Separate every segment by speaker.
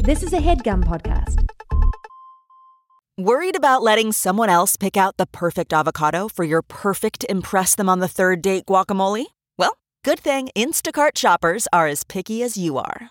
Speaker 1: This is a headgum podcast.
Speaker 2: Worried about letting someone else pick out the perfect avocado for your perfect Impress Them on the Third Date guacamole? Well, good thing Instacart shoppers are as picky as you are.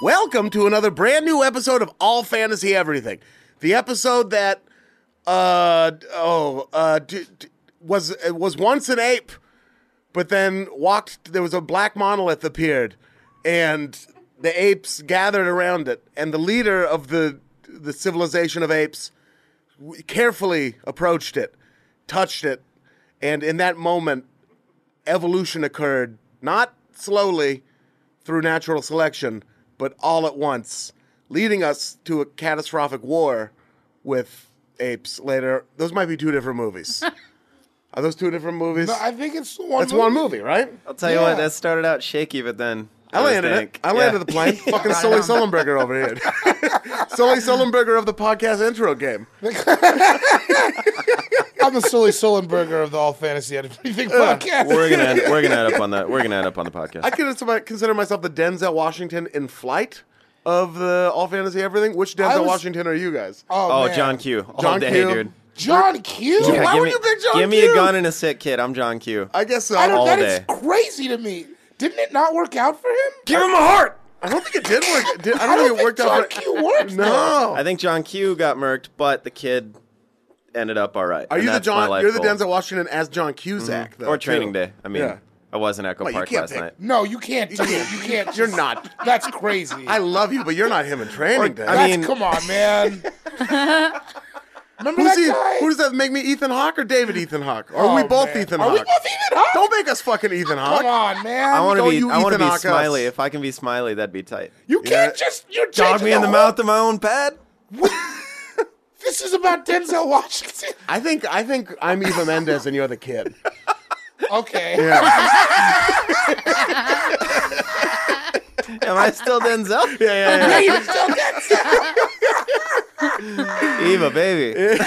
Speaker 3: Welcome to another brand new episode of All Fantasy Everything. The episode that uh oh uh d- d- was it was once an ape but then walked there was a black monolith appeared and the apes gathered around it and the leader of the the civilization of apes w- carefully approached it, touched it, and in that moment evolution occurred not slowly through natural selection, but all at once, leading us to a catastrophic war with apes later. Those might be two different movies. Are those two different movies?
Speaker 4: No, I think it's the one.
Speaker 3: That's one movie, right?
Speaker 5: I'll tell you
Speaker 4: Yeah.
Speaker 5: what, that started out shaky, but then
Speaker 3: I
Speaker 5: was
Speaker 3: landed it.
Speaker 5: dank.
Speaker 3: I landed
Speaker 5: Yeah.
Speaker 3: the plane. Fucking Sully Sullenberger over here. Sully Sullenberger of the podcast intro game.
Speaker 4: I'm the Sully Sullenberger of the All Fantasy and Everything podcast.
Speaker 5: We're gonna add, we're gonna add up on that. We're gonna add up on the podcast.
Speaker 3: I consider consider myself the Denzel Washington in flight of the All Fantasy Everything. Which Denzel
Speaker 4: I was-
Speaker 3: Washington are you guys?
Speaker 5: oh,
Speaker 4: man.
Speaker 5: John Q. All
Speaker 3: John
Speaker 5: day,
Speaker 3: Q.
Speaker 5: dude.
Speaker 4: John Q.
Speaker 5: Yeah,
Speaker 3: Why
Speaker 5: give
Speaker 3: would
Speaker 5: me,
Speaker 3: you pick John
Speaker 5: Give me
Speaker 3: Q?
Speaker 5: a gun and a sick kid. I'm John Q.
Speaker 3: I guess so.
Speaker 4: I don't,
Speaker 5: All
Speaker 4: that
Speaker 5: day.
Speaker 4: is crazy to me. Didn't it not work out for him?
Speaker 3: Give him a heart. I don't think it did work. It did- I, don't
Speaker 4: I don't
Speaker 3: think it worked
Speaker 4: think
Speaker 3: out.
Speaker 4: John
Speaker 3: for-
Speaker 4: Q works,
Speaker 3: No.
Speaker 5: I think John Q got murked, but the kid ended up all right.
Speaker 3: Are
Speaker 5: and
Speaker 3: you the
Speaker 5: that's my
Speaker 3: John?
Speaker 5: life
Speaker 3: You're the
Speaker 5: goal. Mm-hmm.
Speaker 3: Denzel Washington as John Cusack, though,
Speaker 5: or training
Speaker 3: too.
Speaker 5: day? I mean,
Speaker 3: Yeah.
Speaker 5: I was in Echo
Speaker 3: Well, you
Speaker 5: Park
Speaker 3: can't
Speaker 5: last
Speaker 3: pick-
Speaker 5: night.
Speaker 4: No, you can't. do it. You can't.
Speaker 3: You're
Speaker 4: just-
Speaker 3: not.
Speaker 4: That's crazy.
Speaker 3: I love you, but you're not him in training day.
Speaker 5: I
Speaker 4: That's,
Speaker 5: mean-
Speaker 4: come on, man. Remember
Speaker 3: Who's
Speaker 4: that
Speaker 3: he-
Speaker 4: guy?
Speaker 3: who does that make me? Ethan Hawke or David Ethan Hawke? Are
Speaker 4: Oh,
Speaker 3: we both
Speaker 4: man.
Speaker 3: Ethan
Speaker 4: Are
Speaker 3: Hawke?
Speaker 4: we both Ethan Hawke?
Speaker 3: Don't make us fucking Ethan Hawke.
Speaker 4: Come on, man.
Speaker 5: I want
Speaker 3: don't
Speaker 5: to be.
Speaker 3: you
Speaker 5: I want to
Speaker 3: Ethan
Speaker 5: be
Speaker 3: Hawke us.
Speaker 5: smiley. If I can be smiley, that'd be tight.
Speaker 4: you can't
Speaker 3: Yeah.
Speaker 4: just. You're
Speaker 5: Dog
Speaker 4: changing
Speaker 5: me in the
Speaker 4: whole-
Speaker 5: mouth of my own pad.
Speaker 4: This is about Denzel Washington.
Speaker 3: I think I think I'm Eva Mendes and you're the kid.
Speaker 4: Okay.
Speaker 3: Yeah,
Speaker 5: Am I still Denzel?
Speaker 3: yeah, yeah.
Speaker 4: Yeah, you're still Denzel.
Speaker 5: Eva, baby.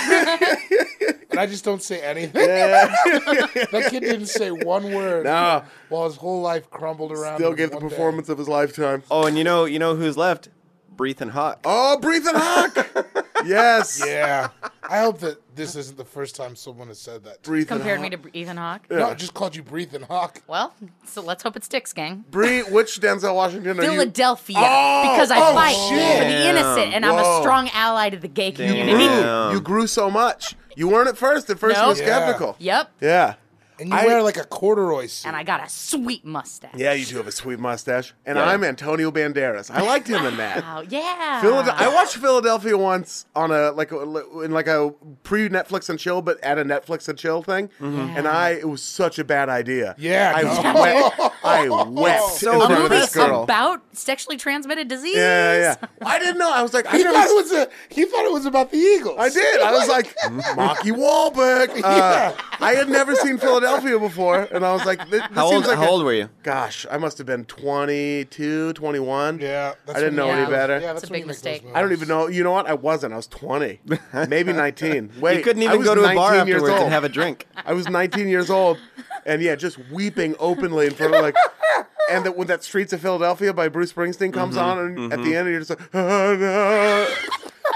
Speaker 4: And I just don't say anything. that kid didn't say one word
Speaker 3: No.
Speaker 4: while his whole life crumbled around.
Speaker 3: Still
Speaker 4: him
Speaker 3: gave the
Speaker 4: one day.
Speaker 3: performance of his lifetime.
Speaker 5: Oh, and you know, you know who's left? Breathe and Hawk.
Speaker 3: Oh, breathe and Hawke. yes.
Speaker 4: Yeah. I hope that this isn't the first time someone has said that.
Speaker 3: Breathe and
Speaker 6: compared
Speaker 3: Hawke.
Speaker 6: me to Ethan Hawke.
Speaker 4: No, I just called you Breathe and Hawk.
Speaker 6: Well, so let's hope it sticks, gang.
Speaker 3: Bree, which Denzel Washington are you?
Speaker 6: Philadelphia,
Speaker 3: Oh,
Speaker 6: because I
Speaker 3: oh,
Speaker 6: fight
Speaker 3: shit.
Speaker 6: for the innocent, and I'm
Speaker 3: Whoa.
Speaker 6: a strong ally to the gay
Speaker 5: Ooh.
Speaker 6: community.
Speaker 5: Damn.
Speaker 3: You grew so much. You weren't at first. At first, you were
Speaker 6: Nope.
Speaker 4: Yeah.
Speaker 3: skeptical.
Speaker 6: Yep,
Speaker 3: Yeah.
Speaker 4: And you
Speaker 3: I-
Speaker 4: wear like a corduroy suit.
Speaker 6: and I got a sweet mustache.
Speaker 3: Yeah, you do have a sweet mustache. And
Speaker 5: Yeah.
Speaker 3: I'm Antonio Banderas. I liked him in that.
Speaker 6: Wow, Oh, yeah.
Speaker 3: Philad- I watched Philadelphia once on a like a, in like a pre Netflix and chill, but at a Netflix and chill thing, and I it was such a bad idea.
Speaker 4: Yeah,
Speaker 3: I
Speaker 4: no.
Speaker 3: wept. I wept
Speaker 5: So
Speaker 3: in
Speaker 5: bad.
Speaker 6: a
Speaker 3: front of
Speaker 6: movie
Speaker 3: this girl.
Speaker 6: about sexually transmitted disease.
Speaker 3: yeah, yeah. I didn't know. I was like, I
Speaker 4: he
Speaker 3: never.
Speaker 4: thought it was a, he thought it was about the Eagles.
Speaker 3: I did. I was like, Marky Wahlberg. Uh, I had never seen Philadelphia before, and I was like, this, this
Speaker 5: How
Speaker 3: seems
Speaker 5: old?
Speaker 3: like
Speaker 5: how
Speaker 3: a-
Speaker 5: old were you?
Speaker 3: Gosh, I must have been 22, 21.
Speaker 4: Yeah,
Speaker 3: I didn't know
Speaker 4: when you
Speaker 6: any
Speaker 4: make those-
Speaker 3: better.
Speaker 4: Yeah, that's
Speaker 6: It's a
Speaker 4: when you make
Speaker 6: big
Speaker 4: those
Speaker 6: mistake.
Speaker 4: moves.
Speaker 3: I don't even know. You know what? I wasn't. I was 20, maybe 19. Wait,
Speaker 5: you couldn't
Speaker 3: I
Speaker 5: even
Speaker 3: was
Speaker 5: go to a bar
Speaker 3: 19 years
Speaker 5: afterwards
Speaker 3: old.
Speaker 5: and have a drink.
Speaker 3: I was 19 years old, and yeah, just weeping openly in front of like, and that when that Streets of Philadelphia by Bruce Springsteen comes
Speaker 5: Mm-hmm.
Speaker 3: on, and at the end you're just like, oh, no.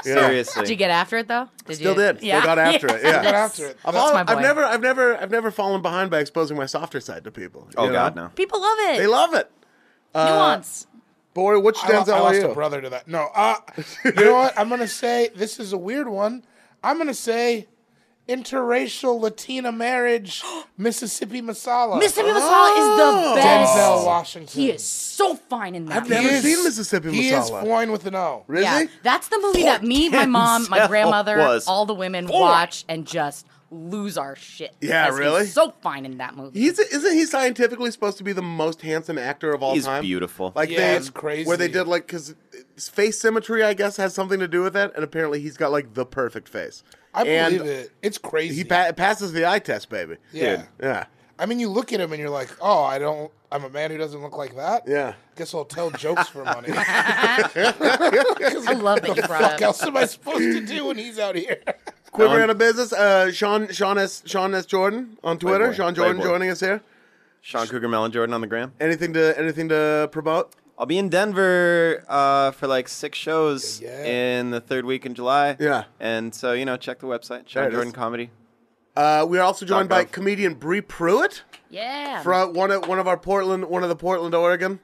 Speaker 3: Yeah.
Speaker 5: Seriously.
Speaker 6: Did you get after it though? Did
Speaker 3: Still
Speaker 6: you?
Speaker 3: did. Still got after it, yeah.
Speaker 4: Got after it.
Speaker 3: I've,
Speaker 4: That's-
Speaker 3: al-
Speaker 6: my
Speaker 3: I've
Speaker 6: boy.
Speaker 3: never, I've never, I've never fallen behind by exposing my softer side to people.
Speaker 5: oh
Speaker 3: you
Speaker 5: God,
Speaker 3: know?
Speaker 5: no.
Speaker 6: People love it.
Speaker 3: They love it. Uh,
Speaker 6: nuance.
Speaker 3: Boy, which
Speaker 4: I, lo-
Speaker 3: Denzel
Speaker 4: I
Speaker 3: are
Speaker 4: lost
Speaker 3: you?
Speaker 4: a brother to that. No, uh, you know what? I'm gonna say this is a weird one. I'm gonna say interracial Latina marriage, Mississippi Masala.
Speaker 6: Mississippi Masala is the best.
Speaker 4: Denzel Washington.
Speaker 6: He is so fine in that.
Speaker 3: oh. I've never
Speaker 4: He is-
Speaker 3: seen Mississippi
Speaker 4: He is
Speaker 3: Masala.
Speaker 4: fine with an O.
Speaker 3: Really?
Speaker 6: Yeah, that's the movie that me, my mom, my
Speaker 5: Denzel
Speaker 6: grandmother,
Speaker 5: was
Speaker 6: all the women watch and just lose our shit.
Speaker 3: Yeah,
Speaker 6: because he's
Speaker 3: really?
Speaker 6: so fine in that movie.
Speaker 3: He's isn't he scientifically supposed to be the most handsome actor of all
Speaker 5: He's
Speaker 3: time?
Speaker 5: beautiful.
Speaker 3: Like
Speaker 4: Yeah,
Speaker 3: they,
Speaker 4: it's crazy.
Speaker 3: Where they did like because face symmetry, I guess, has something to do with it. And apparently, he's got like the perfect face.
Speaker 4: I
Speaker 3: and
Speaker 4: believe it. It's crazy.
Speaker 3: He pa- passes the eye test, baby.
Speaker 4: yeah.
Speaker 5: Dude.
Speaker 3: Yeah.
Speaker 4: I mean, you look at him and you're like, oh, I don't. I'm a man who doesn't look like that.
Speaker 3: Yeah.
Speaker 4: Guess I'll tell jokes for money.
Speaker 6: I love that you
Speaker 4: Fuck
Speaker 6: brought up.
Speaker 4: else am I supposed to do when he's out here?
Speaker 3: Quick
Speaker 5: Alan-
Speaker 3: round of business. Uh, Sean Sean S Sean S Jordan on Twitter.
Speaker 5: Playboy.
Speaker 3: Sean Jordan
Speaker 5: Playboy.
Speaker 3: joining us here.
Speaker 5: Sean Cougar Melon Jordan on the gram.
Speaker 3: Anything to anything to promote?
Speaker 5: I'll be in Denver uh, for like six shows
Speaker 4: Yeah.
Speaker 5: in the third week in July.
Speaker 3: Yeah.
Speaker 5: And so, you know, check the website,
Speaker 3: There
Speaker 5: Sean
Speaker 3: it
Speaker 5: Jordan
Speaker 3: is.
Speaker 5: Comedy.
Speaker 3: Uh, we are also joined by
Speaker 5: gov.
Speaker 3: comedian Bree Pruitt
Speaker 6: Yeah.
Speaker 3: from one of one of our Portland one of the Portland Oregon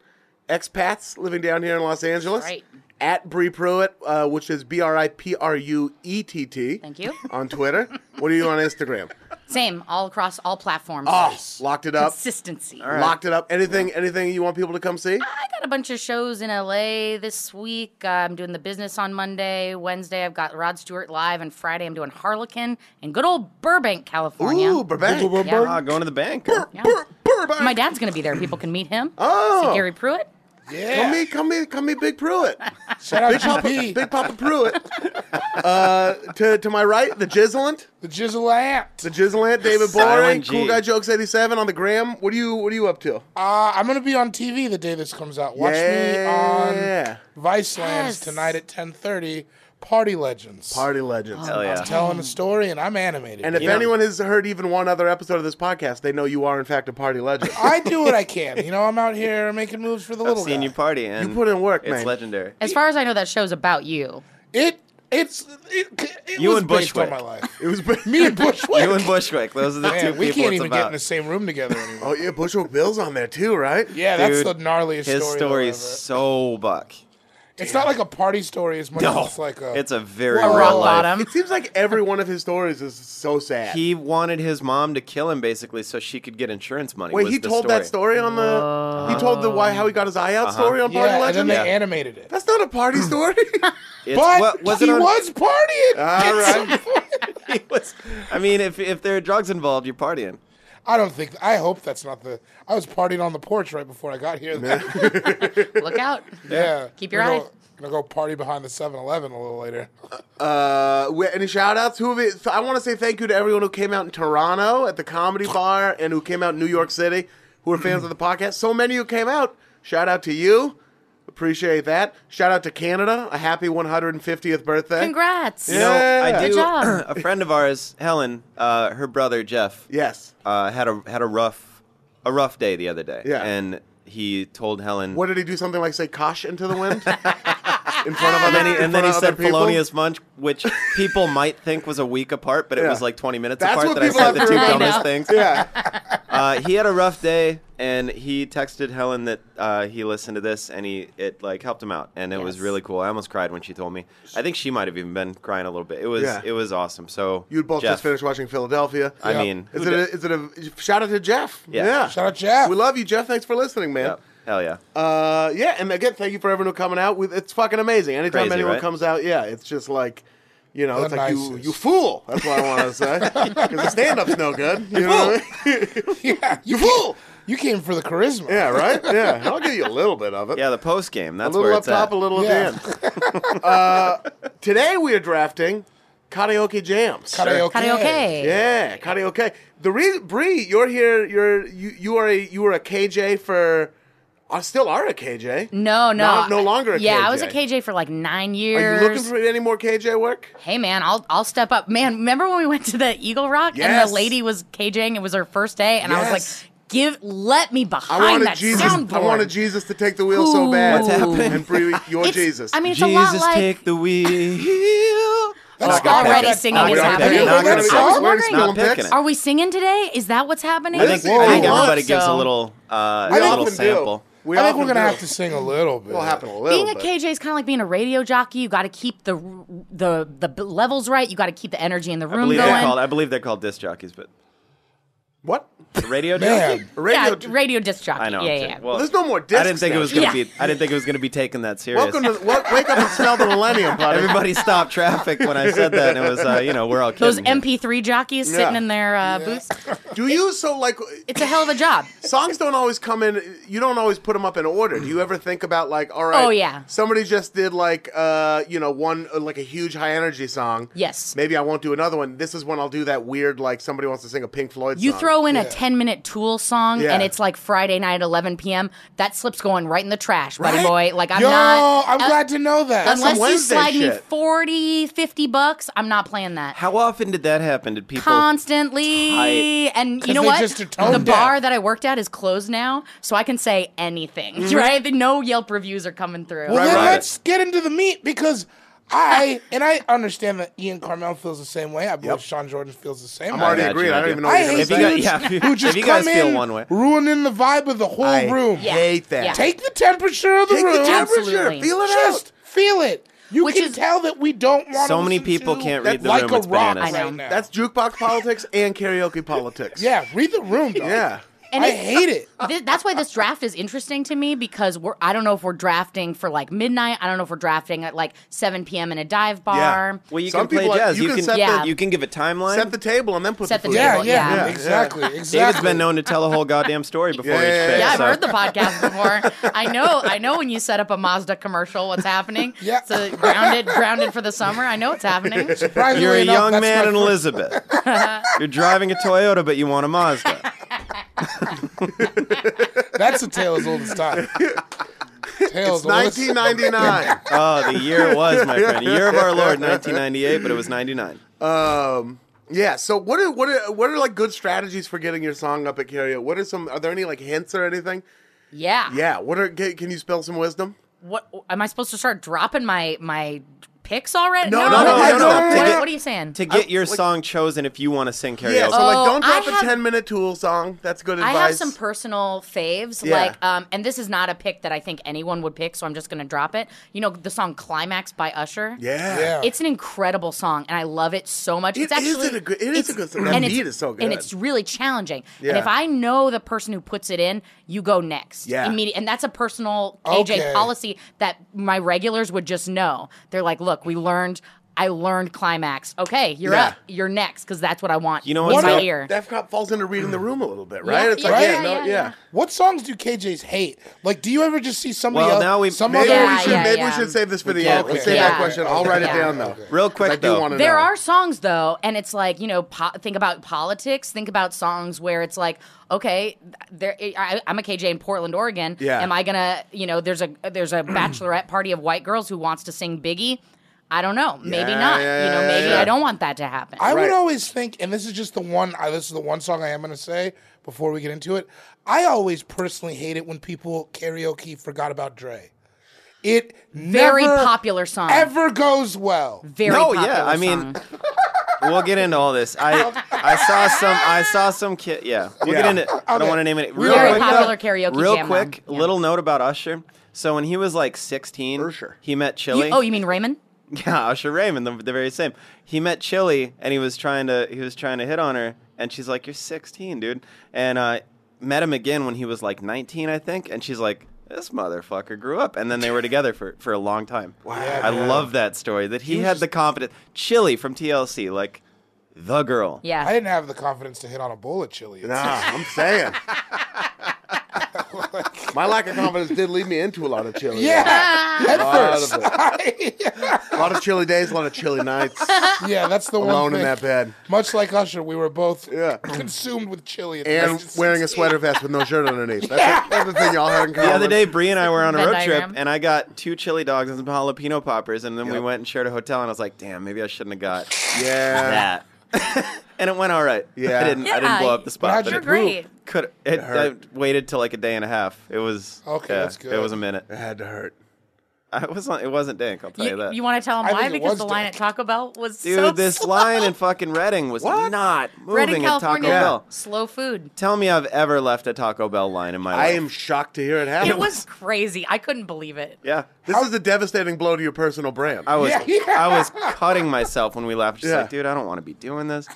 Speaker 3: expats living down here in Los Angeles.
Speaker 6: right.
Speaker 3: At Bree Pruitt, uh, which is B R I P R U E T T.
Speaker 6: Thank you.
Speaker 3: On Twitter. what are you on Instagram?
Speaker 6: Same, all across all platforms.
Speaker 3: Oh, locked it up.
Speaker 6: Consistency.
Speaker 3: Locked it up. Anything anything you want people to come see?
Speaker 6: I got a bunch of shows in LA this week. Uh, I'm doing the business on Monday. Wednesday, I've got Rod Stewart live, and Friday, I'm doing Harlequin in good old Burbank, California.
Speaker 3: Ooh, Burbank.
Speaker 4: Bur- bur-
Speaker 6: Yeah.
Speaker 5: Ah, going to the bank.
Speaker 6: Yeah.
Speaker 3: Bur- Burbank.
Speaker 6: My dad's going to be there. People can meet him.
Speaker 3: Oh.
Speaker 6: See Gary Pruitt.
Speaker 3: Come
Speaker 4: Yeah.
Speaker 3: me, come me, come me, Big Pruitt.
Speaker 4: Shout out GP.
Speaker 3: Big Papa Pruitt. Uh, to, to my right, the Jizzlant,
Speaker 4: The Jizzle Ant.
Speaker 3: the Jizzlant, David Boring,
Speaker 5: Silent G.
Speaker 3: Cool Guy Jokes eighty seven on the gram. What are you What are you up to?
Speaker 4: Uh, I'm gonna be on TV the day this comes out. Watch me
Speaker 3: Yeah.
Speaker 4: on Vice Lands
Speaker 6: Yes.
Speaker 4: tonight at 10:30. Party Legends.
Speaker 3: Party Legends.
Speaker 5: Hell yeah.
Speaker 4: Telling a story, and I'm animated.
Speaker 3: and if
Speaker 5: You know-
Speaker 3: anyone has heard even one other episode of this podcast, they know you are in fact a party legend.
Speaker 4: I do what I can. You know, I'm out here making moves for the
Speaker 5: I've
Speaker 4: little
Speaker 5: seen
Speaker 4: guy.
Speaker 5: you party. And
Speaker 3: put in work,
Speaker 5: it's
Speaker 3: man.
Speaker 5: legendary.
Speaker 6: As far as I know, that show's about you.
Speaker 4: it. It's it, it
Speaker 5: You
Speaker 4: was
Speaker 5: and
Speaker 4: based on
Speaker 5: Bushwick.
Speaker 4: my life.
Speaker 3: it was
Speaker 4: Me and Bushwick.
Speaker 5: You and Bushwick. Those are the two
Speaker 4: Man, we
Speaker 5: people
Speaker 4: can't
Speaker 5: it's
Speaker 4: even
Speaker 5: about.
Speaker 4: get in the same room together anymore.
Speaker 3: Oh yeah, Bushwick Bill's on there too, right?
Speaker 4: Yeah, that's
Speaker 5: Dude,
Speaker 4: the gnarliest
Speaker 5: His
Speaker 4: story.
Speaker 5: story
Speaker 4: though,
Speaker 5: is
Speaker 4: ever.
Speaker 5: so buck.
Speaker 4: It's not like a party story as much as it's like a.
Speaker 5: it's a very
Speaker 4: Well,
Speaker 5: real
Speaker 6: Rock
Speaker 5: life.
Speaker 6: bottom.
Speaker 3: It seems like every one of his stories is so sad.
Speaker 5: He wanted his mom to kill him basically so she could get insurance money.
Speaker 3: Wait,
Speaker 5: was
Speaker 3: he
Speaker 5: the Uh-huh.
Speaker 3: told that story on the. He told the why how he got his eye out story on Party
Speaker 4: yeah, and then
Speaker 3: Legend.
Speaker 4: they animated it.
Speaker 3: That's not a party story.
Speaker 5: It's,
Speaker 4: But
Speaker 5: what- was
Speaker 4: he
Speaker 5: it on,
Speaker 4: was Uh-huh. partying.
Speaker 3: All right.
Speaker 5: he was- I mean, if if there are drugs involved, you're partying.
Speaker 4: I don't think. I hope that's not the. I was partying on the porch right before I got here. yeah.
Speaker 6: Look out. Keep your
Speaker 4: Gonna
Speaker 6: eye.
Speaker 4: go- Gonna go party behind the 7-Eleven a little later.
Speaker 3: Uh, we- any shout outs? Who have it- I want to say thank you to everyone who came out in Toronto at the comedy bar and who came out in New York City who are fans of the podcast. So many who came out. Shout out to you. Appreciate that. Shout out to Canada. A happy 150th birthday.
Speaker 6: Congrats.
Speaker 5: You know,
Speaker 3: Yeah.
Speaker 5: I
Speaker 6: Good
Speaker 5: do.
Speaker 6: job.
Speaker 5: a friend of ours, Helen, uh, her brother Jeff,
Speaker 3: Yes.
Speaker 5: uh, had a had a rough a rough day the other day.
Speaker 3: Yeah.
Speaker 5: and he told Helen.
Speaker 3: What did he do? Something like say "Kosh into the wind" in front of
Speaker 5: and
Speaker 3: other,
Speaker 5: then he,
Speaker 3: in
Speaker 5: and then he
Speaker 3: front of other
Speaker 5: said
Speaker 3: people?
Speaker 5: felonious munch, which people might think was a week apart, but it
Speaker 3: Yeah.
Speaker 5: was like 20 minutes
Speaker 3: That's
Speaker 5: apart
Speaker 3: what
Speaker 5: that I
Speaker 3: people
Speaker 5: said
Speaker 3: have
Speaker 5: the two
Speaker 3: to remember.
Speaker 5: dumbest things.
Speaker 3: Yeah.
Speaker 5: Uh, he had a rough day, and he texted Helen that uh, he listened to this, and he it like helped him out, and it was
Speaker 6: Yes.
Speaker 5: really cool. I almost cried when she told me. I think she might have even been crying a little bit. It was
Speaker 3: Yeah.
Speaker 5: it was awesome. So
Speaker 3: You'd both
Speaker 5: Jeff,
Speaker 3: just finished watching Philadelphia.
Speaker 5: I mean,
Speaker 3: is
Speaker 5: who
Speaker 3: it, a,
Speaker 5: da-
Speaker 3: is it a shout out to Jeff?
Speaker 5: Yeah.
Speaker 4: Shout out Jeff.
Speaker 3: We love you, Jeff. Thanks for listening, man.
Speaker 5: Yep. Hell yeah!
Speaker 3: Uh, yeah, and again, thank you for everyone who coming out. With it's fucking amazing. Anytime
Speaker 5: Crazy,
Speaker 3: anyone
Speaker 5: right?
Speaker 3: comes out, yeah, it's just like. You know,
Speaker 4: The
Speaker 3: it's like you,
Speaker 4: nicest.
Speaker 3: you fool. That's what I want to say. Because the stand up's no good. You, know what I mean?
Speaker 4: yeah,
Speaker 3: you fool.
Speaker 4: you came for the charisma.
Speaker 3: Yeah, right? Yeah. I'll give you a little bit of it.
Speaker 5: Yeah, the post game.
Speaker 3: a
Speaker 5: That's
Speaker 3: little
Speaker 5: where
Speaker 3: up
Speaker 5: it's at.
Speaker 3: top, a little
Speaker 4: Yeah.
Speaker 3: at the end. uh, today we are drafting karaoke jams.
Speaker 4: Karaoke.
Speaker 6: Karaoke.
Speaker 3: Yeah, karaoke. The reason, Bree, you're here. You're you, you are a you were a KJ for, uh, still are a KJ.
Speaker 6: No, no.
Speaker 3: Not- no longer a
Speaker 6: Yeah, I was a
Speaker 3: KJ.
Speaker 6: KJ for like nine
Speaker 3: Are
Speaker 6: years.
Speaker 3: you looking for any more KJ work?
Speaker 6: hey, man, I'll, I'll step up. Man, remember when we went to the Eagle Rock and
Speaker 3: Yes.
Speaker 6: the lady was KJing? It was her first day, and I was
Speaker 3: Yes.
Speaker 6: like, give, let me
Speaker 3: I
Speaker 6: behind
Speaker 3: wanted
Speaker 6: that
Speaker 3: Jesus.
Speaker 6: soundboard.
Speaker 3: I wanted Jesus to take the wheel so bad.
Speaker 6: What's
Speaker 5: happening?
Speaker 3: And Bree, you're
Speaker 6: It's-
Speaker 3: Jesus.
Speaker 6: I mean, it's a lot
Speaker 5: Jesus,
Speaker 6: like.
Speaker 5: take the wheel. Not
Speaker 4: That's
Speaker 5: gonna
Speaker 4: already
Speaker 5: pick it.
Speaker 6: singing
Speaker 5: Not
Speaker 6: is
Speaker 5: gonna pick it.
Speaker 6: happening.
Speaker 5: Not gonna
Speaker 6: I was
Speaker 5: pick it.
Speaker 6: wondering-
Speaker 5: It's not picking it.
Speaker 6: Are we singing today? Is that what's happening?
Speaker 5: I think,
Speaker 3: Whoa.
Speaker 5: I think
Speaker 3: I
Speaker 5: everybody
Speaker 6: hope
Speaker 5: gives
Speaker 6: so.
Speaker 5: a little uh,
Speaker 3: I
Speaker 5: a little
Speaker 3: often do.
Speaker 5: sample.
Speaker 3: We
Speaker 4: I think we're
Speaker 3: often
Speaker 4: gonna
Speaker 3: do.
Speaker 4: have to sing a little bit.
Speaker 7: It'll happen a little
Speaker 6: Being a
Speaker 7: bit.
Speaker 6: KJ is kind of like being a radio jockey. You got to keep the the the b- levels right. You got to keep the energy in the
Speaker 5: I
Speaker 6: room
Speaker 5: believe they're
Speaker 6: going.
Speaker 5: called. I believe they're called disc jockeys, but
Speaker 3: What?
Speaker 5: radio jockey.
Speaker 4: Man,
Speaker 3: Radio.
Speaker 6: yeah, radio disc jockey.
Speaker 5: I know.
Speaker 6: Yeah,
Speaker 5: I'm
Speaker 6: yeah.
Speaker 5: saying- Well,
Speaker 3: There's no more
Speaker 5: I
Speaker 3: discs
Speaker 5: didn't think it
Speaker 3: now.
Speaker 5: was gonna
Speaker 6: Yeah.
Speaker 5: be. I didn't think it was gonna be taken that serious.
Speaker 3: Welcome to w- wake up and smell the millennium, buddy.
Speaker 5: Everybody stopped traffic when I said that, and it was uh, you know we're all kidding.
Speaker 6: Those
Speaker 5: here.
Speaker 6: MP3 jockeys sitting in their uh, booths.
Speaker 3: Do you so like
Speaker 6: It's a hell of a job.
Speaker 3: songs don't always come in you don't always put them up in order do you ever think about like all right
Speaker 6: Oh, yeah.
Speaker 3: somebody just did like uh you know one uh, like a huge high energy song
Speaker 6: Yes.
Speaker 3: maybe i won't do another one this is when i'll do that weird like somebody wants to sing a pink floyd
Speaker 6: You
Speaker 3: song.
Speaker 6: throw in a 10 minute Tool song
Speaker 3: Yeah.
Speaker 6: and it's like Friday night at 11 p.m. That slip's going right in the trash, buddy
Speaker 3: Right?
Speaker 6: boy. Like, I'm
Speaker 4: yo,
Speaker 6: not.
Speaker 4: I'm
Speaker 6: uh,
Speaker 4: glad to know that.
Speaker 3: That's some
Speaker 6: Unless you
Speaker 3: Wednesday
Speaker 6: slide me
Speaker 3: shit.
Speaker 6: 40, 50 bucks, I'm not playing that.
Speaker 5: How often did that happen? Did people?
Speaker 6: Constantly.
Speaker 5: Tight.
Speaker 6: And you know
Speaker 4: they
Speaker 6: what?
Speaker 4: just are toned
Speaker 6: the
Speaker 4: down.
Speaker 6: bar that I worked at is closed now, so I can say anything, right? The- No Yelp reviews are coming through.
Speaker 4: Well, then
Speaker 5: right.
Speaker 4: let's get into the meat because I and I understand that Ian Carmel feels the same way. I believe Sean Jordan feels the same.
Speaker 3: i'm
Speaker 4: way.
Speaker 3: already
Speaker 5: got you,
Speaker 3: agreed
Speaker 5: I
Speaker 3: i don't
Speaker 5: do.
Speaker 3: even know what
Speaker 4: I
Speaker 3: you're gonna
Speaker 4: hate
Speaker 5: If you
Speaker 3: say.
Speaker 5: got-
Speaker 4: dudes
Speaker 5: yeah, if you-
Speaker 4: who just
Speaker 5: if you guys
Speaker 4: come
Speaker 5: feel
Speaker 4: in
Speaker 5: one way.
Speaker 4: ruining the vibe of the whole
Speaker 3: I
Speaker 4: room.
Speaker 6: Yeah.
Speaker 3: hate that
Speaker 6: Yeah.
Speaker 4: Take the temperature of the
Speaker 3: Take
Speaker 4: room.
Speaker 3: the temperature
Speaker 6: Absolutely.
Speaker 3: feel it
Speaker 4: Just
Speaker 3: out
Speaker 4: feel it. You
Speaker 6: Which
Speaker 4: can
Speaker 6: is-
Speaker 4: tell that we don't want.
Speaker 5: So many people can't read the
Speaker 4: like
Speaker 5: room,
Speaker 4: A
Speaker 5: it's
Speaker 4: rock
Speaker 5: bananas.
Speaker 6: I know.
Speaker 4: Right now.
Speaker 3: that's jukebox politics and karaoke politics
Speaker 4: yeah. Read the room, dog.
Speaker 3: yeah
Speaker 6: And
Speaker 4: I
Speaker 6: it's-
Speaker 4: hate it.
Speaker 6: Th- that's why this draft is interesting to me because we're I don't know if we're drafting for like midnight. I don't know if we're drafting at like 7 p.m. in a dive bar.
Speaker 5: Well, you
Speaker 3: Some
Speaker 5: can play
Speaker 3: people are-
Speaker 5: jazz.
Speaker 3: you
Speaker 5: You
Speaker 3: can
Speaker 5: can
Speaker 3: set
Speaker 6: Yeah. the-
Speaker 5: you can give a timeline.
Speaker 3: set the table and then put
Speaker 6: Set
Speaker 3: the
Speaker 6: the
Speaker 3: food
Speaker 4: Yeah, yeah,
Speaker 6: table, yeah. Yeah,
Speaker 4: exactly, exactly.
Speaker 5: David's been known to tell a whole goddamn story before
Speaker 3: Yeah.
Speaker 5: each pick.
Speaker 6: Yeah, I've
Speaker 5: so-
Speaker 6: heard the podcast before. I know, I know when you set up a Mazda commercial, what's happening?
Speaker 4: Yeah.
Speaker 6: so grounded, grounded for the summer. I know it's happening.
Speaker 4: Surprisingly
Speaker 5: You're a
Speaker 4: enough,
Speaker 5: young
Speaker 4: that's
Speaker 5: man
Speaker 4: my
Speaker 5: in
Speaker 4: first-
Speaker 5: Elizabeth. You're driving a Toyota, but you want a Mazda.
Speaker 4: That's a tale as old as time. Tales
Speaker 3: It's 1999
Speaker 5: Oh, the year it was, my friend. The year of our Lord, 1998, but it was 99.
Speaker 3: Um, yeah. So what are what are what are like good strategies for getting your song up at karaoke? What are some? Are there any like hints or anything?
Speaker 6: Yeah.
Speaker 3: Yeah. What are? Can, can you spell some wisdom?
Speaker 6: What am I supposed to start dropping my my picks already?
Speaker 3: No, no, no,
Speaker 6: that's
Speaker 3: no,
Speaker 6: not-
Speaker 3: no. To
Speaker 6: what-
Speaker 5: get-
Speaker 6: what are you saying?
Speaker 5: To get
Speaker 3: I-
Speaker 5: your
Speaker 3: like-
Speaker 5: song chosen if you want to sing karaoke.
Speaker 3: Yeah. So like,
Speaker 6: Oh,
Speaker 3: don't drop
Speaker 6: I
Speaker 3: a
Speaker 6: have-
Speaker 3: ten minute Tool song. That's good advice.
Speaker 6: I have some personal faves,
Speaker 3: Yeah.
Speaker 6: like, um, and this is not a pick that I think anyone would pick, so I'm just gonna drop it. You know, the song "Climax" by Usher.
Speaker 3: yeah.
Speaker 4: Yeah.
Speaker 6: It's an incredible song, and I love it so much.
Speaker 3: It
Speaker 6: it's
Speaker 3: is
Speaker 6: actually
Speaker 3: a good- it is
Speaker 6: it's-
Speaker 3: a good song. That
Speaker 6: and it's-
Speaker 3: beat is so
Speaker 6: and
Speaker 3: good.
Speaker 6: it's really challenging. And
Speaker 3: Yeah.
Speaker 6: if I know the person who puts it in, you go next.
Speaker 3: Yeah.
Speaker 6: immediate, and that's a personal KJ
Speaker 4: Okay.
Speaker 6: policy that my regulars would just know. They're like, "Look, we learned." I learned climax. Okay, you're
Speaker 3: Yeah.
Speaker 6: up. You're next because that's what I want.
Speaker 5: You know
Speaker 6: in
Speaker 5: what's
Speaker 6: my
Speaker 5: up?
Speaker 6: ear.
Speaker 3: That kind of falls into reading the room a little bit, right?
Speaker 6: Yeah,
Speaker 3: It's like
Speaker 6: yeah,
Speaker 3: yeah,
Speaker 6: yeah,
Speaker 3: no,
Speaker 6: yeah,
Speaker 3: yeah.
Speaker 6: yeah.
Speaker 4: What songs do KJs hate? Like, do you ever just see somebody
Speaker 5: Well,
Speaker 4: else?
Speaker 5: now we-
Speaker 4: some
Speaker 3: Maybe
Speaker 4: other
Speaker 6: Yeah,
Speaker 3: we should
Speaker 6: yeah,
Speaker 3: maybe
Speaker 6: yeah.
Speaker 3: we should save this for the
Speaker 5: We
Speaker 3: end.
Speaker 5: can,
Speaker 3: Let's
Speaker 4: okay.
Speaker 3: save
Speaker 6: Yeah.
Speaker 3: that question. I'll write
Speaker 6: Yeah.
Speaker 3: it down though.
Speaker 5: Real quick,
Speaker 3: I do
Speaker 5: though.
Speaker 3: want to
Speaker 6: There
Speaker 3: know.
Speaker 6: are songs though, and it's like you know, po- think about politics. Think about songs where it's like, okay, th- there. I, I'm a KJ in Portland, Oregon.
Speaker 3: Yeah.
Speaker 6: Am I gonna, you know, there's a there's a bachelorette party of white girls who wants to sing Biggie. I don't know. Maybe
Speaker 3: Yeah,
Speaker 6: not.
Speaker 3: yeah,
Speaker 6: you know,
Speaker 3: yeah,
Speaker 6: maybe
Speaker 3: yeah.
Speaker 6: I don't want that to happen.
Speaker 4: I
Speaker 3: Right.
Speaker 4: would always think, and this is just the one. I, this is the one song I am going to say before we get into it. I always personally hate it when people karaoke forgot about Dre. It
Speaker 6: Very
Speaker 4: never,
Speaker 6: popular song.
Speaker 4: ever goes well.
Speaker 6: Very
Speaker 5: no,
Speaker 6: popular
Speaker 5: yeah. I mean,
Speaker 6: song.
Speaker 5: we'll get into all this. I I saw some. I saw some kid. Yeah, we'll
Speaker 3: Yeah.
Speaker 5: get into. I don't want to name it. Real
Speaker 6: Very
Speaker 5: quick,
Speaker 6: popular
Speaker 5: though,
Speaker 6: karaoke
Speaker 5: Real
Speaker 6: jam
Speaker 5: quick,
Speaker 6: room. Yeah.
Speaker 5: little note about Usher. So when he was like 16,
Speaker 3: Usher.
Speaker 5: he met Chili.
Speaker 6: You- oh, you mean Raymond?
Speaker 5: Yeah, Usher Raymond, the, the very same. He met Chili, and he was trying to he was trying to hit on her, and she's like, "You're 16, dude." And uh, met him again when he was like 19, I think, and she's like, "This motherfucker grew up." And then they were together for for a long time. Wow, I love that story that he, had the confidence. Chili from TLC, like the girl.
Speaker 6: Yeah.
Speaker 4: I didn't have the confidence to hit on a bowl of chili.
Speaker 3: Nah, I'm saying. My lack of confidence did lead me into a lot of chili.
Speaker 4: Yeah, at
Speaker 3: lot
Speaker 4: first.
Speaker 3: of A lot of chilly days, a lot of chilly nights.
Speaker 4: yeah, that's the one
Speaker 3: Alone
Speaker 4: thing.
Speaker 3: in that bed.
Speaker 4: Much like Usher, we were both
Speaker 3: Yeah.
Speaker 4: consumed with chili. At the
Speaker 3: and
Speaker 4: age of
Speaker 3: wearing a
Speaker 4: 16.
Speaker 3: sweater vest with no shirt underneath. That's the other thing y'all had in common.
Speaker 5: The other day, Bree and I were on a
Speaker 6: Venn
Speaker 5: road
Speaker 6: diagram.
Speaker 5: trip, and I got two chili dogs and some jalapeno poppers, and then we went and shared a hotel, and I was like, "Damn, maybe I shouldn't have got
Speaker 3: yeah,
Speaker 5: that." and it went all right.
Speaker 3: Yeah.
Speaker 5: I didn't. I
Speaker 6: Yeah,
Speaker 5: didn't blow up the spot.
Speaker 4: how'd
Speaker 5: but
Speaker 4: you
Speaker 6: You're
Speaker 5: it-
Speaker 6: great.
Speaker 5: Could it, I waited till like a day and a half. It was
Speaker 4: Okay,
Speaker 5: yeah,
Speaker 4: that's good.
Speaker 5: It was a minute.
Speaker 3: it had to hurt.
Speaker 5: I was not, it wasn't dank. I'll tell you,
Speaker 6: You,
Speaker 5: that.
Speaker 6: you want to tell him
Speaker 4: I
Speaker 6: why?
Speaker 4: think it
Speaker 6: Because
Speaker 4: was
Speaker 6: the line at
Speaker 4: dank.
Speaker 6: Taco Bell was
Speaker 5: Dude,
Speaker 6: so
Speaker 5: this
Speaker 6: slow.
Speaker 5: line in fucking Reading was not moving
Speaker 6: Redding,
Speaker 5: at Taco
Speaker 6: California,
Speaker 5: Bell.
Speaker 6: slow food.
Speaker 5: Tell me I've ever left a Taco Bell line in my
Speaker 3: I
Speaker 5: life.
Speaker 3: am shocked to hear it happen.
Speaker 6: It was crazy. I couldn't believe it.
Speaker 5: Yeah.
Speaker 3: This is a devastating blow to your personal brand.
Speaker 5: I was
Speaker 4: Yeah, yeah.
Speaker 5: I was cutting myself when we left. Just
Speaker 3: Yeah.
Speaker 5: like, dude, I don't want to be doing this.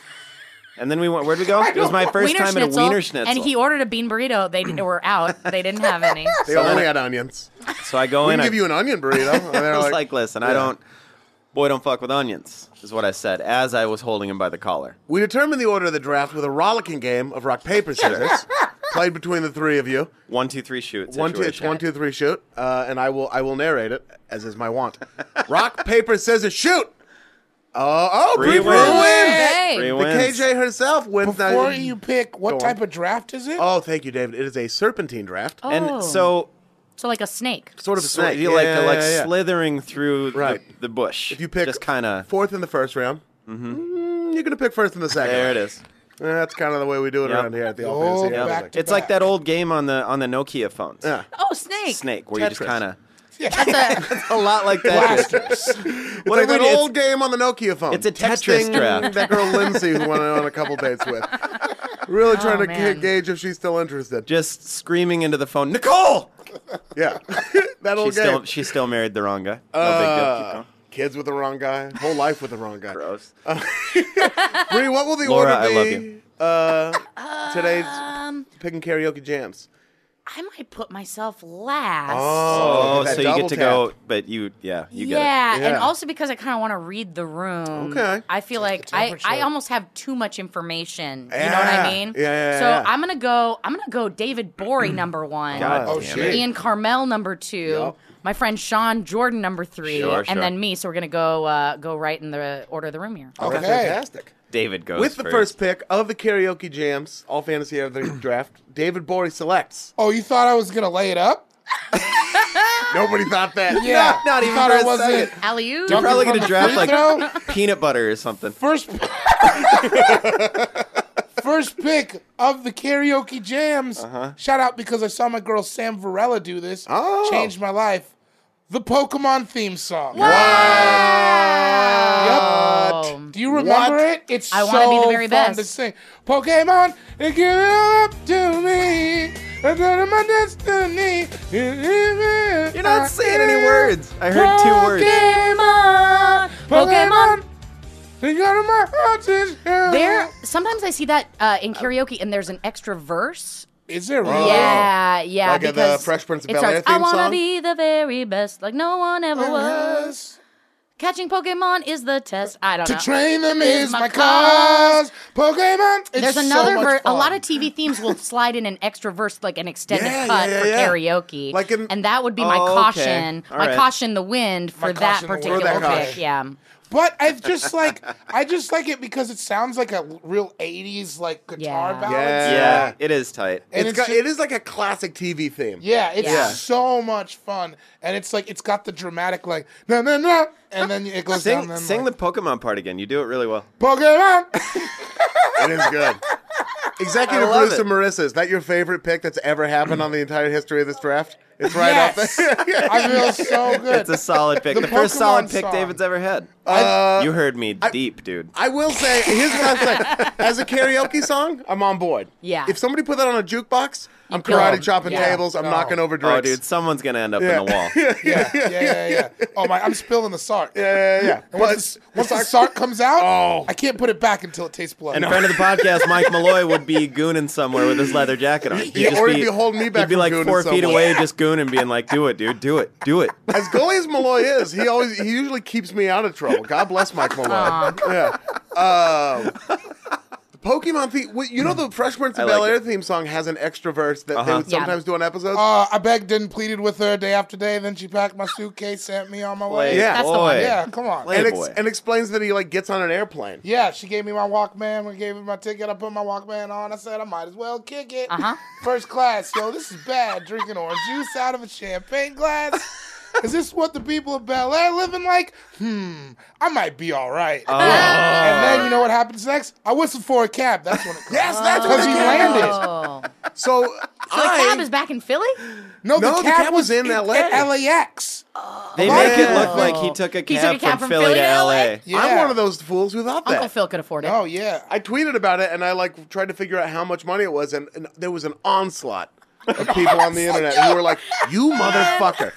Speaker 5: And then we went. Where'd we go? It was
Speaker 4: don't
Speaker 5: my
Speaker 4: want-
Speaker 5: first time at a Wiener Schnitzel.
Speaker 6: and he ordered a bean burrito. They d- were out. They didn't have any.
Speaker 3: they only had onions.
Speaker 5: so I go
Speaker 3: We
Speaker 5: in.
Speaker 3: can
Speaker 5: I,
Speaker 3: give you an onion burrito. And
Speaker 5: I
Speaker 3: they're
Speaker 5: was
Speaker 3: like,
Speaker 5: like, listen, I don't. Boy, don't fuck with onions, is what I said as I was holding him by the collar.
Speaker 3: we determined the order of the draft with a rollicking game of rock paper scissors played between the three of you.
Speaker 5: One, two, three, shoot.
Speaker 3: One, two, it's
Speaker 5: situation.
Speaker 3: one, two, three, shoot. Uh, and I will, I will narrate it as is my wont. Rock, paper, scissors, shoot. Uh, oh,
Speaker 5: Three
Speaker 3: Bree Brew
Speaker 5: wins.
Speaker 3: wins.
Speaker 6: Hey.
Speaker 5: Three
Speaker 3: The
Speaker 5: wins.
Speaker 3: KJ herself wins. now-
Speaker 4: Before you pick,
Speaker 3: Go
Speaker 4: what
Speaker 3: on.
Speaker 4: type of draft is it?
Speaker 3: Oh, thank you, David. It is a serpentine draft.
Speaker 6: Oh.
Speaker 5: And so,
Speaker 6: So like a snake.
Speaker 3: Sort of a
Speaker 5: so
Speaker 3: snake.
Speaker 5: you like
Speaker 3: Yeah,
Speaker 5: like
Speaker 3: yeah, yeah.
Speaker 5: slithering through the,
Speaker 3: Right.
Speaker 5: the bush.
Speaker 3: If you pick
Speaker 5: just kind of
Speaker 3: fourth in the first round, mm, you're gonna pick first in the second.
Speaker 5: there it is.
Speaker 3: Eh, That's kind of the way we do it
Speaker 5: Yep.
Speaker 3: around here at the
Speaker 4: Oh,
Speaker 3: All Fantasy
Speaker 4: yeah.
Speaker 3: Athletic.
Speaker 4: back to-
Speaker 5: It's like that old game on the on the Nokia phones.
Speaker 3: Yeah.
Speaker 6: Oh, snake.
Speaker 5: Snake, where you just
Speaker 3: Tetris.
Speaker 5: kind of
Speaker 6: That's
Speaker 5: a
Speaker 6: a-
Speaker 5: lot like that.
Speaker 4: Blasters.
Speaker 3: It's like that old game on the Nokia phone.
Speaker 5: it's a Tetris
Speaker 3: Texting
Speaker 5: draft.
Speaker 3: That girl Lindsay, who went on a couple dates with, really trying to ga-
Speaker 6: Oh, man.
Speaker 3: gauge if she's still interested.
Speaker 5: just screaming into the phone, Nicole.
Speaker 3: Yeah, that old
Speaker 5: She's still
Speaker 3: game.
Speaker 5: she still married the wrong guy. No big deal. Keep
Speaker 3: Uh,
Speaker 5: going.
Speaker 3: kids with the wrong guy, whole life with the wrong guy.
Speaker 5: Gross.
Speaker 3: Bree, what will the
Speaker 5: Laura,
Speaker 3: order
Speaker 5: I
Speaker 3: be?
Speaker 5: love you.
Speaker 3: Uh, today's
Speaker 6: Um,
Speaker 3: picking karaoke jams.
Speaker 6: I might put myself last.
Speaker 5: oh,
Speaker 3: that
Speaker 5: so you get
Speaker 3: double
Speaker 5: to
Speaker 3: tap.
Speaker 5: go, but you yeah you get
Speaker 6: yeah, and
Speaker 3: Yeah.
Speaker 6: also because I kind of want to read the room.
Speaker 3: Okay.
Speaker 6: I feel like I,
Speaker 4: temperature.
Speaker 6: I almost have too much information. You know what I
Speaker 3: Yeah.
Speaker 6: mean?
Speaker 3: Yeah, yeah,
Speaker 6: so
Speaker 3: yeah.
Speaker 6: I'm gonna go. I'm gonna go. David Bory number one.
Speaker 5: Mm. God
Speaker 4: Oh,
Speaker 5: damn it.
Speaker 4: shit.
Speaker 6: Ian Carmel number two.
Speaker 3: Yup.
Speaker 6: My friend Sean Jordan number three,
Speaker 5: Sure,
Speaker 6: and
Speaker 5: sure.
Speaker 6: then me. So we're gonna go uh, go right in the order of the room here.
Speaker 3: That's
Speaker 4: Okay.
Speaker 3: fantastic.
Speaker 5: David goes
Speaker 3: With the first pick of the karaoke jams, all fantasy of the draft, David Bory selects.
Speaker 4: Oh, you thought I was gonna lay it up?
Speaker 3: Nobody thought that.
Speaker 4: Yeah.
Speaker 5: not
Speaker 4: You
Speaker 5: even
Speaker 4: thought
Speaker 5: for
Speaker 4: I
Speaker 5: a
Speaker 4: wasn't.
Speaker 5: second.
Speaker 6: Alley oop.
Speaker 5: You're probably
Speaker 4: from
Speaker 5: gonna
Speaker 4: the
Speaker 5: draft
Speaker 4: free
Speaker 5: like
Speaker 4: throw?
Speaker 5: peanut butter or something.
Speaker 4: First, first pick of the karaoke jams. Shout out because I saw my girl Sam Varela do this.
Speaker 3: Uh-huh. Oh.
Speaker 4: Changed my life. The Pokemon theme song.
Speaker 6: Oh.
Speaker 4: Do you remember
Speaker 3: What?
Speaker 4: it? It's
Speaker 6: I wanna
Speaker 4: so
Speaker 6: be the very
Speaker 4: fun
Speaker 6: best.
Speaker 4: to sing. Pokemon, they give it up to me. I go to my destiny.
Speaker 5: You're not saying any words. I heard two words.
Speaker 4: Pokemon,
Speaker 6: Pokemon.
Speaker 4: They go to my heart is hell.
Speaker 6: There, sometimes I see that uh, in karaoke, and there's an extra verse.
Speaker 4: Is there really?
Speaker 6: Yeah, yeah.
Speaker 3: Oh. Like in the
Speaker 6: because
Speaker 3: Fresh Prince of
Speaker 6: it
Speaker 3: Bel-Air
Speaker 6: starts, I
Speaker 3: theme
Speaker 6: wanna
Speaker 3: song? Uh-huh.
Speaker 6: be the very best, like no one ever was. Catching Pokemon is the test. I don't
Speaker 4: To
Speaker 6: know.
Speaker 4: train them
Speaker 6: Is
Speaker 4: is
Speaker 6: my
Speaker 4: my cause. Pokemon. It's
Speaker 6: There's
Speaker 4: so
Speaker 6: another
Speaker 4: much
Speaker 6: verse. A
Speaker 4: fun.
Speaker 6: lot of TV themes will slide in an extra verse, like an extended
Speaker 3: Yeah,
Speaker 6: cut
Speaker 3: yeah,
Speaker 6: for
Speaker 3: yeah.
Speaker 6: karaoke.
Speaker 3: Like in-
Speaker 6: and that would be my
Speaker 5: Oh, okay.
Speaker 6: caution.
Speaker 5: All
Speaker 6: My
Speaker 5: right.
Speaker 6: caution, the wind for
Speaker 4: My caution,
Speaker 6: that
Speaker 4: the wind.
Speaker 6: particular
Speaker 3: Throw that
Speaker 6: pick.
Speaker 3: caution.
Speaker 6: Yeah.
Speaker 4: But I just like I just like it because it sounds like a real '80s like guitar
Speaker 6: Yeah.
Speaker 4: ballad.
Speaker 3: Yeah.
Speaker 5: Yeah, it is tight.
Speaker 4: And
Speaker 3: It's
Speaker 4: it's
Speaker 3: got,
Speaker 4: ju-
Speaker 3: it is like a classic TV theme.
Speaker 4: Yeah, it's
Speaker 6: Yeah.
Speaker 4: so much fun, and it's like it's got the dramatic like no no no, and then it goes down.
Speaker 5: Sing
Speaker 4: Then,
Speaker 5: sing the
Speaker 4: like,
Speaker 5: Pokemon part again. You do it really well.
Speaker 4: Pokemon.
Speaker 3: It is good. Executive
Speaker 5: I love
Speaker 3: producer
Speaker 5: it.
Speaker 3: Marissa, is that your favorite pick that's ever happened on the entire history of this draft? It's right
Speaker 4: Yes.
Speaker 3: up there.
Speaker 4: I feel so good.
Speaker 5: It's a solid pick.
Speaker 4: The
Speaker 5: the first
Speaker 4: Pokemon
Speaker 5: solid pick
Speaker 4: song.
Speaker 5: David's ever had. you heard me deep, dude.
Speaker 3: I will say, here's what I'm saying. As a karaoke song, I'm on board.
Speaker 6: Yeah.
Speaker 3: If somebody put that on a jukebox, I'm
Speaker 6: kill
Speaker 3: karate
Speaker 6: 'em.
Speaker 3: chopping
Speaker 6: Yeah.
Speaker 3: tables. I'm
Speaker 4: No.
Speaker 3: knocking over
Speaker 5: Oh,
Speaker 3: drinks.
Speaker 5: dude, someone's gonna end up in the wall.
Speaker 4: yeah, yeah, yeah, yeah. Oh my, I'm spilling the sark.
Speaker 3: Yeah, yeah, yeah.
Speaker 4: And once, the, once the sark comes out,
Speaker 3: Oh.
Speaker 4: I can't put it back until it tastes blood.
Speaker 5: And friend of the podcast, Mike Malloy, would be gooning somewhere with his leather jacket on. He'd
Speaker 3: Yeah, or he'd be holding me back
Speaker 5: He'd be
Speaker 3: from
Speaker 5: like
Speaker 3: gooning
Speaker 5: four feet
Speaker 3: someone.
Speaker 5: away, just gooning, being like, "Do it, dude. Do it. Do it."
Speaker 3: As gully as Malloy is, he always he usually keeps me out of trouble. God bless Mike Malloy. Yeah. Um, the Pokemon theme. well, You know the Fresh Prince of
Speaker 5: Hmm. I like
Speaker 3: Bel Air
Speaker 5: it. Uh-huh.
Speaker 3: theme song has an extra verse that they would
Speaker 6: Yeah.
Speaker 3: sometimes do on episodes.
Speaker 4: uh, I begged and pleaded with her day after day. Then she packed my suitcase, sent me on my way.
Speaker 3: Yeah.
Speaker 6: That's the
Speaker 5: boy.
Speaker 6: one.
Speaker 4: yeah, come on.
Speaker 5: Play-
Speaker 3: and, ex-
Speaker 5: boy.
Speaker 3: and explains that he like gets on an airplane.
Speaker 4: Yeah, she gave me my Walkman. We gave me my ticket. I put my Walkman on. I said I might as well kick it.
Speaker 6: Uh-huh.
Speaker 4: First class, yo. This is bad. Drinking orange juice out of a champagne glass. Is this what the people of Bel Air living like? Hmm, I might be all right.
Speaker 3: Oh.
Speaker 4: And then you know what happens next? I whistled for a cab. That's when it comes.
Speaker 3: Yes, that's what
Speaker 4: Because
Speaker 3: they
Speaker 4: he
Speaker 3: came up
Speaker 4: landed.
Speaker 3: with. So
Speaker 6: So the Oh. cab
Speaker 3: I-
Speaker 6: is back in Philly?
Speaker 4: No,
Speaker 3: No, the cab was in LA.
Speaker 4: at LAX.
Speaker 5: They make it look like he took a
Speaker 6: He
Speaker 5: cab,
Speaker 6: took a cab
Speaker 5: from, Philly, to LA.
Speaker 4: Yeah.
Speaker 3: I'm one of those fools who thought
Speaker 6: Uncle
Speaker 3: that.
Speaker 6: Phil could afford it.
Speaker 4: Oh yeah.
Speaker 3: I tweeted about it and I like tried to figure out how much money it was, and, and there was an onslaught of people on the internet who were like, "You motherfucker!"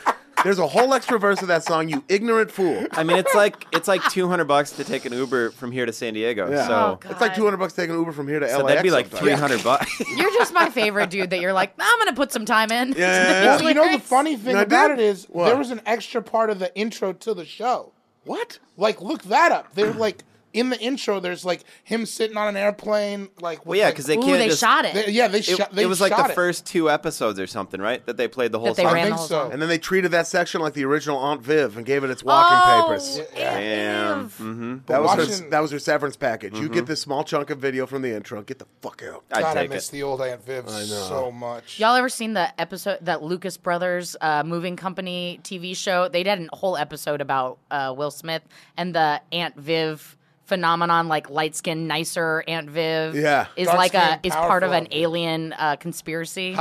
Speaker 3: There's a whole extra verse of that song, "You ignorant fool."
Speaker 5: I mean, it's like it's like 200 bucks to take an Uber from here to San Diego.
Speaker 3: Yeah.
Speaker 5: So,
Speaker 6: Oh,
Speaker 3: it's like
Speaker 6: God.
Speaker 3: 200 bucks taking Uber from here
Speaker 6: Oh.
Speaker 3: to
Speaker 5: so
Speaker 3: LAX.
Speaker 5: that'd be like
Speaker 3: sometimes.
Speaker 5: 300 bucks.
Speaker 6: You're just my favorite dude that you're like, I'm going to put some time in.
Speaker 3: Yeah.
Speaker 4: Well, you know the funny thing
Speaker 3: No, I
Speaker 4: about
Speaker 3: did.
Speaker 4: it is
Speaker 3: What?
Speaker 4: there was an extra part of the intro to the show.
Speaker 3: What?
Speaker 4: Like look that up. They're like in the intro. There's like him sitting on an airplane. Like
Speaker 5: well, yeah, because they
Speaker 6: Ooh,
Speaker 5: can't
Speaker 6: they
Speaker 5: just.
Speaker 6: shot it.
Speaker 4: They- yeah, they
Speaker 5: It,
Speaker 4: shot. They
Speaker 5: it was like
Speaker 4: shot
Speaker 5: the
Speaker 4: it.
Speaker 5: first two episodes or something, right? That they played the whole
Speaker 6: that they
Speaker 5: song.
Speaker 6: ran
Speaker 4: think
Speaker 6: the whole
Speaker 4: so.
Speaker 6: song.
Speaker 3: And then they treated that section like the original Aunt Viv and gave it its walking
Speaker 6: oh,
Speaker 3: papers.
Speaker 5: Damn.
Speaker 6: Damn.
Speaker 5: Mm-hmm.
Speaker 3: That was her,
Speaker 4: Watching-
Speaker 3: that was her severance package. You get this small chunk of video from the intro. Get the fuck out.
Speaker 5: I'd
Speaker 4: God, I
Speaker 5: take
Speaker 4: miss
Speaker 5: it.
Speaker 4: the old Aunt Viv so much.
Speaker 6: Y'all ever seen the episode that Lucas Brothers uh, moving company TV show? They did a whole episode about uh, Will Smith and the Aunt Viv phenomenon, like light skinned nicer Aunt Viv.
Speaker 3: Yeah.
Speaker 6: is like a
Speaker 4: Dark-skinned,
Speaker 6: is part of an
Speaker 4: powerful.
Speaker 6: alien uh, conspiracy.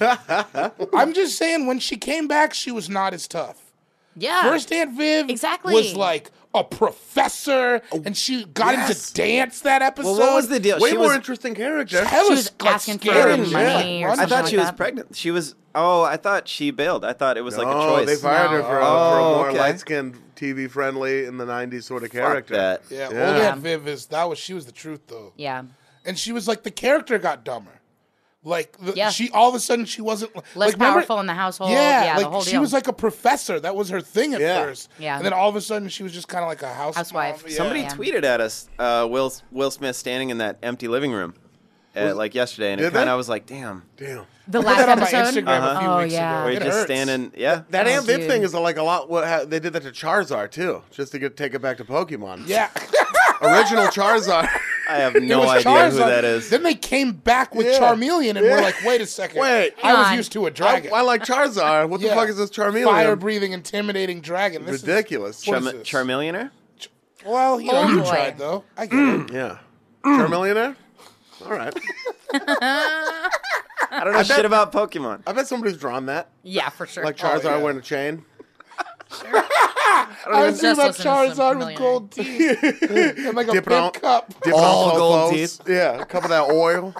Speaker 4: I'm just saying, when she came back, she was not as tough.
Speaker 6: yeah,
Speaker 4: First Aunt Viv
Speaker 6: Exactly.
Speaker 4: was like a professor, and she got
Speaker 3: yes.
Speaker 4: him to dance that episode.
Speaker 5: Oh, Well, what was the deal?
Speaker 3: Way
Speaker 5: she
Speaker 3: more
Speaker 5: was,
Speaker 3: interesting character.
Speaker 4: Hella
Speaker 6: She was
Speaker 4: like,
Speaker 6: asking for
Speaker 4: scary
Speaker 3: money
Speaker 4: shit.
Speaker 3: or
Speaker 4: Why
Speaker 5: I
Speaker 4: not?
Speaker 5: thought she
Speaker 6: like
Speaker 5: was
Speaker 6: that.
Speaker 5: pregnant. She was. Oh, I thought she bailed. I thought it was like a
Speaker 3: oh,
Speaker 5: choice.
Speaker 3: they fired her for a,
Speaker 5: No.
Speaker 3: for a
Speaker 5: Oh,
Speaker 3: more
Speaker 5: okay.
Speaker 3: light-skinned, TV-friendly in the '90s sort of
Speaker 5: Fuck
Speaker 3: character.
Speaker 5: that.
Speaker 4: Yeah, old
Speaker 3: Yeah.
Speaker 4: Aunt Viv is that was she was the truth though,
Speaker 6: yeah,
Speaker 4: and she was like the character got dumber. Like the,
Speaker 6: Yeah.
Speaker 4: she all of a sudden she wasn't less
Speaker 6: less
Speaker 4: like, remember-
Speaker 6: powerful in the household.
Speaker 4: Yeah,
Speaker 6: Yeah,
Speaker 4: like
Speaker 6: the whole
Speaker 4: she
Speaker 6: deal.
Speaker 4: was like a professor. That was her thing at
Speaker 3: Yeah.
Speaker 4: first.
Speaker 6: Yeah.
Speaker 4: and then all of a sudden she was just kind of like a house
Speaker 6: Housewife.
Speaker 4: mom. Yeah.
Speaker 5: Somebody
Speaker 6: Yeah.
Speaker 5: tweeted at us uh, Will Will Smith standing in that empty living room, uh, like yesterday, and it
Speaker 3: Did they?
Speaker 5: kind of was like, damn,
Speaker 3: Damn.
Speaker 6: the
Speaker 4: put
Speaker 6: last
Speaker 4: that on my
Speaker 6: episode.
Speaker 4: Instagram a few
Speaker 6: oh
Speaker 4: weeks
Speaker 6: yeah,
Speaker 4: ago.
Speaker 5: where
Speaker 4: It
Speaker 5: you just
Speaker 4: hurts.
Speaker 5: standing, yeah,
Speaker 3: That
Speaker 6: Oh,
Speaker 3: Aunt Viv
Speaker 6: dude.
Speaker 3: thing is like a lot. What how, they did that to Charizard too, just to get take it back to Pokemon.
Speaker 4: Yeah,
Speaker 3: Original Charizard.
Speaker 5: I have
Speaker 4: It
Speaker 5: no
Speaker 4: was
Speaker 5: idea
Speaker 4: Charizard.
Speaker 5: who that is.
Speaker 4: Then they came back with
Speaker 3: Yeah.
Speaker 4: Charmeleon, and we're
Speaker 3: Yeah.
Speaker 4: like, wait a second,
Speaker 3: Wait.
Speaker 4: I was
Speaker 6: on.
Speaker 4: used to a
Speaker 3: I,
Speaker 4: dragon.
Speaker 3: I like Charizard. What
Speaker 4: Yeah.
Speaker 3: the fuck is this Charmeleon?
Speaker 4: Fire breathing, intimidating dragon. This is-
Speaker 3: Ridiculous.
Speaker 4: What
Speaker 5: Charm-
Speaker 4: is this?
Speaker 5: Charmillionaire?
Speaker 4: well, you know, you
Speaker 6: Oh, boy.
Speaker 4: tried though. I get it.
Speaker 3: yeah. Charmeleonaire. All right.
Speaker 5: I don't know shit about Pokemon.
Speaker 3: I bet somebody's drawn that.
Speaker 6: yeah, for sure.
Speaker 3: Like Charizard
Speaker 4: Oh, yeah.
Speaker 3: wearing a chain.
Speaker 4: I was doing
Speaker 6: Just
Speaker 4: that
Speaker 6: listening to some
Speaker 4: Charizard with
Speaker 6: Chameleon.
Speaker 4: gold teeth and like a
Speaker 3: Dip it
Speaker 4: big
Speaker 3: on-
Speaker 4: cup.
Speaker 3: Dipping
Speaker 5: All
Speaker 3: on
Speaker 5: gold
Speaker 3: Fofos. Yeah, a cup of that oil.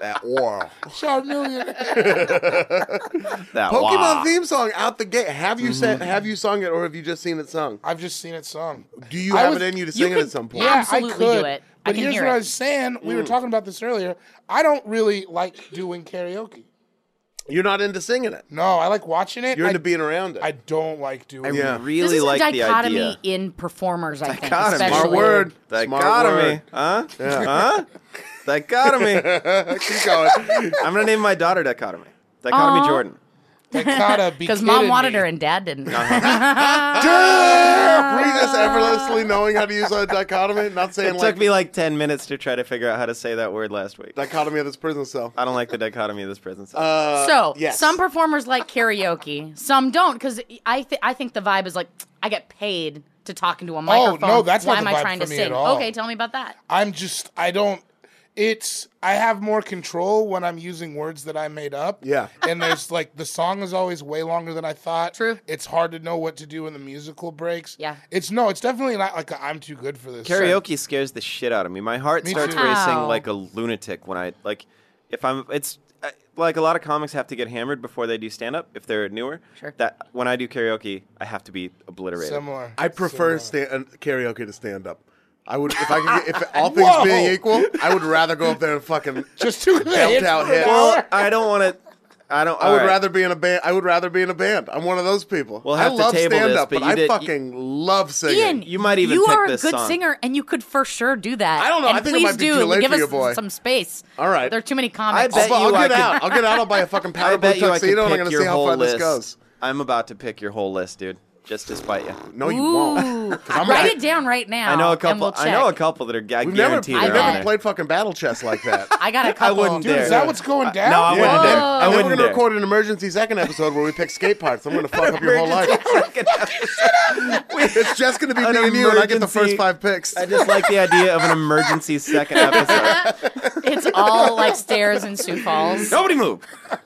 Speaker 3: that oil.
Speaker 4: Charmeleon.
Speaker 5: That
Speaker 3: Pokemon
Speaker 5: wah.
Speaker 3: theme song out the gate. Have you said? Have you sung it, or have you just seen it sung?
Speaker 4: I've just seen it sung.
Speaker 3: Do you
Speaker 4: I
Speaker 3: have
Speaker 4: was-
Speaker 3: it in you to
Speaker 6: you
Speaker 3: sing it
Speaker 6: could-
Speaker 3: at some point?
Speaker 4: Yeah, I
Speaker 6: Absolutely
Speaker 4: could,
Speaker 6: do it. I
Speaker 4: But
Speaker 6: can
Speaker 4: here's
Speaker 6: hear
Speaker 4: what
Speaker 6: it. Mm.
Speaker 4: I was saying. We were talking about this earlier. I don't really like doing karaoke.
Speaker 3: You're not into singing it.
Speaker 4: No, I like watching it.
Speaker 3: You're
Speaker 4: I,
Speaker 3: into being around it.
Speaker 4: I don't like doing.
Speaker 5: I
Speaker 4: it.
Speaker 3: Yeah.
Speaker 5: really
Speaker 6: this is
Speaker 5: like
Speaker 6: a
Speaker 5: the
Speaker 6: dichotomy
Speaker 5: idea.
Speaker 6: in performers. I think.
Speaker 5: Dichotomy.
Speaker 6: especially.
Speaker 3: Smart word. Smart
Speaker 5: Dichotomy,
Speaker 3: word.
Speaker 5: huh? Huh? Dichotomy.
Speaker 3: Keep going.
Speaker 5: I'm gonna name my daughter Dichotomy. Dichotomy
Speaker 6: Aw.
Speaker 5: Jordan.
Speaker 4: Dakota, be
Speaker 6: Because mom
Speaker 4: kidding
Speaker 6: wanted
Speaker 4: me.
Speaker 6: her and dad didn't.
Speaker 3: Were you just effortlessly knowing how to use a dichotomy? Not saying
Speaker 5: It
Speaker 3: like
Speaker 5: took me like ten minutes to try to figure out how to say that word last week.
Speaker 3: dichotomy of this prison cell.
Speaker 5: I don't like the dichotomy of this prison system.
Speaker 3: Uh,
Speaker 6: so
Speaker 3: yes.
Speaker 6: some performers like karaoke, some don't. Because I th- I think the vibe is like I get paid to talk into a microphone.
Speaker 4: no, that's
Speaker 6: why
Speaker 4: not the
Speaker 6: am I
Speaker 4: vibe
Speaker 6: trying
Speaker 4: for
Speaker 6: to
Speaker 4: me
Speaker 6: sing?
Speaker 4: at all.
Speaker 6: Okay, tell me about that.
Speaker 4: I'm just I don't it's I have more control when I'm using words that I made up.
Speaker 3: Yeah.
Speaker 4: And there's like the song is always way longer than I thought.
Speaker 6: True.
Speaker 4: It's hard to know what to do in the musical breaks.
Speaker 6: Yeah.
Speaker 4: It's no, it's definitely not like i I'm too good for this.
Speaker 5: Karaoke scares the shit out of me. My heart
Speaker 4: Me
Speaker 5: starts
Speaker 4: too.
Speaker 5: racing
Speaker 6: Wow.
Speaker 5: like a lunatic when I like if I'm it's uh, like a lot of comics have to get hammered before they do stand up if they're newer.
Speaker 6: Sure.
Speaker 5: That when I do karaoke, I have to be obliterated.
Speaker 4: Similar.
Speaker 3: I prefer sta- uh, karaoke to stand up. I would if I could, get- if all things
Speaker 4: Whoa.
Speaker 3: being equal, I would rather go up there and fucking
Speaker 4: Just do the
Speaker 3: belt
Speaker 4: hits
Speaker 3: out
Speaker 4: for an
Speaker 3: hits.
Speaker 5: Well, I don't want to I don't
Speaker 3: I would
Speaker 5: alright.
Speaker 3: rather be in a band. I would rather be in a band. I'm one of those people.
Speaker 5: We'll
Speaker 3: I
Speaker 5: have to
Speaker 3: love
Speaker 5: table this,
Speaker 3: stand up,
Speaker 5: but
Speaker 3: but,
Speaker 5: you
Speaker 3: I
Speaker 5: did-
Speaker 3: fucking love singing.
Speaker 6: Ian,
Speaker 5: You might even
Speaker 6: you
Speaker 5: pick
Speaker 6: are
Speaker 5: this
Speaker 6: a good
Speaker 5: song.
Speaker 6: singer, and you could for sure do that.
Speaker 3: I don't know.
Speaker 6: And
Speaker 3: I think it
Speaker 6: please
Speaker 3: might be
Speaker 6: do
Speaker 3: too late
Speaker 6: give
Speaker 3: for
Speaker 6: us
Speaker 3: your boy.
Speaker 6: some space.
Speaker 3: All right.
Speaker 6: there are too many comics.
Speaker 5: bet
Speaker 3: But
Speaker 5: you
Speaker 3: I'll
Speaker 5: I
Speaker 3: get
Speaker 5: could-
Speaker 3: out. I'll get out. I'll buy a fucking powder
Speaker 5: I
Speaker 3: blue
Speaker 5: bet you I could
Speaker 3: tuxedo, and I'm
Speaker 5: pick
Speaker 3: gonna
Speaker 5: your
Speaker 3: see how
Speaker 5: whole
Speaker 3: far
Speaker 5: list.
Speaker 3: this goes.
Speaker 5: I'm about to pick your whole list, dude. Just to spite you.
Speaker 3: No, you won't.
Speaker 6: Ooh, write it down right now.
Speaker 5: I know a
Speaker 6: and
Speaker 5: couple.
Speaker 6: we'll
Speaker 5: I know a
Speaker 6: check.
Speaker 5: couple that are. I
Speaker 3: We've never,
Speaker 5: guarantee
Speaker 3: we've
Speaker 5: they're on
Speaker 3: never
Speaker 5: there.
Speaker 3: played fucking battle chess like that.
Speaker 6: I got a
Speaker 5: I
Speaker 6: couple.
Speaker 5: wouldn't
Speaker 4: Dude,
Speaker 5: dare.
Speaker 4: is that what's going down?
Speaker 5: No, I wouldn't dare.
Speaker 6: Whoa.
Speaker 3: And
Speaker 5: I
Speaker 3: then
Speaker 5: wouldn't
Speaker 3: we're gonna
Speaker 5: dare.
Speaker 3: record an emergency second episode where we pick skate parts. I'm gonna fuck up your whole life. it's just gonna be
Speaker 5: An
Speaker 3: me and you, and I get the
Speaker 5: emergency-
Speaker 3: first five picks.
Speaker 5: I just like the idea of an emergency second episode.
Speaker 6: It's all like stairs and Sioux Falls.
Speaker 5: Nobody move.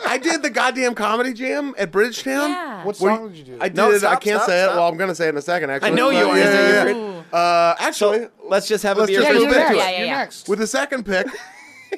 Speaker 3: I did the goddamn comedy jam at Bridgetown.
Speaker 6: Yeah.
Speaker 4: What
Speaker 3: Well,
Speaker 4: song did you do?
Speaker 3: I did.
Speaker 5: No,
Speaker 3: it. I
Speaker 5: stop,
Speaker 3: can't
Speaker 5: stop,
Speaker 3: say it.
Speaker 5: stop.
Speaker 3: Well, I'm gonna say it in a second. Actually,
Speaker 5: know you
Speaker 3: But-
Speaker 5: are.
Speaker 3: yeah,
Speaker 5: Is that
Speaker 3: yeah,
Speaker 5: your
Speaker 3: yeah.
Speaker 6: Ooh.
Speaker 3: Uh, actually,
Speaker 5: Let's just have a
Speaker 3: Let's
Speaker 5: beer
Speaker 3: just
Speaker 4: yeah,
Speaker 5: for
Speaker 3: do
Speaker 5: the
Speaker 4: you're
Speaker 3: respect
Speaker 4: next.
Speaker 3: to
Speaker 6: Yeah, yeah,
Speaker 4: You're
Speaker 6: yeah.
Speaker 4: next.
Speaker 3: with the second pick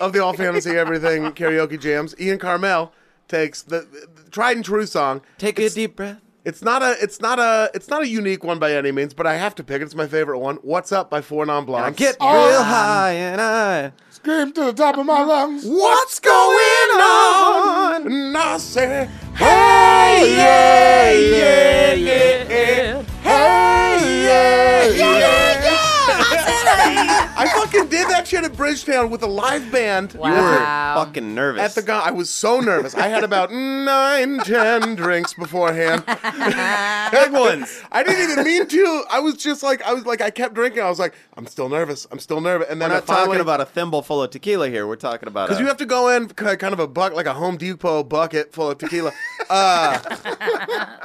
Speaker 3: of the all fantasy everything karaoke jams, Ian Carmel takes the, the tried and true song.
Speaker 5: Take a deep breath.
Speaker 3: It's not a. It's not a. It's not a unique one by any means, but I have to pick. it. It's my favorite one. What's up by Four Non
Speaker 5: I
Speaker 3: Blondes.
Speaker 5: get real high and I.
Speaker 4: Scream to the top of my lungs.
Speaker 3: What's going on? And I say, hey, yeah, yeah, yeah, yeah. Hey, yeah, yeah, yeah. I fucking did that shit at Bridgetown with a live band.
Speaker 5: You were
Speaker 6: Wow.
Speaker 5: fucking nervous.
Speaker 3: At the gun, I was so nervous. I had about nine, ten drinks beforehand.
Speaker 5: big ones.
Speaker 3: I didn't even mean to. I was just like, I was like, I kept drinking. I was like, I'm still nervous. I'm still nervous. And
Speaker 5: We're
Speaker 3: then I
Speaker 5: not talking
Speaker 3: finally-
Speaker 5: about a thimble full of tequila here. We're talking about
Speaker 3: Because
Speaker 5: a-
Speaker 3: you have to go in ki- kind of a buck, like a Home Depot bucket full of tequila.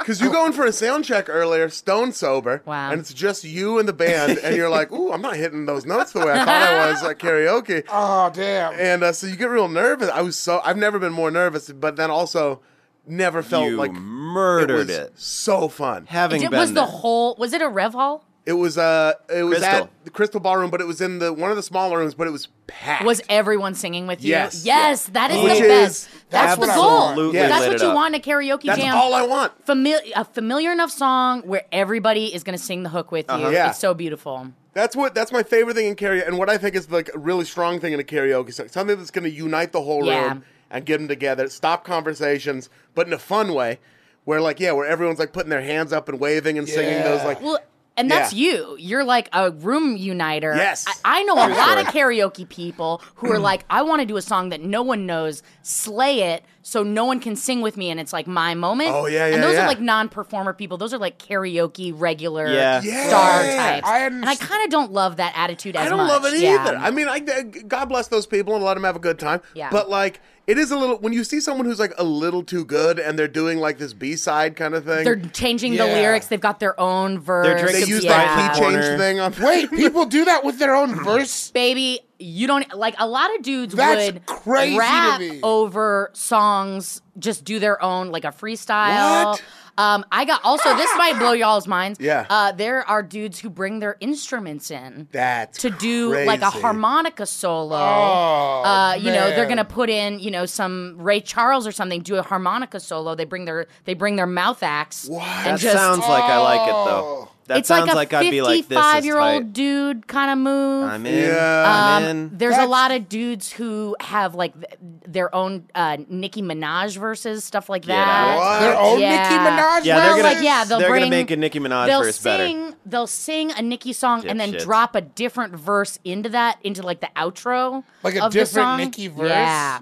Speaker 3: Because you go in for a sound check earlier, stone sober.
Speaker 6: Wow.
Speaker 3: And it's just you and the band, and you're like, ooh, I'm not hitting those notes the way I thought I was at karaoke.
Speaker 4: Oh damn.
Speaker 3: And uh, so you get real nervous. I was so, I've never been more nervous, but then also never felt
Speaker 5: You
Speaker 3: like
Speaker 5: murdered
Speaker 3: was
Speaker 5: it.
Speaker 3: So fun.
Speaker 5: having
Speaker 6: Did-
Speaker 5: been
Speaker 6: was the
Speaker 5: there.
Speaker 6: whole was it a rev hall?
Speaker 3: It was uh, it was
Speaker 5: Crystal.
Speaker 3: at the Crystal Ballroom, but it was in the one of the smaller rooms, but it was packed.
Speaker 6: Was everyone singing with you?
Speaker 3: Yes.
Speaker 6: that is
Speaker 3: Which
Speaker 6: the best.
Speaker 3: is
Speaker 6: That's the goal.
Speaker 5: absolutely
Speaker 6: That's
Speaker 5: lit
Speaker 6: what
Speaker 5: it
Speaker 6: you
Speaker 5: up.
Speaker 6: want in a karaoke
Speaker 3: That's
Speaker 6: jam.
Speaker 3: all I want.
Speaker 6: Famili- a familiar enough song where everybody is going to sing the hook with you.
Speaker 3: Uh-huh. Yeah.
Speaker 6: It's so beautiful.
Speaker 3: That's what that's my favorite thing in karaoke, and what I think is like a really strong thing in a karaoke song. Something that's going to unite the whole
Speaker 6: Yeah.
Speaker 3: room and get them together, stop conversations, but in a fun way, where like yeah, where everyone's like putting their hands up and waving and singing those like
Speaker 6: Well, and that's
Speaker 3: Yeah.
Speaker 6: you. You're like a room uniter.
Speaker 3: Yes.
Speaker 6: I, I know a lot of karaoke people who are like, I want to do a song that no one knows, slay it, so no one can sing with me, and it's like my moment.
Speaker 3: Oh, yeah, yeah,
Speaker 6: And those
Speaker 3: yeah.
Speaker 6: are like non-performer people. Those are like karaoke regular
Speaker 5: Yeah.
Speaker 6: star
Speaker 3: Yeah.
Speaker 6: types.
Speaker 4: I
Speaker 6: and I
Speaker 4: understand.
Speaker 6: kind of don't love that attitude as
Speaker 3: I don't
Speaker 6: much.
Speaker 3: love it
Speaker 6: Yeah.
Speaker 3: either. I mean, I, I- God bless those people and let them have a good time.
Speaker 6: Yeah.
Speaker 3: But like, it is a little when you see someone who's like a little too good and they're doing like this B side kind of thing.
Speaker 6: They're changing the
Speaker 4: Yeah.
Speaker 6: lyrics. They've got their own verse.
Speaker 5: drinking
Speaker 3: they use
Speaker 5: Yeah.
Speaker 3: that key change
Speaker 5: Corner.
Speaker 3: thing on
Speaker 4: Wait, people do that with their own verse?
Speaker 6: baby you don't like a lot of dudes
Speaker 4: That's
Speaker 6: would
Speaker 4: crazy to
Speaker 6: rap
Speaker 4: me.
Speaker 6: over songs just do their own like a freestyle
Speaker 3: What?
Speaker 6: Um, I got also this might blow y'all's minds.
Speaker 3: Yeah.
Speaker 6: Uh, there are dudes who bring their instruments in
Speaker 3: That's
Speaker 6: to do like a
Speaker 3: crazy.
Speaker 6: harmonica solo.
Speaker 4: Oh,
Speaker 6: uh, you know, they're
Speaker 4: man.
Speaker 6: gonna put in, you know, some Ray Charles or something, do a harmonica solo. They bring their they bring their mouth axe. What?
Speaker 5: That sounds like I like it though. That
Speaker 6: Oh. it's
Speaker 5: sounds
Speaker 6: like
Speaker 5: like,
Speaker 6: a
Speaker 5: I'd be like this is
Speaker 6: year old
Speaker 5: tight.
Speaker 6: dude kind of move.
Speaker 5: I'm in.
Speaker 3: Yeah.
Speaker 5: I'm
Speaker 6: Um,
Speaker 5: in.
Speaker 6: there's a
Speaker 4: That's-
Speaker 6: lot of dudes who have like th- their own uh, Nicki Minaj verses, stuff like
Speaker 5: out.
Speaker 6: that.
Speaker 5: What?
Speaker 4: Their own Nicki Minaj
Speaker 5: Yeah,
Speaker 6: Well,
Speaker 5: they're gonna
Speaker 6: like yeah, they'll
Speaker 5: they're
Speaker 6: bring,
Speaker 5: gonna make a Nicki Minaj
Speaker 6: they'll
Speaker 5: verse better.
Speaker 6: sing, They'll sing a Nicki song and then
Speaker 5: Dipshits.
Speaker 6: drop a different verse into that, into like the outro,
Speaker 4: Like a
Speaker 6: of the
Speaker 4: different
Speaker 6: song.
Speaker 4: Nicki verse?
Speaker 6: Yeah,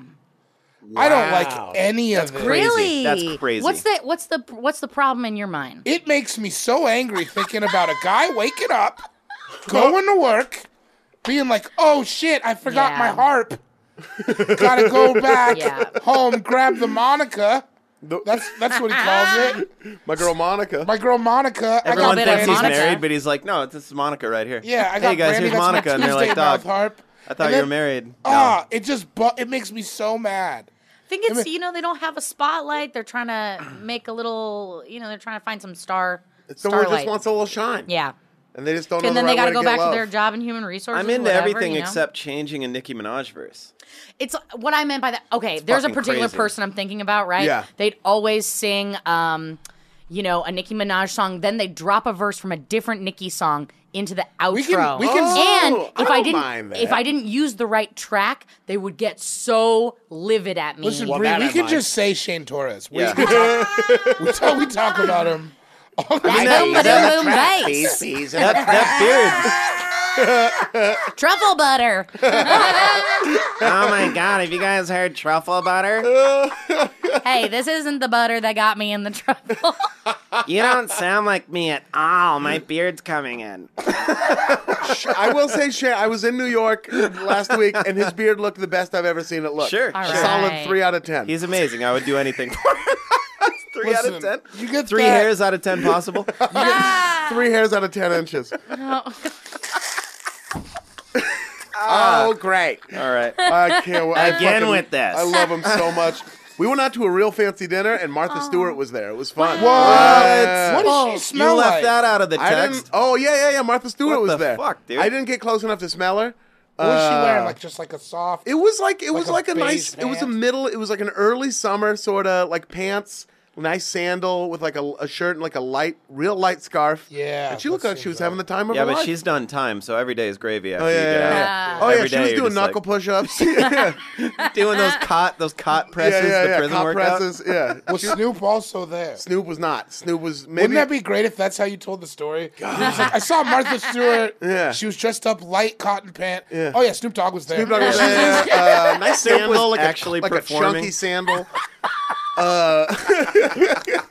Speaker 4: I don't like any of it.
Speaker 6: really,
Speaker 5: That's crazy.
Speaker 6: What's the what's the what's the problem in your mind?
Speaker 4: It makes me so angry thinking about a guy waking up, going to work, being like, "Oh shit, I forgot
Speaker 6: Yeah.
Speaker 4: my harp. Gotta go back
Speaker 6: Yeah.
Speaker 4: home, grab the Monica." That's that's what he calls it.
Speaker 3: my girl Monica.
Speaker 4: My girl Monica.
Speaker 5: Everyone
Speaker 6: bit
Speaker 4: I
Speaker 6: of
Speaker 4: got
Speaker 5: thinks he's
Speaker 4: Brandy-
Speaker 6: Monica.
Speaker 5: married, but he's like, no, it's this is Monica right here.
Speaker 4: Yeah, I got
Speaker 5: hey guys,
Speaker 4: Brandy,
Speaker 5: here's
Speaker 4: that's my
Speaker 5: Monica, and they're
Speaker 4: Tuesday
Speaker 5: like, dog,
Speaker 4: mouth harp.
Speaker 5: I thought
Speaker 4: And
Speaker 5: you were
Speaker 4: then-
Speaker 5: married.
Speaker 4: Ah, it just bu- it makes me so mad.
Speaker 6: I think it's you know they don't have a spotlight. They're trying to make a little, you know, they're trying to find some star.
Speaker 3: Someone
Speaker 6: starlight.
Speaker 3: just wants a little shine.
Speaker 6: yeah.
Speaker 3: And they just don't know
Speaker 6: and
Speaker 3: the
Speaker 6: then
Speaker 3: right
Speaker 6: they got
Speaker 3: way
Speaker 6: to go
Speaker 3: get
Speaker 6: back
Speaker 3: love.
Speaker 6: to their job and human resources.
Speaker 5: I'm
Speaker 6: or
Speaker 5: into
Speaker 6: whatever,
Speaker 5: everything
Speaker 6: you know?
Speaker 5: except changing a Nicki Minaj verse.
Speaker 6: it's what I meant by that. Okay, there's a
Speaker 5: fucking
Speaker 6: particular
Speaker 5: crazy.
Speaker 6: person I'm thinking about, right?
Speaker 3: Yeah.
Speaker 6: They'd always sing, um, you know, a Nicki Minaj song. Then they drop a verse from a different Nicki song into the outro.
Speaker 4: can- we can-
Speaker 6: and
Speaker 3: Oh, I
Speaker 6: if I,
Speaker 3: don't mind
Speaker 6: didn't,
Speaker 3: that.
Speaker 6: if I didn't use the right track, they would get so livid at me.
Speaker 4: Listen,
Speaker 3: Well,
Speaker 4: Bree,
Speaker 3: that
Speaker 4: we
Speaker 3: I
Speaker 4: can
Speaker 3: like.
Speaker 4: just say Shane Torres. We,
Speaker 5: Yeah.
Speaker 4: we, talk, we talk- we talk about him. all the
Speaker 6: That
Speaker 4: time.
Speaker 6: boom, ba-dum, boom, bass,
Speaker 5: that, that
Speaker 6: truffle butter.
Speaker 5: beard. oh my god, have you guys heard truffle butter?
Speaker 6: hey, this isn't the butter that got me in the trouble.
Speaker 5: You don't sound like me at all. My beard's coming in.
Speaker 3: I will say, Shay, I was in New York last week, and his beard looked the best I've ever seen it look.
Speaker 5: Sure,
Speaker 6: All
Speaker 5: sure.
Speaker 3: A solid
Speaker 6: Right.
Speaker 3: three out of ten.
Speaker 5: He's amazing. I would do anything for him. Three out of
Speaker 4: Listen,
Speaker 5: ten.
Speaker 4: you get
Speaker 5: Three
Speaker 4: that-
Speaker 5: hairs out of ten possible.
Speaker 3: three hairs out of ten inches.
Speaker 4: Ah.
Speaker 3: Oh, great.
Speaker 5: All right.
Speaker 3: I can't wait. I
Speaker 5: Again
Speaker 3: fucking-
Speaker 5: with this.
Speaker 3: I love him so much. We went out to a real fancy dinner, and Martha Stewart was there. It was fun.
Speaker 4: What?
Speaker 3: Yeah.
Speaker 4: What does she
Speaker 5: You
Speaker 4: smell
Speaker 5: left
Speaker 4: like?
Speaker 5: that out of the
Speaker 3: I didn't.
Speaker 5: text.
Speaker 3: Oh yeah, yeah, yeah. Martha Stewart
Speaker 5: What
Speaker 3: was
Speaker 5: the
Speaker 3: there.
Speaker 5: fuck, dude?
Speaker 3: I didn't get close enough to smell her.
Speaker 4: What was she wearing?
Speaker 3: Uh,
Speaker 4: Like just like a soft.
Speaker 3: It was like it was
Speaker 4: a
Speaker 3: like a
Speaker 4: beige
Speaker 3: nice. It was a
Speaker 4: pant?
Speaker 3: middle. It was like an early summer sort of like pants, nice sandal with like a, a shirt and like a light, real light scarf.
Speaker 4: Yeah,
Speaker 3: and she
Speaker 4: that
Speaker 3: looked like she
Speaker 4: seems
Speaker 3: was
Speaker 4: right.
Speaker 3: having the time of
Speaker 5: Yeah,
Speaker 3: her
Speaker 5: but
Speaker 3: life.
Speaker 5: she's done time, so every day is gravy after
Speaker 3: Oh yeah,
Speaker 5: you get
Speaker 3: yeah,
Speaker 5: out.
Speaker 3: yeah. Oh yeah,
Speaker 5: Every
Speaker 3: she was
Speaker 5: day you're
Speaker 3: doing
Speaker 5: just
Speaker 3: knuckle
Speaker 5: like-
Speaker 3: push-ups. yeah,
Speaker 5: Doing those cot, those cot presses,
Speaker 3: yeah, yeah,
Speaker 5: the
Speaker 3: yeah.
Speaker 5: prison
Speaker 3: cop
Speaker 5: workout.
Speaker 3: presses. Yeah,
Speaker 4: Was Snoop also there?
Speaker 3: Snoop was not. Snoop was maybe.
Speaker 4: Wouldn't that be great if that's how you told the story? It was like, I saw Martha Stewart.
Speaker 3: Yeah.
Speaker 4: She was dressed up light cotton pant.
Speaker 3: Yeah.
Speaker 4: Oh yeah, Snoop Dogg was there.
Speaker 3: Snoop Dogg was there. Uh, nice
Speaker 5: Snoop
Speaker 3: sandal,
Speaker 5: was
Speaker 3: like
Speaker 5: actually
Speaker 3: a, like a
Speaker 5: performing.
Speaker 3: chunky sandal. uh,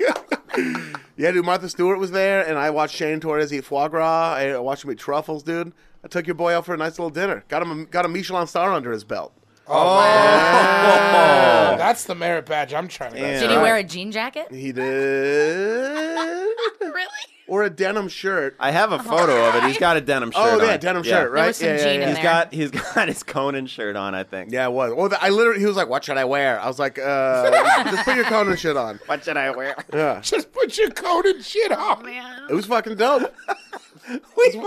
Speaker 3: yeah, dude. Martha Stewart was there, and I watched Shane Torres eat foie gras. I watched him eat truffles, dude. I took your boy out for a nice little dinner. Got him, a, got a Michelin star under his belt.
Speaker 4: Oh, that's the merit badge I'm trying to. get.
Speaker 6: Did he wear a jean jacket?
Speaker 3: He did,
Speaker 6: Really?
Speaker 3: or a denim shirt.
Speaker 5: I have a photo of it. He's got a denim
Speaker 3: oh,
Speaker 5: shirt.
Speaker 3: yeah,
Speaker 5: on.
Speaker 3: denim
Speaker 5: Yeah.
Speaker 3: shirt, right?
Speaker 6: was some
Speaker 3: yeah, yeah,
Speaker 6: jean
Speaker 3: yeah.
Speaker 6: in
Speaker 5: He's
Speaker 6: there.
Speaker 5: got he's got his Conan shirt on. I think.
Speaker 3: Yeah, it was. Well, I literally, he was like, "What should I wear?" I was like, uh, "Just put your Conan shit on."
Speaker 5: What should I wear?
Speaker 4: Just put your coat and shit on.
Speaker 3: It was fucking dope. we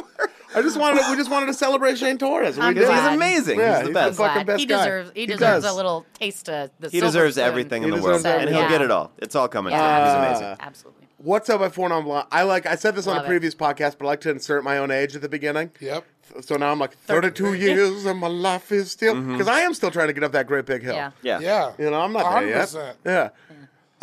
Speaker 3: I just wanted we just wanted to celebrate Shane Torres. and We
Speaker 6: I'm
Speaker 3: did.
Speaker 5: He's
Speaker 6: glad.
Speaker 5: amazing.
Speaker 3: Yeah,
Speaker 5: he's
Speaker 3: he's
Speaker 5: the
Speaker 3: the
Speaker 5: best.
Speaker 3: fucking
Speaker 6: Glad.
Speaker 3: best
Speaker 6: he
Speaker 3: guy.
Speaker 6: deserves he
Speaker 3: He
Speaker 6: deserves
Speaker 3: does.
Speaker 6: a little taste of the
Speaker 5: He
Speaker 6: silver
Speaker 5: deserves
Speaker 6: spoon.
Speaker 5: everything in
Speaker 3: He
Speaker 5: the world,
Speaker 3: deserves
Speaker 5: and he'll
Speaker 6: everything.
Speaker 5: get it all. It's all coming to him. He's amazing.
Speaker 6: Absolutely.
Speaker 3: What's up by Four Non Blonde? I like I said this on
Speaker 6: Love
Speaker 3: a
Speaker 6: it.
Speaker 3: previous podcast, but I like to insert my own age at the beginning.
Speaker 4: Yep.
Speaker 3: So now I'm like 32 years and my life is still because I am still trying to get up that great big hill.
Speaker 6: Yeah.
Speaker 5: Yeah.
Speaker 4: Yeah.
Speaker 3: You know, I'm not there yet.
Speaker 4: 100%.
Speaker 3: Yeah.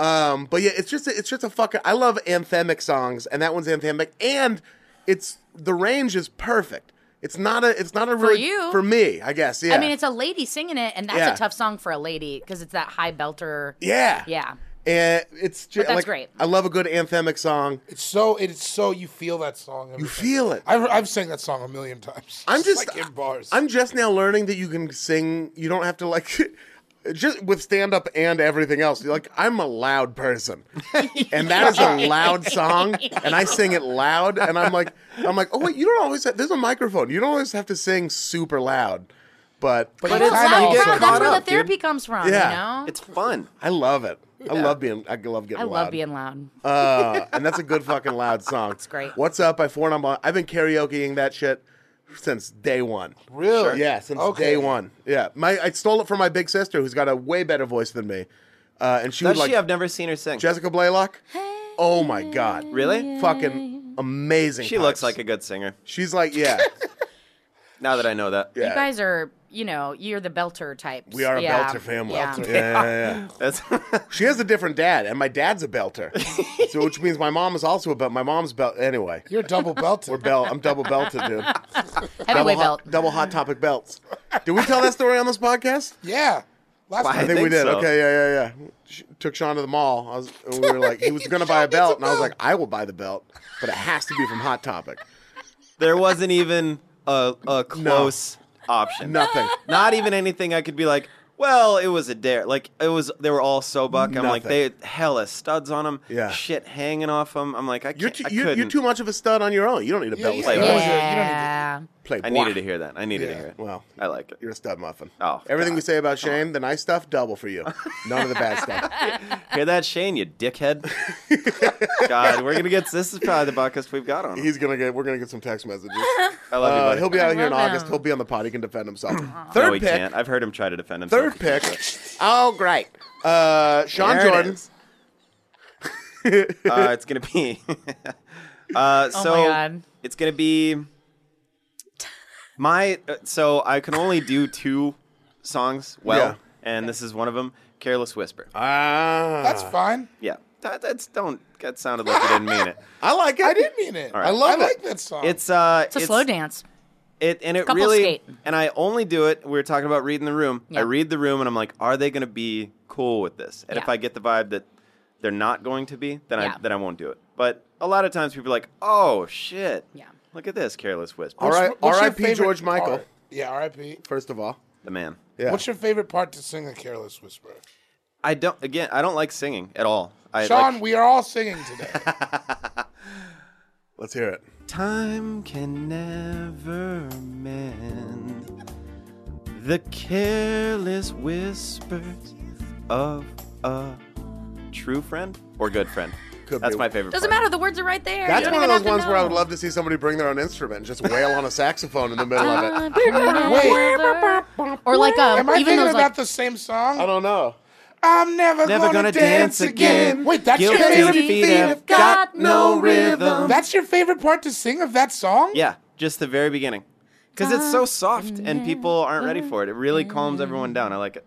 Speaker 3: Um, but yeah, it's just a, it's just a fucking. I love anthemic songs, and that one's anthemic, and it's the range is perfect. It's not a it's not a really
Speaker 6: you.
Speaker 3: for me, I guess. Yeah.
Speaker 6: I mean, it's a lady singing it, and that's
Speaker 3: Yeah.
Speaker 6: a tough song for a lady because it's that high belter.
Speaker 3: yeah
Speaker 6: Yeah.
Speaker 3: And it's just
Speaker 6: that's
Speaker 3: like,
Speaker 6: great.
Speaker 3: I love a good anthemic song.
Speaker 4: It's so it's so you feel that song.
Speaker 3: You feel it.
Speaker 4: I've I've sang that song a million times.
Speaker 3: I'm just
Speaker 4: like in bars.
Speaker 3: I'm just now learning that you can sing. You don't have to like just with stand up and everything else. You're like I'm a loud person, and that is a loud song, and I sing it loud, and I'm like I'm like oh wait, you don't always have, there's a microphone. You don't always have to sing super loud, but,
Speaker 4: but,
Speaker 6: But
Speaker 4: you
Speaker 6: it's
Speaker 5: loud
Speaker 4: kinda
Speaker 6: loud
Speaker 5: you get
Speaker 4: also
Speaker 6: crowd.
Speaker 5: caught
Speaker 6: That's where
Speaker 5: up,
Speaker 6: the therapy
Speaker 5: dude.
Speaker 6: comes from,
Speaker 3: Yeah.
Speaker 6: you know?
Speaker 5: It's fun.
Speaker 3: I love it. I love being. I love getting.
Speaker 6: I
Speaker 3: loud.
Speaker 6: love being loud.
Speaker 3: Uh, and that's a good fucking loud song. It's
Speaker 6: great.
Speaker 3: What's up by Four Non Blonde? I've been karaokeing that shit since day one.
Speaker 4: Really? Sure.
Speaker 3: Yeah, since
Speaker 4: Okay.
Speaker 3: day one. Yeah, my I stole it from my big sister, who's got a way better voice than me, uh, and she
Speaker 5: Does
Speaker 3: was like
Speaker 5: she? I've never seen her sing.
Speaker 3: Jessica Blaylock. Oh my god!
Speaker 5: Really?
Speaker 3: Fucking amazing.
Speaker 5: She looks like a good singer.
Speaker 3: She's like yeah.
Speaker 5: Now that I know that,
Speaker 3: yeah.
Speaker 6: You guys are, you know, you're the belter types.
Speaker 3: We are a
Speaker 6: Yeah.
Speaker 3: belter family.
Speaker 6: Yeah.
Speaker 3: Yeah, yeah, yeah.
Speaker 5: that's
Speaker 3: She has a different dad, and my dad's a belter, so which means my mom is also a belt. My mom's belt anyway.
Speaker 4: You're double
Speaker 3: We're
Speaker 4: belted.
Speaker 3: belt. I'm double belted, dude.
Speaker 6: Heavyweight
Speaker 3: double
Speaker 6: belt.
Speaker 3: hot, double hot topic belts. Did we tell that story on this podcast?
Speaker 4: yeah. Last
Speaker 5: Why?
Speaker 3: I
Speaker 4: time.
Speaker 3: think, we
Speaker 5: think
Speaker 3: did.
Speaker 5: so.
Speaker 3: Okay, yeah, yeah, yeah. Sh took Sean to the mall. I was, and we were like, he was going to buy a belt, and I was like, I will buy the belt, but it has to be from Hot Topic.
Speaker 5: there wasn't even a, a close option.
Speaker 3: Nothing.
Speaker 5: Not even anything I could be like. Well, it was a dare. Like it was. They were all so buck. I'm like they
Speaker 3: Nothing.
Speaker 5: had hella studs on them.
Speaker 3: Yeah.
Speaker 5: Shit hanging off them. I'm like I can't.
Speaker 3: You're too,
Speaker 5: I
Speaker 3: you're,
Speaker 5: couldn't.
Speaker 3: you're too much of a stud on your own. You don't need a belt.
Speaker 4: yeah,
Speaker 3: with
Speaker 4: yeah.
Speaker 3: that.
Speaker 4: Yeah.
Speaker 6: Yeah.
Speaker 3: Play
Speaker 5: I
Speaker 3: boy.
Speaker 5: needed to hear that. I needed to
Speaker 4: Yeah.
Speaker 5: hear it.
Speaker 3: Well,
Speaker 5: I like it.
Speaker 3: You're a stud muffin.
Speaker 5: Oh,
Speaker 3: everything
Speaker 5: God.
Speaker 3: we say about Shane, the nice stuff, double for you. None of the bad stuff.
Speaker 5: Hear that, Shane? You dickhead. God, we're gonna get this is probably the buckest we've got on. him.
Speaker 3: He's gonna get. We're gonna get some text messages.
Speaker 5: I love you,
Speaker 3: Uh,
Speaker 5: buddy.
Speaker 3: he'll be out here in
Speaker 6: love
Speaker 3: August.
Speaker 6: him.
Speaker 3: He'll be on the pod. He can defend himself.
Speaker 5: No,
Speaker 3: Third
Speaker 5: he
Speaker 3: pick.
Speaker 5: can't. I've heard him try to defend himself.
Speaker 3: Third pick. oh, great. Uh, Sean
Speaker 5: There it
Speaker 3: Jordan.
Speaker 5: is. uh, it's gonna be. uh, so
Speaker 6: Oh God.
Speaker 5: it's gonna be my. uh, So I can only do two songs well,
Speaker 3: Yeah.
Speaker 5: and this is one of them. Careless Whisper.
Speaker 3: Ah,
Speaker 4: That's fine.
Speaker 5: yeah, that, that's don't. That sounded like you didn't mean it.
Speaker 3: I like it.
Speaker 4: I did mean it.
Speaker 5: right.
Speaker 4: I love
Speaker 3: I
Speaker 4: I
Speaker 3: like
Speaker 4: like that song.
Speaker 5: It's uh,
Speaker 6: It's a slow dance.
Speaker 5: It and it
Speaker 6: Couple
Speaker 5: really
Speaker 6: skate.
Speaker 5: and I only do it. We were talking about reading the room. I
Speaker 6: Yeah.
Speaker 5: read the room and I'm like, are they going to be cool with this? And if
Speaker 6: Yeah.
Speaker 5: I get the vibe that they're not going to be, then
Speaker 6: Yeah.
Speaker 5: I then I won't do it. But a lot of times people are like, oh shit,
Speaker 6: Yeah.
Speaker 5: look at this careless whisper,
Speaker 3: All right,
Speaker 4: What's your
Speaker 3: R.I.P.
Speaker 4: favorite
Speaker 3: George Michael.
Speaker 4: part? Yeah, R.I.P.
Speaker 3: First of all,
Speaker 5: the man.
Speaker 3: yeah.
Speaker 4: What's your favorite part to sing a careless whisper?
Speaker 5: I don't again. I don't like singing at all. I
Speaker 4: Sean,
Speaker 5: like,
Speaker 4: we are all singing today.
Speaker 3: Let's hear it.
Speaker 5: time can never mend The careless whispers of a true friend or good friend.
Speaker 3: Could
Speaker 5: That's
Speaker 3: be.
Speaker 5: my favorite.
Speaker 7: Doesn't
Speaker 5: part.
Speaker 7: matter. The words are right there.
Speaker 3: That's
Speaker 7: You don't even
Speaker 3: one of those
Speaker 7: have to
Speaker 3: ones where I
Speaker 7: know.
Speaker 3: would love to see somebody bring their own instrument and just wail on a saxophone in the middle of
Speaker 6: Uh,
Speaker 3: it.
Speaker 6: Or like um,
Speaker 4: Am I
Speaker 6: even
Speaker 4: thinking
Speaker 6: those
Speaker 4: about
Speaker 6: like
Speaker 4: the same song?
Speaker 3: I don't know.
Speaker 4: I'm never,
Speaker 5: Never
Speaker 4: gonna, dance, again. Wait, that's your favorite
Speaker 5: Guilty
Speaker 4: feet
Speaker 5: feet have got no rhythm.
Speaker 4: That's your favorite part to sing of that song?
Speaker 5: yeah, just the very beginning. Because it's so soft and people aren't ready for it. It really calms everyone down. I like it.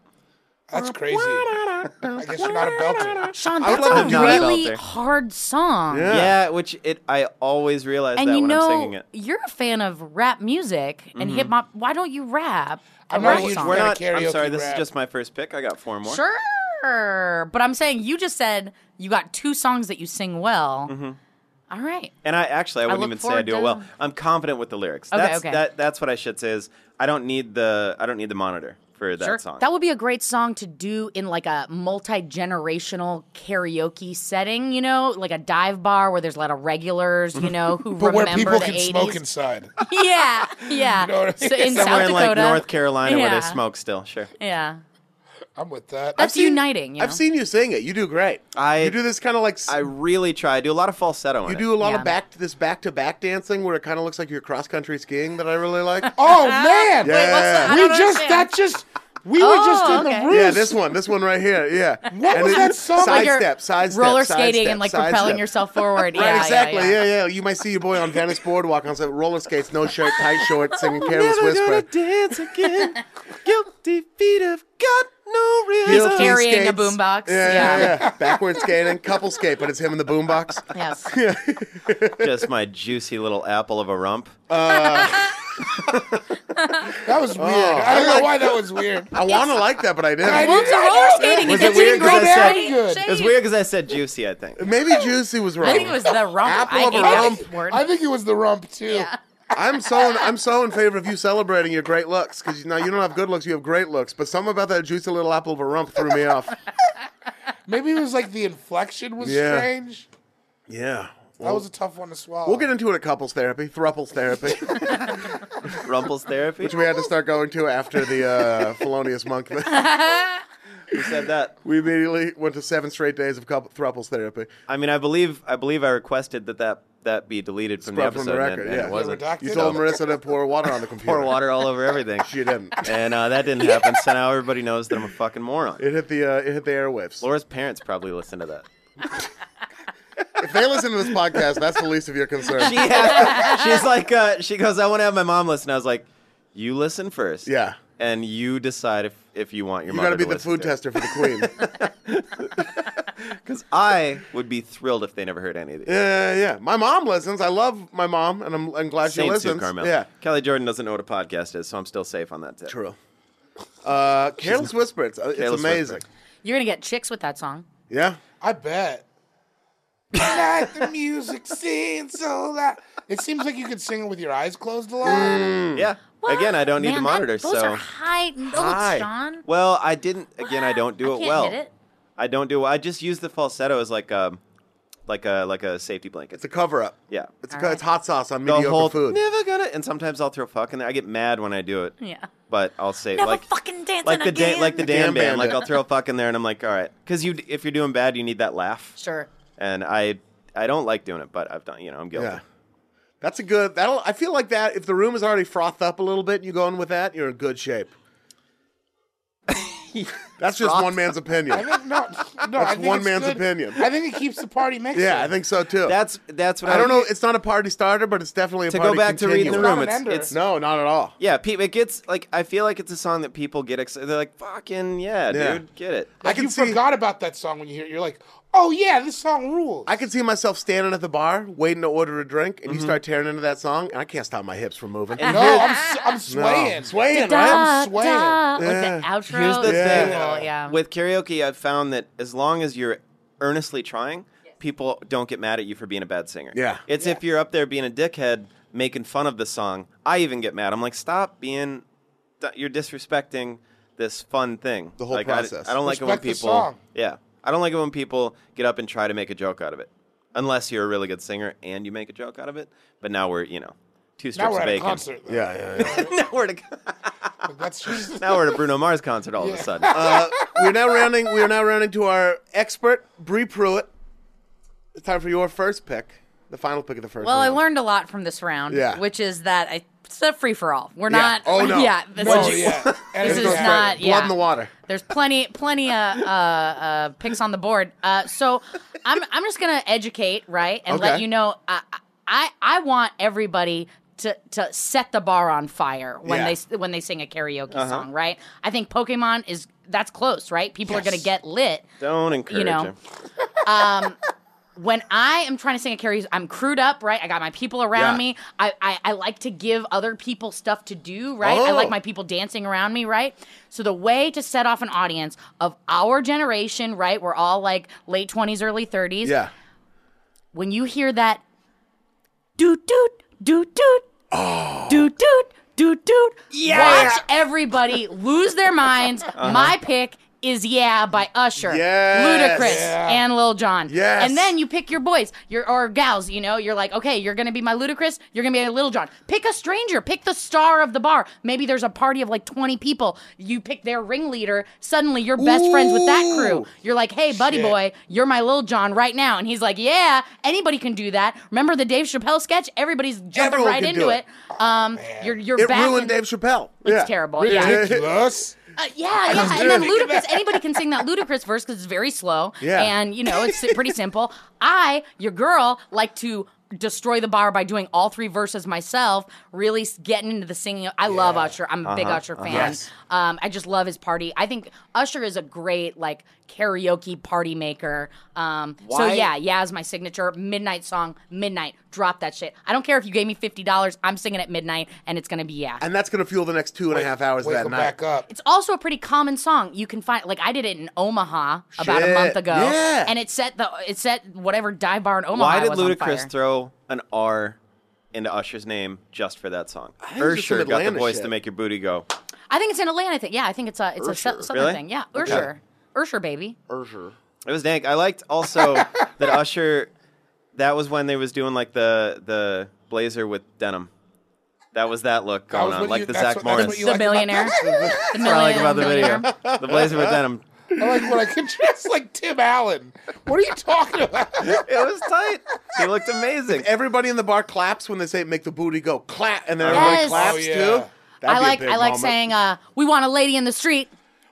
Speaker 4: That's crazy. I guess you're not a belter.
Speaker 6: Sean,
Speaker 5: I would
Speaker 6: that's
Speaker 5: love
Speaker 6: a
Speaker 5: to do that out
Speaker 6: really
Speaker 5: there.
Speaker 6: hard song.
Speaker 5: Yeah, which it I always realize
Speaker 6: And
Speaker 5: that
Speaker 6: you
Speaker 5: when I'm singing
Speaker 6: know,
Speaker 5: it. Mm-hmm.
Speaker 6: you're a fan of rap music and hip hop. Why don't you rap?
Speaker 4: I'm
Speaker 6: a
Speaker 4: not
Speaker 6: rap
Speaker 4: a huge
Speaker 6: song?
Speaker 5: We're
Speaker 4: Gotta
Speaker 5: not. I'm
Speaker 4: karaoke
Speaker 5: sorry. This
Speaker 4: rap.
Speaker 5: is just my first pick. I got four more.
Speaker 6: Sure. But I'm saying you just said you got two songs that you sing well.
Speaker 5: Mm-hmm.
Speaker 6: All right.
Speaker 5: And I actually I wouldn't
Speaker 6: look
Speaker 5: even say I
Speaker 6: forward
Speaker 5: do it
Speaker 6: to-
Speaker 5: well. I'm confident with the lyrics.
Speaker 6: Okay,
Speaker 5: that's
Speaker 6: okay.
Speaker 5: that that's what I should say is I don't need the I don't need the monitor for that
Speaker 6: Sure.
Speaker 5: song.
Speaker 6: That would be a great song to do in like a multi generational karaoke setting, you know, like a dive bar where there's a lot of regulars, you know, who
Speaker 4: But where people
Speaker 6: remember the
Speaker 4: can
Speaker 6: 80s.
Speaker 4: smoke inside.
Speaker 6: yeah, yeah.
Speaker 4: know what I
Speaker 6: So
Speaker 4: mean?
Speaker 6: in
Speaker 5: Somewhere
Speaker 6: South
Speaker 5: in
Speaker 6: Dakota,
Speaker 5: like North Carolina where
Speaker 6: Yeah.
Speaker 5: they smoke still. Sure.
Speaker 6: Yeah,
Speaker 4: I'm with that. I've
Speaker 6: that's
Speaker 4: seen-
Speaker 6: uniting. You know?
Speaker 3: I've seen you sing it. You do great.
Speaker 5: I-
Speaker 3: you do this kind of like s-
Speaker 5: I really try. I do a lot of falsetto in
Speaker 3: you
Speaker 5: it.
Speaker 3: do a lot
Speaker 6: Yeah.
Speaker 3: of back this back to back dancing where it kind of looks like you're cross country skiing that I really like.
Speaker 4: Oh, man.
Speaker 3: Wait, what's that?
Speaker 7: I
Speaker 4: We
Speaker 7: don't
Speaker 4: just,
Speaker 7: understand.
Speaker 4: that just, we were
Speaker 6: Oh,
Speaker 4: just in
Speaker 6: okay.
Speaker 4: the room.
Speaker 3: Yeah, this one, this one right here. Yeah.
Speaker 4: What was that song?
Speaker 3: Side
Speaker 6: Like you're
Speaker 3: step, side step,
Speaker 6: roller
Speaker 3: side
Speaker 6: skating
Speaker 3: step,
Speaker 6: and like
Speaker 3: side
Speaker 6: propelling
Speaker 3: step.
Speaker 6: yourself forward.
Speaker 3: Right,
Speaker 6: yeah,
Speaker 3: exactly.
Speaker 6: Yeah, yeah.
Speaker 3: yeah, You might see your boy on Venice Boardwalk on some roller skates, no shirt, tight shorts, singing Careless
Speaker 5: Never gonna
Speaker 3: Whisper.
Speaker 5: dance again. Guilty feet have got no
Speaker 3: Guilty
Speaker 5: rhythm.
Speaker 6: carrying a
Speaker 3: skates.
Speaker 6: boombox.
Speaker 3: Yeah,
Speaker 6: Yeah.
Speaker 3: yeah, yeah. Backward skating, couple skate, but it's him in the boombox.
Speaker 6: Yes.
Speaker 5: Just my juicy little apple of a rump.
Speaker 3: Uh,
Speaker 4: That was weird.
Speaker 3: Oh.
Speaker 4: I don't know why that was weird.
Speaker 3: I want to like that, but I didn't.
Speaker 4: Well, it's a
Speaker 7: roller skating.
Speaker 5: Was
Speaker 7: It's
Speaker 5: it
Speaker 7: actually
Speaker 5: weird 'cause I
Speaker 7: great
Speaker 5: said-
Speaker 7: shape.
Speaker 4: Good.
Speaker 5: It's weird because I said juicy. I think.
Speaker 3: Maybe Juicy was wrong.
Speaker 6: I think it was the rump.
Speaker 3: Apple
Speaker 6: I
Speaker 3: of a
Speaker 6: hate
Speaker 3: rump.
Speaker 6: that word.
Speaker 4: I think it was the rump, too.
Speaker 6: Yeah.
Speaker 3: I'm so in, I'm so in favor of you celebrating your great looks because now you don't have good looks, you have great looks. But something about that juicy little apple of a rump threw me off.
Speaker 4: Maybe it was like the inflection was
Speaker 3: Yeah.
Speaker 4: strange.
Speaker 3: Yeah,
Speaker 4: That was a tough one to swallow.
Speaker 3: we'll get into it at couples therapy, thruples therapy,
Speaker 5: Rumples therapy.
Speaker 3: which we had to start going to after the uh, felonious monk. thing.
Speaker 5: Who said that?
Speaker 3: we immediately went to seven straight days of couple, thruples therapy.
Speaker 5: I mean, I believe I believe I requested that that, that be deleted from the
Speaker 3: Scrubbed from
Speaker 5: episode.
Speaker 3: the
Speaker 5: and-
Speaker 3: record,
Speaker 5: and
Speaker 3: yeah.
Speaker 5: it wasn't.
Speaker 4: Redacted.
Speaker 3: You told Marissa to pour water on the computer.
Speaker 5: Pour water all over everything.
Speaker 3: She didn't.
Speaker 5: and uh, that didn't happen. So now everybody knows that I'm a fucking moron.
Speaker 3: It hit the uh, it hit the airwaves.
Speaker 5: Laura's parents probably listen to that.
Speaker 3: If they listen to this podcast, that's the least of your concern.
Speaker 5: She has, she's like, uh, she goes, I want to have my mom listen. I was like, you listen first.
Speaker 3: Yeah.
Speaker 5: And you decide if, if you want your
Speaker 3: you
Speaker 5: mother
Speaker 3: got to be
Speaker 5: to
Speaker 3: the food tester for the queen.
Speaker 5: Because I would be thrilled if they never heard any of these.
Speaker 3: yeah, yeah. My mom listens. I love my mom, and I'm, I'm glad she
Speaker 5: Saints
Speaker 3: listens.
Speaker 5: Sue Carmel.
Speaker 3: Yeah,
Speaker 5: Kelly Jordan doesn't know what a podcast is, so I'm still safe on that tip.
Speaker 3: true. Uh, Careless Whisper. It's, it's
Speaker 5: Careless
Speaker 3: amazing.
Speaker 5: Whisper.
Speaker 6: You're gonna get chicks with that song.
Speaker 3: Yeah.
Speaker 4: I bet. Tonight the music sings so loud. It seems like you could sing it with your eyes closed a lot.
Speaker 3: Mm.
Speaker 5: Yeah. Again, I don't need
Speaker 6: Man,
Speaker 5: the monitor,
Speaker 6: That, those
Speaker 5: so.
Speaker 6: are high notes,
Speaker 7: Oh,
Speaker 5: Hi.
Speaker 6: Sean.
Speaker 5: Well, I didn't. Again, I don't do
Speaker 7: I
Speaker 5: it
Speaker 7: can't
Speaker 5: well.
Speaker 7: hit it.
Speaker 5: I don't do. I just use the falsetto as like a, like a like a safety blanket.
Speaker 3: It's a cover up.
Speaker 5: Yeah.
Speaker 3: It's, a, co- it's hot sauce on
Speaker 5: the
Speaker 3: mediocre
Speaker 5: whole
Speaker 3: food.
Speaker 5: never gonna. And sometimes I'll throw fuck in there. I get mad when I do it.
Speaker 6: Yeah.
Speaker 5: But I'll say
Speaker 7: Never
Speaker 5: like
Speaker 7: fucking dancing
Speaker 5: like the
Speaker 7: again.
Speaker 5: da- like the damn
Speaker 3: Damn
Speaker 5: band. Like
Speaker 3: bandit.
Speaker 5: I'll throw fuck in there, and I'm like, all right, because you d- if you're doing bad, you need that laugh.
Speaker 6: Sure.
Speaker 5: And I I don't like doing it, but I've done. You know, I'm guilty.
Speaker 3: Yeah. That's a good. That'll. I feel like that. If the room is already frothed up a little bit, and you go in with that, you're in good shape. That's just one man's
Speaker 4: I
Speaker 3: opinion.
Speaker 4: think no, no. I
Speaker 3: That's
Speaker 4: think
Speaker 3: one
Speaker 4: it's
Speaker 3: man's
Speaker 4: good.
Speaker 3: opinion.
Speaker 4: I think it keeps the party mixing.
Speaker 3: Yeah, I think so too.
Speaker 5: That's that's what
Speaker 3: I
Speaker 5: I
Speaker 3: don't know. It's not a party starter, but it's definitely a
Speaker 5: to go
Speaker 3: party
Speaker 5: back to reading the
Speaker 3: continuer.
Speaker 5: room.
Speaker 4: an
Speaker 5: It's
Speaker 4: ender.
Speaker 5: it's
Speaker 3: No, not at all.
Speaker 5: yeah. Pe- it gets like I feel like it's a song that people get excited. They're like, fucking yeah,
Speaker 3: Yeah.
Speaker 5: dude, get it.
Speaker 3: I
Speaker 4: Like,
Speaker 3: can
Speaker 4: you
Speaker 3: see.
Speaker 4: forgot about that song when you hear it. You're like, oh yeah, this song rules.
Speaker 3: I can see myself standing at the bar waiting to order a drink, and you
Speaker 5: Mm-hmm.
Speaker 3: start tearing into that song, and I can't stop my hips from moving.
Speaker 4: no, I'm, s- I'm swaying.
Speaker 3: Swaying,
Speaker 4: right?
Speaker 6: Da,
Speaker 4: I'm swaying.
Speaker 6: da,
Speaker 3: Yeah.
Speaker 6: Like the outro.
Speaker 5: Here's the
Speaker 6: is
Speaker 3: Yeah.
Speaker 5: thing
Speaker 6: cool, yeah.
Speaker 5: with karaoke, I've found that as long as you're earnestly trying, people don't get mad at you for being a bad singer.
Speaker 3: Yeah.
Speaker 5: It's if you're up there being a dickhead making fun of the song. I even get mad. I'm like, stop being, th- you're disrespecting this fun thing. The
Speaker 3: whole
Speaker 5: like, I-
Speaker 3: process.
Speaker 5: I, don't like it when
Speaker 4: Respect the
Speaker 5: people.
Speaker 4: song.
Speaker 5: Yeah. I don't like it when people get up and try to make a joke out of it. Unless you're a really good singer and you make a joke out of it. But now we're, you know, two strips
Speaker 4: Now we're
Speaker 5: of
Speaker 4: at a
Speaker 5: bacon.
Speaker 4: concert. though.
Speaker 3: Yeah, yeah, yeah.
Speaker 5: now we're at a-
Speaker 4: Like, that's just
Speaker 5: Now we're at a Bruno Mars concert all of a sudden.
Speaker 3: Uh, we're now rounding. We're now rounding to our expert, Bree Pruitt. It's time for your first pick, the final pick of the first.
Speaker 6: Well, I
Speaker 3: round.
Speaker 6: learned a lot from this round,
Speaker 3: Yeah.
Speaker 6: which is that I, it's a free for all. We're
Speaker 3: Yeah.
Speaker 6: not.
Speaker 3: Oh, no.
Speaker 6: Yeah. This
Speaker 4: Oh,
Speaker 6: is,
Speaker 4: yeah. And
Speaker 6: This
Speaker 4: it's
Speaker 6: is
Speaker 4: okay.
Speaker 6: not.
Speaker 3: Blood
Speaker 6: Yeah.
Speaker 3: in the water.
Speaker 6: There's plenty, plenty uh, uh, uh, picks on the board. Uh, so I'm, I'm just gonna educate, right, and let
Speaker 3: Okay.
Speaker 6: you know. I, I, I want everybody to to set the bar on fire when
Speaker 3: Yeah. Uh-huh.
Speaker 6: they s- when they sing a karaoke song, right? I think Pokemon is that's close, right? People are gonna get lit.
Speaker 5: Don't encourage
Speaker 6: know.
Speaker 5: him.
Speaker 6: when I am trying to sing a karaoke, I'm crewed up, right? I got my people around
Speaker 3: Yeah.
Speaker 6: me. I, I, I like to give other people stuff to do, right? I
Speaker 3: Oh.
Speaker 6: like my people dancing around me, right? So the way to set off an audience of our generation, right? We're all like late 20s, early 30s.
Speaker 3: Yeah.
Speaker 6: When you hear that doot doot doot doot
Speaker 3: Oh.
Speaker 6: doot doot doot doot, watch everybody lose their minds.
Speaker 3: Uh-huh.
Speaker 6: My pick is Yeah by Usher,
Speaker 3: Yes.
Speaker 6: Ludacris,
Speaker 4: Yeah.
Speaker 6: and Lil Jon.
Speaker 3: Yes.
Speaker 6: And then you pick your boys, your or gals, you know, you're like, okay, you're gonna be my Ludacris, you're gonna be a Little John. Pick a stranger, pick the star of the bar. Maybe there's a party of like 20 people. You pick their ringleader, suddenly you're best friends with that crew. You're like, hey, buddy boy, you're my Lil John right now. And he's like, yeah, anybody can do that. Remember the Dave Chappelle sketch? Everybody's jumping
Speaker 3: Everyone
Speaker 6: right
Speaker 3: can
Speaker 6: into
Speaker 3: do it.
Speaker 6: it.
Speaker 3: Oh,
Speaker 6: Um, you're you're
Speaker 3: It
Speaker 6: back
Speaker 3: ruined
Speaker 6: in-
Speaker 3: Dave Chappelle.
Speaker 6: It's
Speaker 3: Yeah.
Speaker 6: terrible. Yeah.
Speaker 4: ridiculous.
Speaker 6: Uh, yeah, yeah. And then ludicrous. Anybody can sing that ludicrous verse because it's very slow.
Speaker 3: Yeah.
Speaker 6: And, you know, it's pretty simple. I, your girl, like to destroy the bar by doing all three verses myself, really s- getting into the singing. I love Usher. I'm a big Usher fan.
Speaker 3: Uh-huh. Yes.
Speaker 6: Um, I just love his party. I think Usher is a great, like, karaoke party maker. Um, so,
Speaker 5: Why-
Speaker 6: yeah, yeah is my signature. Midnight song, midnight. Drop that shit. I don't care if you gave me $50. I'm singing at midnight, and it's going to be yeah.
Speaker 3: And that's going to fuel the next two and a half hours
Speaker 4: Wake
Speaker 3: of that
Speaker 4: him
Speaker 3: night.
Speaker 4: back up.
Speaker 6: It's also a pretty common song. You can find like I did it in Omaha about a
Speaker 3: Shit.
Speaker 6: month ago,
Speaker 3: Yeah.
Speaker 6: and it set the it set whatever dive bar in Omaha.
Speaker 5: Why did
Speaker 6: was on fire.
Speaker 5: Ludacris throw an R into Usher's name just for that song?
Speaker 3: think it's just some
Speaker 5: Ursher got the
Speaker 3: Atlanta
Speaker 5: voice
Speaker 3: shit.
Speaker 5: to make your booty go.
Speaker 6: I think it's an Atlanta thing. Yeah, I think it's a it's a sou-
Speaker 3: Ursher.
Speaker 6: southern
Speaker 5: Really?
Speaker 6: thing. Yeah, Ursher, Ursher baby.
Speaker 5: It was dank. I liked also that Usher. That was when they was doing like the the blazer with denim. That was that look
Speaker 4: That
Speaker 5: going
Speaker 4: was
Speaker 5: on,
Speaker 4: what
Speaker 5: like
Speaker 4: you-
Speaker 5: the
Speaker 4: that's
Speaker 5: Zach
Speaker 4: what- that's
Speaker 5: Morris.
Speaker 4: what you
Speaker 6: The
Speaker 4: like about-
Speaker 6: billionaire. the
Speaker 5: That's what I like
Speaker 6: millionaire,
Speaker 5: about the
Speaker 6: millionaire.
Speaker 5: video. The blazer with denim.
Speaker 4: I like when I can dress like Tim Allen. What are you talking about?
Speaker 5: It was tight. He looked amazing.
Speaker 3: Everybody in the bar claps when they say "make the booty go clap," and then
Speaker 6: Yes.
Speaker 3: everybody claps
Speaker 4: Oh, yeah.
Speaker 3: too. That'd be
Speaker 6: I
Speaker 3: a
Speaker 6: like
Speaker 3: big
Speaker 6: I like
Speaker 3: moment.
Speaker 6: saying uh, we want a lady in the street.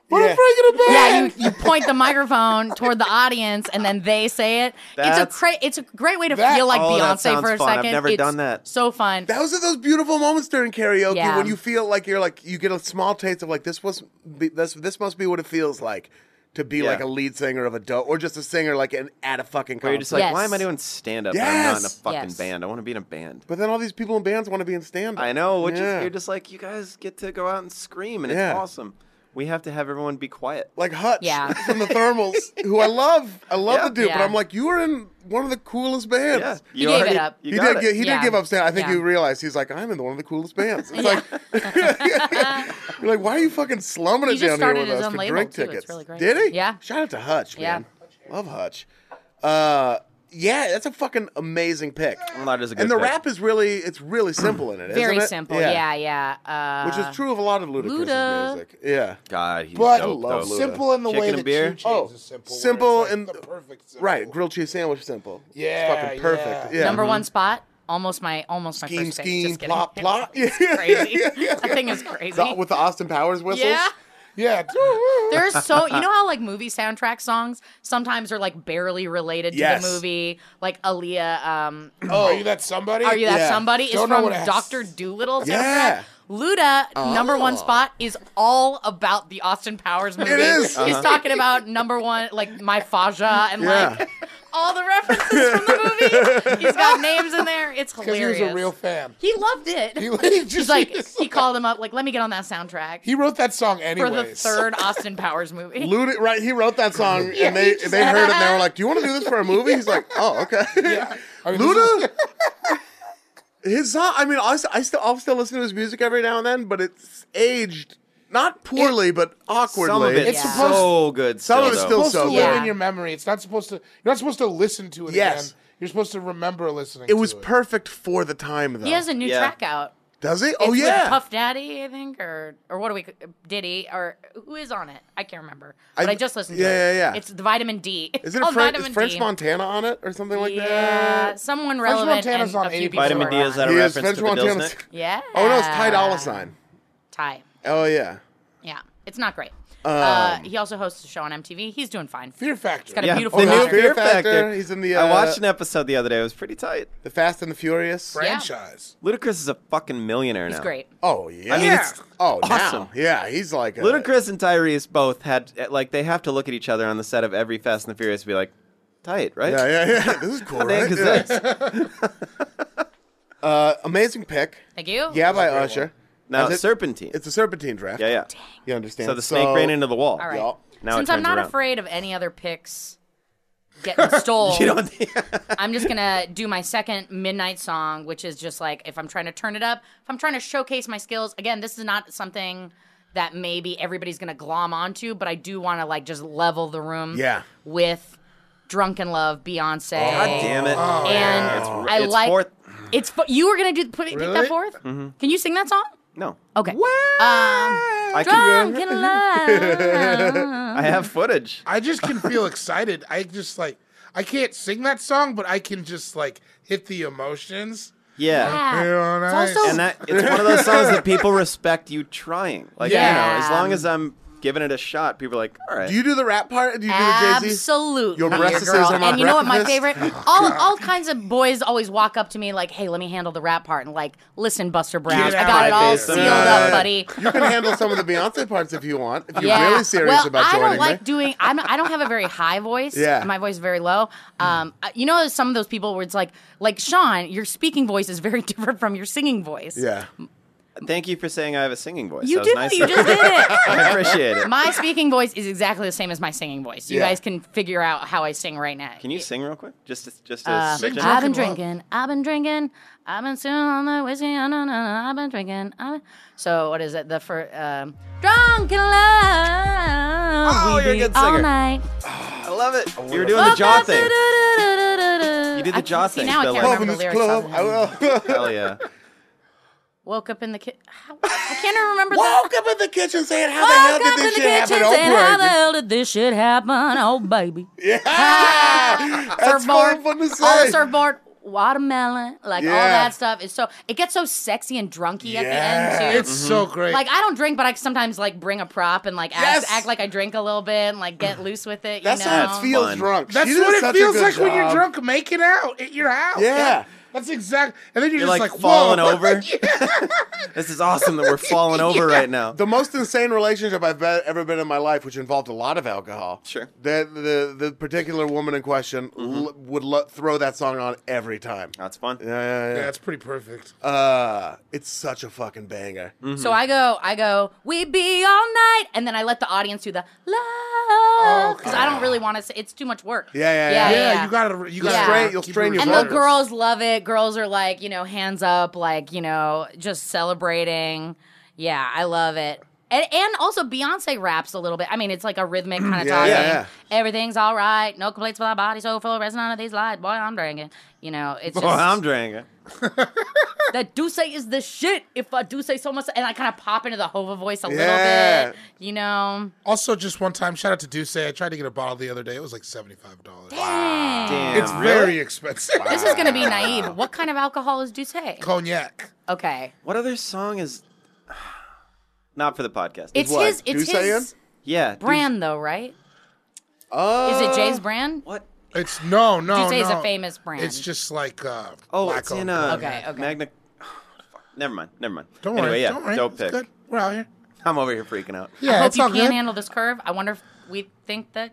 Speaker 4: What
Speaker 3: Yeah.
Speaker 4: a breaking a
Speaker 6: Yeah,
Speaker 4: band.
Speaker 6: you, you point the microphone toward the audience and then they say it. it's a
Speaker 5: That's-
Speaker 6: cra- it's a great way to
Speaker 4: That-
Speaker 6: feel like
Speaker 5: Oh, that
Speaker 6: Beyonce
Speaker 5: sounds
Speaker 6: for a
Speaker 5: fun. I've
Speaker 6: second.
Speaker 5: never
Speaker 6: it's
Speaker 5: done that.
Speaker 6: So fun.
Speaker 3: Those are those beautiful moments during karaoke
Speaker 6: Yeah.
Speaker 3: when you feel like you're like you get a small taste of like this was be, this this must be what it feels like to be like a lead singer of a dope or just a singer like an, at a fucking
Speaker 5: Where
Speaker 3: concert.
Speaker 5: you're just like,
Speaker 6: Yes.
Speaker 5: why am I doing stand up? I'm not in a
Speaker 3: Yes.
Speaker 5: fucking
Speaker 6: Yes.
Speaker 5: band. I want to be in a band.
Speaker 3: but then all these people in bands want to be in stand up.
Speaker 5: I know, which
Speaker 3: Yeah.
Speaker 5: is you're just like you guys get to go out and scream, and
Speaker 3: Yeah.
Speaker 5: it's awesome. We have to have everyone be quiet.
Speaker 3: like Hutch
Speaker 6: Yeah.
Speaker 3: from the Thermals, who I love. I love
Speaker 5: Yeah.
Speaker 3: the dude, but
Speaker 6: Yeah.
Speaker 3: I'm like, you were in one of the coolest bands.
Speaker 5: Yeah,
Speaker 6: You gave it up.
Speaker 5: you
Speaker 3: he
Speaker 5: got
Speaker 3: did.
Speaker 5: it.
Speaker 3: Give, he
Speaker 6: Yeah.
Speaker 3: did give up stand. I think
Speaker 6: Yeah.
Speaker 3: he realized he's like, I'm in one of the coolest bands. It's like, you're like, why are you fucking slumming
Speaker 6: He
Speaker 3: it
Speaker 6: just
Speaker 3: down here
Speaker 6: started
Speaker 3: with
Speaker 6: his
Speaker 3: us
Speaker 6: own
Speaker 3: for
Speaker 6: label,
Speaker 3: drink
Speaker 6: too. It's
Speaker 3: tickets?
Speaker 6: really great.
Speaker 3: Did he?
Speaker 6: Yeah.
Speaker 3: Shout out to Hutch,
Speaker 6: Yeah.
Speaker 3: man. Love Hutch. Uh, yeah, that's a fucking amazing pick.
Speaker 5: Well, that is a good
Speaker 3: and the
Speaker 5: pick.
Speaker 3: rap is really, it's really simple in it.
Speaker 6: Very
Speaker 3: isn't it?
Speaker 6: simple. Yeah, yeah. Uh,
Speaker 3: Which is true of a lot of Ludacris'
Speaker 6: Luda.
Speaker 3: music. Yeah.
Speaker 5: God, he's
Speaker 4: But
Speaker 5: dope,
Speaker 3: love
Speaker 5: though.
Speaker 3: Luda.
Speaker 4: simple in the
Speaker 5: Chicken
Speaker 4: way
Speaker 5: and
Speaker 4: that
Speaker 5: beer?
Speaker 4: Two Chainz
Speaker 3: Oh,
Speaker 4: is simple. where
Speaker 3: simple
Speaker 4: it's like
Speaker 3: and-
Speaker 4: the perfect simple.
Speaker 3: Right, grilled cheese sandwich simple. It's
Speaker 4: Yeah,
Speaker 3: fucking perfect.
Speaker 4: yeah.
Speaker 3: Yeah.
Speaker 6: Number one spot. Almost my almost my
Speaker 3: Scheme,
Speaker 6: first pick.
Speaker 3: scheme,
Speaker 6: Just kidding.
Speaker 3: plop, plop.
Speaker 6: It's
Speaker 3: Yeah, yeah,
Speaker 6: crazy.
Speaker 3: yeah, yeah,
Speaker 6: That thing is crazy.
Speaker 3: The- with the Austin Powers whistles.
Speaker 6: yeah.
Speaker 4: Yeah.
Speaker 6: There's so you know how like movie soundtrack songs sometimes are like barely related to
Speaker 3: Yes.
Speaker 6: the movie. Like Aaliyah, um,
Speaker 4: Are you that somebody?
Speaker 6: Are You That
Speaker 3: Yeah.
Speaker 6: Somebody? is
Speaker 4: Don't know
Speaker 6: from
Speaker 4: what it has.
Speaker 6: Doctor Doolittle.
Speaker 3: Yeah.
Speaker 6: soundtrack. Luda, number
Speaker 4: Oh.
Speaker 6: one spot is all about the Austin Powers movie.
Speaker 3: is.
Speaker 6: He's
Speaker 4: Uh-huh.
Speaker 6: talking about number one, like my Faja, and
Speaker 3: Yeah.
Speaker 6: like all the references from the movie. He's got names in there. It's
Speaker 4: Because he
Speaker 6: hilarious.
Speaker 4: was a real fan.
Speaker 6: He loved it.
Speaker 4: He-
Speaker 6: He,
Speaker 4: he
Speaker 6: He's
Speaker 4: just-
Speaker 6: like,
Speaker 4: he's
Speaker 6: he
Speaker 4: like-
Speaker 6: called him up, like, let me get on that soundtrack
Speaker 4: He wrote that song
Speaker 6: for
Speaker 4: anyways.
Speaker 6: the third Austin Powers movie.
Speaker 3: Luda, right? He wrote that song,
Speaker 6: Yeah,
Speaker 3: and they
Speaker 6: he just-
Speaker 3: they heard it, and they were like, "Do you want to do this for a movie?" He's like, "Oh, okay."
Speaker 4: Yeah. I mean, this is-
Speaker 3: Luda, his song. I mean, I, s- I still I'll still listen to his music every now and then, but it's aged not poorly, but awkwardly.
Speaker 5: Some of it's
Speaker 6: It's
Speaker 5: yeah.
Speaker 6: supposed-
Speaker 5: so good.
Speaker 3: Some
Speaker 5: still,
Speaker 3: of it's
Speaker 5: though.
Speaker 3: still
Speaker 4: supposed
Speaker 3: so
Speaker 4: to
Speaker 3: good.
Speaker 4: live
Speaker 6: Yeah.
Speaker 4: in your memory. It's not supposed to. You're not supposed to listen to it
Speaker 3: Yes.
Speaker 4: again. You're supposed to remember listening.
Speaker 3: It was
Speaker 4: to
Speaker 3: perfect for the time, though.
Speaker 6: He has a new
Speaker 5: Yeah.
Speaker 6: track out.
Speaker 3: Does he? Oh
Speaker 6: It's with
Speaker 3: yeah.
Speaker 6: Puff Daddy, I think, or or what do we? Diddy, or who is on it? I can't remember. But
Speaker 3: I-
Speaker 6: I, just listened.
Speaker 3: yeah,
Speaker 6: to it.
Speaker 3: yeah, yeah.
Speaker 6: It's the vitamin D. It's
Speaker 3: Is it a
Speaker 6: called
Speaker 3: French, is
Speaker 6: vitamin
Speaker 3: French
Speaker 6: D.
Speaker 3: Montana on it or something like
Speaker 6: Yeah,
Speaker 3: that?
Speaker 6: someone
Speaker 4: French
Speaker 6: relevant
Speaker 4: Montana's
Speaker 6: and
Speaker 4: on
Speaker 6: a few
Speaker 4: any
Speaker 6: people
Speaker 5: Vitamin D
Speaker 6: around.
Speaker 5: is that a
Speaker 3: He is
Speaker 5: reference
Speaker 3: French
Speaker 5: to the Bills,
Speaker 3: Montana's-
Speaker 5: Nick?
Speaker 6: Yeah.
Speaker 3: Oh no, it's Ty Dolla Sign.
Speaker 6: Ty.
Speaker 3: Oh yeah.
Speaker 6: Yeah, it's not great.
Speaker 3: Um,
Speaker 6: uh, he also hosts a show on MTV. He's doing fine.
Speaker 4: Fear Factor.
Speaker 6: got a
Speaker 5: Yeah,
Speaker 6: beautiful
Speaker 5: the new
Speaker 6: doctor.
Speaker 5: Fear Factor.
Speaker 3: He's in the,
Speaker 5: I
Speaker 3: uh,
Speaker 5: watched an episode the other day. It was pretty tight.
Speaker 3: The Fast and the Furious.
Speaker 4: franchise.
Speaker 5: Ludacris is a fucking millionaire
Speaker 6: He's
Speaker 5: now.
Speaker 6: great.
Speaker 3: Oh yeah.
Speaker 5: I mean, it's
Speaker 3: oh
Speaker 5: awesome.
Speaker 3: now. Yeah, he's like a,
Speaker 5: Ludacris and Tyrese both had eh, like they have to look at each other on the set of every Fast and the Furious and be like, tight, right?
Speaker 3: Yeah, yeah, yeah. This is cool,
Speaker 5: How dank
Speaker 3: right?
Speaker 5: is
Speaker 3: Yeah.
Speaker 5: this?
Speaker 3: Uh, amazing pick.
Speaker 6: Thank you.
Speaker 3: Yeah, by Usher.
Speaker 5: Now
Speaker 3: Is it-
Speaker 5: serpentine.
Speaker 3: It's a serpentine draft.
Speaker 5: yeah, yeah.
Speaker 3: You understand?
Speaker 5: So the snake ran into the wall.
Speaker 6: All right.
Speaker 3: Yup.
Speaker 5: Now it
Speaker 6: Since I'm
Speaker 5: turns
Speaker 6: not
Speaker 5: around.
Speaker 6: afraid of any other picks getting stolen,
Speaker 5: You don't.
Speaker 6: I'm just gonna do my second midnight song, which is just like if I'm trying to turn it up, if I'm trying to showcase my skills. Again, this is not something that maybe everybody's gonna glom onto, but I do want to like just level the room.
Speaker 3: Yeah.
Speaker 6: With "Drunken Love" Beyonce.
Speaker 5: God damn it!
Speaker 6: Oh. And I
Speaker 5: Oh, it's
Speaker 6: like
Speaker 5: fourth- Mm-hmm.
Speaker 6: it's fo- you were gonna do put, pick
Speaker 4: Really?
Speaker 6: that 4th Can you sing that song?
Speaker 5: No,
Speaker 6: Okay. Um,
Speaker 5: I can.
Speaker 6: drunken love.
Speaker 5: I have footage.
Speaker 4: I just can feel excited. I just like I can't sing that song, but I can just like hit the emotions.
Speaker 5: Yeah.
Speaker 4: Real
Speaker 6: Yeah.
Speaker 4: nice.
Speaker 6: It's also
Speaker 5: And that it's one of those songs that people respect you trying. Like you
Speaker 6: Yeah.
Speaker 5: know, as long as I'm giving it a shot, people are like, all right.
Speaker 3: Do you do the rap part? Do you do the Jay Z?
Speaker 6: Absolutely,
Speaker 3: Your breakfast
Speaker 6: girl.
Speaker 3: is on my
Speaker 6: and you know what? My
Speaker 3: breakfast? Oh,
Speaker 6: favorite, all all kinds of boys always walk up to me like, "Hey, let me handle the rap part," and like, "Listen, Buster Brown, I
Speaker 4: Get out
Speaker 6: got
Speaker 4: my
Speaker 6: it all
Speaker 5: face.
Speaker 6: sealed
Speaker 5: No,
Speaker 3: no, no.
Speaker 6: up, buddy."
Speaker 3: Uh, You can handle some of the Beyonce parts if you want. If you're
Speaker 6: yeah.
Speaker 3: really serious
Speaker 6: well,
Speaker 3: about
Speaker 6: I
Speaker 3: joining
Speaker 6: don't like
Speaker 3: me.
Speaker 6: doing. I'm, I don't have a very high voice.
Speaker 3: Yeah.
Speaker 6: my voice is very low. Um, I- you know, some of those people where it's like, like Sean, your speaking voice is very different from your singing voice.
Speaker 3: yeah.
Speaker 5: Thank you for saying I have a singing voice.
Speaker 6: you
Speaker 5: that
Speaker 6: do.
Speaker 5: was nice
Speaker 6: You
Speaker 5: of
Speaker 6: just did it.
Speaker 5: I appreciate it.
Speaker 6: My speaking voice is exactly the same as my singing voice. You
Speaker 3: Yeah.
Speaker 6: guys can figure out how I sing right now.
Speaker 5: Can you sing real quick? Just to, just to
Speaker 4: Sing
Speaker 5: switch it?
Speaker 4: Drunken
Speaker 6: I've been
Speaker 4: love.
Speaker 6: drinking. I've been drinking. I've been sitting on the whiskey. Oh, no, no, no. I've been drinking. I've been... So what is it? The first um, drunk in love.
Speaker 5: Oh,
Speaker 6: we
Speaker 5: you're a
Speaker 6: be
Speaker 5: good
Speaker 6: all
Speaker 5: singer.
Speaker 6: night.
Speaker 5: I love it. You were doing the jaw
Speaker 6: Woke up,
Speaker 5: thing.
Speaker 6: do-do-do-do-do-do.
Speaker 5: You did the
Speaker 6: I
Speaker 5: jaw
Speaker 6: can't- see,
Speaker 5: thing,
Speaker 6: Now I
Speaker 5: Bill.
Speaker 6: can't
Speaker 5: Woke
Speaker 6: remember
Speaker 3: Open
Speaker 6: the
Speaker 3: this
Speaker 6: lyrics.
Speaker 3: club.
Speaker 6: off the
Speaker 3: I
Speaker 6: head.
Speaker 3: will.
Speaker 5: Hell yeah.
Speaker 6: Woke up in the kitchen. I can't even remember the.
Speaker 3: Woke up in the kitchen saying, "How the hell
Speaker 6: Woke
Speaker 3: did
Speaker 6: up
Speaker 3: this
Speaker 6: in the
Speaker 3: shit happen?"
Speaker 6: kitchen
Speaker 3: Oprah.
Speaker 6: saying, "How the hell did this shit happen?" Oh baby.
Speaker 3: yeah, that's fun,
Speaker 6: surfboard,
Speaker 3: fun to say.
Speaker 6: all the surfboard, watermelon, like all
Speaker 3: Yeah.
Speaker 6: that stuff is so. It gets so sexy and drunky at the end too.
Speaker 4: It's so great.
Speaker 6: like I don't drink, but I sometimes like bring a prop and like
Speaker 3: Yes.
Speaker 6: act, act like I drink a little bit and like get loose with it. You
Speaker 3: that's
Speaker 6: know?
Speaker 3: how it feels
Speaker 5: Fun.
Speaker 3: drunk.
Speaker 4: That's
Speaker 3: She did
Speaker 4: what it
Speaker 3: such a
Speaker 4: feels
Speaker 3: good
Speaker 4: like when you're
Speaker 3: job.
Speaker 4: drunk making out at your house.
Speaker 3: Yeah.
Speaker 4: That's exact. And then you're,
Speaker 5: You're
Speaker 4: just
Speaker 5: like,
Speaker 4: like,
Speaker 5: falling
Speaker 4: whoa.
Speaker 5: over.
Speaker 4: Yeah.
Speaker 5: This is awesome that we're falling over right now.
Speaker 3: The most insane relationship I've be- ever been in my life, which involved a lot of alcohol.
Speaker 5: Sure. Mm-hmm.
Speaker 3: The the, the particular woman in question l- would lo- throw that song on every time.
Speaker 5: That's fun.
Speaker 3: Yeah, yeah,
Speaker 4: Yeah,
Speaker 3: yeah.
Speaker 4: that's pretty perfect.
Speaker 3: Uh, it's such a fucking banger.
Speaker 5: Mm.
Speaker 6: So I go, I go, we be all night, and then I let the audience do the love because I don't really want to. say It's too much work.
Speaker 3: Oh, Yeah, yeah,
Speaker 4: yeah,
Speaker 3: yeah.
Speaker 4: you gotta, you gotta
Speaker 6: strain-
Speaker 3: you'll
Speaker 4: keep
Speaker 3: strain
Speaker 4: it
Speaker 3: your
Speaker 6: And
Speaker 4: reserved.
Speaker 6: the
Speaker 3: Regardless.
Speaker 6: girls love it. Girls are like, you know, hands up, like, you know, just celebrating. Yeah, I love it. And, and also Beyonce raps a little bit. I mean, it's like a rhythmic kind of
Speaker 3: Yeah,
Speaker 6: talking.
Speaker 3: yeah, yeah.
Speaker 6: Everything's all right. No complaints for my body. So full of resonance of these lies. Boy, I'm drinking. You know, it's just
Speaker 5: Oh, I'm drinking.
Speaker 6: that do say is the shit. If I do say so much, and I kind of pop into the Hova voice a
Speaker 3: Yeah.
Speaker 6: little bit. You know,
Speaker 4: Also, just one time, shout out to Duce. I tried to get a bottle the other day. It was like seventy-five dollars.
Speaker 5: Damn.
Speaker 4: It's very expensive.
Speaker 6: this is gonna be naive. What kind of alcohol is do say?
Speaker 4: Cognac.
Speaker 6: Okay,
Speaker 5: What other song is not for the podcast?
Speaker 6: it's
Speaker 3: what?
Speaker 6: his. It's
Speaker 3: Douce in?
Speaker 6: his
Speaker 5: yeah. dude,
Speaker 6: brand, though, right?
Speaker 3: Uh,
Speaker 6: Is it Jay's brand?
Speaker 5: What?
Speaker 4: It's no, no,
Speaker 6: Duce is
Speaker 4: no.
Speaker 6: a famous brand.
Speaker 4: It's just like uh,
Speaker 5: Oh,
Speaker 4: black
Speaker 5: it's
Speaker 4: owned
Speaker 5: in uh,
Speaker 4: brand.
Speaker 6: Okay, okay.
Speaker 5: Magna. fuck. Never mind. Never mind.
Speaker 4: Don't
Speaker 5: anyway,
Speaker 4: worry.
Speaker 5: yeah.
Speaker 4: don't worry.
Speaker 5: Dope
Speaker 4: it's
Speaker 5: pick.
Speaker 4: Good. We're out here.
Speaker 5: I'm over here freaking out.
Speaker 4: Yeah,
Speaker 6: I hope
Speaker 4: it's
Speaker 6: you
Speaker 4: all good.
Speaker 6: panhandle this curve. I wonder if we think that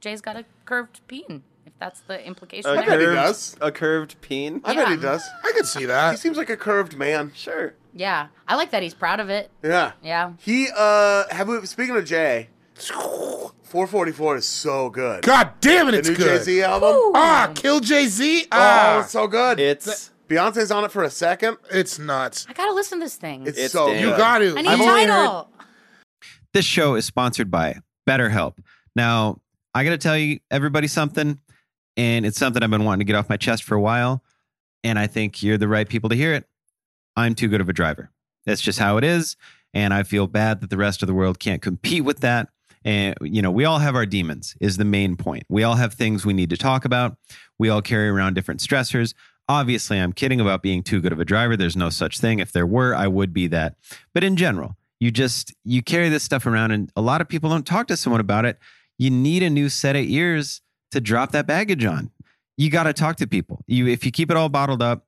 Speaker 6: Jay's got a curved peen. If that's the implication.
Speaker 5: A
Speaker 6: there.
Speaker 3: bet he
Speaker 5: curved,
Speaker 3: does.
Speaker 5: a curved peen.
Speaker 3: I bet he
Speaker 6: Yeah.
Speaker 3: does.
Speaker 4: I could see
Speaker 3: He
Speaker 4: that.
Speaker 3: seems like a curved man.
Speaker 5: Sure.
Speaker 6: Yeah, I like that he's proud of it.
Speaker 3: Yeah.
Speaker 6: Yeah.
Speaker 3: He uh, have we speaking of Jay, 444 is so good.
Speaker 4: God damn it,
Speaker 3: the
Speaker 4: it's
Speaker 3: new Jay
Speaker 4: good.
Speaker 3: Z album.
Speaker 4: Ah, kill Jay Z.
Speaker 3: Oh,
Speaker 4: Ah,
Speaker 3: it's so good.
Speaker 5: It's
Speaker 3: Beyonce's on it for a second.
Speaker 4: it's nuts.
Speaker 6: I gotta listen to this thing.
Speaker 3: It's,
Speaker 5: It's
Speaker 3: so
Speaker 5: damn
Speaker 4: You
Speaker 5: Yeah.
Speaker 3: good.
Speaker 4: got to.
Speaker 6: I need
Speaker 4: I've
Speaker 6: a
Speaker 4: only heard-
Speaker 6: title.
Speaker 5: This show is sponsored by BetterHelp. Now, I got to tell you, everybody, something, and it's something I've been wanting to get off my chest for a while, and I think you're the right people to hear it. I'm too good of a driver. That's just how it is. And I feel bad that the rest of the world can't compete with that. And, you know, we all have our demons, is the main point. We all have things we need to talk about. We all carry around different stressors. Obviously, I'm kidding about being too good of a driver. There's no such thing. If there were, I would be that. But in general, you just you carry this stuff around and a lot of people don't talk to someone about it. You need a new set of ears to drop that baggage on. You got to talk to people. You if you keep it all bottled up,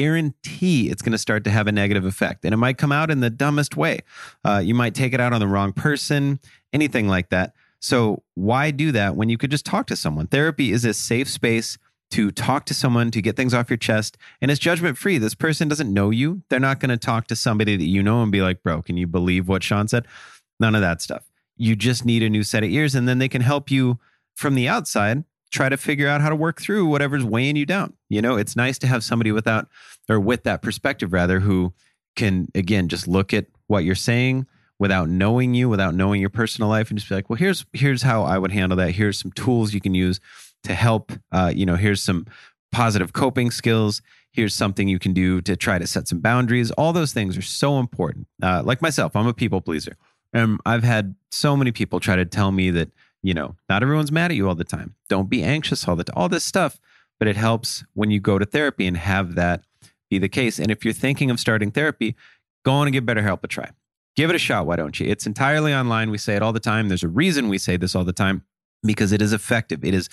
Speaker 5: guarantee it's going to start to have a negative effect and it might come out in the dumbest way uh, you might take it out on the wrong person anything like that so why do that when you could just talk to someone therapy is a safe space to talk to someone to get things off your chest and it's judgment free this person doesn't know you they're not going to talk to somebody that you know and be like bro can you believe what sean said none of that stuff you just need a new set of ears and then they can help you from the outside try to figure out how to work through whatever's weighing you down. You know, it's nice to have somebody without or with that perspective rather who can again just look at what you're saying without knowing you, without knowing your personal life and just be like, "Well, here's here's how I would handle that. Here's some tools you can use to help uh, you know, here's some positive coping skills. Here's something you can do to try to set some boundaries. All those things are so important. Uh, like myself, I'm a people pleaser. And I've had so many people try to tell me that you know, not everyone's mad at you all the time. Don't be anxious all the time, all this stuff. But it helps when you go to therapy and have that be the case. And if you're thinking of starting therapy, go on and give BetterHelp a try. Give it a shot, why don't you? It's entirely online. We say it all the time. There's a reason we say this all the time because it is effective. It is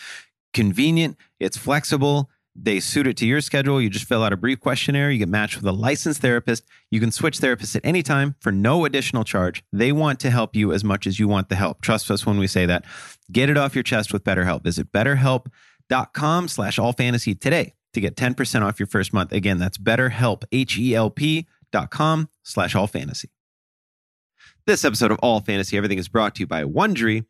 Speaker 5: convenient, it's flexible. They suit it to your schedule. You just fill out a brief questionnaire. You get matched with a licensed therapist. You can switch therapists at any time for no additional charge. They want to help you as much as you want the help. Trust us when we say that. Get it off your chest with BetterHelp. Visit betterhelp.com slash all fantasy today to get 10% off your first month. Again, that's betterhelp, H-E-L-P dot com slash all fantasy. This episode of All Fantasy Everything is brought to you by Wondery.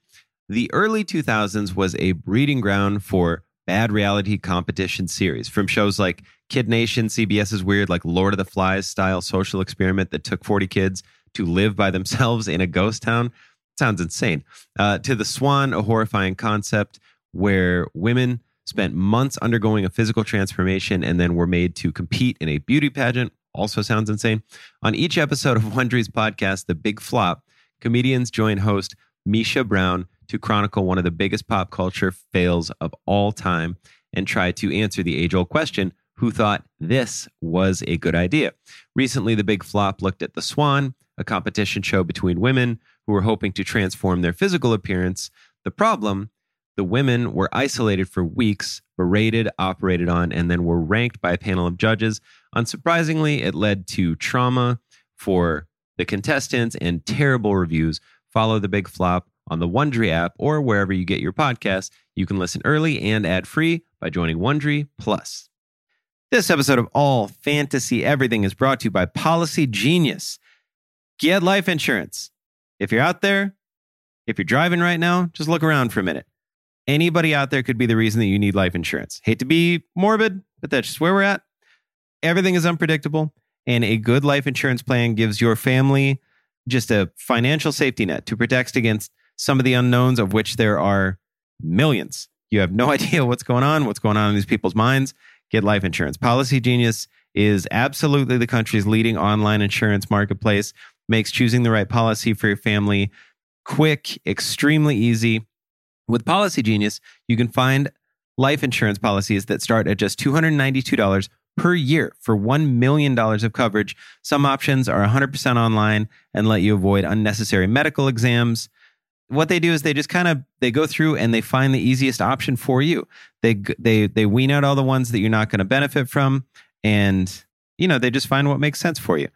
Speaker 5: The early 2000s was a breeding ground for bad reality competition series from shows like Kid Nation, CBS's weird, like Lord of the Flies style social experiment that took 40 kids to live by themselves in a ghost town. Sounds insane. Uh, to The Swan, a horrifying concept where women spent months undergoing a physical transformation and then were made to compete in a beauty pageant. Also sounds insane. On each episode of Wondery's podcast, The Big Flop, comedians join host Misha Brown to chronicle one of the biggest pop culture fails of all time and try to answer the age old question who thought this was a good idea? Recently, the big flop looked at The Swan, a competition show between women who were hoping to transform their physical appearance. The problem the women were isolated for weeks, berated, operated on, and then were ranked by a panel of judges. Unsurprisingly, it led to trauma for the contestants and terrible reviews. Follow the big flop on the Wondry app or wherever you get your podcasts. You can listen early and ad-free by joining Wondry Plus. This episode of All Fantasy Everything is brought to you by Policy Genius. Get life insurance. If you're out there, if you're driving right now, just look around for a minute. Anybody out there could be the reason that you need life insurance. Hate to be morbid, but that's just where we're at. Everything is unpredictable, and a good life insurance plan gives your family just a financial safety net to protect against some of the unknowns of which there are millions. You have no idea what's going on, what's going on in these people's minds. Get life insurance. Policy Genius is absolutely the country's leading online insurance marketplace. Makes choosing the right policy for your family quick, extremely easy. With Policy Genius, you can find life insurance policies that start at just $292 per year for $1 million of coverage. Some options are 100% online and let you avoid unnecessary medical exams what they do is they just kind of they go through and they find the easiest option for you. They they they wean out all the ones that you're not going to benefit from and you know, they just find what makes sense for you.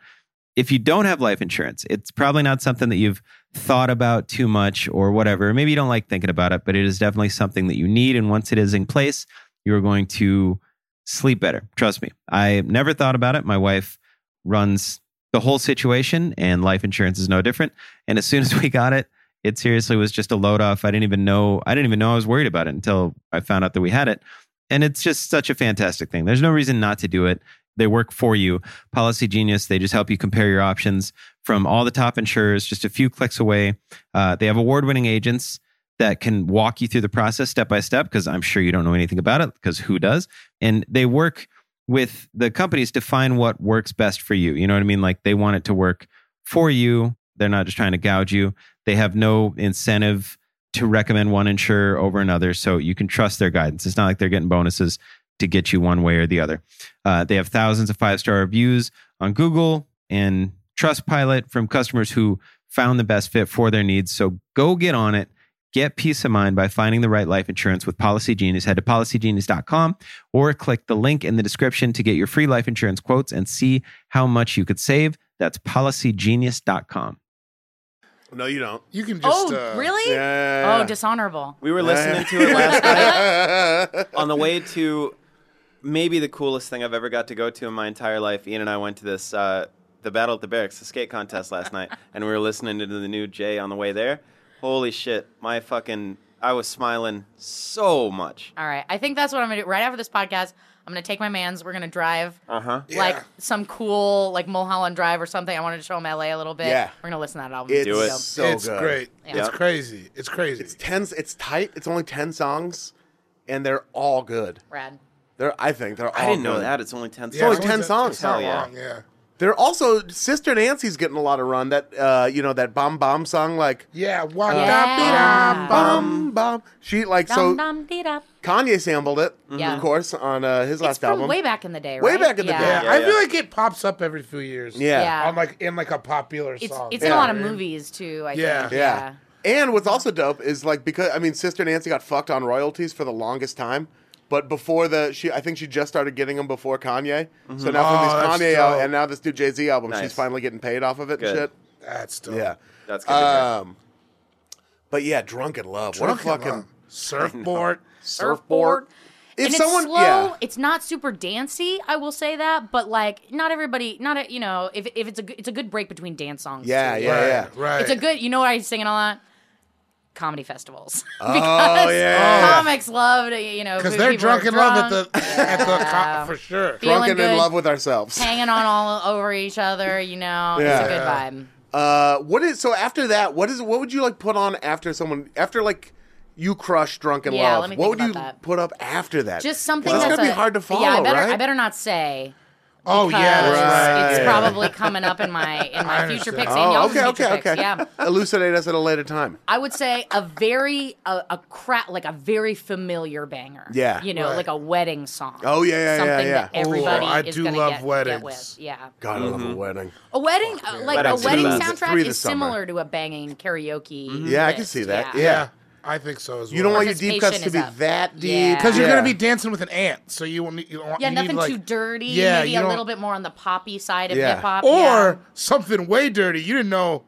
Speaker 5: If you don't have life insurance, it's probably not something that you've thought about too much or whatever. Maybe you don't like thinking about it, but it is definitely something that you need and once it is in place, you're going to sleep better. Trust me. I never thought about it. My wife runs the whole situation and life insurance is no different. And as soon as we got it, it seriously was just a load off. I didn't even know I didn't even know I was worried about it until I found out that we had it. And it's just such a fantastic thing. There's no reason not to do it. They work for you. Policy Genius, they just help you compare your options from all the top insurers, just a few clicks away. Uh, they have award winning agents that can walk you through the process step by step because I'm sure you don't know anything about it because who does? And they work
Speaker 7: with the companies to find what works best for you. You know what I mean? Like they want it to work for you. They're not just trying to gouge you. They have no incentive to recommend one insurer over another. So you can trust their guidance. It's not like they're getting bonuses to get you one way or the other. Uh, they have thousands of five star reviews on Google and Trustpilot from customers who found the best fit for their needs. So go get on it. Get peace of mind by finding the right life insurance with Policy Genius. Head to policygenius.com or click the link in the description to get your free life insurance quotes and see how much you could save. That's policygenius.com.
Speaker 3: No, you don't.
Speaker 4: You can just.
Speaker 6: Oh,
Speaker 4: uh,
Speaker 6: really?
Speaker 3: Yeah.
Speaker 6: Oh, dishonorable.
Speaker 5: We were listening to it last night on the way to maybe the coolest thing I've ever got to go to in my entire life. Ian and I went to this uh, the Battle at the Barracks, the skate contest last night, and we were listening to the new Jay on the way there. Holy shit! My fucking I was smiling so much.
Speaker 6: All right. I think that's what I'm gonna do. Right after this podcast, I'm gonna take my man's. We're gonna drive
Speaker 5: Uh huh.
Speaker 6: like some cool like Mulholland Drive or something. I wanted to show him LA a little bit.
Speaker 3: Yeah.
Speaker 6: We're gonna listen to that album.
Speaker 3: It's
Speaker 5: Do it.
Speaker 3: so
Speaker 4: it's
Speaker 3: good.
Speaker 4: great.
Speaker 6: Yeah.
Speaker 4: It's
Speaker 5: Yeah.
Speaker 4: crazy. It's crazy.
Speaker 3: It's ten. It's tight. It's only ten songs, and they're all good.
Speaker 6: rad.
Speaker 3: They're. I think they're.
Speaker 5: I
Speaker 3: all
Speaker 5: didn't know
Speaker 3: Oh, good.
Speaker 5: that. It's only ten.
Speaker 3: only
Speaker 5: songs.
Speaker 3: 10
Speaker 4: it's-
Speaker 3: songs.
Speaker 4: It's not
Speaker 5: Hell yeah.
Speaker 4: long, yeah.
Speaker 3: They're also Sister Nancy's getting a lot of run. That uh, you know that bomb bomb song like
Speaker 4: Yeah, waka
Speaker 6: Yeah.
Speaker 4: yeah.
Speaker 3: bomb bomb. She like so
Speaker 6: Dum dum dee da.
Speaker 3: Kanye sampled it,
Speaker 6: Yeah.
Speaker 3: of course, on uh, his
Speaker 6: It's
Speaker 3: last
Speaker 6: from
Speaker 3: album.
Speaker 6: way back in the day, right?
Speaker 3: Way back in the
Speaker 4: Yeah,
Speaker 3: day.
Speaker 5: Yeah,
Speaker 4: I
Speaker 5: yeah.
Speaker 4: feel like it pops up every few years.
Speaker 3: Yeah.
Speaker 6: Yeah.
Speaker 4: on like in like a popular
Speaker 6: It's
Speaker 4: song.
Speaker 6: it's in a lot of movies too. I
Speaker 4: Yeah.
Speaker 6: think.
Speaker 3: Oh, Yeah. And what's also dope is like because I mean Sister Nancy got fucked on royalties for the longest time, but before the she I think she just started getting them before Kanye. So now
Speaker 4: Oh,
Speaker 3: from
Speaker 4: that's
Speaker 3: these Kanye out,
Speaker 4: dope.
Speaker 3: and now this new Jay Z album, she's
Speaker 5: Nice.
Speaker 3: finally getting paid off of it
Speaker 5: Good.
Speaker 3: and
Speaker 4: That's dope.
Speaker 3: shit. Yeah.
Speaker 5: That's good. to hear.
Speaker 3: Um, but yeah, drunken love.
Speaker 4: Drunken
Speaker 3: what a fucking
Speaker 4: Love. surfboard.
Speaker 3: surfboard. If
Speaker 6: and
Speaker 3: someone,
Speaker 6: it's slow.
Speaker 3: yeah,
Speaker 6: It's not super dancey. I will say that, but like, not everybody. Not a, you know, if if it's a good- it's a good break between dance songs.
Speaker 3: yeah,
Speaker 6: too.
Speaker 3: yeah,
Speaker 4: Right,
Speaker 3: yeah.
Speaker 4: right.
Speaker 6: It's a good. You know what I sing it a lot? Comedy festivals. because
Speaker 3: Oh yeah.
Speaker 6: comics love to you know
Speaker 4: because
Speaker 6: boo-
Speaker 4: they're
Speaker 6: people are
Speaker 4: drunk in love at
Speaker 6: drunk,
Speaker 4: the at the cop for sure.
Speaker 6: feeling
Speaker 3: Drunken
Speaker 6: good,
Speaker 3: in love with ourselves.
Speaker 6: hanging on all over each other. You know,
Speaker 3: Yeah.
Speaker 6: it's a good vibe.
Speaker 3: Uh, what is so after that? What is what would you like put on after someone after like you crush drunken
Speaker 6: Yeah,
Speaker 3: love?
Speaker 6: let me
Speaker 3: what
Speaker 6: think
Speaker 3: would
Speaker 6: about
Speaker 3: you
Speaker 6: that.
Speaker 3: put up after that?
Speaker 6: Just something
Speaker 3: 'Cause
Speaker 6: that's
Speaker 3: it's gonna
Speaker 6: a-
Speaker 3: be hard to follow,
Speaker 6: Yeah, I better
Speaker 3: right?
Speaker 6: I better not say.
Speaker 4: Oh yeah,
Speaker 6: because
Speaker 4: that's right.
Speaker 6: It's
Speaker 4: Yeah.
Speaker 6: probably coming up in my in my
Speaker 4: I
Speaker 6: future
Speaker 4: understand.
Speaker 6: picks. and
Speaker 3: Oh,
Speaker 6: y'all's
Speaker 3: okay,
Speaker 6: future
Speaker 3: okay,
Speaker 6: picks,
Speaker 3: okay.
Speaker 6: Yeah.
Speaker 3: Elucidate us at a later time.
Speaker 6: I would say a very a, a crap like a very familiar banger.
Speaker 3: Yeah.
Speaker 6: you know,
Speaker 4: Right.
Speaker 6: like a wedding song.
Speaker 3: Oh, yeah, yeah, yeah,
Speaker 6: something
Speaker 3: yeah.
Speaker 6: that everybody
Speaker 4: Ooh, I
Speaker 6: is
Speaker 4: do
Speaker 6: gonna
Speaker 4: love
Speaker 6: get,
Speaker 4: weddings.
Speaker 6: Get with. Yeah,
Speaker 3: God, I
Speaker 6: Mm-hmm.
Speaker 3: love a wedding.
Speaker 6: a wedding uh, like a
Speaker 5: Weddings
Speaker 6: wedding
Speaker 5: are the best.
Speaker 6: soundtrack
Speaker 3: Three this
Speaker 6: is
Speaker 3: summer.
Speaker 6: similar to a banging karaoke.
Speaker 3: Yeah, I can
Speaker 6: list,
Speaker 3: see that. Yeah.
Speaker 6: Yeah.
Speaker 4: Yeah, I think so as well.
Speaker 3: You don't want your
Speaker 6: His
Speaker 3: deep
Speaker 6: patient
Speaker 3: cuts to
Speaker 6: is
Speaker 3: be
Speaker 6: up.
Speaker 3: that deep.
Speaker 6: Yeah.
Speaker 4: 'Cause you're
Speaker 3: Yeah.
Speaker 4: gonna be dancing with an ant, so you want you don't want
Speaker 6: Yeah,
Speaker 4: you
Speaker 6: nothing
Speaker 4: need, like,
Speaker 6: too dirty.
Speaker 4: Yeah,
Speaker 6: maybe
Speaker 4: you
Speaker 6: a
Speaker 4: don't-
Speaker 6: little bit more on the poppy side of
Speaker 3: Yeah.
Speaker 6: hip hop.
Speaker 4: or
Speaker 6: yeah.
Speaker 4: something way dirty. You didn't know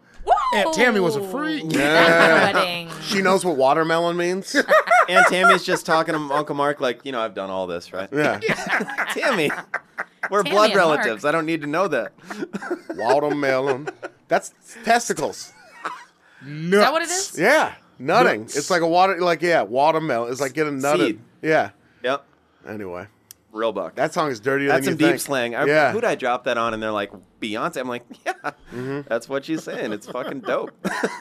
Speaker 4: Aunt Tammy was a freak.
Speaker 6: That's a wedding.
Speaker 3: She knows what watermelon means.
Speaker 5: Aunt Tammy's just talking to Uncle Mark like, you know, I've done all this, right?
Speaker 3: yeah.
Speaker 5: Tammy, we're
Speaker 6: Tammy
Speaker 5: blood
Speaker 6: and Mark.
Speaker 5: relatives. I don't need to know that.
Speaker 3: watermelon. That's testicles.
Speaker 6: Is that what it is?
Speaker 3: Yeah. Nutting.
Speaker 4: Nuts.
Speaker 3: It's like a water like yeah, watermelon. It's like getting nutted.
Speaker 5: Seed.
Speaker 3: Yeah.
Speaker 5: Yep,
Speaker 3: Anyway.
Speaker 5: real buck.
Speaker 3: That song is dirtier
Speaker 5: That's
Speaker 3: than you
Speaker 5: some deep
Speaker 3: think.
Speaker 5: slang. I,
Speaker 3: yeah.
Speaker 5: Who'd I drop that on? And they're like, Beyonce. I'm like, yeah,
Speaker 3: Mm-hmm.
Speaker 5: that's what she's saying. It's fucking dope.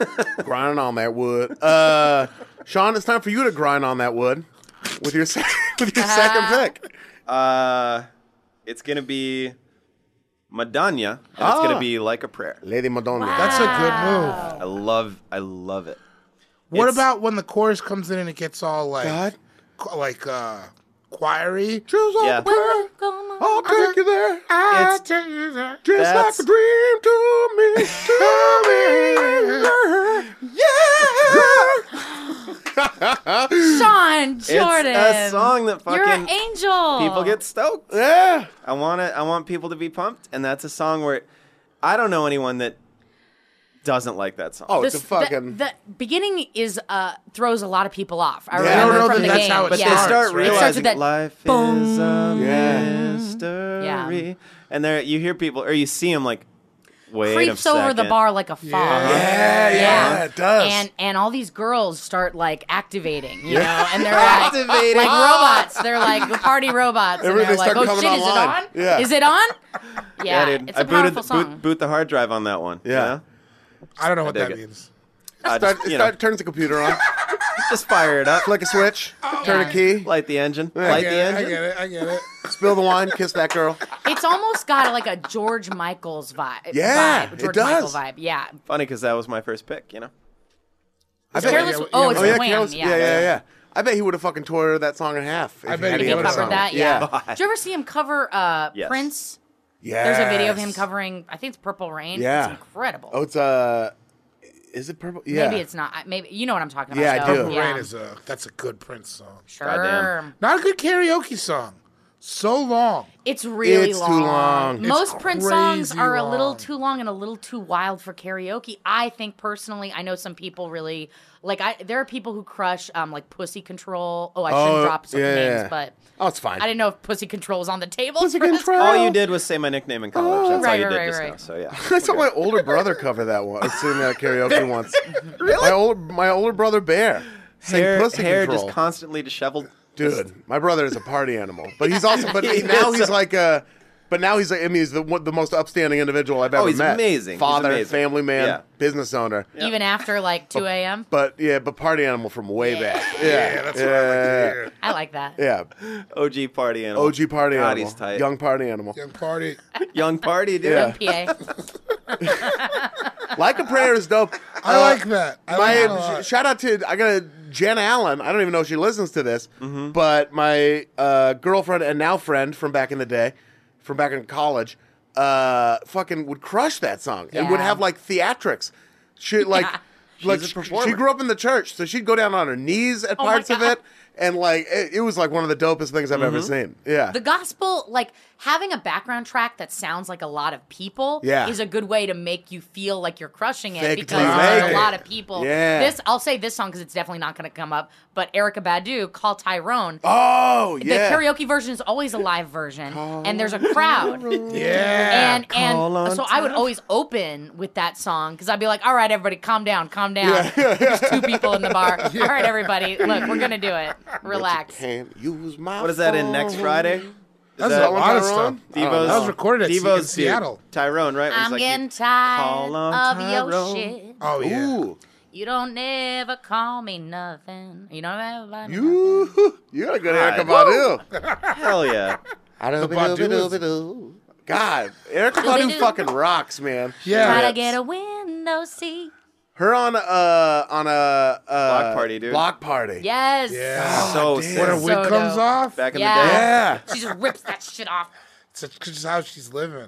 Speaker 3: grinding on that wood. Uh, Sean, it's time for you to grind on that wood with your sec- with your second
Speaker 6: Uh-huh.
Speaker 3: pick.
Speaker 5: uh, it's going to be Madonna, and it's going
Speaker 3: Ah.
Speaker 5: to be Like a Prayer.
Speaker 3: Lady Madonna.
Speaker 4: That's a good move.
Speaker 5: I love I love it.
Speaker 4: What
Speaker 5: It's-
Speaker 4: about when the chorus comes in and it gets all like
Speaker 3: God.
Speaker 4: qu- like uh choiry?
Speaker 3: Choose
Speaker 5: Yeah.
Speaker 3: a prayer. I'll take you there.
Speaker 4: I
Speaker 5: It's-
Speaker 4: tell you that.
Speaker 3: Just
Speaker 5: That's-
Speaker 3: like a dream to me. To me. Yeah.
Speaker 6: Sean Jordan.
Speaker 5: It's a song that
Speaker 6: You're an
Speaker 5: fucking
Speaker 6: angel.
Speaker 5: people get stoked.
Speaker 3: Yeah.
Speaker 5: I want it. I want people to be pumped, and that's a song where I don't know anyone that doesn't like that song.
Speaker 3: Oh,
Speaker 6: The,
Speaker 3: it's a fucking.
Speaker 6: the, the beginning is uh throws a lot of people off. I
Speaker 3: Yeah.
Speaker 4: I don't
Speaker 6: remember
Speaker 4: know
Speaker 6: from
Speaker 4: that
Speaker 6: the
Speaker 4: that's
Speaker 6: game.
Speaker 4: how it
Speaker 5: but
Speaker 6: yeah.
Speaker 5: they
Speaker 4: starts,
Speaker 5: start
Speaker 4: right? It
Speaker 6: starts
Speaker 5: realizing
Speaker 6: with that
Speaker 5: life is a mystery, and there you hear people or you see them like wait a
Speaker 6: creeps over the
Speaker 5: second.
Speaker 6: bar like a fog.
Speaker 3: yeah, yeah,
Speaker 6: Yeah.
Speaker 3: it does.
Speaker 6: And and all these girls start like activating, you know, and they're like, like robots. They're like party robots. And they're
Speaker 3: Everything
Speaker 6: like,
Speaker 3: start
Speaker 6: oh
Speaker 3: coming
Speaker 6: shit, is it
Speaker 3: online."
Speaker 6: on?
Speaker 3: Yeah.
Speaker 6: Is it on? Yeah,
Speaker 5: Yeah, dude.
Speaker 6: it's a
Speaker 5: I booted the,
Speaker 6: powerful song.
Speaker 5: boot, boot the hard drive on that one.
Speaker 3: Yeah.
Speaker 5: you know?
Speaker 4: I don't know what
Speaker 5: dig
Speaker 4: that
Speaker 5: it.
Speaker 4: means.
Speaker 5: I
Speaker 3: start,
Speaker 5: just, you know,
Speaker 3: start, turns the computer on.
Speaker 5: Just fire it up.
Speaker 3: Flick a switch,
Speaker 6: Oh,
Speaker 3: turn a key,
Speaker 5: Light the engine.
Speaker 4: I
Speaker 5: Light
Speaker 4: get
Speaker 5: the
Speaker 4: it, I
Speaker 5: engine.
Speaker 4: get it. I get it.
Speaker 3: spill the wine, kiss that girl.
Speaker 6: It's almost got like a George Michael's vibe.
Speaker 3: Yeah,
Speaker 6: vibe,
Speaker 3: it
Speaker 6: George
Speaker 3: does.
Speaker 6: Michael vibe. Yeah,
Speaker 5: Funny because that was my first pick. You know.
Speaker 3: I bet-
Speaker 6: Careless.
Speaker 4: yeah,
Speaker 6: oh,
Speaker 4: yeah,
Speaker 6: it's
Speaker 4: oh,
Speaker 6: a
Speaker 4: yeah,
Speaker 6: Wham.
Speaker 3: Careless-
Speaker 6: yeah,
Speaker 3: yeah, yeah, yeah. I bet he would have fucking tore that song in half.
Speaker 4: I bet
Speaker 3: had
Speaker 4: he
Speaker 3: to
Speaker 4: would've
Speaker 3: cover
Speaker 6: covered
Speaker 4: song.
Speaker 6: that. Yeah.
Speaker 5: Yeah.
Speaker 6: Did you ever see him cover uh,
Speaker 5: Yes.
Speaker 6: Prince?
Speaker 3: Yeah.
Speaker 6: There's a video of him covering. I think it's Purple Rain.
Speaker 3: Yeah.
Speaker 6: it's incredible.
Speaker 3: Oh, it's uh, is it purple? Yeah.
Speaker 6: Maybe it's not. I- Maybe you know what I'm talking about.
Speaker 3: Yeah, I
Speaker 6: though.
Speaker 3: do.
Speaker 4: Purple
Speaker 6: Yeah.
Speaker 4: Rain is a that's a good Prince song.
Speaker 6: sure.
Speaker 5: Goddamn.
Speaker 4: Not a good karaoke song. So long.
Speaker 6: It's really
Speaker 3: It's too
Speaker 6: long.
Speaker 3: long. It's
Speaker 6: Most Prince songs
Speaker 4: crazy
Speaker 6: are a little
Speaker 4: long.
Speaker 6: too long and a little too wild for karaoke. I think personally, I know some people really like. I there are people who crush um like Pussy Control. Oh, I shouldn't
Speaker 3: Oh,
Speaker 6: drop some
Speaker 3: yeah,
Speaker 6: names,
Speaker 3: yeah.
Speaker 6: but
Speaker 3: Oh, it's fine.
Speaker 6: I didn't know if Pussy Control was on the table.
Speaker 3: Pussy
Speaker 6: for this
Speaker 3: Control.
Speaker 6: girl.
Speaker 5: All Oh, you did was say my nickname in college. That's all
Speaker 6: Right,
Speaker 5: you
Speaker 6: right,
Speaker 5: did just
Speaker 6: right,
Speaker 5: now. So yeah.
Speaker 3: I saw my older brother cover that one, sing that karaoke once. Really? My older, my older brother Bear sang
Speaker 5: hair,
Speaker 3: Pussy
Speaker 5: hair
Speaker 3: Control.
Speaker 5: just constantly disheveled.
Speaker 3: Dude, my brother is a party animal, but he's also, but he- now he's like a, but now he's like, I mean, he's the one, the most upstanding individual I've ever
Speaker 5: Oh, he's
Speaker 3: met.
Speaker 5: amazing. He's
Speaker 3: Father,
Speaker 5: amazing.
Speaker 3: family man,
Speaker 5: Yeah.
Speaker 3: business owner.
Speaker 6: even after like 2 a.m.
Speaker 3: But yeah, but party animal from way back. Yeah,
Speaker 4: Yeah, that's what I like to hear.
Speaker 6: I like that.
Speaker 3: yeah.
Speaker 5: OG party animal.
Speaker 3: OG party
Speaker 5: God,
Speaker 3: animal,
Speaker 5: he's tight.
Speaker 3: young party animal.
Speaker 4: Young party.
Speaker 5: Young party, dude.
Speaker 3: Yeah.
Speaker 6: PA.
Speaker 3: Like a prayer is dope.
Speaker 4: I
Speaker 3: Uh,
Speaker 4: like that. I like that a
Speaker 3: my
Speaker 4: lot.
Speaker 3: sh- shout out to I got a Jen Allen. I don't even know if she listens to this,
Speaker 6: Mm-hmm.
Speaker 3: but my uh, girlfriend and now friend from back in the day, from back in college, uh, fucking would crush that song and would
Speaker 6: Yeah.
Speaker 3: have like theatrics. She like. Like
Speaker 5: She's a
Speaker 3: sh-
Speaker 5: performer.
Speaker 3: she grew up in the church, so she'd go down on her knees at
Speaker 6: Oh my
Speaker 3: parts of
Speaker 6: God. Mm-hmm.
Speaker 3: it, and like it, it was like one of the dopest things I've ever seen. Yeah,
Speaker 6: The gospel, like having a background track that sounds like a lot of people,
Speaker 3: Yeah.
Speaker 6: is a good way to make you feel like you're crushing it
Speaker 3: Fake it
Speaker 6: because
Speaker 3: till
Speaker 4: you
Speaker 6: there's
Speaker 4: make
Speaker 6: a
Speaker 4: it.
Speaker 6: lot of people.
Speaker 3: Yeah.
Speaker 6: This, I'll say this song because it's definitely not going to come up. But Erica Badu, "Call Tyrone."
Speaker 3: oh yeah,
Speaker 6: The karaoke version is always a live version, and there's a crowd.
Speaker 4: Yeah.
Speaker 6: And and so I would always open with that song because I'd be like, "All right, everybody, calm down, calm down." There's two people in the bar. All right, everybody, look, we're gonna do it. Relax.
Speaker 3: Can't use my.
Speaker 5: What is that in next
Speaker 6: Oh,
Speaker 3: phone.
Speaker 5: Friday? Is
Speaker 4: That's
Speaker 5: that
Speaker 4: a lot of
Speaker 3: Tyrone?
Speaker 4: stuff.
Speaker 3: Oh,
Speaker 5: Devo's,
Speaker 4: That was recorded at Se- in
Speaker 5: Devo's dude,
Speaker 4: Seattle.
Speaker 5: Tyrone, right? was
Speaker 6: I'm
Speaker 5: like, you
Speaker 6: getting
Speaker 5: call
Speaker 6: tired
Speaker 5: on
Speaker 6: of
Speaker 5: Tyrone.
Speaker 6: your shit.
Speaker 4: Oh yeah.
Speaker 3: Ooh,
Speaker 6: You don't never call me nothing. You don't ever. buy me nothing.
Speaker 3: you you got a good Erica
Speaker 5: God.
Speaker 3: Badu.
Speaker 5: Hell yeah.
Speaker 3: I don't
Speaker 4: The Badu is-
Speaker 3: God, Erica Badu
Speaker 6: Badu.
Speaker 3: fucking rocks, man.
Speaker 4: Yeah.
Speaker 6: Try to
Speaker 4: Rips.
Speaker 6: get a window seat.
Speaker 3: Her on uh on a uh,
Speaker 5: Block party, dude.
Speaker 3: Block party.
Speaker 6: Yes.
Speaker 4: Yeah.
Speaker 5: Oh, so
Speaker 4: When her
Speaker 5: sick.
Speaker 6: So
Speaker 4: wig comes
Speaker 6: dope.
Speaker 4: off,
Speaker 5: Back in the day.
Speaker 6: Yeah.
Speaker 3: Yeah.
Speaker 6: She just rips that shit off.
Speaker 4: it's just how she's living.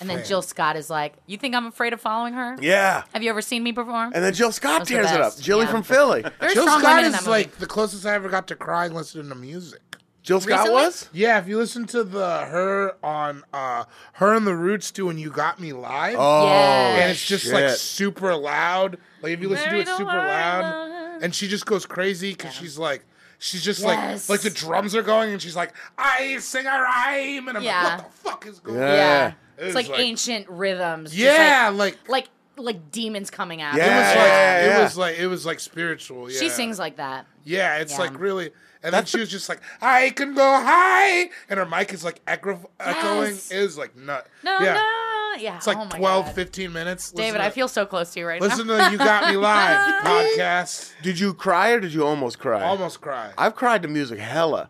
Speaker 6: And then Jill Scott is like, "You think I'm afraid of following her?
Speaker 3: Yeah.
Speaker 6: Have you ever seen me perform?"
Speaker 3: And then Jill Scott
Speaker 6: Those are the
Speaker 3: tears it up.
Speaker 6: best.
Speaker 3: Jilly
Speaker 6: Yeah.
Speaker 3: from Philly.
Speaker 6: There's
Speaker 4: Jill
Speaker 6: strong
Speaker 4: Scott
Speaker 6: women in that
Speaker 4: is
Speaker 6: movie.
Speaker 4: like the closest I ever got to crying listening to music.
Speaker 3: Jill Scott
Speaker 6: Recently?
Speaker 3: was?
Speaker 4: Yeah, if you listen to the her on uh her and the Roots doing "You Got Me Live,"
Speaker 3: Oh.
Speaker 4: and
Speaker 6: Yeah.
Speaker 4: it's just like
Speaker 3: shit.
Speaker 4: super loud. Like if you listen
Speaker 6: Baby,
Speaker 4: to it
Speaker 6: don't
Speaker 4: super
Speaker 6: worry
Speaker 4: loud,
Speaker 6: about
Speaker 4: and she just goes crazy because she's like, she's just
Speaker 6: Yes.
Speaker 4: like, like the drums are going, and she's like, "I sing a rhyme," and I'm
Speaker 6: Yeah.
Speaker 4: like, "What the fuck is going
Speaker 3: Yeah.
Speaker 4: on?"
Speaker 6: yeah.
Speaker 4: It was
Speaker 6: It's like,
Speaker 4: like-
Speaker 6: ancient rhythms. just
Speaker 4: Yeah, like,
Speaker 6: Like, like like demons coming out.
Speaker 4: it was
Speaker 3: Yeah,
Speaker 4: like
Speaker 3: yeah, yeah.
Speaker 4: it was like it was like spiritual. Yeah.
Speaker 6: She sings like that.
Speaker 4: Yeah, it's
Speaker 6: Yeah.
Speaker 4: like really. And then she was just like, "I can go high," and her mic is like echo- echoing.
Speaker 6: Yes.
Speaker 4: It was like nut.
Speaker 6: No,
Speaker 4: yeah.
Speaker 6: no. Yeah.
Speaker 4: It's like
Speaker 6: oh my
Speaker 4: 12,
Speaker 6: God.
Speaker 4: 15 minutes. Listen
Speaker 6: David,
Speaker 4: to-
Speaker 6: I feel so close to you right
Speaker 4: Listen
Speaker 6: now.
Speaker 4: to the You Got Me Live podcast.
Speaker 3: Did you cry or did you almost cry?
Speaker 4: Almost cry. I,
Speaker 3: I've cried to music hella.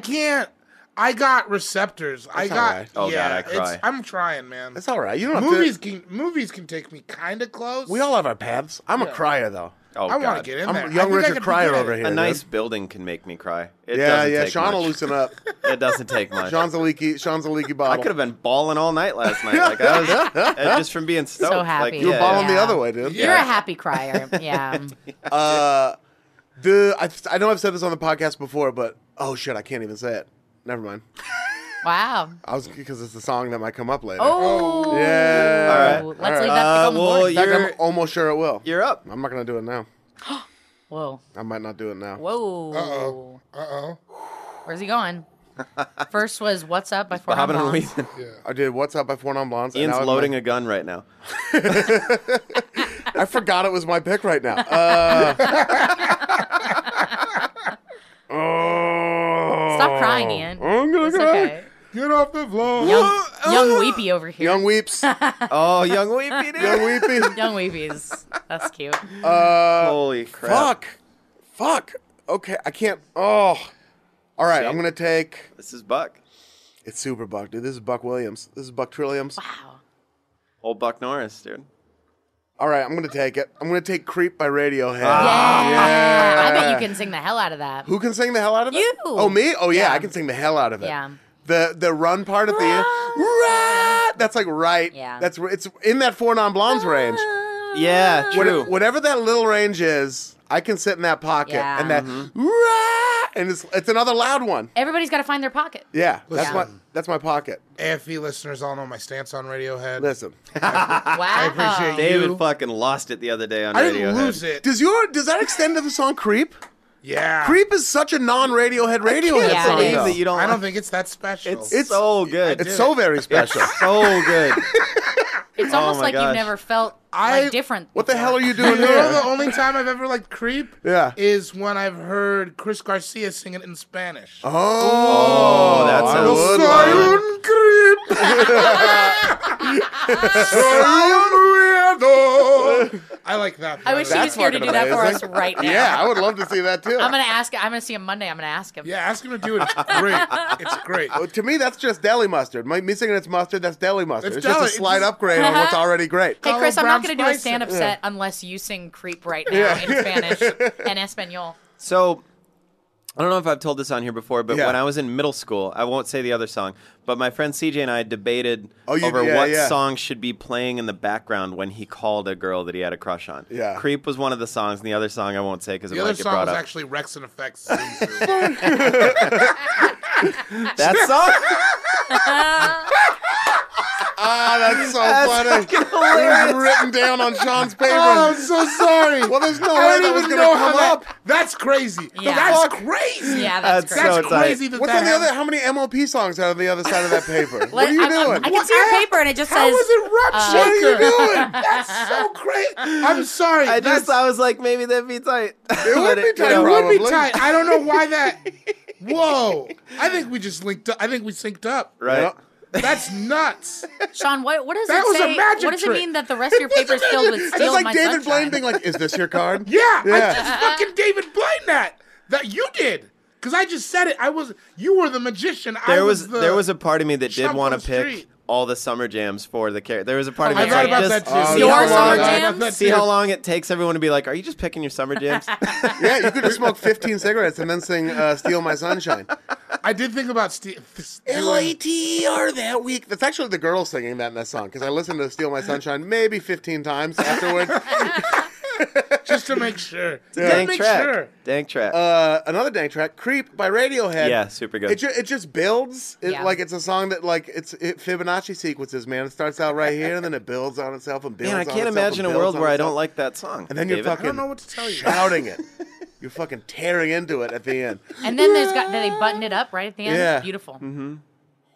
Speaker 4: can't. I got receptors. I
Speaker 3: all
Speaker 4: got.
Speaker 3: right.
Speaker 5: Oh, God,
Speaker 4: yeah,
Speaker 5: I
Speaker 4: it's-
Speaker 5: cry.
Speaker 4: I'm trying, man.
Speaker 3: That's all right. You don't
Speaker 4: movies
Speaker 3: have to.
Speaker 4: can movies can take me kind of close.
Speaker 3: We all have our paths. I'm a crier though.
Speaker 5: Oh,
Speaker 4: I want
Speaker 5: God.
Speaker 4: to get in
Speaker 3: I'm
Speaker 4: there.
Speaker 3: a
Speaker 4: I
Speaker 3: young
Speaker 4: think I
Speaker 3: Richard
Speaker 4: could
Speaker 3: Cryer
Speaker 4: begin.
Speaker 3: over here.
Speaker 5: A
Speaker 3: dude.
Speaker 5: nice building can make me cry. It
Speaker 3: Yeah,
Speaker 5: doesn't
Speaker 3: yeah.
Speaker 5: take
Speaker 3: Sean will
Speaker 5: much.
Speaker 3: loosen up.
Speaker 5: It doesn't take much.
Speaker 3: Sean's a leaky. Sean's a leaky
Speaker 5: I
Speaker 3: bottle.
Speaker 5: could have been balling all night last night. Like I was uh, just from being stoked.
Speaker 6: happy.
Speaker 5: Like,
Speaker 3: You were
Speaker 5: yeah,
Speaker 3: balling
Speaker 5: yeah.
Speaker 3: the other way, dude.
Speaker 6: You're a happy crier. Yeah.
Speaker 3: Uh, the I, I know I've said this on the podcast before, but oh shit, I can't even say it. Never mind.
Speaker 6: wow.
Speaker 3: I was because it's the song that might come up later.
Speaker 6: Oh.
Speaker 3: yeah.
Speaker 6: Let's
Speaker 3: All right.
Speaker 6: leave that to
Speaker 5: Uh,
Speaker 6: come
Speaker 5: well,
Speaker 3: In
Speaker 6: board.
Speaker 3: fact, I'm
Speaker 5: You're-
Speaker 3: almost sure it will.
Speaker 5: You're up.
Speaker 3: I'm not gonna do it now.
Speaker 6: Whoa.
Speaker 3: I might not do it now.
Speaker 6: Whoa.
Speaker 4: Uh-oh. Uh oh.
Speaker 6: Where's he going? First was What's Up by Four
Speaker 5: Bobbing and
Speaker 6: Blondes.
Speaker 5: weaving.
Speaker 3: I did. What's up by Four Non Blondes? and
Speaker 5: Ian's
Speaker 3: now I'm
Speaker 5: loading
Speaker 3: like-
Speaker 5: a gun right now.
Speaker 3: I forgot it was my pick right now. Uh, oh.
Speaker 6: Stop crying, Ian.
Speaker 3: I'm gonna
Speaker 6: It's
Speaker 3: cry.
Speaker 6: okay.
Speaker 4: Get off the floor.
Speaker 6: Young, young Weepy over here.
Speaker 3: Young weeps.
Speaker 5: Oh, young weepy dude.
Speaker 3: Young weepy.
Speaker 6: Young Weepies. That's cute.
Speaker 3: Uh,
Speaker 5: Holy crap.
Speaker 3: fuck. Fuck. Okay, I can't. Oh. All right, I'm
Speaker 5: See?
Speaker 3: gonna take.
Speaker 5: This is Buck.
Speaker 3: It's super Buck, dude. This is Buck Williams. This is Buck Trilliums.
Speaker 6: Wow.
Speaker 5: Old Buck Norris, dude.
Speaker 3: All right, I'm gonna take it. I'm gonna take "Creep" by Radiohead.
Speaker 5: Ah.
Speaker 6: I
Speaker 3: Yeah.
Speaker 6: bet you can sing the hell out of that.
Speaker 3: Who can sing the hell out of it?
Speaker 6: You.
Speaker 3: Oh, me? Oh, yeah,
Speaker 6: Yeah.
Speaker 3: I can sing the hell out of it.
Speaker 6: Yeah.
Speaker 3: The the run part at the end. Right. That's like right.
Speaker 6: Yeah.
Speaker 3: That's it's in that four non blondes range.
Speaker 5: Yeah,
Speaker 3: What-
Speaker 5: true.
Speaker 3: whatever that little range is, I can sit in that pocket
Speaker 6: Yeah.
Speaker 3: and that
Speaker 5: Mm-hmm.
Speaker 3: right. And it's it's another loud one.
Speaker 6: Everybody's got to find their pocket.
Speaker 3: Yeah. That's
Speaker 6: Yeah.
Speaker 3: my that's my pocket.
Speaker 4: AFE listeners all know my stance on Radiohead.
Speaker 3: Listen.
Speaker 6: Wow. I
Speaker 4: appreciate you.
Speaker 5: David fucking lost it the other day on
Speaker 4: I
Speaker 5: Radiohead.
Speaker 4: didn't lose it.
Speaker 3: Does your does that extend to the song "Creep"?
Speaker 4: yeah.
Speaker 3: "Creep" is such a non-Radiohead Radiohead
Speaker 6: Yeah,
Speaker 3: song.
Speaker 6: it is.
Speaker 3: though.
Speaker 5: that you don't.
Speaker 4: I don't think it's that special.
Speaker 5: it's, so good.
Speaker 3: It's so very special.
Speaker 5: It's so good.
Speaker 6: It's almost
Speaker 5: my
Speaker 6: like you've
Speaker 5: gosh.
Speaker 6: never felt
Speaker 4: I-
Speaker 6: like, different.
Speaker 3: what the
Speaker 6: before.
Speaker 3: hell are you doing
Speaker 4: You know
Speaker 3: here?
Speaker 4: the only time I've ever liked creep
Speaker 3: Yeah.
Speaker 4: is when I've heard Chris Garcia sing it in Spanish.
Speaker 3: Oh,
Speaker 5: Oh, that sounds
Speaker 3: would
Speaker 5: fun.
Speaker 3: like-
Speaker 5: Soy un
Speaker 4: I like that.
Speaker 6: I wish he
Speaker 4: better.
Speaker 6: was here to do
Speaker 3: fucking
Speaker 6: that for us
Speaker 3: amazing.
Speaker 6: right now.
Speaker 3: Yeah, I would love to see that too.
Speaker 6: I'm gonna ask. I'm gonna see him Monday. I'm gonna ask him.
Speaker 4: Yeah, ask him to do it. It's great. It's great.
Speaker 3: Oh, to me, that's just deli mustard. My, me singing it's mustard, that's deli mustard.
Speaker 4: It's
Speaker 3: It's, just
Speaker 4: deli-
Speaker 3: a
Speaker 4: it's
Speaker 3: slight
Speaker 4: just-
Speaker 3: upgrade on what's already great.
Speaker 6: Hey Chris, I'm
Speaker 4: Brown
Speaker 6: not gonna do a
Speaker 4: Spicer.
Speaker 6: stand-up set unless you sing "Creep" right now in Spanish and Espanol.
Speaker 5: So I don't know if I've told this on here before, but
Speaker 3: Yeah.
Speaker 5: when I was in middle school, I won't say the other song, but my friend CJ and I debated
Speaker 3: Oh, you-
Speaker 5: over
Speaker 3: yeah,
Speaker 5: what
Speaker 3: yeah.
Speaker 5: song should be playing in the background when he called a girl that he had a crush on.
Speaker 3: Yeah.
Speaker 5: Creep was one of the songs, and the other song I won't say because it
Speaker 4: The other
Speaker 5: might get
Speaker 4: song
Speaker 5: brought
Speaker 4: was
Speaker 5: up.
Speaker 4: actually Rex and Effects. Zuzu.
Speaker 5: That song.
Speaker 3: Ah, that's so funny.
Speaker 5: fucking
Speaker 3: It was written down on Sean's paper.
Speaker 4: oh, I'm so sorry.
Speaker 3: well, there's no
Speaker 4: I
Speaker 3: way that
Speaker 4: don't
Speaker 3: was
Speaker 4: even
Speaker 3: going
Speaker 4: know
Speaker 3: to
Speaker 4: how
Speaker 3: come
Speaker 4: that.
Speaker 3: up.
Speaker 4: That's crazy.
Speaker 6: Yeah.
Speaker 4: That's crazy.
Speaker 6: Yeah, that's,
Speaker 5: That's
Speaker 6: great.
Speaker 5: so
Speaker 4: That's
Speaker 5: tight.
Speaker 4: crazy that
Speaker 3: What's
Speaker 4: that
Speaker 3: on the
Speaker 4: happened.
Speaker 3: other? How many MLP songs are on the other side of that paper? what are you
Speaker 6: I'm- I'm-
Speaker 3: doing?
Speaker 6: I
Speaker 1: I can see your paper and it just
Speaker 4: How
Speaker 1: says uh,
Speaker 4: was it rough
Speaker 3: what are you
Speaker 4: shaker?
Speaker 3: doing?
Speaker 4: That's so crazy. I'm sorry.
Speaker 5: I just
Speaker 4: That's-
Speaker 5: I was like maybe that'd be tight. It
Speaker 3: would be tight,
Speaker 4: It
Speaker 3: Yeah,
Speaker 4: would be
Speaker 3: probably.
Speaker 4: tight. I don't know why that. Whoa! I think we just linked up. I think we synced up.
Speaker 5: right?
Speaker 3: Yep.
Speaker 4: That's nuts.
Speaker 6: Sean, what, what does
Speaker 4: That
Speaker 6: it
Speaker 4: was a
Speaker 6: say?
Speaker 4: magic
Speaker 6: what does
Speaker 4: trick.
Speaker 6: it mean that the rest of your paper is filled with
Speaker 3: That's
Speaker 6: "Steal
Speaker 3: like
Speaker 6: My
Speaker 3: David
Speaker 6: Sunshine"?
Speaker 3: Blaine being like, "Is this your card?"
Speaker 4: Yeah,
Speaker 3: Yeah.
Speaker 4: I just fucking David Blaine that. That you did. Cause I just said it. I was you were the magician. I
Speaker 5: There was
Speaker 4: the,
Speaker 5: there was a part of me that did
Speaker 4: Shop
Speaker 5: want
Speaker 4: on
Speaker 5: to
Speaker 4: the
Speaker 5: pick
Speaker 4: street.
Speaker 5: all the summer jams for the character. There was a part of
Speaker 6: Oh
Speaker 5: me
Speaker 4: I
Speaker 5: that
Speaker 4: thought
Speaker 6: my God,
Speaker 5: was
Speaker 4: about
Speaker 5: like,
Speaker 4: that
Speaker 5: just
Speaker 4: too.
Speaker 3: Oh,
Speaker 4: See
Speaker 3: your
Speaker 4: how long-
Speaker 3: summer
Speaker 4: I thought
Speaker 6: jams?
Speaker 4: that
Speaker 5: see
Speaker 4: too.
Speaker 5: how long it takes everyone to be like, are you just picking your summer jams?
Speaker 3: Yeah, you could just smoke 15 cigarettes and then sing uh, "Steal My Sunshine."
Speaker 4: I did think about Steve.
Speaker 3: L A T E R that week. That's actually the girl singing that in that song because I listened to "Steal My Sunshine" maybe 15 times afterward.
Speaker 4: just to make sure.
Speaker 5: Dank
Speaker 4: Make
Speaker 5: track.
Speaker 4: sure.
Speaker 5: Dank track.
Speaker 3: uh, another dang track, "Creep" by Radiohead.
Speaker 5: Yeah, super good.
Speaker 3: It, ju- it just builds. It,
Speaker 6: Yeah.
Speaker 3: Like it's a song that like it's it, Fibonacci sequences. Man, it starts out right here and then it builds on itself and builds.
Speaker 5: Man, I
Speaker 3: on
Speaker 5: can't
Speaker 3: itself
Speaker 5: imagine
Speaker 3: and
Speaker 5: a
Speaker 3: builds
Speaker 5: world
Speaker 3: on
Speaker 5: where I don't
Speaker 3: itself.
Speaker 5: like that song.
Speaker 3: And then you're
Speaker 5: David.
Speaker 3: fucking
Speaker 4: know what to tell you.
Speaker 3: shouting it. You're fucking tearing into it at the end.
Speaker 6: And then there's got they button it up right at the end.
Speaker 3: Yeah.
Speaker 6: Beautiful.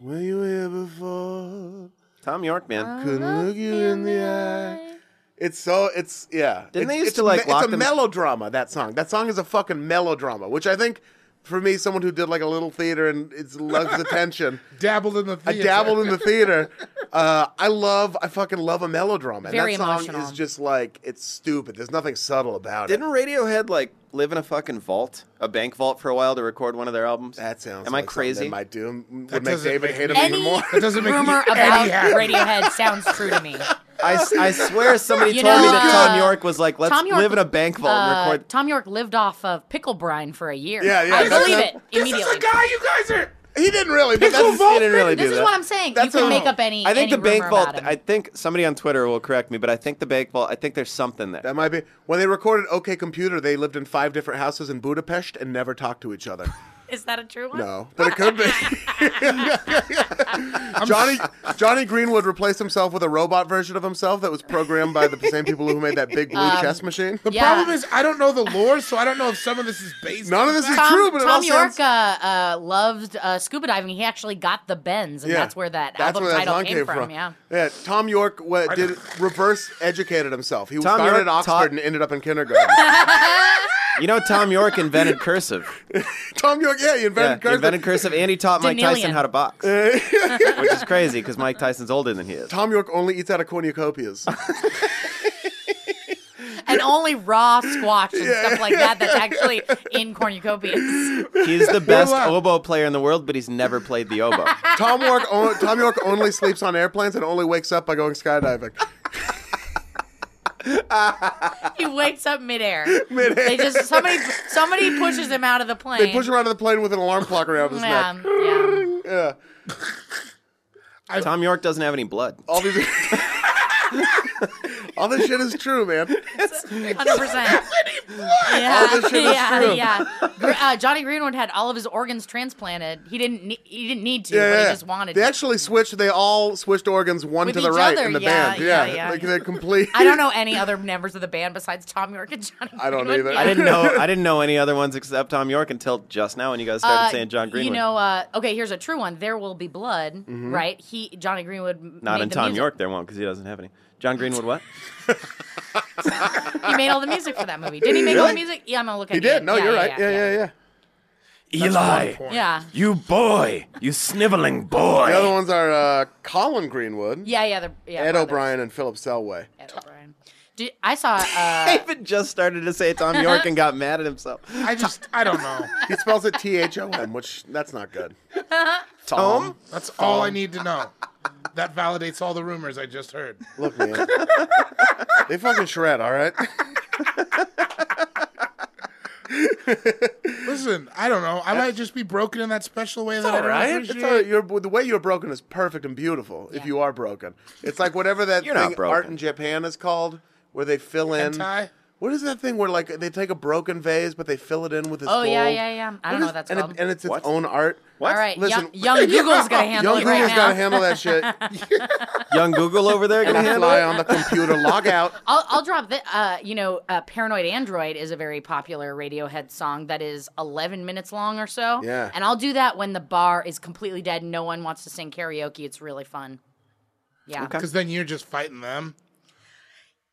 Speaker 3: Were you here before?
Speaker 5: Tom York,
Speaker 4: Uh.
Speaker 5: man.
Speaker 3: Couldn't look you in the eye. It's so it's yeah.
Speaker 5: Didn't
Speaker 3: it's,
Speaker 5: they used
Speaker 3: it's
Speaker 5: to, like,
Speaker 3: It's
Speaker 5: lock
Speaker 3: a
Speaker 5: them-
Speaker 3: melodrama. That song. That song is a fucking melodrama. Which I think, for me, someone who did like a little theater and it's loves attention.
Speaker 4: Dabbled in the
Speaker 3: I
Speaker 4: theater.
Speaker 3: dabbled in the theater. Uh, I love. I fucking love a melodrama. And
Speaker 6: Very
Speaker 3: that song
Speaker 6: emotional.
Speaker 3: is just like it's stupid. There's nothing subtle about
Speaker 5: Didn't
Speaker 3: it.
Speaker 5: Radiohead like live in a fucking vault, a bank vault for a while to record one of their albums?
Speaker 3: That sounds.
Speaker 5: Am
Speaker 3: like something
Speaker 5: I crazy?
Speaker 3: That might do him,
Speaker 4: That
Speaker 3: would make
Speaker 4: doesn't
Speaker 3: David
Speaker 4: make
Speaker 3: hate him
Speaker 4: me-
Speaker 3: even more.
Speaker 4: That doesn't make
Speaker 6: Rumor
Speaker 4: me
Speaker 6: about
Speaker 4: any happy.
Speaker 6: Radiohead sounds true to me.
Speaker 5: I, s- I swear somebody
Speaker 6: You
Speaker 5: told me
Speaker 6: know,
Speaker 5: that Tom
Speaker 6: uh,
Speaker 5: York was like, let's
Speaker 6: Tom York-
Speaker 5: live in a bank vault and
Speaker 6: Uh,
Speaker 5: record.
Speaker 6: Tom York lived off of pickle brine for a year.
Speaker 3: Yeah, yeah,
Speaker 6: I
Speaker 3: that's-
Speaker 6: believe it
Speaker 4: This
Speaker 6: immediately.
Speaker 4: is a guy you guys are.
Speaker 3: he didn't really. But
Speaker 5: That's-
Speaker 3: that's,
Speaker 5: he didn't really
Speaker 6: this
Speaker 5: do
Speaker 6: is
Speaker 5: that.
Speaker 6: what I'm saying.
Speaker 3: That's
Speaker 6: you can
Speaker 3: a-
Speaker 6: make up any.
Speaker 5: I think the
Speaker 6: any
Speaker 5: bank
Speaker 6: rumor
Speaker 5: vault.
Speaker 6: about him.
Speaker 5: I think somebody on Twitter will correct me, but I think the bank vault. I think there's something there.
Speaker 3: That might be when they recorded OK Computer. They lived in five different houses in Budapest and never talked to each other.
Speaker 6: is that a true one?
Speaker 3: No, but it could be. Johnny Johnny Greenwood replaced himself with a robot version of himself that was programmed by the same people who made that big blue chess machine.
Speaker 4: The
Speaker 6: Um, Yeah.
Speaker 4: problem is I don't know the lore, so I don't know if some of this is based.
Speaker 3: None
Speaker 4: on
Speaker 3: of this is
Speaker 4: fact.
Speaker 3: true, but it all
Speaker 6: Tom York
Speaker 3: sounds.
Speaker 6: uh, uh, loved uh, scuba diving. He actually got the bends, and
Speaker 3: Yeah.
Speaker 6: that's where that
Speaker 3: That's
Speaker 6: album
Speaker 3: where that
Speaker 6: title
Speaker 3: song
Speaker 6: came, from. Yeah.
Speaker 3: Tom York wa- did reverse educated himself. He
Speaker 5: Tom
Speaker 3: started
Speaker 5: York
Speaker 3: at Oxford
Speaker 5: taught-
Speaker 3: and ended up in kindergarten.
Speaker 5: You know, Tom York invented cursive.
Speaker 3: Tom York, yeah, he
Speaker 5: Yeah,
Speaker 3: invented
Speaker 5: he
Speaker 3: cursive.
Speaker 5: invented cursive, and he taught Mike Tyson
Speaker 6: Denillion.
Speaker 5: how to box, which is crazy because Mike Tyson's older than he is.
Speaker 3: Tom York only eats out of cornucopias.
Speaker 6: And and only raw squash and stuff like that that's actually in cornucopias.
Speaker 5: He's the best
Speaker 3: allowed.
Speaker 5: oboe player in the world, but he's never played the oboe.
Speaker 3: Tom York, o- Tom York only sleeps on airplanes and only wakes up by going skydiving.
Speaker 6: He wakes up midair. They just somebody somebody pushes him out of the plane.
Speaker 3: They push him out of the plane with an alarm clock around his
Speaker 6: yeah,
Speaker 3: neck.
Speaker 6: yeah.
Speaker 3: Yeah.
Speaker 5: Tom York doesn't have any blood.
Speaker 3: All these. All this shit is true, man.
Speaker 6: Hundred percent. Yeah,
Speaker 3: All this Oh, shit is
Speaker 6: yeah,
Speaker 3: true.
Speaker 6: yeah. Gr- Uh, Johnny Greenwood had all of his organs transplanted. He didn't. Ne- he didn't need to, but he just wanted.
Speaker 3: They
Speaker 6: to.
Speaker 3: actually switched. They all switched organs, one
Speaker 6: With
Speaker 3: to the
Speaker 6: each
Speaker 3: right
Speaker 6: other,
Speaker 3: in the
Speaker 6: yeah,
Speaker 3: band.
Speaker 6: yeah,
Speaker 3: Yeah,
Speaker 6: yeah.
Speaker 3: Like, they're complete.
Speaker 6: I don't know any other members of the band besides Tom York and Johnny.
Speaker 3: I don't
Speaker 6: Greenwood.
Speaker 3: either.
Speaker 5: I didn't know. I didn't know any other ones except Tom York until just now when you guys started
Speaker 6: Uh,
Speaker 5: saying John Greenwood. Mm-hmm.
Speaker 6: You know, uh, okay, here's a true one. There will be blood, right? He Johnny Greenwood. m-
Speaker 5: Not
Speaker 6: made
Speaker 5: in
Speaker 6: the
Speaker 5: Tom
Speaker 6: music.
Speaker 5: York, there won't because he doesn't have any. John Greenwood, what?
Speaker 6: He made all the music for that movie. Did he make all the
Speaker 3: Really?
Speaker 6: music? Yeah, I'm gonna look at
Speaker 3: He did. No,
Speaker 6: yeah,
Speaker 3: you're right. Yeah, yeah, yeah.
Speaker 5: Eli,
Speaker 4: Point.
Speaker 6: Yeah.
Speaker 5: you boy, you sniveling boy.
Speaker 3: The other ones are uh, Colin Greenwood,
Speaker 6: Yeah, yeah, the, yeah.
Speaker 3: Ed
Speaker 6: brothers.
Speaker 3: O'Brien, and Philip Selway.
Speaker 6: Ed O'Brien. Did, I saw. Uh,
Speaker 5: David just started to say Tom York and got mad at himself.
Speaker 4: I just, I don't know.
Speaker 3: He spells it T H O M, which that's not good.
Speaker 5: Tom?
Speaker 4: That's all I need to know. That validates all the rumors I just heard.
Speaker 3: Look, man. they fucking shred, all right?
Speaker 4: Listen, I don't know. I might just be broken in that special way that I don't
Speaker 3: It's
Speaker 4: appreciate.
Speaker 3: all right. You're, the way you're broken is perfect and beautiful if you are broken. It's like whatever that
Speaker 5: You're not
Speaker 3: thing
Speaker 5: broken.
Speaker 3: art in Japan is called, where they fill in.
Speaker 4: Hentai?
Speaker 3: What is that thing where like they take a broken vase but they fill it in with this
Speaker 6: Oh, yeah,
Speaker 3: gold?
Speaker 6: yeah, yeah. I don't know
Speaker 3: is-
Speaker 6: what that's
Speaker 3: and it-
Speaker 6: called.
Speaker 3: and it's its
Speaker 5: What?
Speaker 3: own art.
Speaker 5: What?
Speaker 6: all right,
Speaker 3: Listen-
Speaker 6: young, young Google's gonna handle
Speaker 3: Young
Speaker 6: it right
Speaker 3: Google's
Speaker 6: now.
Speaker 3: gotta handle that shit.
Speaker 5: Young Google over there gonna handle
Speaker 3: Fly
Speaker 5: it?
Speaker 3: on the computer, log out.
Speaker 6: I'll, I'll drop that. Uh, you know, uh, "Paranoid Android" is a very popular Radiohead song that is 11 minutes long or so.
Speaker 3: Yeah.
Speaker 6: And I'll do that when the bar is completely dead. and No one wants to sing karaoke. It's really fun. Yeah.
Speaker 4: Because then you're just fighting them.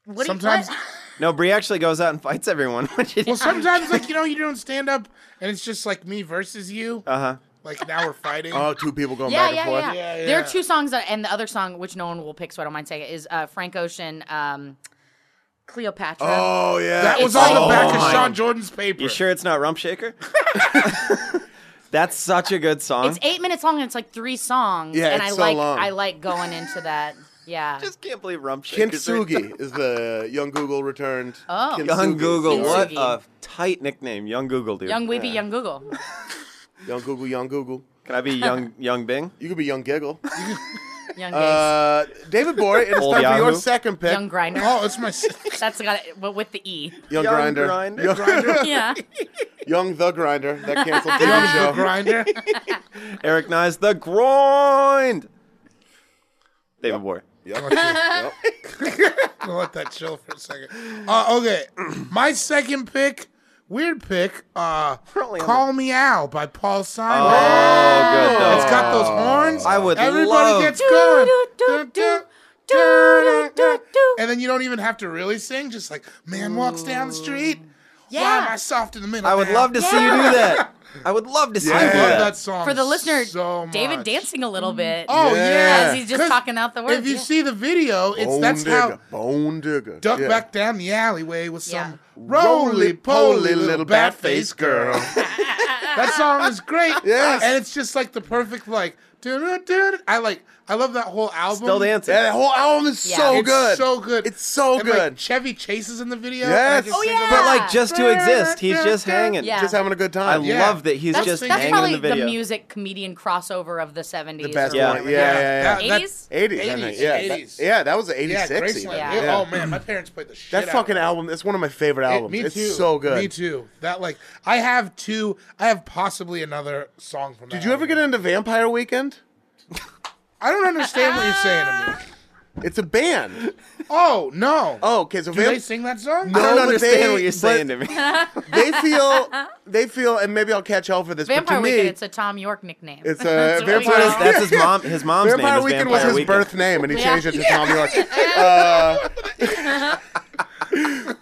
Speaker 6: What do you-
Speaker 4: Sometimes,
Speaker 6: what?
Speaker 5: No, Brie actually goes out and fights everyone. when she-
Speaker 4: well, sometimes like you know, you don't stand up, and it's just like me versus you. Uh
Speaker 5: Uh-huh.
Speaker 4: huh. Like now we're fighting.
Speaker 3: Oh, two people going
Speaker 6: Yeah,
Speaker 3: back and
Speaker 6: yeah,
Speaker 3: forth.
Speaker 6: yeah,
Speaker 4: Yeah,
Speaker 6: There are
Speaker 4: yeah.
Speaker 6: two songs, that, and the other song, which no one will pick, so I don't mind saying it, is uh, Frank Ocean, um, Cleopatra.
Speaker 3: Oh yeah.
Speaker 4: that was
Speaker 6: it's-
Speaker 4: on the back of
Speaker 5: Oh.
Speaker 4: Sean Jordan's paper.
Speaker 5: you sure it's not Rump Shaker? That's such a good song.
Speaker 6: It's eight minutes long, and it's like three songs.
Speaker 3: Yeah,
Speaker 6: and
Speaker 3: it's
Speaker 6: I
Speaker 3: so
Speaker 6: like,
Speaker 3: long.
Speaker 6: I like going into that. Yeah.
Speaker 5: just can't believe Rump Shaker.
Speaker 3: Kintsugi is the young Google returned.
Speaker 6: Oh.
Speaker 3: Kintsugi.
Speaker 5: Young Google, what
Speaker 6: Kintsugi.
Speaker 5: a tight nickname, Young Google, dude.
Speaker 6: young Weepy, Young Google.
Speaker 3: Young Google, young Google.
Speaker 5: Can I be Young Young Bing?
Speaker 3: You could be young Giggle.
Speaker 6: Young Gates.
Speaker 3: Uh, David Boy, it's
Speaker 5: Old
Speaker 3: time for your
Speaker 5: Yahoo.
Speaker 3: second pick.
Speaker 6: Young Grinder.
Speaker 4: Oh, it's my. s-
Speaker 6: That's got it, but with the E.
Speaker 3: Young,
Speaker 5: Young
Speaker 3: Grinder.
Speaker 5: Grinder.
Speaker 3: Young,
Speaker 6: Yeah.
Speaker 3: Young the Grinder. That canceled
Speaker 4: Young
Speaker 3: TV
Speaker 4: the
Speaker 3: show.
Speaker 4: grinder.
Speaker 5: Eric Nye's the grind. David Boy.
Speaker 4: I'm gonna let that chill for a second. Uh, okay, my second pick, weird pick. Uh,
Speaker 5: only on
Speaker 4: Call Me Al by Paul Simon.
Speaker 5: good though.
Speaker 4: It's got those horns.
Speaker 5: Oh. I would
Speaker 4: Everybody
Speaker 5: love-
Speaker 4: gets
Speaker 6: Do,
Speaker 4: going.
Speaker 6: do, do,
Speaker 4: Dun,
Speaker 6: do,
Speaker 4: dun,
Speaker 6: do, do, do.
Speaker 4: And then you don't even have to really sing. Just like man walks down the street. Why
Speaker 6: Yeah.
Speaker 4: am I soft in the middle?
Speaker 5: I would
Speaker 4: man?
Speaker 5: love to see you do that. I would love to see
Speaker 4: I
Speaker 5: you do
Speaker 4: love
Speaker 5: that.
Speaker 4: that song
Speaker 6: For the listener,
Speaker 4: so
Speaker 6: David
Speaker 4: much.
Speaker 6: dancing a little bit.
Speaker 4: Oh yeah,
Speaker 6: As he's just
Speaker 4: 'Cause
Speaker 6: talking out the words.
Speaker 4: If you
Speaker 6: yeah.
Speaker 4: see the video, it's
Speaker 3: Bone
Speaker 4: that's
Speaker 3: digger.
Speaker 4: how
Speaker 3: Bone digger.
Speaker 4: duck
Speaker 3: Yeah.
Speaker 4: back down the alleyway with some
Speaker 3: Yeah.
Speaker 4: roly poly
Speaker 3: Roly-poly
Speaker 4: little bat faced girl. that song is great.
Speaker 3: Yes.
Speaker 4: and it's just like the perfect like. doo-doo-doo-doo. I like. I love that whole album.
Speaker 5: Still dancing.
Speaker 3: yeah, that whole album is
Speaker 6: Yeah.
Speaker 3: so
Speaker 4: It's
Speaker 3: good.
Speaker 4: so good.
Speaker 3: It's so
Speaker 4: And, like,
Speaker 3: good.
Speaker 4: Chevy Chase is in the video.
Speaker 3: Yes.
Speaker 4: and I just
Speaker 3: Oh,
Speaker 4: sing
Speaker 6: yeah.
Speaker 4: along.
Speaker 5: But like just to exist, he's just hanging.
Speaker 6: Yeah.
Speaker 3: Just having a good
Speaker 5: I
Speaker 3: time.
Speaker 4: Yeah.
Speaker 5: love that he's
Speaker 6: that's,
Speaker 5: just
Speaker 6: that's
Speaker 5: hanging in
Speaker 6: probably
Speaker 5: the video.
Speaker 6: music comedian crossover of the 70s.
Speaker 3: The best
Speaker 6: or
Speaker 5: Yeah.
Speaker 3: one.
Speaker 6: whatever.
Speaker 3: Yeah, yeah, yeah.
Speaker 4: Yeah. That-
Speaker 6: 80s?
Speaker 3: 80s, I
Speaker 4: 80s,
Speaker 3: think. Yeah,
Speaker 4: 80s.
Speaker 3: That, yeah, that was 86.
Speaker 4: Yeah,
Speaker 3: even.
Speaker 4: Graceland.
Speaker 6: Yeah.
Speaker 4: Yeah. Oh man, my parents played the shit.
Speaker 3: That
Speaker 4: out of
Speaker 3: fucking
Speaker 4: it.
Speaker 3: album, that's one of my favorite
Speaker 4: It-
Speaker 3: albums.
Speaker 4: me
Speaker 3: it's
Speaker 4: too.
Speaker 3: so good.
Speaker 4: Me too. That like I have two. I have possibly another song from.
Speaker 3: Did you ever get into Vampire Weekend?
Speaker 4: I don't understand what you're saying to me.
Speaker 3: It's a band.
Speaker 4: Oh no.
Speaker 3: Oh, okay. So
Speaker 4: Do
Speaker 3: Vamp-
Speaker 4: they sing that song?
Speaker 5: I don't
Speaker 3: No, but
Speaker 5: understand
Speaker 3: they-
Speaker 5: what you're
Speaker 3: but-
Speaker 5: saying to me.
Speaker 3: they feel they feel and maybe I'll catch hell for this
Speaker 6: Vampire
Speaker 3: but to
Speaker 6: Weekend,
Speaker 3: me
Speaker 6: it's a Tom York nickname.
Speaker 3: it's a
Speaker 6: That's what we
Speaker 3: Vampire-
Speaker 6: call it.
Speaker 5: That's his mom. His mom's
Speaker 3: Vampire
Speaker 5: name is
Speaker 3: Weekend
Speaker 5: Vampire
Speaker 3: was his
Speaker 5: Weekend.
Speaker 3: birth name and he
Speaker 6: Yeah.
Speaker 3: changed it to Tom York. Uh,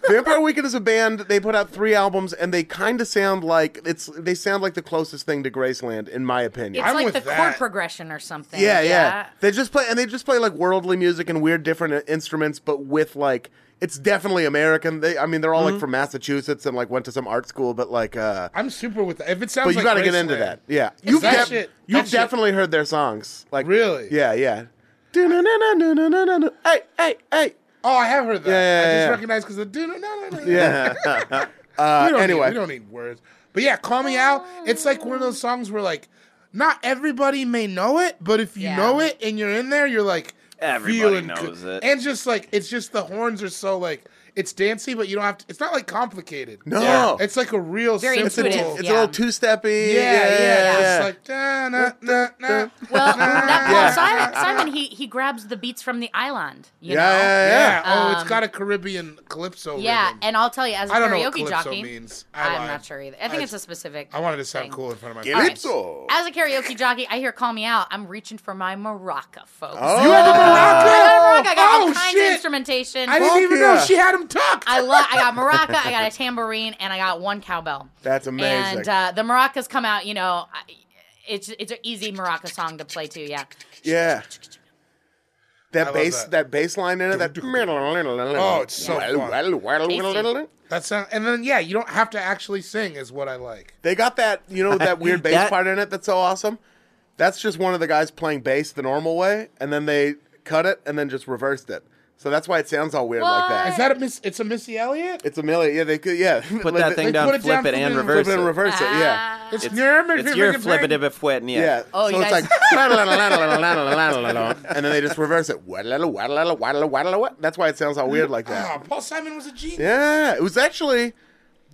Speaker 3: Vampire Weekend is a band. They put out three albums and they kind of sound like it's they sound like the closest thing to Graceland in my opinion.
Speaker 6: It's
Speaker 4: I'm
Speaker 6: like
Speaker 4: with
Speaker 6: the chord
Speaker 4: that.
Speaker 6: progression or something.
Speaker 3: yeah, yeah. They just play and they just play like worldly music and weird different instruments uh, but with like It's definitely American. They, I mean, they're
Speaker 4: Mm-hmm.
Speaker 3: all like from Massachusetts and like went to some art school, but like, uh,
Speaker 4: I'm super with that. If it sounds,
Speaker 3: but you
Speaker 4: like
Speaker 3: got to get
Speaker 4: Graceland,
Speaker 3: into that. Yeah, you've
Speaker 4: that
Speaker 3: def-
Speaker 4: shit-
Speaker 3: you've
Speaker 4: that shit-
Speaker 3: definitely heard their songs. Like
Speaker 4: Really?
Speaker 3: Yeah, yeah. Do-na-na-na-na-na-na-na. Hey, hey, hey.
Speaker 4: Oh, I have heard that.
Speaker 3: Yeah, yeah,
Speaker 4: I
Speaker 3: yeah.
Speaker 4: just recognize because the dude. No, no, no, no.
Speaker 3: Yeah.
Speaker 4: We
Speaker 3: uh,
Speaker 4: don't
Speaker 3: anyway,
Speaker 4: need, we don't need words. But yeah, call me out. It's like one of those songs where like not everybody may know it, but if you
Speaker 6: Yeah.
Speaker 4: know it and you're in there, you're like
Speaker 5: Everybody
Speaker 4: feeling
Speaker 5: knows
Speaker 4: good.
Speaker 5: it.
Speaker 4: And just like it's just the horns are so like it's dancey, but you don't have to. It's not like complicated.
Speaker 3: No.
Speaker 4: it's like a real
Speaker 6: Very
Speaker 4: simple.
Speaker 3: it's a,
Speaker 6: intuitive,
Speaker 3: it's
Speaker 6: yeah.
Speaker 3: a little two-steppy.
Speaker 4: yeah, yeah,
Speaker 3: yeah.
Speaker 4: It's like da, na, na, na.
Speaker 6: Well, that Paul
Speaker 3: Yeah.
Speaker 6: Simon, Simon he, he grabs the beats from the island. You
Speaker 3: Yeah,
Speaker 6: know?
Speaker 3: yeah,
Speaker 4: yeah. Oh, it's
Speaker 6: Um,
Speaker 4: got a Caribbean calypso.
Speaker 6: Yeah,
Speaker 4: rhythm.
Speaker 6: and I'll tell you, as a
Speaker 4: I don't know what
Speaker 6: karaoke
Speaker 4: calypso
Speaker 6: jockey,
Speaker 4: means. I
Speaker 6: I'm
Speaker 4: lied.
Speaker 6: not sure either. I think
Speaker 4: I-
Speaker 6: it's a specific.
Speaker 4: I wanted to sound
Speaker 6: thing.
Speaker 4: cool in front of my.
Speaker 3: Get
Speaker 4: friends.
Speaker 3: it? So-
Speaker 6: As a karaoke jockey, I hear "Call Me Out." I'm reaching for my maraca, folks.
Speaker 3: Oh.
Speaker 4: You have a maraca?
Speaker 6: I got a maraca. I got all
Speaker 4: Oh,
Speaker 6: kinds of
Speaker 4: shit.
Speaker 6: instrumentation.
Speaker 4: I
Speaker 3: Fuck
Speaker 4: didn't even
Speaker 3: yeah.
Speaker 4: know she had him tucked.
Speaker 6: I love. I got maraca. I got a tambourine, and I got one cowbell.
Speaker 3: That's amazing.
Speaker 6: And uh, the maracas come out. You know, I- it's it's an easy maraca song to play to. Yeah.
Speaker 3: Yeah. That
Speaker 4: love
Speaker 3: bass, that.
Speaker 4: that.
Speaker 3: bass line in it, that.
Speaker 4: Oh, it's so
Speaker 6: fun.
Speaker 4: That sound, and then yeah, you don't have to actually sing, is what I like.
Speaker 3: They got that, you know, that weird bass
Speaker 5: That-
Speaker 3: part in it that's so awesome. That's just one of the guys playing bass the normal way, and then they cut it and then just reversed it. So that's why it sounds all weird like that.
Speaker 4: Is that a Miss? It's a Missy Elliott.
Speaker 3: It's a million. Yeah, they could. Yeah,
Speaker 5: Put
Speaker 3: Like
Speaker 5: that
Speaker 3: they-
Speaker 5: thing
Speaker 4: they
Speaker 5: down,
Speaker 4: put it
Speaker 5: flip
Speaker 4: down,
Speaker 5: it,
Speaker 4: flip it
Speaker 5: and
Speaker 4: and
Speaker 3: flip
Speaker 5: reverse
Speaker 3: it
Speaker 5: it. Ah.
Speaker 3: and reverse it. Yeah,
Speaker 4: It's,
Speaker 5: It's,
Speaker 4: Nuremberg.
Speaker 5: it's your
Speaker 4: Nuremberg Brain.
Speaker 5: flippative fwet, yeah.
Speaker 3: yeah.
Speaker 6: Oh,
Speaker 3: so
Speaker 6: you
Speaker 3: it's
Speaker 6: guys-
Speaker 3: like, and then they just reverse it. Waddle, waddle, waddle, waddle, waddle. That's why it sounds all weird like that.
Speaker 4: Ah, Paul Simon was a genius.
Speaker 3: Yeah, it was actually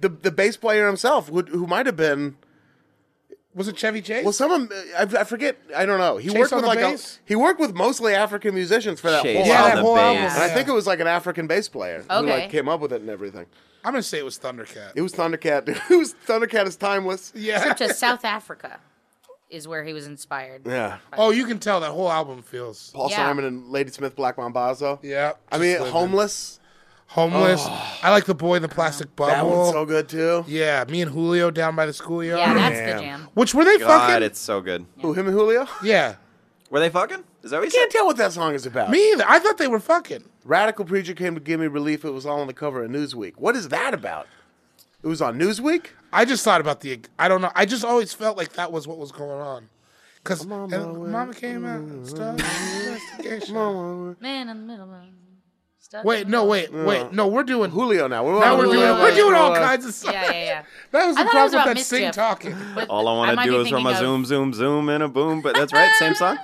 Speaker 3: the the bass player himself, who, who might have been.
Speaker 4: Was it Chevy Chase?
Speaker 3: Well, some of 'em, I, I forget. I don't know. He
Speaker 4: Chase
Speaker 3: worked
Speaker 4: on
Speaker 3: with
Speaker 4: the
Speaker 3: like a,
Speaker 4: bass?
Speaker 3: he worked with mostly African musicians for that
Speaker 5: Chase
Speaker 3: whole
Speaker 5: on
Speaker 4: yeah,
Speaker 3: album.
Speaker 4: that
Speaker 5: the
Speaker 4: whole album.
Speaker 5: bass.
Speaker 3: And I think it was like an African bass player who
Speaker 6: Okay.
Speaker 3: like came up with it and everything.
Speaker 4: I'm gonna say it was Thundercat.
Speaker 3: It was Thundercat. dude. It was Thundercat is timeless.
Speaker 4: yeah.
Speaker 6: To South Africa is where he was inspired.
Speaker 3: Yeah.
Speaker 4: Oh, you can tell that whole album feels.
Speaker 3: Paul
Speaker 6: Yeah.
Speaker 3: Simon and Ladysmith Black Mambazo.
Speaker 4: Yeah.
Speaker 3: I mean,
Speaker 4: just living.
Speaker 3: homeless.
Speaker 4: homeless. I like the boy in the plastic bubble.
Speaker 3: That one's so good too.
Speaker 4: Yeah, me and Julio down by the schoolyard.
Speaker 6: Yeah, that's the
Speaker 3: Oh, Damn.
Speaker 6: jam.
Speaker 4: Which were they
Speaker 5: God,
Speaker 4: fucking?
Speaker 5: it's so good.
Speaker 3: Who him and Julio?
Speaker 4: Yeah,
Speaker 5: Were they fucking? Is that what you said?
Speaker 3: Can't tell what that song is about.
Speaker 4: me either. I thought they were fucking.
Speaker 3: Radical preacher came to give me relief. It was all on the cover of Newsweek. What is that about? It was on Newsweek.
Speaker 4: I just thought about the. I don't know. I just always felt like that was what was going on. Because
Speaker 3: on my way.
Speaker 4: Mama came out and started an investigation.
Speaker 6: Man in the middle. man. Stuck
Speaker 4: Wait,
Speaker 6: in the
Speaker 4: no,
Speaker 6: middle.
Speaker 4: wait, wait. No, we're doing.
Speaker 3: Julio now. We're
Speaker 4: Now
Speaker 3: on
Speaker 4: we're doing,
Speaker 6: Julio.
Speaker 4: we're doing all
Speaker 3: Uh,
Speaker 4: kinds of stuff.
Speaker 6: Yeah, yeah, yeah.
Speaker 4: That was the
Speaker 6: I thought it
Speaker 4: problem
Speaker 6: was
Speaker 4: with
Speaker 6: about
Speaker 4: that sing
Speaker 6: mischief.
Speaker 4: talking.
Speaker 6: But
Speaker 5: All I want
Speaker 6: might
Speaker 5: to
Speaker 6: be
Speaker 5: do is run
Speaker 6: thinking
Speaker 5: my
Speaker 6: of-
Speaker 5: zoom, zoom, zoom, and a boom. But that's right, same song,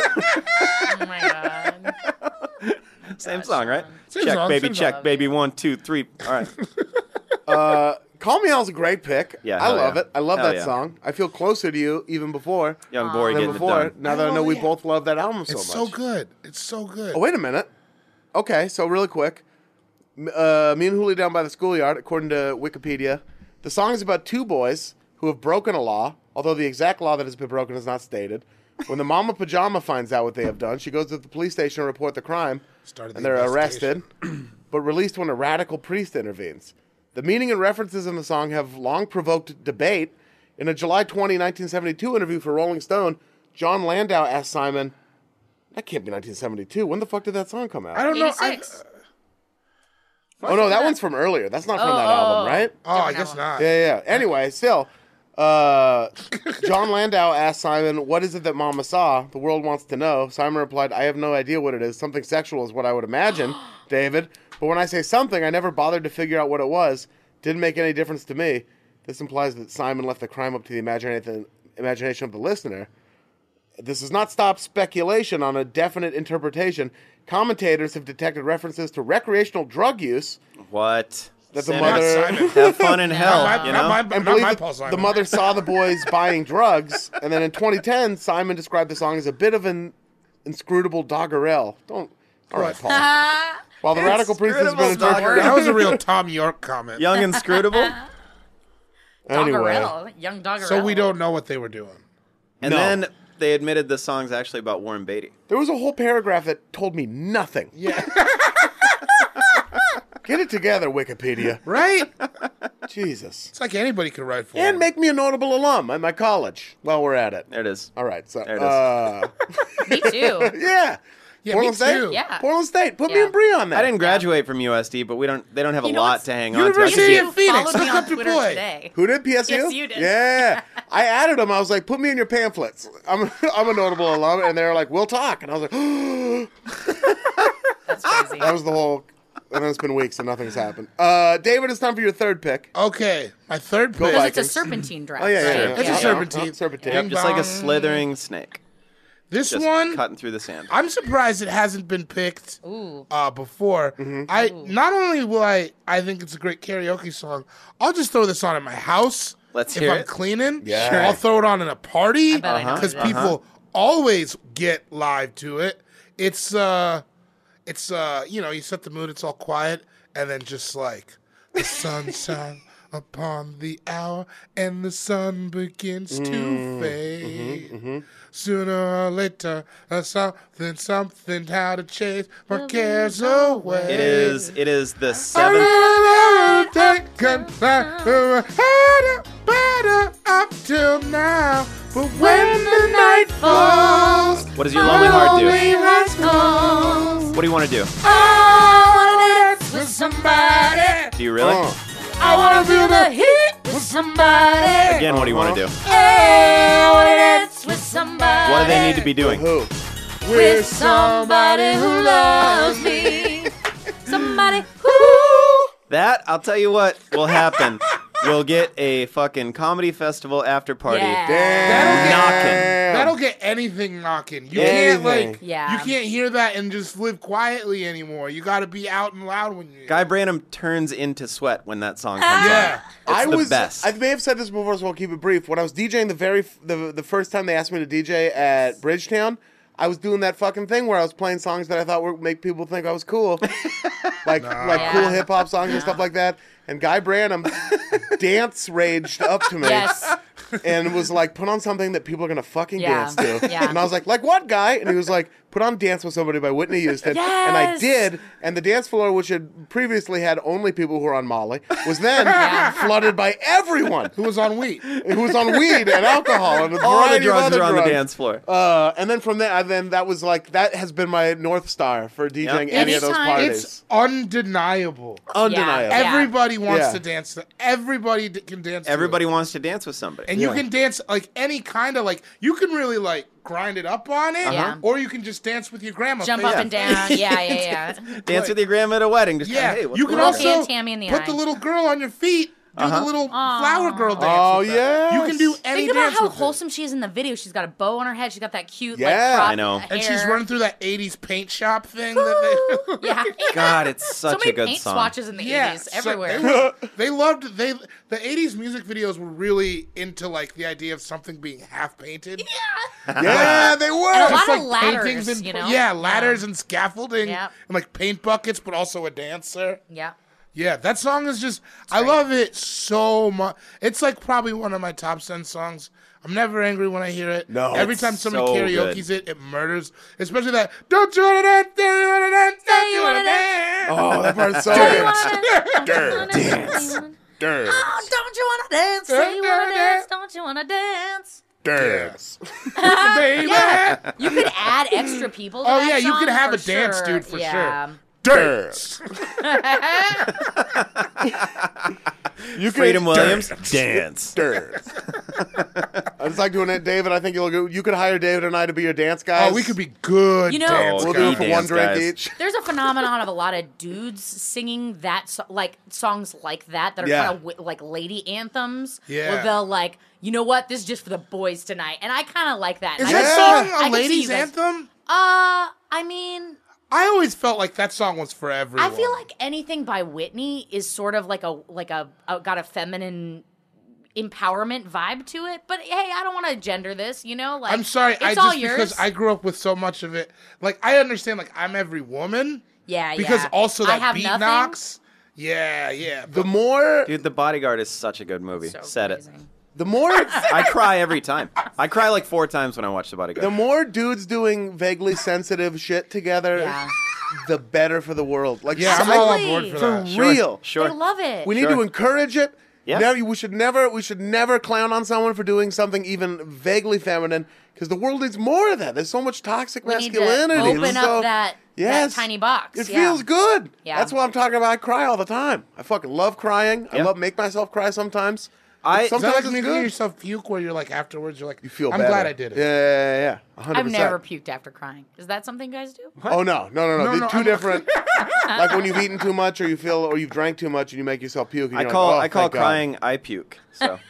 Speaker 6: Oh my god.
Speaker 5: same song, right?
Speaker 4: Same
Speaker 5: check,
Speaker 4: song,
Speaker 5: baby,
Speaker 4: same
Speaker 5: check,
Speaker 4: song.
Speaker 5: baby. One, two, three. All right.
Speaker 3: Uh, Call Me Out is a great pick.
Speaker 5: Yeah,
Speaker 3: I
Speaker 5: hell
Speaker 3: love
Speaker 5: yeah.
Speaker 3: it. I love
Speaker 5: Hell
Speaker 3: that
Speaker 5: yeah.
Speaker 3: song. I feel closer to you even before
Speaker 5: Young boy
Speaker 3: than
Speaker 5: getting
Speaker 3: before.
Speaker 5: it done.
Speaker 3: Now that I know we both love that album so
Speaker 4: It's
Speaker 3: much.
Speaker 4: so good. It's so good.
Speaker 3: Oh, wait a minute. Okay, so really quick. M- Uh, me and Huli down by the schoolyard, according to Wikipedia. The song is about two boys who have broken a law, although the exact law that has been broken is not stated. When the mama pajama finds out what they have done, she goes to the police station to report the crime,
Speaker 4: Started
Speaker 3: and
Speaker 4: the
Speaker 3: they're arrested, but released when a radical priest intervenes. The meaning and references in the song have long provoked debate. In a July 20, 1972 interview for Rolling Stone, John Landau asked Simon, that can't be 1972. When the fuck did that song come out?
Speaker 4: I don't know. I,
Speaker 6: 86.
Speaker 3: Oh no, that one's from earlier. That's not from
Speaker 6: Oh,
Speaker 3: that
Speaker 6: oh,
Speaker 3: album,
Speaker 6: oh.
Speaker 3: right?
Speaker 4: oh, I guess not.
Speaker 3: Yeah, yeah. yeah. Anyway, still, uh, John Landau asked Simon, "What is it that Mama saw? The world wants to know." Simon replied, "I have no idea what it is. Something sexual is what I would imagine, David. But when I say something, I never bothered to figure out what it was. Didn't make any difference to me. This implies that Simon left the crime up to the imagination, imagination of the listener." This does not stop speculation on a definite interpretation. Commentators have detected references to recreational drug use,
Speaker 5: What?
Speaker 3: that the
Speaker 5: Send
Speaker 3: mother
Speaker 5: it.
Speaker 4: Simon.
Speaker 5: Have fun in hell,
Speaker 4: Not my,
Speaker 5: you
Speaker 4: not
Speaker 5: know.
Speaker 4: my-
Speaker 3: and
Speaker 4: not
Speaker 3: believe
Speaker 4: my
Speaker 3: that
Speaker 4: Paul Simon.
Speaker 3: the mother saw the boys buying drugs, and then in 2010, Simon described the song as a bit of an inscrutable doggerel. Don't. All right, Paul.
Speaker 6: Ah,
Speaker 3: While the radical priest has been
Speaker 5: Inscrutable
Speaker 3: interpreted.
Speaker 4: That was a real Tom York comment.
Speaker 5: Young inscrutable.
Speaker 3: Anyway,
Speaker 6: Doggerel, young Doggerel.
Speaker 4: So we don't know what they were doing.
Speaker 5: And
Speaker 3: No.
Speaker 5: then they admitted the song's actually about Warren Beatty.
Speaker 3: there was a whole paragraph that told me nothing.
Speaker 4: Yeah.
Speaker 3: Get it together, Wikipedia.
Speaker 4: right?
Speaker 3: Jesus.
Speaker 4: It's like anybody could write for.
Speaker 3: And
Speaker 4: him.
Speaker 3: make me a notable alum at my college while we're at it.
Speaker 5: There it is.
Speaker 3: All right, so.
Speaker 5: There it is.
Speaker 3: Uh,
Speaker 6: Me too.
Speaker 3: yeah.
Speaker 4: Yeah,
Speaker 3: Portland
Speaker 4: me
Speaker 3: State.
Speaker 4: too.
Speaker 6: Yeah.
Speaker 3: Portland State. Put me
Speaker 6: Yeah.
Speaker 3: and Bree on that.
Speaker 5: I didn't graduate from USD, but we don't. They don't have
Speaker 6: You
Speaker 5: a
Speaker 6: know
Speaker 5: lot
Speaker 6: what's-
Speaker 5: to hang on to. I
Speaker 4: University
Speaker 5: could
Speaker 4: of Phoenix.
Speaker 6: Follow me
Speaker 4: Look
Speaker 6: on
Speaker 4: up your
Speaker 6: Twitter
Speaker 4: boy.
Speaker 6: today.
Speaker 3: Who did PSU?
Speaker 6: Yes, you did.
Speaker 3: Yeah, I added them. I was like, "Put me in your pamphlets." I'm I'm a notable alum, and they were like, "We'll talk." And I was like,
Speaker 6: That's crazy.
Speaker 3: "That was the whole." And then it's been weeks and nothing's happened. Uh, David, it's time for your third pick.
Speaker 4: Okay, my third pick.
Speaker 6: Because it's a
Speaker 3: Vikings.
Speaker 6: serpentine draft.
Speaker 3: Oh yeah, yeah,
Speaker 6: right?
Speaker 3: yeah.
Speaker 4: It's a
Speaker 3: Yeah.
Speaker 4: serpentine.
Speaker 3: Uh, serpentine.
Speaker 5: Yep,
Speaker 4: Ding
Speaker 5: just like
Speaker 4: dong.
Speaker 5: a slithering snake,
Speaker 4: This
Speaker 5: just
Speaker 4: one,
Speaker 5: cutting through the sand.
Speaker 4: I'm surprised it hasn't been picked
Speaker 6: Ooh.
Speaker 4: uh, before. I not only will I, I think it's a great karaoke song. I'll just throw this on at my house.
Speaker 5: Let's
Speaker 4: if
Speaker 5: hear
Speaker 4: I'm
Speaker 5: it.
Speaker 4: cleaning.
Speaker 3: Yeah.
Speaker 4: Sure. I'll throw it on in a party
Speaker 6: bet I know
Speaker 4: because
Speaker 6: it is.
Speaker 4: people always get live to it. It's uh, it's uh, you know, you set the mood. It's all quiet, and then just like the sun shine upon the hour, and the sun begins to fade. Sooner or later, uh, something, something, how to chase my cares away.
Speaker 5: It is. It is the
Speaker 4: I'm
Speaker 5: seventh.
Speaker 4: gonna take control. Had a better up till now, but when the night falls,
Speaker 5: What does your lonely heart do?
Speaker 4: lonely hearts calls.
Speaker 5: What do you want to do?
Speaker 4: I wanna dance with somebody. Oh.
Speaker 5: Do you really?
Speaker 3: Uh,
Speaker 4: I wanna feel the heat with somebody.
Speaker 5: Again, what do you want to do?
Speaker 4: Hey, I wanna dance
Speaker 6: With somebody.
Speaker 5: What do they need to be doing?
Speaker 3: who?
Speaker 4: with somebody who loves me.
Speaker 6: somebody.
Speaker 5: That I'll tell you what will happen. we'll get a fucking comedy festival after party.
Speaker 3: Damn.
Speaker 5: Knocking.
Speaker 4: That'll get anything knocking. You can't
Speaker 3: Anything.
Speaker 4: like
Speaker 6: Yeah.
Speaker 4: you can't hear that and just live quietly anymore. You gotta be out and loud when you
Speaker 5: Guy Branum turns into sweat when that song comes
Speaker 4: Yeah.
Speaker 5: on.
Speaker 3: I
Speaker 5: It's the
Speaker 3: was.
Speaker 5: best.
Speaker 3: I may have said this before, so I'll keep it brief. When I was DJing the very f- the the first time they asked me to DJ at Bridgetown, I was doing that fucking thing where I was playing songs that I thought would make people think I was cool, like like
Speaker 6: Yeah.
Speaker 3: cool hip hop songs and stuff like that. And Guy Branum dance raged up to me
Speaker 6: Yes.
Speaker 3: and was like, "Put on something that people are gonna fucking
Speaker 6: Yeah.
Speaker 3: dance to."
Speaker 6: Yeah.
Speaker 3: And I was like, "Like what, Guy?" And he was like, "Put on Dance with Somebody by Whitney Houston." And I
Speaker 6: Yes.
Speaker 3: did. And the dance floor, which had previously had only people who were on Molly, was then flooded by everyone
Speaker 4: who was on wheat.
Speaker 3: who was on weed and alcohol and a
Speaker 5: All the
Speaker 3: variety of
Speaker 5: drugs
Speaker 3: other
Speaker 5: are on
Speaker 3: drugs.
Speaker 5: the dance floor.
Speaker 4: Oh,
Speaker 3: Uh, and then from there, I then that was like that has been my north star for DJing
Speaker 5: Yep.
Speaker 3: any of those
Speaker 6: Anytime-
Speaker 3: parties.
Speaker 4: It's undeniable.
Speaker 3: undeniable.
Speaker 6: Yeah.
Speaker 4: Everybody wants
Speaker 3: Yeah.
Speaker 4: to dance. To, everybody d- can dance. to
Speaker 5: Everybody
Speaker 4: it.
Speaker 5: wants to dance with somebody.
Speaker 4: and you can dance like any kind of like you can really like grind it up on it,
Speaker 6: Yeah.
Speaker 4: or you can just dance with your grandma.
Speaker 6: Uh-huh. Jump
Speaker 4: face
Speaker 6: up and down. Yeah, yeah, yeah.
Speaker 5: Dance with your grandma at a wedding. Just
Speaker 4: Yeah,
Speaker 5: hey, what's
Speaker 4: you can
Speaker 5: going on? Uh-huh.
Speaker 6: Look at
Speaker 4: also
Speaker 6: Tammy in the
Speaker 4: put
Speaker 6: eye.
Speaker 4: the little girl on your feet, do the little flower girl dance.
Speaker 3: Oh,
Speaker 4: with that. you can do
Speaker 3: yes.
Speaker 4: any
Speaker 6: Think about
Speaker 4: dance
Speaker 6: how
Speaker 4: with it.
Speaker 6: wholesome she is in the video. She's got a bow on her head. She's got that cute,
Speaker 3: Yeah,
Speaker 6: like, prop
Speaker 5: I know.
Speaker 6: hair.
Speaker 4: And she's running through that '80s paint shop thing. that they,
Speaker 6: Yeah.
Speaker 5: God, it's
Speaker 6: so
Speaker 5: such
Speaker 6: many
Speaker 5: a good
Speaker 6: paint
Speaker 5: song.
Speaker 6: swatches in the
Speaker 4: Yeah,
Speaker 6: 80s
Speaker 4: so
Speaker 6: everywhere.
Speaker 4: they were- they loved they the 80s music videos were really into like the idea of something being half painted.
Speaker 3: yeah, they were.
Speaker 6: And a
Speaker 4: Just,
Speaker 6: lot of
Speaker 4: like, paintings
Speaker 6: ladders,
Speaker 4: and-
Speaker 6: you know?
Speaker 4: Yeah, ladders and scaffolding
Speaker 6: Yeah.
Speaker 4: and like paint buckets, but also a dancer.
Speaker 6: yeah.
Speaker 4: Yeah, that song is just I love it so much. It's like probably one of my top ten songs. I'm never angry when I hear it.
Speaker 3: No,
Speaker 4: every
Speaker 5: it's
Speaker 4: time somebody
Speaker 5: so
Speaker 4: karaoke's it, it murders. Especially that "Don't you wanna dance? Don't you wanna dance? Don't you wanna dance?"
Speaker 3: Oh, that part's so good.
Speaker 6: Dance.
Speaker 3: Dirt.
Speaker 6: Oh, don't you want to dance? Say you want to dance. Don't you want to dance?
Speaker 3: Dirt.
Speaker 4: baby.
Speaker 6: You could add extra people. To
Speaker 4: Oh,
Speaker 6: that
Speaker 4: yeah, you
Speaker 6: song
Speaker 4: could have
Speaker 6: for
Speaker 4: a dance
Speaker 6: sure.
Speaker 4: dude for
Speaker 6: yeah.
Speaker 3: Dirt. you
Speaker 5: Freedom
Speaker 3: could,
Speaker 5: Williams, dance.
Speaker 3: Dirt. I just like doing it, David. I think you'll go. You could hire David and I to be your dance guys.
Speaker 4: Oh, we could be good.
Speaker 6: You know-
Speaker 4: dance
Speaker 3: We'll
Speaker 5: Oh,
Speaker 4: guys.
Speaker 3: do
Speaker 5: God.
Speaker 3: it for one
Speaker 5: Dance
Speaker 3: drink
Speaker 5: guys.
Speaker 3: each.
Speaker 6: There's a phenomenon of a lot of dudes singing that, so- like songs like that, that are
Speaker 3: Yeah.
Speaker 6: kind of w- like lady anthems.
Speaker 4: Yeah.
Speaker 6: Where they'll like, you know what? This is just for the boys tonight, and I kind of like that.
Speaker 4: Is
Speaker 6: And I
Speaker 3: Yeah.
Speaker 6: can
Speaker 4: that
Speaker 6: see- I
Speaker 4: song a
Speaker 6: can see
Speaker 4: ladies'
Speaker 6: you guys-
Speaker 4: anthem?
Speaker 6: Uh, I mean,
Speaker 4: I always felt like that song was for everyone.
Speaker 6: I feel like anything by Whitney is sort of like a like a, a got a feminine empowerment vibe to it. But hey, I don't want to gender this, you know. Like
Speaker 4: I'm sorry.
Speaker 6: it's
Speaker 4: I
Speaker 6: all
Speaker 4: just
Speaker 6: yours.
Speaker 4: because I grew up with so much of it. Like I understand. Like I'm every woman.
Speaker 6: yeah,
Speaker 4: Because
Speaker 6: yeah.
Speaker 4: also
Speaker 6: I
Speaker 4: that
Speaker 6: have
Speaker 4: beat
Speaker 6: nothing.
Speaker 4: knocks. Yeah, yeah.
Speaker 3: The more,
Speaker 5: Dude, The Bodyguard is such a good movie.
Speaker 6: So
Speaker 5: Said it.
Speaker 6: amazing.
Speaker 3: the more,
Speaker 5: I cry every time. I cry like four times when I watch The Bodyguard.
Speaker 3: the more dudes doing vaguely sensitive shit together,
Speaker 6: Yeah.
Speaker 3: the better for the world. Like,
Speaker 4: yeah, I'm
Speaker 3: I-
Speaker 4: all on
Speaker 6: Absolutely.
Speaker 4: board for
Speaker 3: for
Speaker 4: that.
Speaker 5: Sure,
Speaker 3: real.
Speaker 5: Sure.
Speaker 6: They love it.
Speaker 3: We need
Speaker 5: Sure.
Speaker 3: to encourage it.
Speaker 5: Yeah.
Speaker 3: Now you- we should never we should never clown on someone for doing something even vaguely feminine because the world needs more of that. There's so much toxic
Speaker 6: We need to
Speaker 3: masculinity.
Speaker 6: open up
Speaker 3: So,
Speaker 6: that- that
Speaker 3: yes,
Speaker 6: tiny box,
Speaker 3: It
Speaker 6: yeah.
Speaker 3: feels good.
Speaker 6: Yeah.
Speaker 3: That's why I'm talking about. I cry all the time. I fucking love crying. I
Speaker 5: Yeah.
Speaker 3: love make myself cry sometimes.
Speaker 5: I-
Speaker 3: But
Speaker 4: Is that
Speaker 3: sometimes
Speaker 4: like
Speaker 3: it's
Speaker 4: making
Speaker 3: good.
Speaker 4: yourself puke where you're like afterwards you're like
Speaker 3: You feel.
Speaker 4: I'm
Speaker 3: better.
Speaker 4: glad I did it.
Speaker 3: Yeah, yeah, yeah. yeah. 100%.
Speaker 6: I've never puked after crying. Is that something you guys do?
Speaker 3: Oh no, no, no, no!
Speaker 4: No,
Speaker 3: They're
Speaker 4: no,
Speaker 3: 2
Speaker 4: I'm-
Speaker 3: different. like when you've eaten too much, or you feel, or you've drank too much, and you make yourself puke. And
Speaker 5: I
Speaker 3: you're
Speaker 5: call
Speaker 3: like, oh,
Speaker 5: I call
Speaker 3: thank God.
Speaker 5: crying I puke. So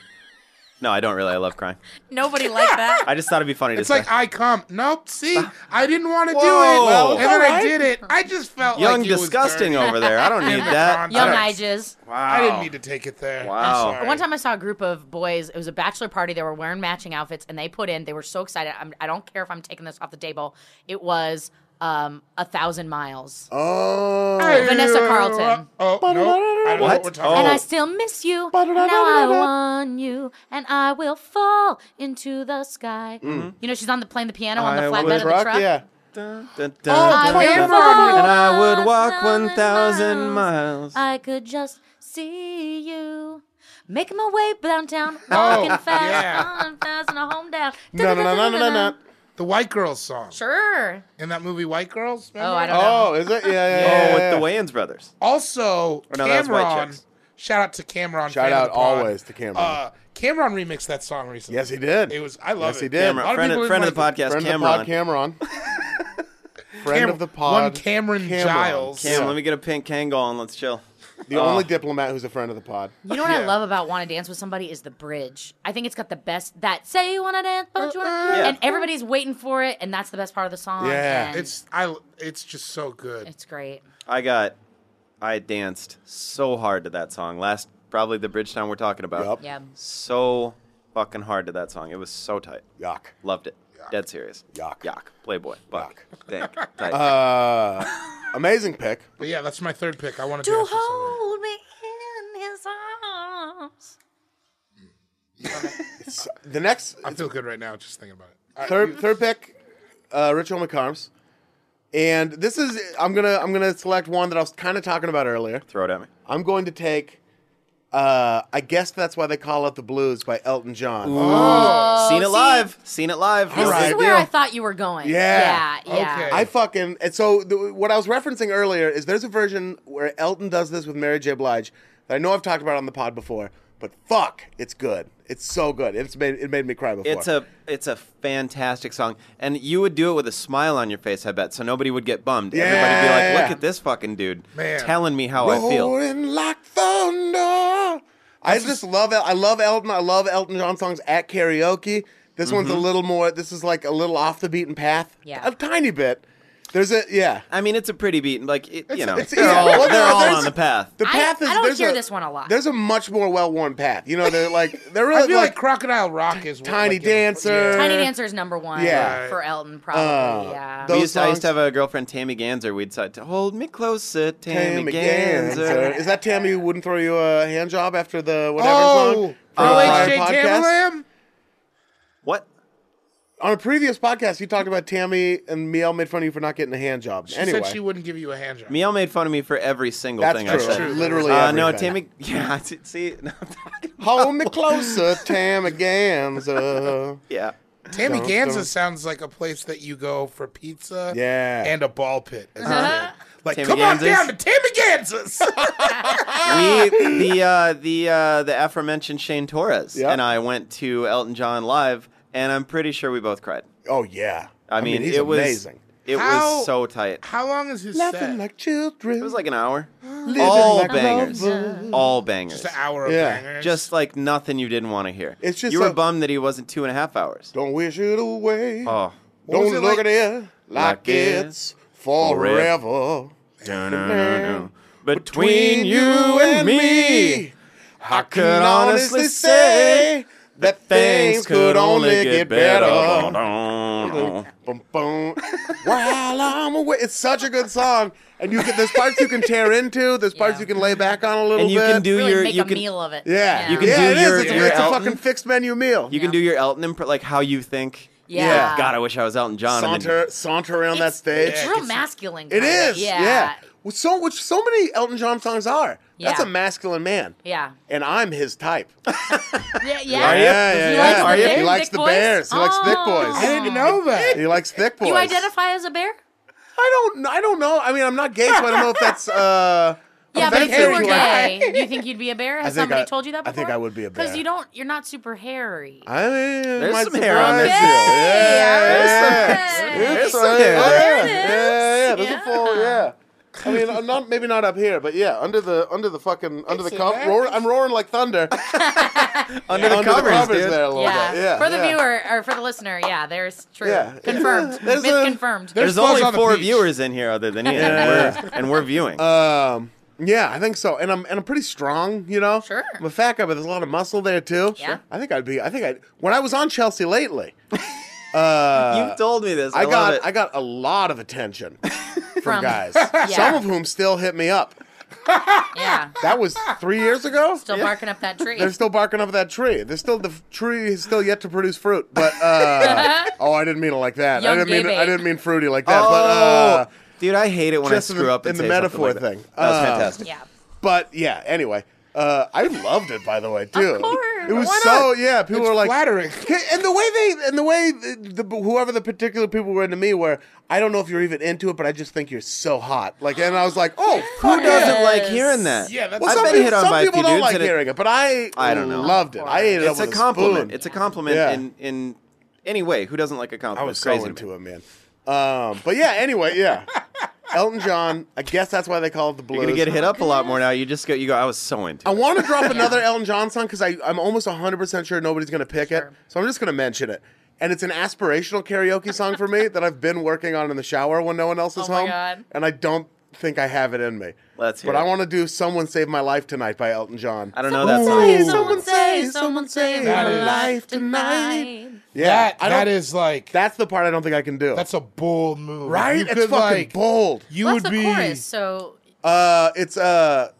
Speaker 5: no, I don't really. I love crying.
Speaker 6: Nobody like that.
Speaker 5: I just thought it'd be funny
Speaker 4: It's
Speaker 5: to
Speaker 4: like
Speaker 5: say.
Speaker 4: I come. Nope. See, I didn't want to do it,
Speaker 5: Whoa. Well,
Speaker 4: and then I
Speaker 3: alright.
Speaker 4: did it. I just felt
Speaker 5: Young
Speaker 4: like it was
Speaker 5: disgusting
Speaker 4: dirty.
Speaker 5: over there. I don't need that.
Speaker 4: Context.
Speaker 6: Young
Speaker 4: I-
Speaker 6: ages.
Speaker 5: Wow.
Speaker 4: I didn't need to take it there. I'm
Speaker 5: Wow.
Speaker 4: sorry.
Speaker 6: One time I saw a group of boys. It was a bachelor party. They were wearing matching outfits, and they put in. They were so excited. I'm, I don't care if I'm taking this off the table. It was um, a thousand miles.
Speaker 3: Oh,
Speaker 6: Vanessa Carlton.
Speaker 4: Oh, no. I don't know
Speaker 5: What?
Speaker 4: what we're talking
Speaker 5: Oh.
Speaker 6: And
Speaker 4: about.
Speaker 6: I still miss you. and now I want you, and I will fall into the sky. You know, she's on the playing the piano on the
Speaker 5: Mm. I will
Speaker 6: flatbed of the truck.
Speaker 3: yeah.
Speaker 5: Dun, dun, dun,
Speaker 6: I
Speaker 5: dun,
Speaker 6: will
Speaker 5: dun.
Speaker 6: fall
Speaker 5: And I would
Speaker 6: a
Speaker 5: walk one thousand
Speaker 6: thousand
Speaker 5: miles.
Speaker 6: I could just see you. Making my way downtown, walking fast,
Speaker 4: yeah.
Speaker 6: on fast and a home down.
Speaker 3: Oh, No, no, no, no, no, no.
Speaker 4: The White Girls song.
Speaker 6: Sure.
Speaker 4: In that movie White Girls?
Speaker 6: Oh,
Speaker 4: remember?
Speaker 6: I don't know.
Speaker 3: Oh, is it? Yeah, yeah, yeah.
Speaker 5: Oh,
Speaker 3: yeah,
Speaker 5: with the
Speaker 3: yeah.
Speaker 5: Wayans brothers.
Speaker 3: Oh,
Speaker 4: Also,
Speaker 5: no, that's White
Speaker 4: Cameron.
Speaker 5: Chicks.
Speaker 4: Shout out to Cameron.
Speaker 3: Shout
Speaker 4: fan of
Speaker 3: out
Speaker 4: the pod.
Speaker 3: always to Cameron.
Speaker 4: Uh, Cameron remixed that song recently.
Speaker 3: yes, he did.
Speaker 4: It was. I love
Speaker 3: Yes,
Speaker 4: it.
Speaker 3: he did.
Speaker 4: A lot
Speaker 5: Cameron,
Speaker 4: of
Speaker 5: friend,
Speaker 4: people
Speaker 5: of,
Speaker 4: didn't
Speaker 5: friend of
Speaker 4: like
Speaker 5: the podcast,
Speaker 3: Friend
Speaker 5: Cameron.
Speaker 3: of the pod, Cameron. Friend
Speaker 4: Cam-
Speaker 3: of the pod,
Speaker 4: One Cameron, Giles.
Speaker 5: Cam, let me Oh. get a pink Kangol and let's chill.
Speaker 3: The only diplomat who's a friend of the pod.
Speaker 6: You know what I
Speaker 4: Yeah.
Speaker 6: love about "Want to Dance with Somebody" is the bridge. I think it's got the best. That say you want to dance, but you want to,
Speaker 5: Yeah.
Speaker 6: and everybody's waiting for it, and that's the best part of the song.
Speaker 3: Yeah.
Speaker 6: and
Speaker 4: It's I. It's just so good.
Speaker 6: it's great.
Speaker 5: I got, I danced so hard to that song last, probably the Bridgetown we're talking about.
Speaker 3: Yup.
Speaker 6: Yeah.
Speaker 5: So fucking hard to that song. It was so tight.
Speaker 3: Yuck.
Speaker 5: Loved it. Dead serious.
Speaker 3: Yuck.
Speaker 5: Yuck. Playboy. Fuck. Dank. Tight.
Speaker 3: Uh, amazing pick.
Speaker 4: but yeah, that's my third pick. I want to
Speaker 6: To
Speaker 4: dance with someone.
Speaker 6: hold me in his arms.
Speaker 3: It's- the next
Speaker 4: I feel good right now just thinking about it. All right,
Speaker 3: third third pick, uh, Ritual McCarms. And this is I'm gonna I'm gonna select one that I was kind of talking about earlier.
Speaker 5: Throw it at me.
Speaker 3: I'm going to take. Uh, I guess that's why they call it the blues by Elton John.
Speaker 5: Oh. Seen it live. Seen it live.
Speaker 6: This
Speaker 3: Alright.
Speaker 6: is where
Speaker 3: deal.
Speaker 6: I thought you were going.
Speaker 3: Yeah.
Speaker 6: Yeah. Yeah.
Speaker 4: Okay.
Speaker 3: I fucking and so the, what I was referencing earlier is there's a version where Elton does this with Mary J. Blige that I know I've talked about on the pod before, but fuck, it's good. It's so good. It's made it made me cry before.
Speaker 5: It's a it's a fantastic song, and you would do it with a smile on your face, I bet, so nobody would get bummed. Everybody'd be
Speaker 3: Yeah.
Speaker 5: like, "Look at this fucking dude
Speaker 4: Man.
Speaker 5: telling me how I feel."
Speaker 3: roaring like thunder. I just love El- I love Elton. I love Elton John songs at karaoke. This one's a
Speaker 5: Mm-hmm.
Speaker 3: little more. This is like a little off the beaten path.
Speaker 6: Yeah.
Speaker 3: a tiny bit. There's a yeah.
Speaker 5: I mean, it's a pretty beat, like it, you know,
Speaker 3: it's-
Speaker 5: they're
Speaker 3: yeah,
Speaker 5: all,
Speaker 3: well,
Speaker 5: they're
Speaker 3: no,
Speaker 5: all
Speaker 3: there's-
Speaker 5: on the path.
Speaker 3: The
Speaker 6: I-
Speaker 3: path is.
Speaker 6: I don't
Speaker 3: there's
Speaker 6: hear this one a lot.
Speaker 3: There's a much more well-worn path. You know, they're like they're really
Speaker 4: I feel
Speaker 3: like,
Speaker 4: like Crocodile Rock is
Speaker 3: Tiny
Speaker 4: like, you know,
Speaker 3: Dancer.
Speaker 6: Tiny Dancer is number one
Speaker 3: Uh, Yeah. Uh,
Speaker 6: for Elton, probably. yeah.
Speaker 3: those
Speaker 5: we used to, I used to
Speaker 3: songs-
Speaker 5: have a girlfriend, Tammy Ganser. We'd say, "Hold me closer, Tammy,
Speaker 3: Tammy
Speaker 5: Ganser."
Speaker 3: Ganser. Is that Tammy who wouldn't throw you a hand job after the whatever
Speaker 4: Oh,
Speaker 3: song? from the
Speaker 4: oh,
Speaker 3: prior
Speaker 4: H.J.
Speaker 3: podcast?
Speaker 4: Tamlam.
Speaker 5: What?
Speaker 3: On a previous podcast, you talked about Tammy and Miel made fun of you for not getting a hand job.
Speaker 4: She
Speaker 3: anyway,
Speaker 4: said she wouldn't give you a hand job.
Speaker 5: Miel made fun of me for every single
Speaker 3: that's
Speaker 5: thing
Speaker 3: true.
Speaker 5: I said.
Speaker 4: true.
Speaker 3: Literally,
Speaker 5: Uh, no,
Speaker 3: everything.
Speaker 5: Tammy. Yeah, t- see, no, I'm talking about-
Speaker 3: Hold me closer, Tammy Ganser.
Speaker 5: yeah.
Speaker 4: Tammy
Speaker 3: Dun,
Speaker 4: Ganza
Speaker 3: dun.
Speaker 4: sounds like a place that you go for pizza
Speaker 3: Yeah.
Speaker 4: and a ball pit. as a kid. Like,
Speaker 5: Tammy
Speaker 4: come
Speaker 5: Ganza's.
Speaker 4: on down to Tammy Ganza's.
Speaker 5: we the uh, the uh, the aforementioned Shane Torres
Speaker 3: Yeah.
Speaker 5: and I went to Elton John live, and I'm pretty sure we both cried.
Speaker 3: Oh yeah.
Speaker 5: I, mean,
Speaker 3: he's
Speaker 5: it was
Speaker 3: amazing.
Speaker 5: It
Speaker 4: How-
Speaker 5: was so tight.
Speaker 4: How long is his
Speaker 3: Laughing
Speaker 4: set?
Speaker 3: like children.
Speaker 5: It was like an hour.
Speaker 3: Living
Speaker 5: All
Speaker 3: like
Speaker 5: bangers,
Speaker 3: lovers.
Speaker 5: all bangers.
Speaker 4: Just an hour of
Speaker 3: Yeah.
Speaker 4: bangers.
Speaker 5: Just like nothing you didn't want to hear.
Speaker 3: It's just
Speaker 5: you were
Speaker 3: a-
Speaker 5: bummed that he wasn't two and a half hours.
Speaker 3: Don't wish it away.
Speaker 5: Oh,
Speaker 4: What was
Speaker 3: Don't
Speaker 4: it
Speaker 3: look at
Speaker 4: like-
Speaker 3: it like,
Speaker 5: Like
Speaker 3: it's
Speaker 5: it's
Speaker 3: forever.
Speaker 5: Dun-dun-dun-dun. between you and me,
Speaker 3: I
Speaker 5: could honestly say
Speaker 3: that
Speaker 5: things could only get better. Uh-huh.
Speaker 3: Bum, bum. While I'm away, it's such a good song, and you can. There's parts you can tear into. There's parts
Speaker 6: Yeah.
Speaker 3: you can lay back on a little
Speaker 5: And you
Speaker 3: bit.
Speaker 5: can do
Speaker 6: really
Speaker 5: your
Speaker 6: make
Speaker 5: you
Speaker 6: a
Speaker 5: can
Speaker 6: meal of it.
Speaker 3: yeah,
Speaker 5: You can
Speaker 3: yeah,
Speaker 5: do
Speaker 3: it is.
Speaker 5: your-
Speaker 3: It's, a-
Speaker 5: your
Speaker 3: it's a
Speaker 5: Elton.
Speaker 3: fucking fixed menu meal.
Speaker 5: you can do your Elton imp- like how you think
Speaker 6: Yeah.
Speaker 3: Yeah.
Speaker 5: God, I wish I was Elton John. and then-
Speaker 3: saunter saunter around that stage.
Speaker 6: It's real masculine.
Speaker 3: It
Speaker 6: kinda.
Speaker 3: is. Yeah.
Speaker 6: Yeah.
Speaker 3: Well, so which so many Elton John songs are. That's
Speaker 6: Yeah.
Speaker 3: a masculine man.
Speaker 6: Yeah.
Speaker 3: And I'm his type.
Speaker 6: Yeah.
Speaker 3: Are
Speaker 6: Yeah.
Speaker 3: you? Yeah,
Speaker 6: He
Speaker 3: yeah,
Speaker 6: likes
Speaker 3: yeah. Are
Speaker 6: the
Speaker 3: you?
Speaker 6: bear-
Speaker 3: He likes
Speaker 6: thick
Speaker 3: the
Speaker 6: boys?
Speaker 3: bears. He likes thick
Speaker 6: Oh.
Speaker 4: I didn't know that.
Speaker 3: He likes thick boys.
Speaker 6: You identify as a bear?
Speaker 3: I don't. I don't know. I mean, I'm not gay, so I don't know if that's. uh
Speaker 6: Yeah, but if
Speaker 3: offensive
Speaker 6: you were
Speaker 3: to anyone.
Speaker 6: gay, you think you'd be a bear? Has
Speaker 3: think
Speaker 6: somebody
Speaker 3: I-
Speaker 6: told you that
Speaker 3: I
Speaker 6: before?
Speaker 3: think I would be a bear.
Speaker 6: Because you don't. You're not super hairy.
Speaker 3: I mean, there's
Speaker 5: some hair on there, too.
Speaker 3: Yeah, yeah.
Speaker 6: Yay!
Speaker 3: There's some hair.
Speaker 5: There's some
Speaker 3: Yeah,
Speaker 6: hair.
Speaker 3: yeah, yeah. There's a
Speaker 6: Yeah.
Speaker 3: full, yeah. I mean, I'm not maybe not up here, but yeah, under the under the fucking under the cup, roar, I'm roaring like thunder
Speaker 5: under the
Speaker 3: under the
Speaker 5: covers,
Speaker 3: covers
Speaker 5: dude.
Speaker 3: there a little
Speaker 6: Yeah.
Speaker 3: bit. Yeah,
Speaker 6: for the
Speaker 3: yeah.
Speaker 6: viewer or for the listener, yeah, there's true.
Speaker 3: Yeah.
Speaker 6: Confirmed.
Speaker 3: There's a-
Speaker 6: Misconfirmed.
Speaker 5: There's,
Speaker 4: clothes
Speaker 5: only
Speaker 4: on the
Speaker 5: four
Speaker 4: beach.
Speaker 5: viewers in here other than you, and, we're, and we're viewing.
Speaker 3: Um, yeah, I think so, and I'm and I'm pretty strong, you know.
Speaker 6: Sure.
Speaker 3: I'm a fat guy, but there's a lot of muscle there too.
Speaker 6: Yeah. Sure.
Speaker 3: I think I'd be. I think I would when I was on Chelsea lately,
Speaker 5: You've told me this. I,
Speaker 3: I
Speaker 5: love it.
Speaker 3: got I got a lot of attention from
Speaker 6: From-
Speaker 3: guys, some
Speaker 6: Yeah.
Speaker 3: of whom still hit me up.
Speaker 6: yeah.
Speaker 3: That was three years ago.
Speaker 6: Still barking up that tree.
Speaker 3: They're still barking up that tree. There's still the f- tree is still yet to produce fruit. But uh, oh, I didn't mean it like that. I
Speaker 6: Young
Speaker 3: didn't
Speaker 6: gay
Speaker 3: mean I
Speaker 6: bait.
Speaker 3: didn't mean fruity like that.
Speaker 5: oh,
Speaker 3: But uh,
Speaker 5: dude, I hate it when I
Speaker 3: just in
Speaker 5: screw
Speaker 3: the-
Speaker 5: up and
Speaker 3: in the
Speaker 5: say something
Speaker 3: metaphor
Speaker 5: like that.
Speaker 3: thing.
Speaker 5: That was
Speaker 3: Uh,
Speaker 5: fantastic.
Speaker 6: yeah.
Speaker 3: But yeah, anyway, uh, I loved it. By the way, too.
Speaker 6: course.
Speaker 3: It was
Speaker 4: Why
Speaker 3: so
Speaker 4: not?
Speaker 3: yeah. People
Speaker 4: It's
Speaker 3: were like
Speaker 4: flattering.
Speaker 3: and the way they and the way the, the whoever the particular people were into me were. I don't know if you're even into it, but I just think you're so hot. Like, and I was like, oh,
Speaker 5: Who
Speaker 3: fuck yeah.
Speaker 5: doesn't like hearing that?
Speaker 4: Yeah, that's-
Speaker 3: Well,
Speaker 5: I've
Speaker 3: some
Speaker 5: been
Speaker 3: people,
Speaker 5: hit on
Speaker 3: some
Speaker 5: by a
Speaker 3: people
Speaker 5: few
Speaker 3: don't
Speaker 5: dudes
Speaker 3: like
Speaker 5: and it-
Speaker 3: hearing it, but I
Speaker 5: I don't know.
Speaker 3: loved it. I ate it up
Speaker 5: It's a
Speaker 3: with
Speaker 5: compliment.
Speaker 3: spoon.
Speaker 5: It's a compliment
Speaker 3: Yeah.
Speaker 5: in in any way. Who doesn't like a compliment?
Speaker 3: I was
Speaker 5: it's
Speaker 3: so
Speaker 5: crazy to me.
Speaker 3: into it, man. Um, but yeah, anyway, yeah. Elton John. I guess that's why they call it the blues.
Speaker 5: You're gonna get hit up a lot more now. You just go. You go. I was so into.
Speaker 3: I
Speaker 5: it.
Speaker 3: want to drop another Elton John song because I'm almost 100% sure nobody's going to pick it. So I'm just going to mention it. And it's an aspirational karaoke song for me that I've been working on in the shower when no one else is
Speaker 6: Oh my
Speaker 3: home.
Speaker 6: God.
Speaker 3: And I don't think I have it in me.
Speaker 5: Let's hear
Speaker 3: But I
Speaker 5: it.
Speaker 3: want to do Someone Save My Life Tonight by Elton John.
Speaker 5: I don't know that
Speaker 3: Someone
Speaker 5: song.
Speaker 3: say, Oh, someone say, someone say
Speaker 4: That
Speaker 3: my
Speaker 4: is-
Speaker 3: life tonight. Yeah,
Speaker 4: That
Speaker 3: I
Speaker 4: that
Speaker 3: don't-
Speaker 4: is like
Speaker 3: That's the part I don't think I can do.
Speaker 4: that's a bold move.
Speaker 3: right.
Speaker 4: You
Speaker 3: it's
Speaker 4: could,
Speaker 3: fucking
Speaker 4: like,
Speaker 3: bold.
Speaker 4: You
Speaker 6: Well,
Speaker 4: would
Speaker 6: that's a
Speaker 4: be
Speaker 6: chorus, so
Speaker 3: Uh, it's uh,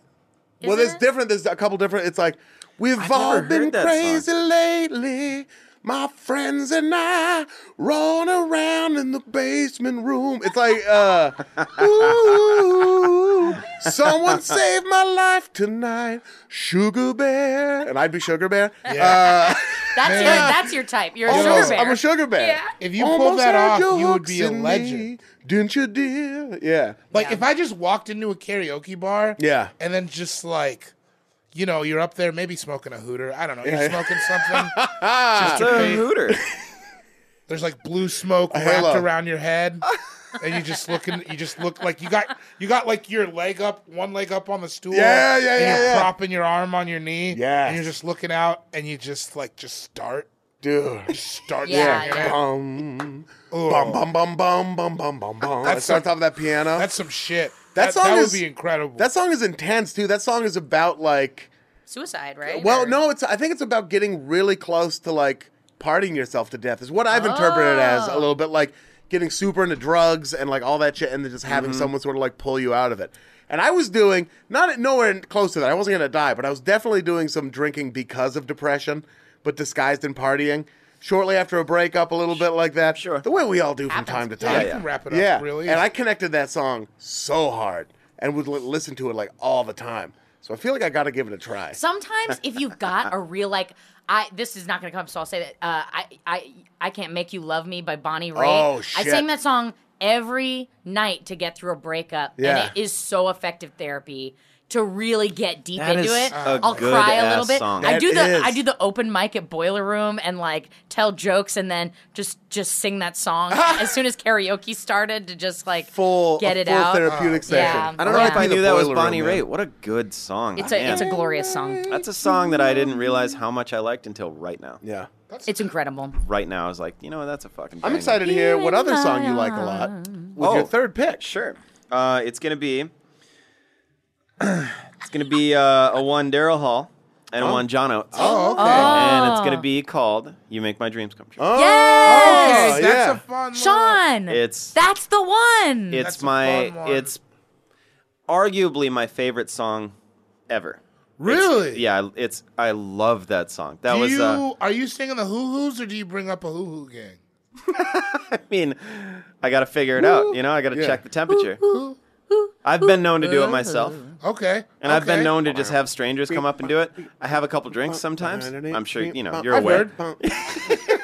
Speaker 3: well,
Speaker 6: Isn't
Speaker 3: there's
Speaker 6: it?
Speaker 3: different. There's a couple different. It's like we've
Speaker 5: I've
Speaker 3: all
Speaker 5: never
Speaker 3: been
Speaker 5: heard that
Speaker 3: crazy
Speaker 5: song.
Speaker 3: lately. My friends and I rolling around in the basement room. It's like, uh, ooh, someone saved my life tonight, Sugar Bear, and I'd be Sugar Bear. Uh,
Speaker 4: Yeah.
Speaker 6: that's your that's your type. You're a
Speaker 3: Almost-
Speaker 6: sugar bear.
Speaker 3: I'm a sugar bear.
Speaker 6: Yeah.
Speaker 4: If you pulled that
Speaker 3: had
Speaker 4: off,
Speaker 3: your
Speaker 4: you would
Speaker 3: hooks
Speaker 4: be a
Speaker 3: in me,
Speaker 4: legend.
Speaker 3: didn't you, dear? Yeah.
Speaker 4: like if I just walked into a karaoke bar,
Speaker 3: Yeah.
Speaker 4: and then just like, you know, you're up there, maybe smoking a hooter. I don't know,
Speaker 3: Yeah.
Speaker 4: you're smoking something.
Speaker 5: It's a hooter.
Speaker 4: There's like blue smoke wrapped
Speaker 3: halo.
Speaker 4: around your head. And you just looking, you just look like you got, you got like your leg up, one leg up on the stool.
Speaker 3: Yeah, yeah,
Speaker 4: and
Speaker 3: yeah,
Speaker 4: You're
Speaker 3: yeah.
Speaker 4: propping your arm on your knee.
Speaker 3: Yes.
Speaker 4: and you're just looking out, and you just like just start,
Speaker 3: Dude.
Speaker 4: start.
Speaker 6: Yeah,
Speaker 4: singing it.
Speaker 6: yeah.
Speaker 3: Bum,
Speaker 4: Ooh.
Speaker 3: bum, bum, bum, bum, bum, bum, bum, bum.
Speaker 4: That's
Speaker 3: It starts
Speaker 4: some-
Speaker 3: off that piano.
Speaker 4: That's some shit.
Speaker 3: That
Speaker 4: That,
Speaker 3: song
Speaker 4: that
Speaker 3: is-
Speaker 4: would be incredible.
Speaker 3: that song is intense too. That song is about like,
Speaker 6: Suicide, right?
Speaker 3: well,
Speaker 6: Or-
Speaker 3: no, it's I think it's about getting really close to like partying yourself to death. Is what I've interpreted it as a little bit like getting super into drugs and like all that shit, and then just
Speaker 4: Mm-hmm.
Speaker 3: having someone sort of like pull you out of it. And I was doing not nowhere close to that. I wasn't gonna die, but I was definitely doing some drinking because of depression, but disguised in partying. Shortly after a breakup, a little bit like that.
Speaker 5: Sure.
Speaker 3: The way we all do from
Speaker 6: Happens.
Speaker 3: time to time.
Speaker 4: yeah, you can wrap it up.
Speaker 3: Yeah,
Speaker 4: really.
Speaker 3: and I connected that song so hard, and would li- listen to it like all the time. So I feel like I got to give it a try.
Speaker 6: Sometimes if you've got a real like I this is not gonna come, so I'll say that uh, I I I can't make you love me by Bonnie Raitt.
Speaker 3: Oh,
Speaker 6: I
Speaker 3: shit.
Speaker 6: sang that song every night to get through a breakup,
Speaker 3: Yeah.
Speaker 6: and it is so effective therapy. To really get deep
Speaker 5: That
Speaker 6: into
Speaker 5: is
Speaker 6: it,
Speaker 5: a
Speaker 6: I'll
Speaker 5: good
Speaker 6: cry a
Speaker 5: ass
Speaker 6: little bit.
Speaker 5: song.
Speaker 6: I
Speaker 3: That
Speaker 6: do the
Speaker 3: is.
Speaker 6: I do the open mic at Boiler Room and like tell jokes and then just just sing that song as soon as karaoke started to just like
Speaker 3: full
Speaker 6: get
Speaker 3: a
Speaker 6: it
Speaker 3: full
Speaker 6: out.
Speaker 3: therapeutic session.
Speaker 6: Yeah.
Speaker 5: I don't know
Speaker 6: Yeah.
Speaker 5: if I
Speaker 3: The
Speaker 5: knew that was
Speaker 3: Boiler Room,
Speaker 5: Bonnie
Speaker 3: man.
Speaker 5: Raitt. What a good song.
Speaker 6: It's a it's a glorious song.
Speaker 5: That's a song that I didn't realize how much I liked until right now.
Speaker 3: Yeah,
Speaker 6: It's incredible.
Speaker 5: Right now, I was like, you know, what, that's a fucking.
Speaker 3: I'm
Speaker 5: banger.
Speaker 3: excited to hear what other song you like a lot with your
Speaker 5: Oh.
Speaker 3: third pick.
Speaker 5: Sure. Uh, it's gonna be. it's gonna be uh, a one Daryl Hall and one John Oates.
Speaker 4: oh, okay. Oh.
Speaker 5: And it's
Speaker 6: Oh.
Speaker 5: gonna be called "You Make My Dreams Come
Speaker 3: Oh,
Speaker 5: True."
Speaker 6: Yes!
Speaker 4: Okay, that's
Speaker 3: yeah.
Speaker 4: a fun.
Speaker 6: Sean!
Speaker 5: It's
Speaker 6: That's the one.
Speaker 5: it's
Speaker 4: That's a
Speaker 5: my
Speaker 4: fun one.
Speaker 5: it's arguably my favorite song ever.
Speaker 4: little- really?
Speaker 5: Yeah, it's I love that song. That
Speaker 4: Do
Speaker 5: was
Speaker 4: you
Speaker 5: uh,
Speaker 4: are you singing the Hoo Hoos or do you bring up a Hoo Hoo gang?
Speaker 5: I mean, I got to figure it out. You know, I got to
Speaker 3: Yeah.
Speaker 5: check the temperature. I've been known to do it myself,
Speaker 4: Okay.
Speaker 5: and I've been
Speaker 4: okay.
Speaker 5: known to just have strangers come up and do it. I have a couple drinks sometimes. I'm sure you know you're
Speaker 3: I've
Speaker 5: aware.
Speaker 3: heard.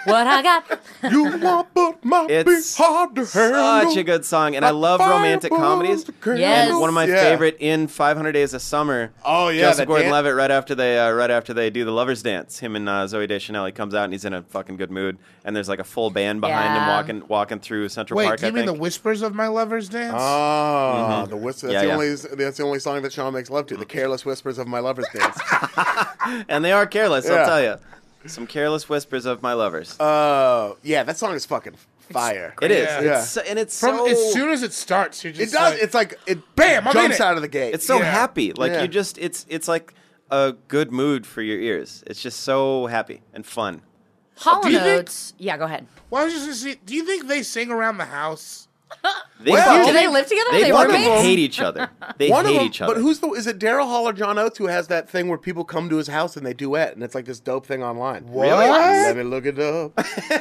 Speaker 6: What I got?
Speaker 3: you want but my
Speaker 5: It's
Speaker 3: big hard to handle.
Speaker 5: such a good song, and I
Speaker 3: Like
Speaker 5: love romantic
Speaker 3: fireballs
Speaker 5: comedies.
Speaker 3: to kindle.
Speaker 6: Yes.
Speaker 5: And one of my
Speaker 3: Yeah.
Speaker 5: favorite in 500 Days of Summer.
Speaker 3: Oh, yeah, the
Speaker 5: Joseph Gordon-Levitt.
Speaker 3: dan-
Speaker 5: Right after they, uh, right after they do the lovers dance, him and uh, Zoe Deschanel. He comes out and he's in a fucking good mood. And there's like a full band behind
Speaker 6: Yeah.
Speaker 5: him walking, walking through Central
Speaker 4: Wait,
Speaker 5: Park.
Speaker 4: do
Speaker 5: I
Speaker 4: you mean
Speaker 5: think.
Speaker 4: the whispers of my lovers dance?
Speaker 3: Ah, the whisper. That's
Speaker 5: Mm-hmm. Yeah,
Speaker 3: the
Speaker 5: yeah. Mm.
Speaker 3: only. That's the only song that Sean makes love to. The careless whispers of my lovers dance.
Speaker 5: and they are careless.
Speaker 3: Yeah.
Speaker 5: I'll tell you. Some careless whispers of my lovers.
Speaker 3: Uh, yeah, that song is fucking fire.
Speaker 5: it is,
Speaker 4: yeah.
Speaker 5: It's so- and it's
Speaker 4: From
Speaker 5: so.
Speaker 4: as soon as it starts, you're
Speaker 3: It
Speaker 4: just
Speaker 3: does.
Speaker 4: like-
Speaker 3: it's like it
Speaker 4: Bam, I'm
Speaker 3: jumps
Speaker 4: in it.
Speaker 3: out of the gate.
Speaker 5: it's so
Speaker 4: yeah.
Speaker 5: happy. Like
Speaker 3: Yeah.
Speaker 5: you just, it's, it's like a good mood for your ears. It's just so happy and fun.
Speaker 6: Hollow
Speaker 4: Do you think-
Speaker 6: Notes. Yeah, go ahead.
Speaker 4: Well, I was just gonna see. Do you think they sing around the house?
Speaker 5: They
Speaker 3: Well,
Speaker 5: fucking-
Speaker 6: Do they live together? Are
Speaker 5: They
Speaker 6: they
Speaker 5: fucking
Speaker 6: roommates?
Speaker 5: hate each other. They
Speaker 3: one
Speaker 5: hate
Speaker 3: of them,
Speaker 5: each other.
Speaker 3: But who's the? Is it Daryl Hall or John Oates who has that thing where people come to his house and they duet, and it's like this dope thing online?
Speaker 4: What?
Speaker 3: Let me look it up.
Speaker 5: Oh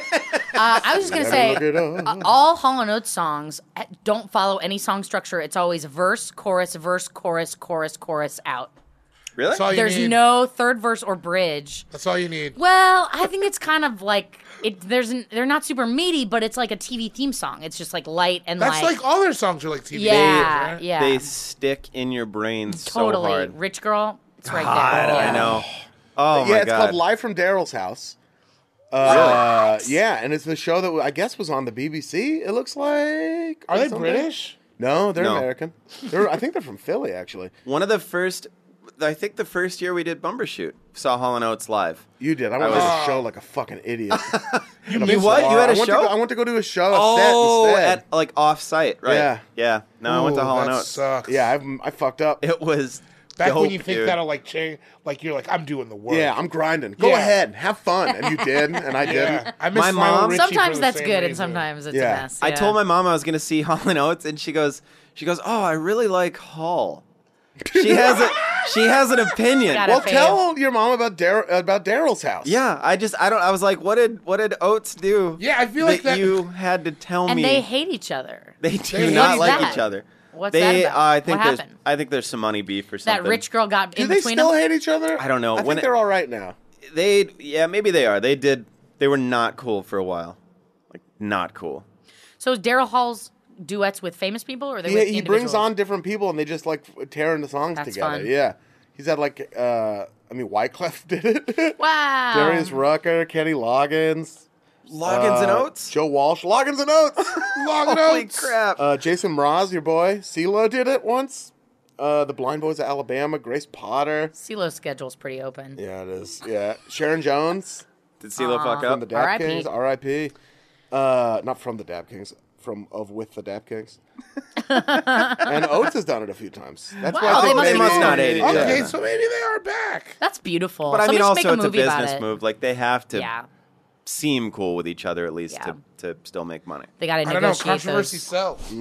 Speaker 6: Uh, I was just gonna say,
Speaker 3: Let me look it
Speaker 6: uh, all Hall and Oates songs eh, don't follow any song structure. It's always verse, chorus, verse, chorus, chorus, chorus out.
Speaker 5: really?
Speaker 4: That's all you
Speaker 6: There's
Speaker 5: Mm-hmm.
Speaker 4: need.
Speaker 6: no third verse or bridge.
Speaker 4: That's all you need.
Speaker 6: Well, I think it's kind of like it. There's an, they're not super meaty, but it's like a TV theme song. It's just like light and
Speaker 4: That's like,
Speaker 6: like,
Speaker 4: all their songs are like TV.
Speaker 6: yeah,
Speaker 4: right?
Speaker 6: yeah,
Speaker 5: They stick in your brain so
Speaker 6: totally.
Speaker 5: hard.
Speaker 6: Rich girl, it's right
Speaker 5: God,
Speaker 6: there.
Speaker 5: I
Speaker 6: Yeah.
Speaker 5: know. Oh
Speaker 3: yeah,
Speaker 5: my
Speaker 3: it's
Speaker 5: god.
Speaker 3: called Live from Daryl's House. Uh, yeah, and it's the show that I guess was on the BBC. It looks like.
Speaker 4: Are
Speaker 3: or
Speaker 4: they
Speaker 3: something.
Speaker 4: British?
Speaker 3: No, they're
Speaker 5: No.
Speaker 3: American. They're, I think they're from Philly, actually.
Speaker 5: One of the first, I think the first year we did Bumbershoot, saw Hall and Oates live.
Speaker 3: You did. I went
Speaker 5: was-
Speaker 3: to a show like a fucking idiot. you
Speaker 5: missed what? Oh. You had a
Speaker 3: I went to
Speaker 5: show?
Speaker 3: go- I went to go do a show. A
Speaker 5: oh,
Speaker 3: set instead.
Speaker 5: at like off site, right?
Speaker 3: Yeah.
Speaker 5: yeah. No, I went to
Speaker 4: Ooh,
Speaker 5: Hall and
Speaker 4: that
Speaker 5: Oates.
Speaker 4: Sucks.
Speaker 3: yeah, I've, I fucked up.
Speaker 5: It was
Speaker 4: Back
Speaker 5: dope,
Speaker 4: when you think
Speaker 5: dude.
Speaker 4: that'll like change, like you're like I'm doing the work.
Speaker 3: Yeah, I'm grinding. Go
Speaker 4: Yeah.
Speaker 3: ahead, have fun, and you did, and I
Speaker 4: Yeah.
Speaker 3: didn't.
Speaker 4: I miss
Speaker 5: My
Speaker 4: Lionel
Speaker 5: mom-
Speaker 4: Richie for
Speaker 6: Sometimes
Speaker 4: the
Speaker 6: that's
Speaker 4: same
Speaker 6: good, and
Speaker 4: reason.
Speaker 6: sometimes it's
Speaker 3: Yeah.
Speaker 6: a mess.
Speaker 5: I
Speaker 6: yeah.
Speaker 5: told my mom I was going to see Hall and Oates, and she goes, she goes, oh, I really like Hall. She has a, she has an opinion.
Speaker 6: Got it.
Speaker 3: Well,
Speaker 6: Fave.
Speaker 3: tell your mom about Dar- about Daryl's house.
Speaker 5: Yeah, I just I don't I was like, what did what did Oates do?
Speaker 4: Yeah, I feel
Speaker 5: that
Speaker 4: like that-
Speaker 5: you had to tell
Speaker 6: and
Speaker 5: me.
Speaker 6: they hate each other.
Speaker 5: They do
Speaker 4: They
Speaker 5: not
Speaker 4: hate
Speaker 5: like
Speaker 6: that.
Speaker 5: each other.
Speaker 6: What's
Speaker 5: they,
Speaker 6: that about?
Speaker 5: Uh, I think
Speaker 6: What
Speaker 5: there's
Speaker 6: happened?
Speaker 5: I think there's some money beef or something.
Speaker 6: that rich girl got
Speaker 3: Do
Speaker 6: in
Speaker 3: they
Speaker 6: between
Speaker 3: still
Speaker 6: them.
Speaker 3: hate each other?
Speaker 5: I don't know.
Speaker 3: I think
Speaker 5: When it-
Speaker 3: they're all right now.
Speaker 5: They yeah, maybe they are. They did they were not cool for a while. Like not cool.
Speaker 6: So is Daryl Hall's duets with famous people, or are they
Speaker 3: He,
Speaker 6: with
Speaker 3: he brings
Speaker 6: individuals?
Speaker 3: on different people, and they just like f- tear into songs
Speaker 6: That's
Speaker 3: together.
Speaker 6: fun.
Speaker 3: Yeah, he's had like uh, I mean, Wyclef did it.
Speaker 6: Wow.
Speaker 3: Darius Rucker, Kenny Loggins,
Speaker 5: Loggins and
Speaker 3: uh,
Speaker 5: Oates?
Speaker 3: Joe Walsh, Loggins and Oates,
Speaker 4: Long
Speaker 5: Holy
Speaker 4: notes.
Speaker 5: crap.
Speaker 3: uh, Jason Mraz, your boy, CeeLo did it once. Uh, the Blind Boys of Alabama, Grace Potter.
Speaker 6: CeeLo's schedule's pretty open.
Speaker 3: Yeah, it is. Yeah, Sharon Jones.
Speaker 5: did CeeLo
Speaker 6: Uh,
Speaker 5: fuck
Speaker 3: from
Speaker 5: up?
Speaker 3: the Dap
Speaker 6: R.I.P..
Speaker 3: Kings, R.I.P. Uh, not from the Dap Kings, from of with the Dap Kings. and Oates has done it a few times. That's why I
Speaker 6: Wow, they
Speaker 3: think
Speaker 6: must-
Speaker 3: maybe-
Speaker 6: they must
Speaker 5: not hate each other.
Speaker 4: Okay,
Speaker 5: Yeah.
Speaker 4: so maybe they are back.
Speaker 6: That's beautiful.
Speaker 5: but I mean
Speaker 6: Somebody should
Speaker 5: also it's
Speaker 6: make a
Speaker 5: a
Speaker 6: movie about
Speaker 5: business
Speaker 6: it.
Speaker 5: move. Like they have to
Speaker 6: Yeah,
Speaker 5: seem cool with each other at least
Speaker 6: Yeah.
Speaker 5: to, to still make money.
Speaker 6: they got to
Speaker 4: I don't know.
Speaker 6: negotiate
Speaker 4: Controversy
Speaker 6: those.
Speaker 4: sells.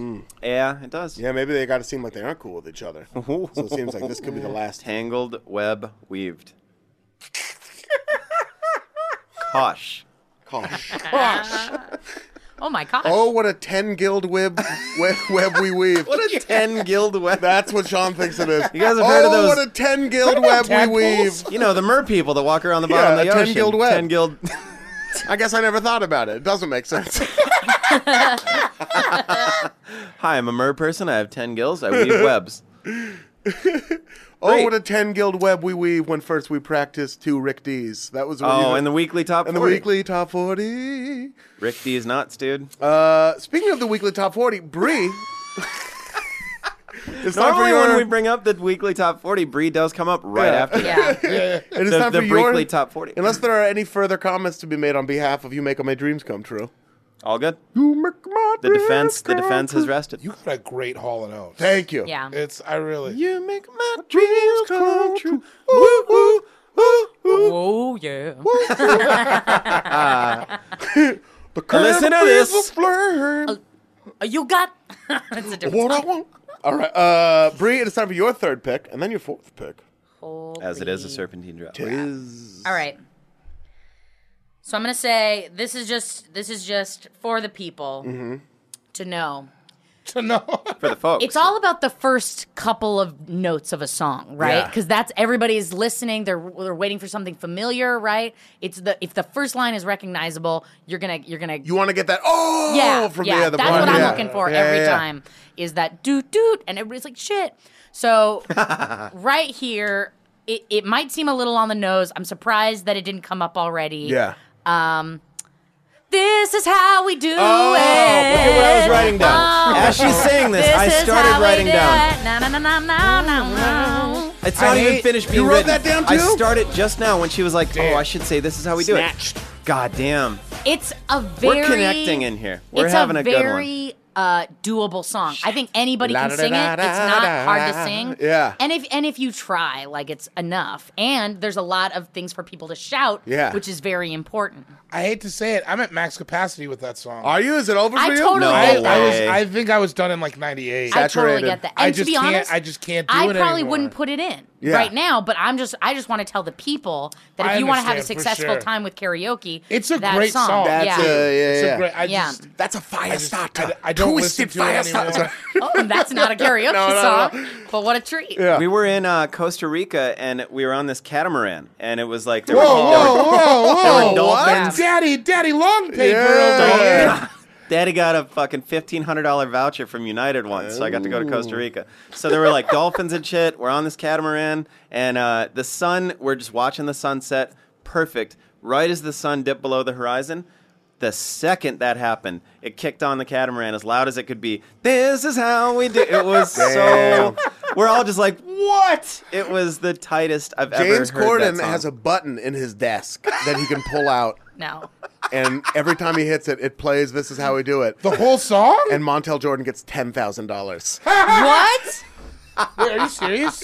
Speaker 5: Yeah, it does.
Speaker 3: Yeah, maybe they got to seem like they aren't cool with each other. So it seems like this could be the last.
Speaker 5: Tangled web weaved. Kosh.
Speaker 3: Gosh.
Speaker 6: Oh my gosh.
Speaker 3: Oh, what a ten guild web web, web we weave.
Speaker 5: What a ten guild web.
Speaker 3: That's what Sean thinks it is. You
Speaker 5: guys have heard of those-
Speaker 3: what a ten guild web we weave.
Speaker 5: You know, the mer people that walk around the
Speaker 3: Yeah,
Speaker 5: bottom
Speaker 3: a
Speaker 5: of the
Speaker 3: 10
Speaker 5: ocean.
Speaker 3: guild web.
Speaker 5: 10 guild.
Speaker 3: I guess I never thought about it. It doesn't make sense.
Speaker 5: Hi, I'm a mer person. I have 10 gills. I weave webs.
Speaker 3: Oh,
Speaker 5: Great.
Speaker 3: what a ten guild web we weave when first we practice two Rick D's. That was when
Speaker 5: Oh,
Speaker 3: you-
Speaker 5: and the weekly top
Speaker 3: and the
Speaker 5: 40.
Speaker 3: weekly top 40.
Speaker 5: Rick D's nuts, dude.
Speaker 3: Uh, speaking of the weekly top 40, Brie. it's time for
Speaker 5: Normally,
Speaker 3: your.
Speaker 5: when we bring up the weekly top 40, Bree does come up right
Speaker 3: Yeah.
Speaker 5: after that.
Speaker 6: yeah.
Speaker 3: it is
Speaker 5: the-
Speaker 3: time
Speaker 5: the
Speaker 3: for your.
Speaker 5: weekly top 40.
Speaker 3: Unless there are any further comments to be made on behalf of you make all my dreams come true.
Speaker 5: All good.
Speaker 3: You make my
Speaker 5: The
Speaker 3: dreams
Speaker 5: defense, the
Speaker 3: come
Speaker 5: defense has
Speaker 3: true.
Speaker 5: rested.
Speaker 4: You got a great Hall and Oates.
Speaker 3: Thank you.
Speaker 6: Yeah.
Speaker 4: It's I really.
Speaker 5: You make my dreams come true.
Speaker 3: Woo, woo, woo, woo.
Speaker 6: Oh yeah.
Speaker 3: The curve
Speaker 5: Listen to
Speaker 3: is
Speaker 5: this.
Speaker 3: a flirt.
Speaker 6: You got. it's a different.
Speaker 3: What I want. All right, uh, Bree, it is time for your third pick and then your fourth pick.
Speaker 6: Holy.
Speaker 5: As it is a serpentine drop.
Speaker 6: All right. So I'm gonna say this is just this is just for the people to know.
Speaker 4: To know.
Speaker 5: for the folks.
Speaker 6: It's all about the first couple of notes of a song, right?
Speaker 3: Yeah.
Speaker 6: Because that's everybody's listening. They're they're waiting for something familiar, right? It's the if the first line is recognizable, you're gonna you're gonna
Speaker 3: You want to get that oh
Speaker 6: yeah
Speaker 3: from
Speaker 6: yeah
Speaker 3: the other
Speaker 6: that's
Speaker 3: part.
Speaker 6: what I'm
Speaker 3: Yeah.
Speaker 6: looking for
Speaker 3: Yeah,
Speaker 6: every
Speaker 3: yeah, yeah.
Speaker 6: time is that doot doot and everybody's like shit. So right here, it, it might seem a little on the nose. I'm surprised that it didn't come up already.
Speaker 3: Yeah.
Speaker 6: Um, this is how we do
Speaker 5: Oh, look
Speaker 6: it.
Speaker 5: at what I was writing down.
Speaker 6: Oh,
Speaker 5: As she's saying this, I
Speaker 6: is
Speaker 5: started
Speaker 6: how we
Speaker 5: writing
Speaker 6: do
Speaker 5: down.
Speaker 6: it. Na, na, na, na, na, na, na.
Speaker 5: It's not
Speaker 3: I
Speaker 5: even
Speaker 3: hate-
Speaker 5: finished
Speaker 3: You
Speaker 5: being
Speaker 3: wrote
Speaker 5: written.
Speaker 3: that down
Speaker 5: I
Speaker 3: too?
Speaker 5: started just now when she was like, "Oh, I should say this is how we
Speaker 3: Snatched.
Speaker 5: do it." God damn.
Speaker 6: It's a very
Speaker 5: We're connecting in here. We're
Speaker 6: it's
Speaker 5: having a,
Speaker 6: a
Speaker 5: good one.
Speaker 6: very uh, doable song. I think anybody can sing it. It's not hard to sing.
Speaker 3: Yeah.
Speaker 6: And if and if you try, like it's enough. And there's a lot of things for people to shout,
Speaker 3: Yeah.
Speaker 6: which is very important.
Speaker 4: I hate to say it. I'm at max capacity with that song.
Speaker 3: Are you? Is it over for
Speaker 6: I
Speaker 3: you?
Speaker 6: totally
Speaker 5: No
Speaker 4: I,
Speaker 6: get
Speaker 4: I
Speaker 6: that.
Speaker 4: was.
Speaker 5: way.
Speaker 4: I think I was done in like '98.
Speaker 6: I totally
Speaker 3: saturated.
Speaker 6: get that. And
Speaker 4: I
Speaker 6: to
Speaker 4: just
Speaker 6: be
Speaker 4: can't.
Speaker 6: honest,
Speaker 4: I just can't do
Speaker 6: I
Speaker 4: it
Speaker 6: probably
Speaker 4: anymore.
Speaker 6: wouldn't put it in
Speaker 3: Yeah.
Speaker 6: right now, but I'm just I just want to tell the people that if
Speaker 4: I
Speaker 6: you want to have a
Speaker 4: understand, for
Speaker 6: successful
Speaker 4: sure.
Speaker 6: time with karaoke,
Speaker 4: It's a
Speaker 6: that
Speaker 4: great
Speaker 6: song.
Speaker 4: song.
Speaker 3: That's
Speaker 6: uh,
Speaker 3: a-
Speaker 6: yeah.
Speaker 3: yeah,
Speaker 4: It's
Speaker 3: yeah.
Speaker 4: a great. I
Speaker 6: Yeah.
Speaker 4: just.
Speaker 3: That's a fire
Speaker 4: I, just,
Speaker 3: starter.
Speaker 4: I, I don't
Speaker 3: Twisted
Speaker 4: listen to
Speaker 3: fire
Speaker 4: it anymore.
Speaker 3: starter.
Speaker 6: oh, that's not a karaoke
Speaker 3: No, no,
Speaker 6: song,
Speaker 3: no.
Speaker 6: but what a treat.
Speaker 3: Yeah.
Speaker 5: We were in uh, Costa Rica and we were on this catamaran, and it was like there
Speaker 4: Whoa,
Speaker 5: were,
Speaker 4: whoa, Oh, whoa, whoa!
Speaker 5: dolphins.
Speaker 4: Daddy, daddy, long paper
Speaker 3: Yeah.
Speaker 4: over here.
Speaker 5: Daddy got a fucking fifteen hundred dollar voucher from United once, so I got to go to Costa Rica. So there were like dolphins and shit. We're on this catamaran, and uh, the sun. We're just watching the sunset. Perfect. Right as the sun dipped below the horizon, the second that happened, it kicked on the catamaran as loud as it could be. This is how we do. It was so. We're all just like, what? It was the tightest I've
Speaker 3: James
Speaker 5: ever heard. that
Speaker 3: Corden
Speaker 5: song.
Speaker 3: has a button in his desk that he can pull out,
Speaker 6: No.
Speaker 3: and every time he hits it, it plays "This Is How We Do It."
Speaker 4: The whole song?
Speaker 3: and Montel Jordan gets ten thousand dollars.
Speaker 6: What?
Speaker 4: Wait, are you serious?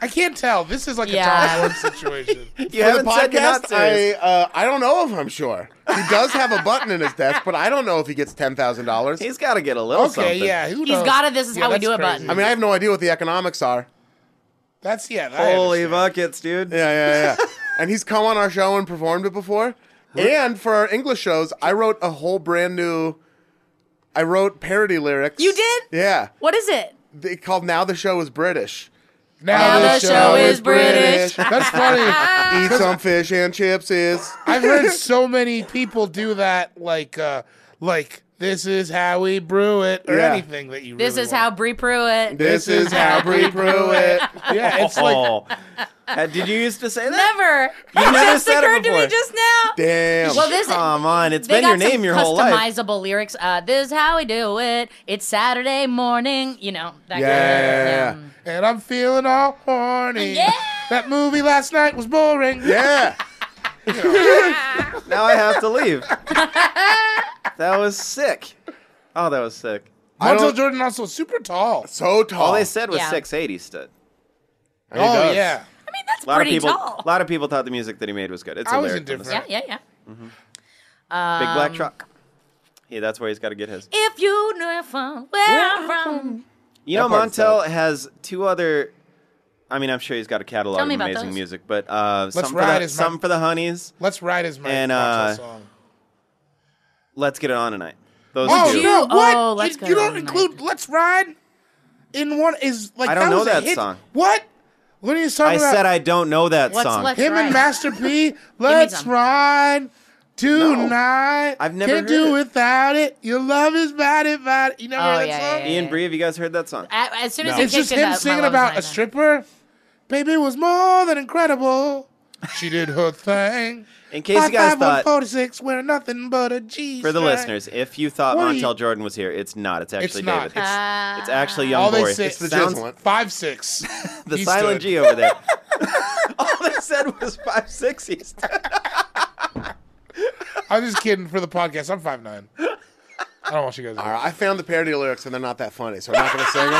Speaker 4: I can't tell. This is like
Speaker 6: Yeah.
Speaker 4: a Tom Ford situation.
Speaker 5: You
Speaker 3: For the
Speaker 5: haven't said you're not
Speaker 3: podcast,
Speaker 5: serious.
Speaker 3: I uh, I don't know if I'm sure. He does have a button in his desk, but I don't know if he gets ten thousand dollars.
Speaker 5: He's got to get a little
Speaker 4: Okay,
Speaker 5: something.
Speaker 4: yeah. Who knows?
Speaker 6: He's got a this is
Speaker 4: Yeah,
Speaker 6: how we
Speaker 4: that's
Speaker 6: do it
Speaker 4: crazy.
Speaker 6: button.
Speaker 3: I mean, I have no idea what the economics are.
Speaker 4: That's yeah. I
Speaker 5: Holy
Speaker 4: understand.
Speaker 5: buckets, dude.
Speaker 3: Yeah, yeah, yeah. and he's come on our show and performed it before. And for our English shows, I wrote a whole brand new. I wrote parody lyrics.
Speaker 6: You did?
Speaker 3: Yeah.
Speaker 6: what is it?
Speaker 3: They called "Now the Show Is British."
Speaker 6: Now the show is British.
Speaker 4: That's funny.
Speaker 3: Eat some fish and chips is.
Speaker 4: I've heard so many people do that. Like, uh, like this is how we brew it, or
Speaker 3: Yeah.
Speaker 4: anything that you.
Speaker 6: This
Speaker 4: really
Speaker 6: is
Speaker 4: want.
Speaker 6: how Brie Pruitt.
Speaker 3: This is how Brie brew it.
Speaker 4: Yeah, it's like
Speaker 5: Oh. Uh, Did you used to say that?
Speaker 6: Never.
Speaker 5: You
Speaker 6: it
Speaker 5: never
Speaker 6: just
Speaker 5: said it
Speaker 6: occurred to me
Speaker 5: before.
Speaker 6: just now.
Speaker 3: Damn.
Speaker 6: Well, this
Speaker 5: Come on, it's
Speaker 6: they
Speaker 5: been your
Speaker 6: got some
Speaker 5: name your whole life.
Speaker 6: Customizable lyrics. Uh, this is how we do it. It's Saturday morning. You know that.
Speaker 3: Yeah.
Speaker 6: Kind of,
Speaker 4: and I'm feeling all horny.
Speaker 6: Yeah.
Speaker 4: That movie last night was boring.
Speaker 3: yeah.
Speaker 5: Now I have to leave. that was sick. Oh, that was sick.
Speaker 3: I
Speaker 4: Montel
Speaker 3: don't-
Speaker 4: Jordan also super tall.
Speaker 3: So tall.
Speaker 5: All they said was
Speaker 6: Yeah.
Speaker 5: 680 stud.
Speaker 3: And he
Speaker 4: oh
Speaker 3: does.
Speaker 4: yeah.
Speaker 6: I mean, that's
Speaker 5: A lot
Speaker 6: pretty
Speaker 5: of people,
Speaker 6: tall.
Speaker 5: a lot of people thought the music that he made was good. It's
Speaker 4: I
Speaker 5: a
Speaker 4: was
Speaker 5: lyric from the
Speaker 4: indifferent.
Speaker 6: yeah, yeah, yeah.
Speaker 5: song. Big black truck. Yeah, that's where he's got to get his.
Speaker 6: If you knew from where I'm from,
Speaker 5: You know,
Speaker 3: That part's
Speaker 5: Montel has two other. I mean, I'm sure he's got a catalog
Speaker 6: Tell me
Speaker 5: of
Speaker 6: about
Speaker 5: amazing
Speaker 6: those.
Speaker 5: music, but uh, some, for
Speaker 4: Ride
Speaker 5: the,
Speaker 4: is my-
Speaker 5: some for the honeys.
Speaker 4: Let's ride is my
Speaker 5: And,
Speaker 4: Montel
Speaker 5: uh,
Speaker 4: song.
Speaker 5: Let's get it on tonight. Those
Speaker 4: Oh
Speaker 5: two.
Speaker 6: you-
Speaker 4: no! What?
Speaker 6: Oh, Let's
Speaker 4: you,
Speaker 6: Go
Speaker 4: you don't
Speaker 6: Tonight.
Speaker 4: include "Let's Ride" in one? Is like
Speaker 5: I don't
Speaker 4: that
Speaker 5: know
Speaker 4: was a
Speaker 5: that
Speaker 4: hit.
Speaker 5: song.
Speaker 4: What? What are you talking
Speaker 5: I
Speaker 4: about?
Speaker 5: said I don't know that
Speaker 6: What's
Speaker 5: song.
Speaker 6: Let's
Speaker 4: him
Speaker 6: Ride?
Speaker 4: and Master P. Let's
Speaker 6: some.
Speaker 4: ride tonight.
Speaker 5: I've never
Speaker 4: Can't
Speaker 5: heard
Speaker 4: do
Speaker 5: it.
Speaker 4: without it. Your love is body, body. You never
Speaker 6: Oh,
Speaker 4: heard that
Speaker 6: yeah,
Speaker 4: song?
Speaker 6: yeah,
Speaker 5: Ian Bree, have you guys heard that song?
Speaker 6: A- as soon as it
Speaker 4: It's just
Speaker 6: kicked in,
Speaker 4: him
Speaker 6: that- my
Speaker 4: singing
Speaker 6: love was
Speaker 4: about
Speaker 6: mine.
Speaker 4: a stripper. Baby was more than incredible. She did her thing.
Speaker 5: In case you guys thought,
Speaker 4: 46 wearing nothing but a G.
Speaker 5: for the
Speaker 4: string.
Speaker 5: listeners, if you thought
Speaker 4: What are
Speaker 5: Montel
Speaker 4: you-
Speaker 5: Jordan was here, it's not. It's actually
Speaker 4: not.
Speaker 5: David. It's,
Speaker 6: Ah.
Speaker 5: it's actually Young
Speaker 4: all
Speaker 5: Boy.
Speaker 4: they say
Speaker 3: It's the
Speaker 5: Sounds-
Speaker 3: jizz one.
Speaker 4: five six.
Speaker 5: the
Speaker 4: He
Speaker 5: silent
Speaker 4: stood.
Speaker 5: G over there. all they said was five sixties.
Speaker 4: I'm just kidding for the podcast. I'm five nine. I don't want you guys.
Speaker 3: All right, I found the parody lyrics and they're not that funny, so I'm not going to sing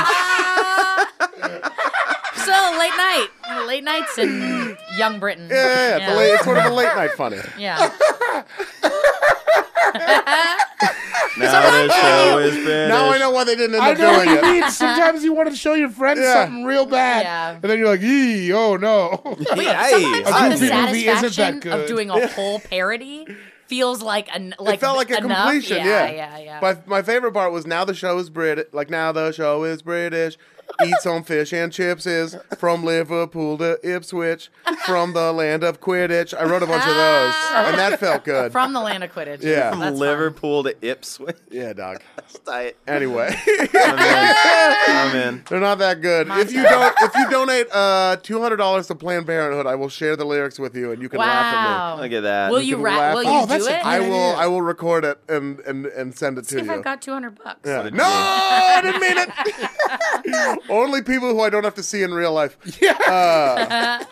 Speaker 3: them.
Speaker 6: So late night, late nights in Young Britain.
Speaker 3: Yeah, yeah, yeah. The late, it's sort of a late night funny.
Speaker 6: Yeah.
Speaker 5: Now the show is finished.
Speaker 3: Now I know why they didn't end
Speaker 4: I
Speaker 3: up
Speaker 4: know what
Speaker 3: doing
Speaker 4: you
Speaker 3: it.
Speaker 4: mean. Sometimes you want to show your friends
Speaker 3: Yeah.
Speaker 4: something real bad,
Speaker 6: Yeah.
Speaker 4: and then you're like, "Ee, oh no."
Speaker 5: Hey,
Speaker 6: Sometimes
Speaker 5: I-
Speaker 4: Goofy
Speaker 6: the
Speaker 4: movie isn't that
Speaker 6: satisfaction of
Speaker 4: good.
Speaker 6: doing a whole parody feels like an like
Speaker 3: it felt like a
Speaker 6: enough.
Speaker 3: completion. Yeah,
Speaker 6: Yeah, yeah, yeah.
Speaker 3: But my favorite part was now the show is British. Like now the show is British. Eats on fish and chips is from Liverpool to Ipswich, from the land of Quidditch. I wrote a bunch of those, and that felt good.
Speaker 6: Ah. from the land of Quidditch.
Speaker 3: Yeah.
Speaker 5: From
Speaker 6: That's fun.
Speaker 5: Liverpool to Ipswich.
Speaker 3: yeah, dog.
Speaker 5: I-
Speaker 3: Anyway,
Speaker 5: I'm in. I'm in.
Speaker 3: they're not that good. If you don't, if you donate uh, two hundred dollars to Planned Parenthood, I will share the lyrics with you, and you can laugh at me.
Speaker 6: Wow.
Speaker 5: Look at that.
Speaker 6: Will
Speaker 5: You
Speaker 6: you,
Speaker 3: can
Speaker 6: ra-
Speaker 3: laugh
Speaker 6: will
Speaker 3: at
Speaker 6: you
Speaker 4: me. Oh,
Speaker 6: do
Speaker 4: that's a
Speaker 6: it?
Speaker 3: I
Speaker 4: Yeah,
Speaker 3: will.
Speaker 4: yeah.
Speaker 3: I will record it and and and send it
Speaker 6: See
Speaker 3: to
Speaker 6: if
Speaker 3: you.
Speaker 6: I've got 200 bucks.
Speaker 3: Yeah.
Speaker 5: did
Speaker 3: No,
Speaker 5: you-
Speaker 3: I didn't mean it. Only people who I don't have to see in real life. Yeah.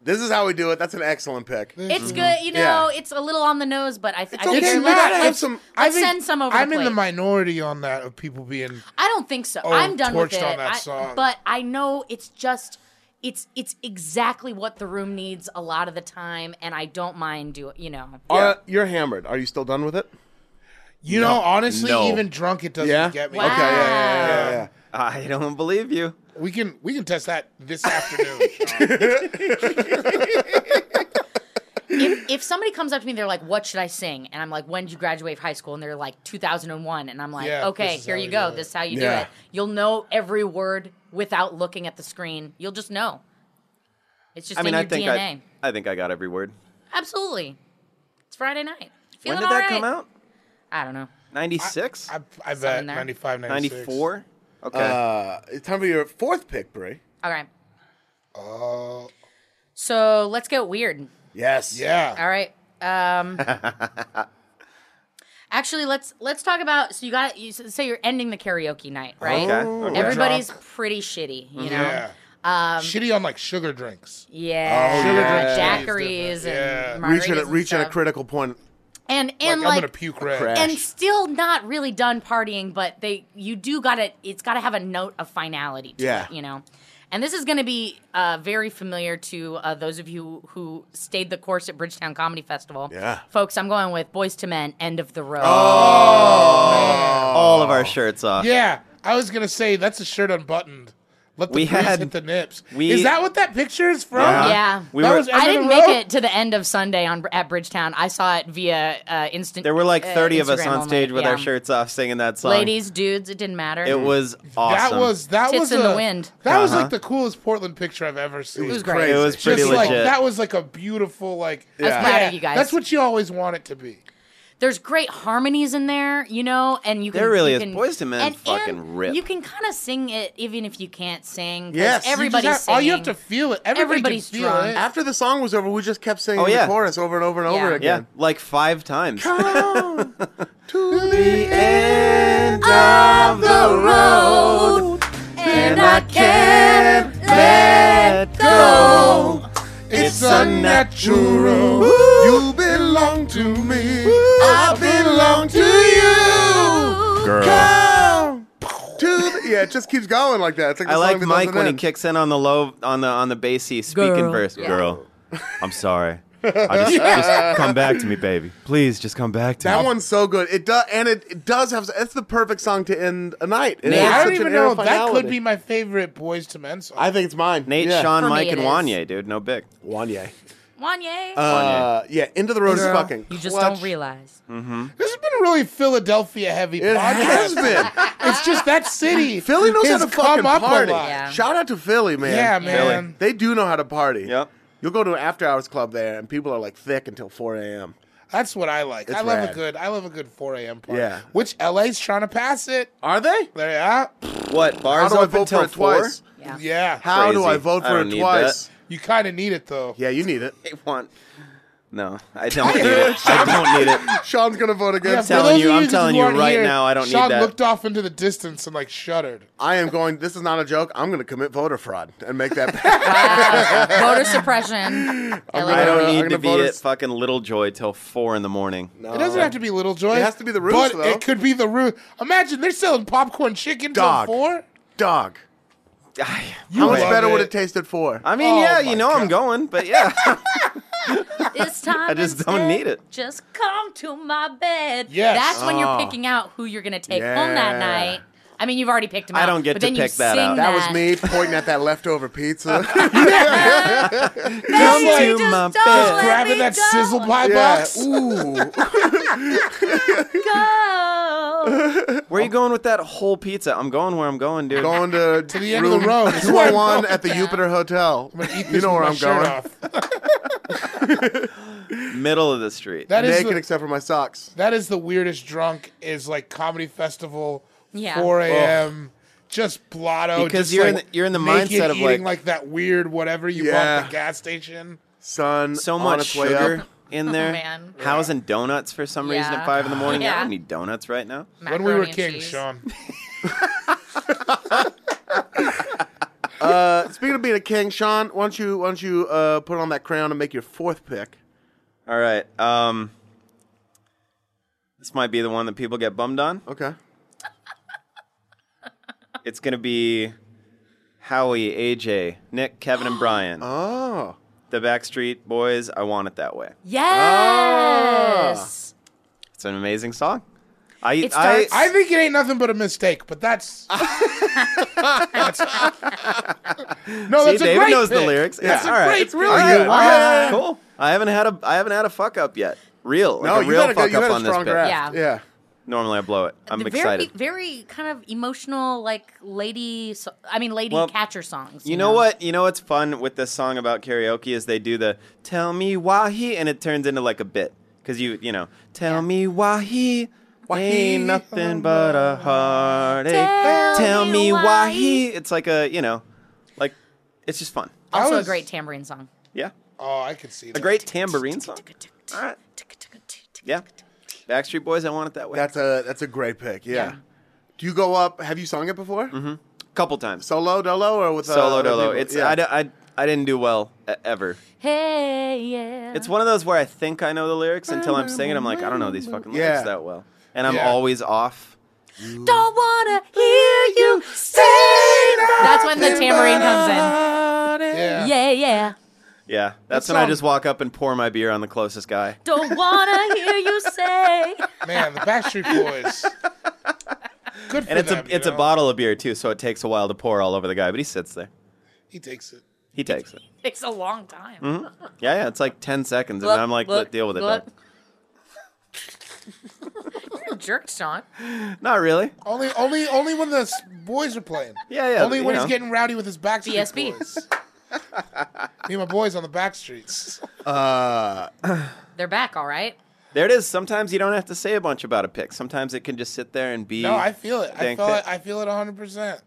Speaker 3: this is how we do it. That's an excellent pick.
Speaker 6: It's good, you know. It's a little on the nose, but I, th- I think
Speaker 4: Mm-hmm. It's
Speaker 6: you're
Speaker 4: not-
Speaker 6: right.
Speaker 3: have
Speaker 6: Let's,
Speaker 3: some-
Speaker 4: I
Speaker 6: let's
Speaker 4: think
Speaker 6: send some over.
Speaker 4: I'm
Speaker 6: the
Speaker 4: in the
Speaker 6: plate.
Speaker 4: minority on that of people being.
Speaker 6: I don't think so.
Speaker 4: Oh,
Speaker 6: I'm done with
Speaker 4: torched
Speaker 6: it.
Speaker 4: on that
Speaker 6: I-
Speaker 4: song.
Speaker 6: but I know it's just it's it's exactly what the room needs a lot of the time, and I don't mind doing. You know,
Speaker 3: Are- you're hammered. Are you still done with it?
Speaker 4: You know, honestly,
Speaker 5: No.
Speaker 4: even drunk, it doesn't
Speaker 3: Yeah?
Speaker 4: get me.
Speaker 6: Wow.
Speaker 3: Okay. Yeah. Yeah. yeah, yeah, yeah.
Speaker 5: I don't believe you.
Speaker 4: We can we can test that this afternoon.
Speaker 6: if, if somebody comes up to me, they're like, "What should I sing?" and I'm like, "When did you graduate from high school?" and they're like, "2001," and I'm like,
Speaker 4: Yeah,
Speaker 6: "Okay,
Speaker 4: this is
Speaker 6: here
Speaker 4: how
Speaker 6: you
Speaker 4: you
Speaker 6: go.
Speaker 4: do it."
Speaker 6: This is how you
Speaker 3: Yeah.
Speaker 6: do it. You'll know every word without looking at the screen. You'll just know. It's just
Speaker 5: I mean,
Speaker 6: in
Speaker 5: I
Speaker 6: your
Speaker 5: think
Speaker 6: DNA.
Speaker 5: I, I think I got every word.
Speaker 6: Absolutely. It's Friday night.
Speaker 5: When
Speaker 6: Feeling
Speaker 5: did that
Speaker 6: all
Speaker 5: come
Speaker 6: right.
Speaker 5: out?
Speaker 6: I don't know.
Speaker 5: 96?
Speaker 4: I, I bet
Speaker 6: Something there.
Speaker 4: 95, 96.
Speaker 5: 94? Okay.
Speaker 3: Uh, it's time for your fourth pick, Brie.
Speaker 6: All right.
Speaker 5: Uh.
Speaker 4: Oh,
Speaker 6: So let's get weird.
Speaker 3: Yes.
Speaker 4: yeah.
Speaker 6: All right. Um, actually, let's let's talk about. So you got you s- say you're ending the karaoke night, right?
Speaker 5: Okay, Mm-hmm. okay.
Speaker 6: Everybody's pretty shitty, you know.
Speaker 4: Yeah. Um, Shitty on like sugar drinks.
Speaker 6: Yeah,
Speaker 3: Oh, yeah.
Speaker 6: daiquiris and margaritas
Speaker 3: Reaching a,
Speaker 6: and
Speaker 3: reaching a
Speaker 6: stuff.
Speaker 3: critical point.
Speaker 6: and
Speaker 4: Like,
Speaker 6: and
Speaker 4: I'm
Speaker 6: like,
Speaker 4: gonna puke red.
Speaker 3: crash.
Speaker 6: and still not really done partying, but they you do got to It's got to have a note of finality. To
Speaker 3: Yeah.
Speaker 6: it, you know. And this is going to be uh, very familiar to uh, those of you who stayed the course at Bridgetown Comedy Festival.
Speaker 3: Yeah.
Speaker 6: folks, I'm going with Boys to Men, End of the Road.
Speaker 5: Oh,
Speaker 3: Oh,
Speaker 5: All of our shirts off.
Speaker 4: Yeah, I was gonna say that's a shirt unbuttoned. Let the
Speaker 5: We
Speaker 4: we
Speaker 5: had-
Speaker 4: hit the nips.
Speaker 5: we-
Speaker 4: is that what that picture is from?
Speaker 5: Uh-huh.
Speaker 6: Yeah.
Speaker 5: We
Speaker 4: That
Speaker 5: were,
Speaker 4: was
Speaker 6: I
Speaker 4: End of
Speaker 6: didn't
Speaker 4: the
Speaker 6: make
Speaker 4: road?
Speaker 6: it to the end of Sunday on at Bridgetown. I saw it via uh, instant.
Speaker 5: there were like
Speaker 6: uh,
Speaker 5: 30 of us
Speaker 6: Instagram
Speaker 5: on
Speaker 6: only.
Speaker 5: stage with our
Speaker 6: Yeah.
Speaker 5: shirts off singing that song.
Speaker 6: Ladies, dudes, it didn't matter.
Speaker 5: It was awesome. Uh-huh.
Speaker 4: That was that
Speaker 6: Tits
Speaker 4: was
Speaker 6: in
Speaker 4: a,
Speaker 6: the wind.
Speaker 4: That was like the coolest Portland picture I've ever seen.
Speaker 6: was great.
Speaker 3: Crazy.
Speaker 5: It was pretty
Speaker 4: Just
Speaker 5: legit.
Speaker 4: like that was like a beautiful like.
Speaker 6: I was proud of you guys.
Speaker 4: That's what you always want it to be.
Speaker 6: There's great harmonies in there, you know, and you can.
Speaker 5: There really
Speaker 6: you
Speaker 5: is.
Speaker 6: Can,
Speaker 5: Boyz II Men
Speaker 6: and,
Speaker 5: fucking
Speaker 6: and
Speaker 5: rip.
Speaker 6: You can kind of sing it even if you can't sing. 'cause
Speaker 3: Yes, you just
Speaker 6: everybody's
Speaker 4: Just have- all you have to
Speaker 6: singing.
Speaker 4: feel it. Everybody
Speaker 6: Everybody's
Speaker 4: can feel
Speaker 6: drunk.
Speaker 4: it.
Speaker 3: After the song was over, we just kept singing
Speaker 5: Oh, yeah.
Speaker 3: the chorus over and over and over
Speaker 6: Yeah.
Speaker 5: yeah,
Speaker 3: again.
Speaker 5: like five times.
Speaker 3: To the
Speaker 5: End
Speaker 3: of
Speaker 6: the road, and I can't let go.
Speaker 4: It's
Speaker 5: unnatural.
Speaker 4: unnatural. You belong to me. I belong to you.
Speaker 3: to the, yeah, it just keeps going like that. It's like
Speaker 5: I
Speaker 3: the
Speaker 5: like
Speaker 3: song that
Speaker 5: Mike
Speaker 3: doesn't
Speaker 5: when he
Speaker 3: end.
Speaker 5: kicks in on the low on the on the bassy speaking
Speaker 6: Girl.
Speaker 5: verse. Girl, I'm sorry. I just, just come back to me, baby. Please, just come back to me.
Speaker 3: That one's so good. It does, and it, it does have. It's the perfect song to end a night. It
Speaker 5: Yeah,
Speaker 3: has
Speaker 4: I don't
Speaker 3: such an
Speaker 4: even
Speaker 3: air
Speaker 4: know.
Speaker 3: of
Speaker 4: That could
Speaker 3: finality.
Speaker 4: be my favorite Boys to Men song.
Speaker 3: I think it's mine.
Speaker 5: Nate,
Speaker 3: yeah.
Speaker 5: Sean,
Speaker 6: For me
Speaker 5: Mike,
Speaker 6: it
Speaker 5: and
Speaker 6: is.
Speaker 5: Wanye, dude. No big.
Speaker 3: Wanye.
Speaker 6: Wanye.
Speaker 3: Uh, yeah, Into the Road is
Speaker 6: Girl,
Speaker 3: fucking.
Speaker 6: You just
Speaker 5: Uh,
Speaker 3: clutch.
Speaker 6: don't realize.
Speaker 4: this has been a really Philadelphia heavy
Speaker 3: It has
Speaker 4: podcast.
Speaker 3: been.
Speaker 4: It's just that city.
Speaker 3: Philly knows how
Speaker 4: has
Speaker 3: to
Speaker 4: come
Speaker 3: fucking
Speaker 4: up a
Speaker 3: party.
Speaker 4: lot.
Speaker 6: Yeah.
Speaker 3: Shout out to Philly, man.
Speaker 4: Yeah, man.
Speaker 5: Philly.
Speaker 3: They do know how to party.
Speaker 5: Yep.
Speaker 3: You'll go to an after hours club there, and people are like thick until 4 a.m.
Speaker 4: That's what I like. I love
Speaker 3: rad.
Speaker 4: a good. I love a good 4 a.m. party.
Speaker 3: Yeah.
Speaker 4: Which LA's trying to pass it.
Speaker 3: Are they?
Speaker 4: There, yeah.
Speaker 5: What
Speaker 3: How
Speaker 5: bars
Speaker 3: do I
Speaker 5: open
Speaker 3: vote
Speaker 5: till
Speaker 3: for it twice?
Speaker 5: four?
Speaker 6: Yeah.
Speaker 4: Yeah.
Speaker 3: How do
Speaker 5: Crazy.
Speaker 3: I vote
Speaker 5: I
Speaker 3: for
Speaker 5: don't
Speaker 3: it
Speaker 5: need
Speaker 3: twice?
Speaker 4: You kind of need it though.
Speaker 3: Yeah, you need it.
Speaker 5: They want. No, I don't need it. I don't need it.
Speaker 3: Sean's gonna vote against.
Speaker 5: telling
Speaker 3: it.
Speaker 5: you-
Speaker 4: for those of
Speaker 5: I'm
Speaker 4: who
Speaker 5: telling you
Speaker 4: aren't
Speaker 5: right now, I don't need
Speaker 4: Sean
Speaker 5: that.
Speaker 4: looked off into the distance and like shuddered.
Speaker 3: I am going. This is not a joke. I'm gonna commit voter fraud and make that.
Speaker 6: Voter suppression. LA
Speaker 5: I don't
Speaker 3: I'm
Speaker 5: need
Speaker 3: gonna
Speaker 5: to be
Speaker 3: vote
Speaker 5: at
Speaker 3: as-
Speaker 5: fucking Little Joy till four in the morning.
Speaker 4: It doesn't have to be Little Joy.
Speaker 3: Uh, It has to be the Roots,
Speaker 4: But
Speaker 3: though.
Speaker 4: it could be the Roots. Imagine they're selling popcorn chicken
Speaker 3: Dog.
Speaker 4: till four.
Speaker 3: dog.
Speaker 5: I
Speaker 3: How much
Speaker 4: love
Speaker 3: better would
Speaker 4: it.
Speaker 3: it taste at four?
Speaker 5: mean,
Speaker 4: Oh
Speaker 5: yeah, you
Speaker 4: my
Speaker 5: know I'm going, but yeah,
Speaker 6: This time
Speaker 5: I just don't
Speaker 6: instead,
Speaker 5: need it.
Speaker 6: Just come to my bed.
Speaker 4: Yes.
Speaker 6: That's when you're
Speaker 5: Oh.
Speaker 6: picking out who you're gonna take home
Speaker 3: Yeah.
Speaker 6: that night. I mean, you've already picked him
Speaker 5: I
Speaker 6: out.
Speaker 5: don't get
Speaker 6: but
Speaker 5: to
Speaker 6: then you
Speaker 5: pick that
Speaker 6: sing
Speaker 5: out.
Speaker 3: That was me pointing at that leftover pizza.
Speaker 5: Come
Speaker 6: Baby,
Speaker 5: to
Speaker 6: just
Speaker 5: my
Speaker 6: don't
Speaker 5: bed.
Speaker 6: let
Speaker 4: Grabbing
Speaker 6: me
Speaker 4: that
Speaker 6: go.
Speaker 4: sizzle pie
Speaker 3: yeah.
Speaker 4: box.
Speaker 3: Ooh.
Speaker 6: Go.
Speaker 5: Where are you going with that whole pizza? I'm going where I'm going, dude.
Speaker 3: Going to,
Speaker 4: To the end of the road. That's where I'm
Speaker 3: 201
Speaker 4: going.
Speaker 3: at the Jupiter Hotel.
Speaker 4: Eat this
Speaker 3: You know
Speaker 4: with
Speaker 3: where
Speaker 4: my
Speaker 3: I'm
Speaker 4: shirt
Speaker 3: going.
Speaker 4: off.
Speaker 5: Middle of the street.
Speaker 4: That is
Speaker 3: Naked
Speaker 4: the,
Speaker 3: except for my socks.
Speaker 4: that is the weirdest drunk is like comedy festival,
Speaker 6: Yeah.
Speaker 4: 4 a.m. Just blotto.
Speaker 5: Because
Speaker 4: just
Speaker 5: you're in
Speaker 4: like
Speaker 5: the- you're in the
Speaker 4: naked
Speaker 5: mindset of,
Speaker 4: eating
Speaker 5: like-
Speaker 4: like that weird whatever you
Speaker 3: Yeah.
Speaker 4: bought at the gas station.
Speaker 3: Sun
Speaker 5: so
Speaker 3: on
Speaker 5: much
Speaker 3: its way
Speaker 5: sugar
Speaker 3: up. Oh,
Speaker 5: in there.
Speaker 6: man.
Speaker 5: House and donuts for some reason
Speaker 6: Yeah.
Speaker 5: at five in the morning. I
Speaker 6: Yeah.
Speaker 5: don't need donuts right now.
Speaker 4: when we
Speaker 6: Macaroni
Speaker 4: were
Speaker 6: and
Speaker 4: kings,
Speaker 6: cheese.
Speaker 4: Sean.
Speaker 3: Uh, speaking of being a king, Sean, why don't you why don't you uh, put on that crown and make your fourth pick?
Speaker 5: All right. Um, this might be the one that people get bummed on.
Speaker 3: Okay.
Speaker 5: It's gonna be Howie, AJ, Nick, Kevin, and Brian.
Speaker 3: Oh.
Speaker 5: The Backstreet Boys. I want it that way. Ah.
Speaker 6: Yes.
Speaker 5: It's an amazing song. I
Speaker 6: It
Speaker 5: I,
Speaker 6: starts-
Speaker 4: I think it ain't nothing but a mistake, but that's. that's-
Speaker 5: see
Speaker 4: no, that's a
Speaker 5: David
Speaker 4: great
Speaker 5: knows the
Speaker 4: pick.
Speaker 5: lyrics. Yeah,
Speaker 4: That's a
Speaker 5: all right.
Speaker 4: great
Speaker 5: It's really
Speaker 4: pick.
Speaker 5: good.
Speaker 4: Wow.
Speaker 5: All right, Cool. I haven't had a I haven't had a fuck up yet. Real. Like
Speaker 3: No,
Speaker 5: a
Speaker 3: you
Speaker 5: real
Speaker 3: had a, good-
Speaker 5: fuck
Speaker 3: you
Speaker 5: up
Speaker 3: had a
Speaker 5: on this
Speaker 3: strong
Speaker 5: bit.
Speaker 3: grasp.
Speaker 6: Yeah.
Speaker 3: yeah.
Speaker 5: Normally I blow it. I'm
Speaker 6: The
Speaker 5: excited.
Speaker 6: Very, very kind of emotional, like lady. So- I mean, lady
Speaker 5: Well,
Speaker 6: catcher songs.
Speaker 5: You know what? You know what's fun with this song about karaoke is they do the "Tell me why he" and it turns into like a bit because you you know "Tell me why he."
Speaker 3: Why
Speaker 5: ain't
Speaker 3: he-
Speaker 5: nothing but a heartache.
Speaker 6: Tell me
Speaker 5: me
Speaker 6: why
Speaker 5: why he.
Speaker 6: he-
Speaker 5: It's like a you know, like it's just fun.
Speaker 4: I
Speaker 6: Also,
Speaker 4: was-
Speaker 6: a great tambourine song.
Speaker 5: Yeah,
Speaker 4: Oh, I could see that.
Speaker 5: a great tambourine song. All right. Yeah, Backstreet Boys. I want it that way.
Speaker 3: That's a that's a great pick. Yeah. Do you go up? Have you sung it before?
Speaker 5: couple times.
Speaker 3: Solo dolo or with uh,
Speaker 5: Mm-hmm. Solo
Speaker 3: other
Speaker 5: dolo.
Speaker 3: people?
Speaker 5: It's
Speaker 3: Yeah.
Speaker 5: I, d- I, I didn't do well uh, ever.
Speaker 6: Hey, yeah.
Speaker 5: It's one of those where I think I know the lyrics until I'm singing. I'm like, I don't know these fucking lyrics
Speaker 3: Yeah.
Speaker 5: that well, and I'm
Speaker 4: Yeah.
Speaker 5: always off.
Speaker 6: Don't wanna hear you say. That's when the tambourine comes in.
Speaker 4: Yeah.
Speaker 6: Yeah, yeah.
Speaker 5: Yeah, that's
Speaker 4: That
Speaker 5: when I
Speaker 4: song-
Speaker 5: just walk up and pour my beer on the closest guy.
Speaker 6: Don't wanna hear you say.
Speaker 4: Man, the Backstreet Boys. Good for
Speaker 5: And it's
Speaker 4: them.
Speaker 5: a it's
Speaker 4: you
Speaker 5: a
Speaker 4: know?
Speaker 5: bottle of beer too, so it takes a while to pour all over the guy, but he sits there.
Speaker 4: He takes it.
Speaker 5: He takes it.
Speaker 6: Takes a long time.
Speaker 5: Yeah, yeah, it's like ten seconds, and
Speaker 6: Look,
Speaker 5: Mm-hmm. I'm like,
Speaker 6: look,
Speaker 5: let deal with it.
Speaker 6: look.
Speaker 5: Doug.
Speaker 6: You're a jerk, Sean.
Speaker 5: Not really.
Speaker 4: Only, only, only when the s- boys are playing.
Speaker 5: Yeah, yeah,
Speaker 4: Only
Speaker 5: you
Speaker 4: when
Speaker 5: know.
Speaker 4: he's getting rowdy with his Backstreet
Speaker 6: BSB.
Speaker 4: Boys. Me and my boys on the Backstreets.
Speaker 6: They're back, all right.
Speaker 5: There it is. Sometimes you don't have to say a bunch about a pick. Sometimes it can just sit there and be.
Speaker 4: No, I feel it. I
Speaker 5: Dang
Speaker 4: feel
Speaker 5: pick.
Speaker 4: it. I feel it 100. percent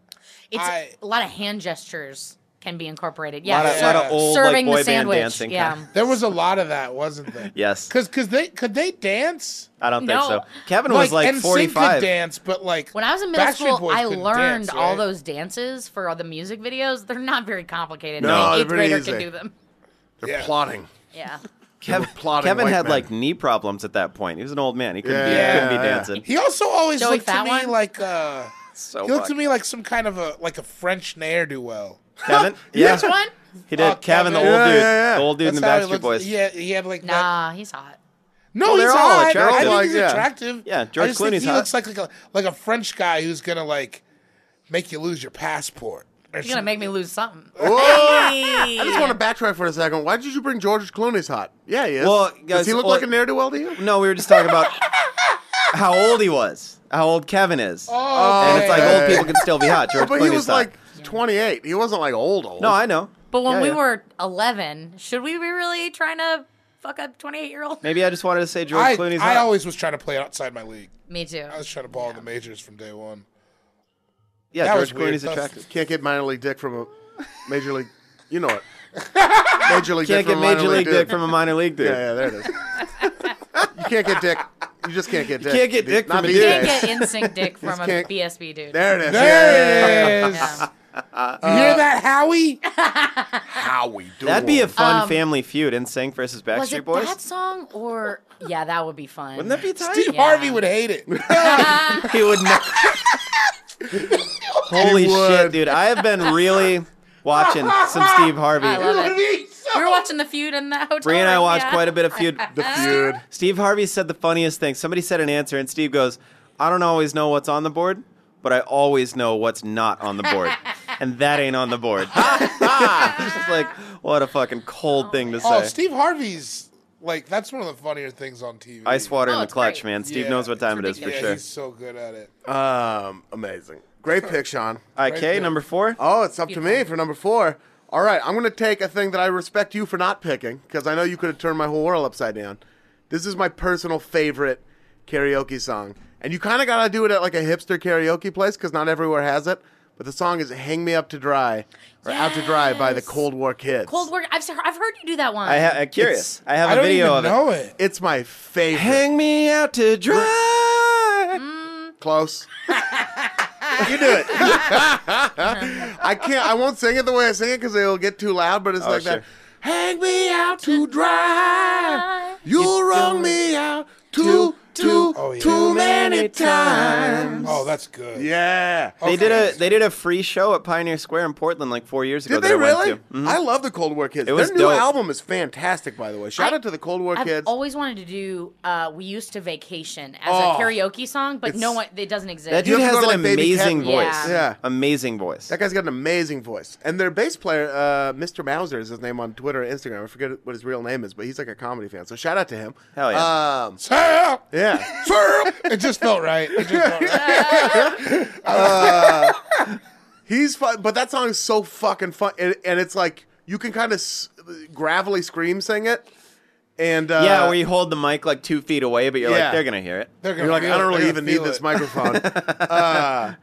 Speaker 6: It's
Speaker 4: I-
Speaker 6: a lot of hand gestures can be incorporated.
Speaker 5: a
Speaker 6: Yeah,
Speaker 5: lot of,
Speaker 6: ser-
Speaker 5: lot of old like,
Speaker 6: serving
Speaker 5: boy
Speaker 6: the
Speaker 5: band
Speaker 6: sandwich.
Speaker 5: dancing.
Speaker 6: yeah.
Speaker 5: kind of-
Speaker 4: There was a lot of that, wasn't there?
Speaker 5: Yes.
Speaker 4: Cause, cause they could they dance.
Speaker 5: I don't think
Speaker 6: No.
Speaker 5: so. Kevin was like
Speaker 4: NSYNC could
Speaker 5: 45.
Speaker 4: dance, but like
Speaker 6: When I was in middle
Speaker 4: Backstreet
Speaker 6: school,
Speaker 4: Boys
Speaker 6: I
Speaker 4: couldn't
Speaker 6: learned
Speaker 4: dance,
Speaker 6: all
Speaker 4: right?
Speaker 6: those dances for all the music videos. They're not very complicated.
Speaker 3: No,
Speaker 6: Any
Speaker 3: they're
Speaker 6: eighth
Speaker 3: pretty
Speaker 6: grader
Speaker 3: easy.
Speaker 6: can do them.
Speaker 3: They're
Speaker 4: Yeah.
Speaker 3: plotting.
Speaker 6: Yeah.
Speaker 5: Kevin,
Speaker 3: plotting
Speaker 5: Kevin
Speaker 3: white
Speaker 5: had
Speaker 3: men.
Speaker 5: like knee problems at that point. He was an old man. He couldn't, be,
Speaker 3: Yeah,
Speaker 5: couldn't be
Speaker 3: yeah.
Speaker 5: dancing.
Speaker 4: He also always
Speaker 6: Joey,
Speaker 4: looked to
Speaker 6: that
Speaker 4: me
Speaker 6: one?
Speaker 4: like uh,
Speaker 5: So
Speaker 4: he looked to
Speaker 5: fucked.
Speaker 4: me like some kind of a like a French ne'er do well.
Speaker 5: Kevin? Yeah.
Speaker 6: Which one?
Speaker 5: He did.
Speaker 4: Oh,
Speaker 5: Kevin, the
Speaker 4: Kevin.
Speaker 5: old
Speaker 3: Yeah, yeah,
Speaker 5: dude.
Speaker 3: yeah.
Speaker 5: The old dude in the
Speaker 4: how he
Speaker 5: Backstreet
Speaker 4: looked-
Speaker 5: Boys.
Speaker 4: Yeah, he had like that.
Speaker 6: Nah, he's hot.
Speaker 4: No,
Speaker 5: Well,
Speaker 4: he's
Speaker 5: they're all
Speaker 4: hot. I
Speaker 5: attractive.
Speaker 4: think he's
Speaker 3: Yeah.
Speaker 4: attractive.
Speaker 5: Yeah,
Speaker 4: I
Speaker 5: George
Speaker 4: just think
Speaker 5: Clooney's
Speaker 4: he
Speaker 5: hot.
Speaker 4: looks like like a, like a French guy who's gonna like make you lose your passport. or
Speaker 6: You're gonna make me lose something.
Speaker 3: I just want to backtrack for a second. Why did you bring George Clooney's hot? Yeah, he is.
Speaker 5: Well, guys,
Speaker 3: does he look
Speaker 5: well-
Speaker 3: like a ne'er do well to you?
Speaker 5: No, we were just talking about how old he was, how old Kevin is.
Speaker 4: Oh,
Speaker 5: and it's like
Speaker 4: okay.
Speaker 5: old people can still be hot. George
Speaker 3: But he
Speaker 5: Clooney's
Speaker 3: was
Speaker 5: hot.
Speaker 3: like 28. He wasn't like old old.
Speaker 5: no, I know.
Speaker 6: But when
Speaker 5: Yeah,
Speaker 6: we
Speaker 5: yeah.
Speaker 6: were 11, should we be really trying to fuck a 28 year old?
Speaker 5: Maybe I just wanted to say George
Speaker 4: I,
Speaker 5: Clooney's
Speaker 4: I
Speaker 5: hot.
Speaker 4: always was trying to play outside my league.
Speaker 6: Me too.
Speaker 4: I was trying to ball in the majors from day one.
Speaker 5: yeah,
Speaker 4: that
Speaker 5: George
Speaker 4: was weird.
Speaker 5: Clooney's
Speaker 4: That's-
Speaker 5: attractive.
Speaker 3: Can't get minor league dick from a major league. You know it. Major league dick
Speaker 5: Can't get
Speaker 3: from a minor
Speaker 5: major league
Speaker 3: dude.
Speaker 5: dick from a minor league dude.
Speaker 3: Yeah, yeah, there it is. you can't get dick. You just can't get dick.
Speaker 5: can't get dick
Speaker 3: Not
Speaker 5: from a
Speaker 3: these
Speaker 5: dick.
Speaker 6: Can't
Speaker 3: days.
Speaker 6: get NSYNC dick from a
Speaker 3: can't-
Speaker 6: BSB dude.
Speaker 3: There it is.
Speaker 4: There it is.
Speaker 6: Yeah.
Speaker 4: You hear that, Howie?
Speaker 3: How we do
Speaker 5: That'd be a
Speaker 3: it.
Speaker 5: fun family feud in Sync versus
Speaker 6: Um, Was
Speaker 5: Backstreet
Speaker 6: it
Speaker 5: Boys.
Speaker 6: that song or yeah, that would be fun.
Speaker 5: Wouldn't that be tight?
Speaker 4: Steve
Speaker 6: Yeah.
Speaker 4: Harvey would hate it.
Speaker 5: He would not. Holy
Speaker 3: He would.
Speaker 5: shit, dude! I have been really watching some Steve Harvey.
Speaker 6: I love it.
Speaker 4: He's so
Speaker 6: we were watching the feud in the hotel.
Speaker 5: Bree and I
Speaker 6: room,
Speaker 5: watched
Speaker 6: yeah.
Speaker 5: quite a bit of feud.
Speaker 3: The feud.
Speaker 5: Steve Harvey said the funniest thing. Somebody said an answer, and Steve goes, "I don't always know what's on the board, but I always know what's not on the board, and that ain't on the board." It's just like what a fucking cold thing to say.
Speaker 4: Oh, Steve Harvey's like that's one of the funnier things on TV.
Speaker 5: Ice water
Speaker 6: Oh,
Speaker 5: in the
Speaker 6: it's great.
Speaker 5: clutch, man. Steve
Speaker 4: Yeah,
Speaker 5: knows what
Speaker 4: it's
Speaker 5: time it is for
Speaker 4: yeah,
Speaker 5: sure.
Speaker 4: he's so good at it.
Speaker 3: Um, amazing. Great pick, Sean.
Speaker 5: All right, Kay, number four.
Speaker 3: Oh, it's up to me for number four. All right, I'm going to take a thing that I respect you for not picking because I know you could have turned my whole world upside down. This is my personal favorite karaoke song. And you kind of got to do it at like a hipster karaoke place because not everywhere has it. But the song is Hang Me Up to Dry or Out to Dry by the
Speaker 6: Yes.
Speaker 3: Cold War Kids.
Speaker 6: Cold War. I've, I've heard you do that one.
Speaker 5: I ha- I'm curious. I have
Speaker 4: I
Speaker 5: a
Speaker 4: don't
Speaker 5: video
Speaker 4: even
Speaker 5: of it.
Speaker 4: know it.
Speaker 3: It's my favorite.
Speaker 5: Hang me out to dry.
Speaker 3: Close. you do it. I can't. I won't sing it the way I sing it because it'll get too loud. But it's like that.
Speaker 5: sure.
Speaker 3: Hang me out to dry. You wrung me out too, too,
Speaker 4: Oh, yeah.
Speaker 3: too many times.
Speaker 4: Oh, that's good.
Speaker 3: Yeah.
Speaker 5: Oh. They did
Speaker 4: Okay.
Speaker 5: a they did a free show at Pioneer Square in Portland like four years ago.
Speaker 3: Did
Speaker 5: that
Speaker 3: they
Speaker 5: I went
Speaker 3: really?
Speaker 5: to. Mhm.
Speaker 3: I love the Cold War Kids.
Speaker 5: was
Speaker 3: Their new
Speaker 5: dope.
Speaker 3: album is fantastic, by the way. Shout
Speaker 6: I-
Speaker 3: out to the Cold War
Speaker 6: I've
Speaker 3: Kids.
Speaker 6: always wanted to do. Uh, we used to vacation as
Speaker 3: Oh.
Speaker 6: a karaoke song, but no one. It doesn't exist.
Speaker 5: That
Speaker 3: You
Speaker 5: dude
Speaker 3: have
Speaker 5: has
Speaker 3: to go
Speaker 5: an
Speaker 3: to, like, Baby Cat
Speaker 5: amazing
Speaker 6: Music.
Speaker 5: voice.
Speaker 6: Yeah.
Speaker 3: Yeah.
Speaker 5: amazing voice.
Speaker 3: That guy's got an amazing voice. And their bass player, uh, Mr. Mauser, is his name on Twitter and Instagram. I forget what his real name is, but he's like a comedy fan. So shout out to him.
Speaker 5: Hell yeah.
Speaker 3: Um,
Speaker 4: Sam!
Speaker 3: yeah.
Speaker 4: Sam! It just felt right. It just felt right.
Speaker 3: He's fun, but that song is so fucking fun, and, and it's like you can kind of s- gravelly scream sing it, and uh,
Speaker 5: yeah, where you hold the mic like two feet away, but you're
Speaker 3: Yeah.
Speaker 5: like they're gonna hear it.
Speaker 4: They're gonna
Speaker 3: are like,
Speaker 4: feel
Speaker 3: I
Speaker 4: it.
Speaker 3: don't really
Speaker 4: They're
Speaker 3: even
Speaker 4: gonna
Speaker 3: need
Speaker 4: feel
Speaker 3: this
Speaker 4: it.
Speaker 3: microphone. uh,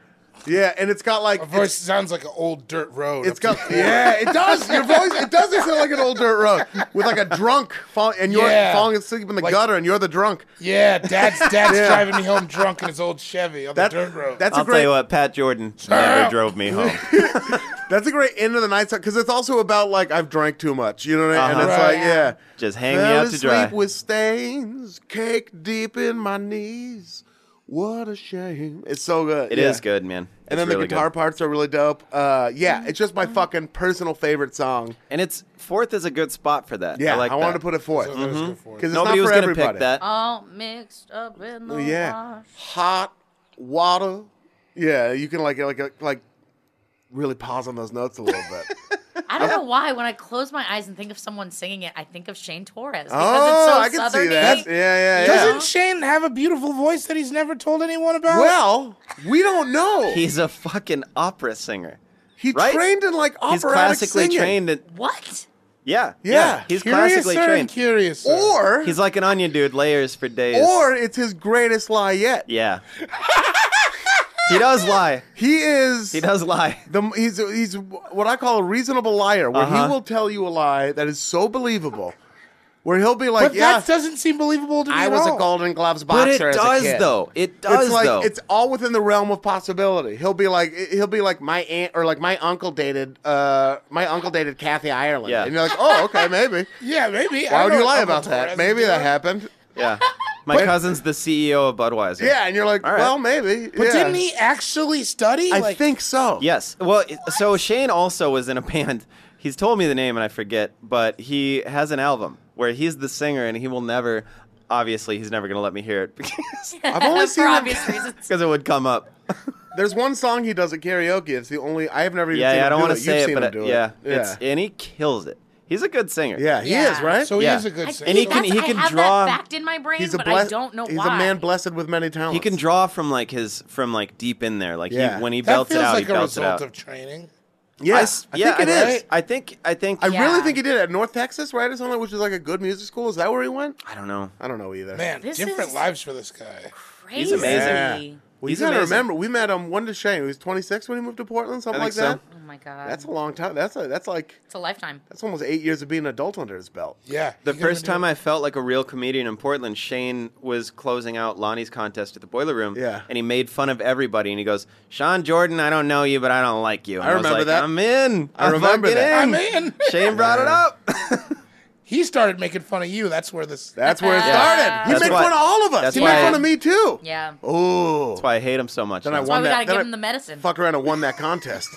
Speaker 3: yeah, and it's got like
Speaker 4: My voice sounds like an old dirt road.
Speaker 3: It's
Speaker 4: up to
Speaker 3: got
Speaker 4: the-
Speaker 3: yeah, it does. Your voice it does sound like an old dirt road with like a drunk fall, and you're
Speaker 4: Yeah.
Speaker 3: falling asleep in the
Speaker 4: Like-
Speaker 3: gutter, and you're the drunk.
Speaker 4: yeah. Dad's dad's
Speaker 3: Yeah.
Speaker 4: driving me home drunk in his old Chevy on
Speaker 3: That-
Speaker 4: the dirt road.
Speaker 3: that's
Speaker 5: I'll
Speaker 3: a great
Speaker 5: tell you what, Pat Jordan never drove me home.
Speaker 3: that's a great end of the night song because it's also about like I've drank too much, you know what I mean? And it's
Speaker 4: Uh-huh.
Speaker 3: like yeah,
Speaker 5: Just hang
Speaker 3: Fell
Speaker 5: me out to
Speaker 3: asleep
Speaker 5: dry.
Speaker 3: with stains, cake deep in my knees. What a shame! It's so good.
Speaker 5: It is good, man.
Speaker 3: And
Speaker 5: It's
Speaker 3: then
Speaker 5: really
Speaker 3: the guitar
Speaker 5: good.
Speaker 3: parts are really dope. Uh, yeah, it's just my fucking personal favorite song.
Speaker 5: and it's fourth is a good spot for that.
Speaker 3: Yeah, I,
Speaker 5: I, like
Speaker 3: wanted
Speaker 5: that.
Speaker 3: to put it forth
Speaker 4: So that was good for you.
Speaker 3: because it's
Speaker 5: Nobody
Speaker 3: not
Speaker 5: was
Speaker 3: for
Speaker 5: gonna
Speaker 3: everybody. Oh.
Speaker 5: pick that.
Speaker 6: All mixed up in
Speaker 4: Oh
Speaker 6: the
Speaker 3: Yeah,
Speaker 6: wash.
Speaker 3: hot water. Yeah, you can like like like really pause on those notes a little bit.
Speaker 6: I don't know why. When I close my eyes and think of someone singing it, I think of Shane Torres because
Speaker 3: oh, I
Speaker 6: it's so
Speaker 3: can
Speaker 6: southerny.
Speaker 3: see that. Yeah, yeah, yeah.
Speaker 4: Doesn't Shane have a beautiful voice that he's never told anyone about?
Speaker 3: well, we don't know. He,
Speaker 5: He's a fucking opera singer. right?
Speaker 3: trained in like operatic
Speaker 5: He's classically
Speaker 3: singing.
Speaker 5: trained. In,
Speaker 6: What?
Speaker 5: yeah,
Speaker 3: Yeah.
Speaker 5: He's
Speaker 4: Curiouser
Speaker 5: classically
Speaker 4: and
Speaker 5: trained.
Speaker 4: curiouser.
Speaker 3: or
Speaker 5: He's like an onion, dude. Layers for days.
Speaker 3: or it's his greatest lie yet.
Speaker 5: yeah. he does lie.
Speaker 3: He is
Speaker 5: He does lie.
Speaker 3: the he's he's what I call a reasonable liar, where
Speaker 5: Uh-huh.
Speaker 3: he will tell you a lie that is so believable, where he'll be like,
Speaker 4: but
Speaker 3: "Yeah,
Speaker 4: that doesn't seem believable to me
Speaker 3: I
Speaker 4: at
Speaker 3: was
Speaker 4: all.
Speaker 3: a Golden Gloves
Speaker 5: But
Speaker 3: boxer." as
Speaker 5: it
Speaker 3: a
Speaker 5: does
Speaker 3: kid."
Speaker 5: though. It does
Speaker 3: it's like
Speaker 5: though.
Speaker 3: it's all within the realm of possibility. He'll be like he'll be like my aunt or like my uncle dated uh my uncle dated Kathy Ireland.
Speaker 5: Yeah.
Speaker 3: And you're like, "Oh, okay, maybe."
Speaker 4: Yeah, maybe. I
Speaker 3: Why would
Speaker 4: know
Speaker 3: you
Speaker 4: a
Speaker 3: lie
Speaker 4: couple
Speaker 3: about that?
Speaker 4: Torres
Speaker 3: Maybe
Speaker 4: dude.
Speaker 3: that happened.
Speaker 5: yeah. My cousin's the CEO of Budweiser.
Speaker 3: Yeah, and you're like,
Speaker 5: All right.
Speaker 3: "Well, maybe."
Speaker 4: But
Speaker 3: yeah.
Speaker 4: didn't he actually study?
Speaker 3: I
Speaker 4: Like-
Speaker 3: think so.
Speaker 5: Yes. Well, it- so Shane also was in a band. He's told me the name and I forget, but he has an album where he's the singer and he will never. Obviously, he's never going to let me hear it because,
Speaker 3: I've only seen
Speaker 6: For
Speaker 3: him
Speaker 6: obvious reasons.
Speaker 5: because it would come up.
Speaker 3: There's one song he does at karaoke. It's the only I have never even
Speaker 5: Yeah,
Speaker 3: seen
Speaker 5: yeah I don't
Speaker 3: want
Speaker 5: want
Speaker 3: to
Speaker 5: to say it,
Speaker 3: seen
Speaker 5: but
Speaker 3: him
Speaker 5: uh,
Speaker 3: do
Speaker 5: yeah,
Speaker 3: it.
Speaker 5: It's, and he kills it. He's a good singer.
Speaker 3: yeah, he
Speaker 6: Yeah.
Speaker 3: is right.
Speaker 4: so. He
Speaker 5: Yeah.
Speaker 4: is a good
Speaker 6: I
Speaker 4: singer.
Speaker 5: And he can-
Speaker 6: that's- I
Speaker 5: can
Speaker 6: have
Speaker 5: draw-
Speaker 6: that fact in my brain,
Speaker 3: he's a
Speaker 6: but
Speaker 3: blessed.
Speaker 6: I don't know
Speaker 3: he's
Speaker 6: why.
Speaker 3: a man blessed with many talents.
Speaker 5: He can draw from like his from like deep in there. Like
Speaker 3: Yeah.
Speaker 5: he, when he
Speaker 4: that
Speaker 5: belts
Speaker 4: feels
Speaker 5: it out,
Speaker 4: like
Speaker 5: he
Speaker 4: a
Speaker 5: belts it
Speaker 4: result
Speaker 5: out.
Speaker 4: of training.
Speaker 3: Yes, I,
Speaker 5: yeah,
Speaker 3: think it is.
Speaker 5: I, I think I think
Speaker 3: I
Speaker 5: I,
Speaker 6: Yeah.
Speaker 3: really think he did it at North Texas, right, or something, which is like a good music school. Is that where he went?
Speaker 5: don't know.
Speaker 3: I don't know either.
Speaker 4: Man,
Speaker 6: This
Speaker 4: different
Speaker 6: is-
Speaker 4: lives for this guy.
Speaker 6: Crazy.
Speaker 5: amazing.
Speaker 3: well,
Speaker 5: He's
Speaker 3: you gotta
Speaker 5: amazing.
Speaker 3: remember, we met him when did Shane? He was 26 when he moved to Portland, something
Speaker 5: I
Speaker 3: like
Speaker 5: think
Speaker 3: that.
Speaker 5: so.
Speaker 6: Oh my god.
Speaker 3: That's a long time. That's a, that's like
Speaker 6: it's a lifetime.
Speaker 3: that's almost eight years of being an adult under his belt.
Speaker 4: Yeah.
Speaker 5: The
Speaker 4: he could've
Speaker 5: first
Speaker 4: been
Speaker 5: time I felt like a real comedian in Portland, Shane was closing out Lonnie's contest at the Boiler Room.
Speaker 3: Yeah.
Speaker 5: And he made fun of everybody. And he goes, Sean Jordan, I don't know you, but I don't like you. And
Speaker 3: I
Speaker 5: was
Speaker 3: remember
Speaker 5: like,
Speaker 3: that.
Speaker 5: I'm in.
Speaker 3: I
Speaker 5: I'm
Speaker 3: remember
Speaker 5: fucking
Speaker 3: that.
Speaker 5: in."
Speaker 4: I'm in.
Speaker 5: Shane brought it up.
Speaker 4: He started making fun of you. That's where this.
Speaker 3: That's where it started. He
Speaker 5: That's
Speaker 3: made
Speaker 5: why-
Speaker 3: fun of all of us.
Speaker 5: that's
Speaker 3: he
Speaker 5: why
Speaker 3: made
Speaker 5: I-
Speaker 3: fun of me too.
Speaker 6: Yeah. That's
Speaker 3: Oh,
Speaker 5: That's why I hate him so much.
Speaker 3: Then I
Speaker 5: That's
Speaker 3: won
Speaker 6: why we
Speaker 3: that-
Speaker 6: gotta
Speaker 3: then
Speaker 6: give
Speaker 3: I-
Speaker 6: him the medicine.
Speaker 3: fuck around and won that contest.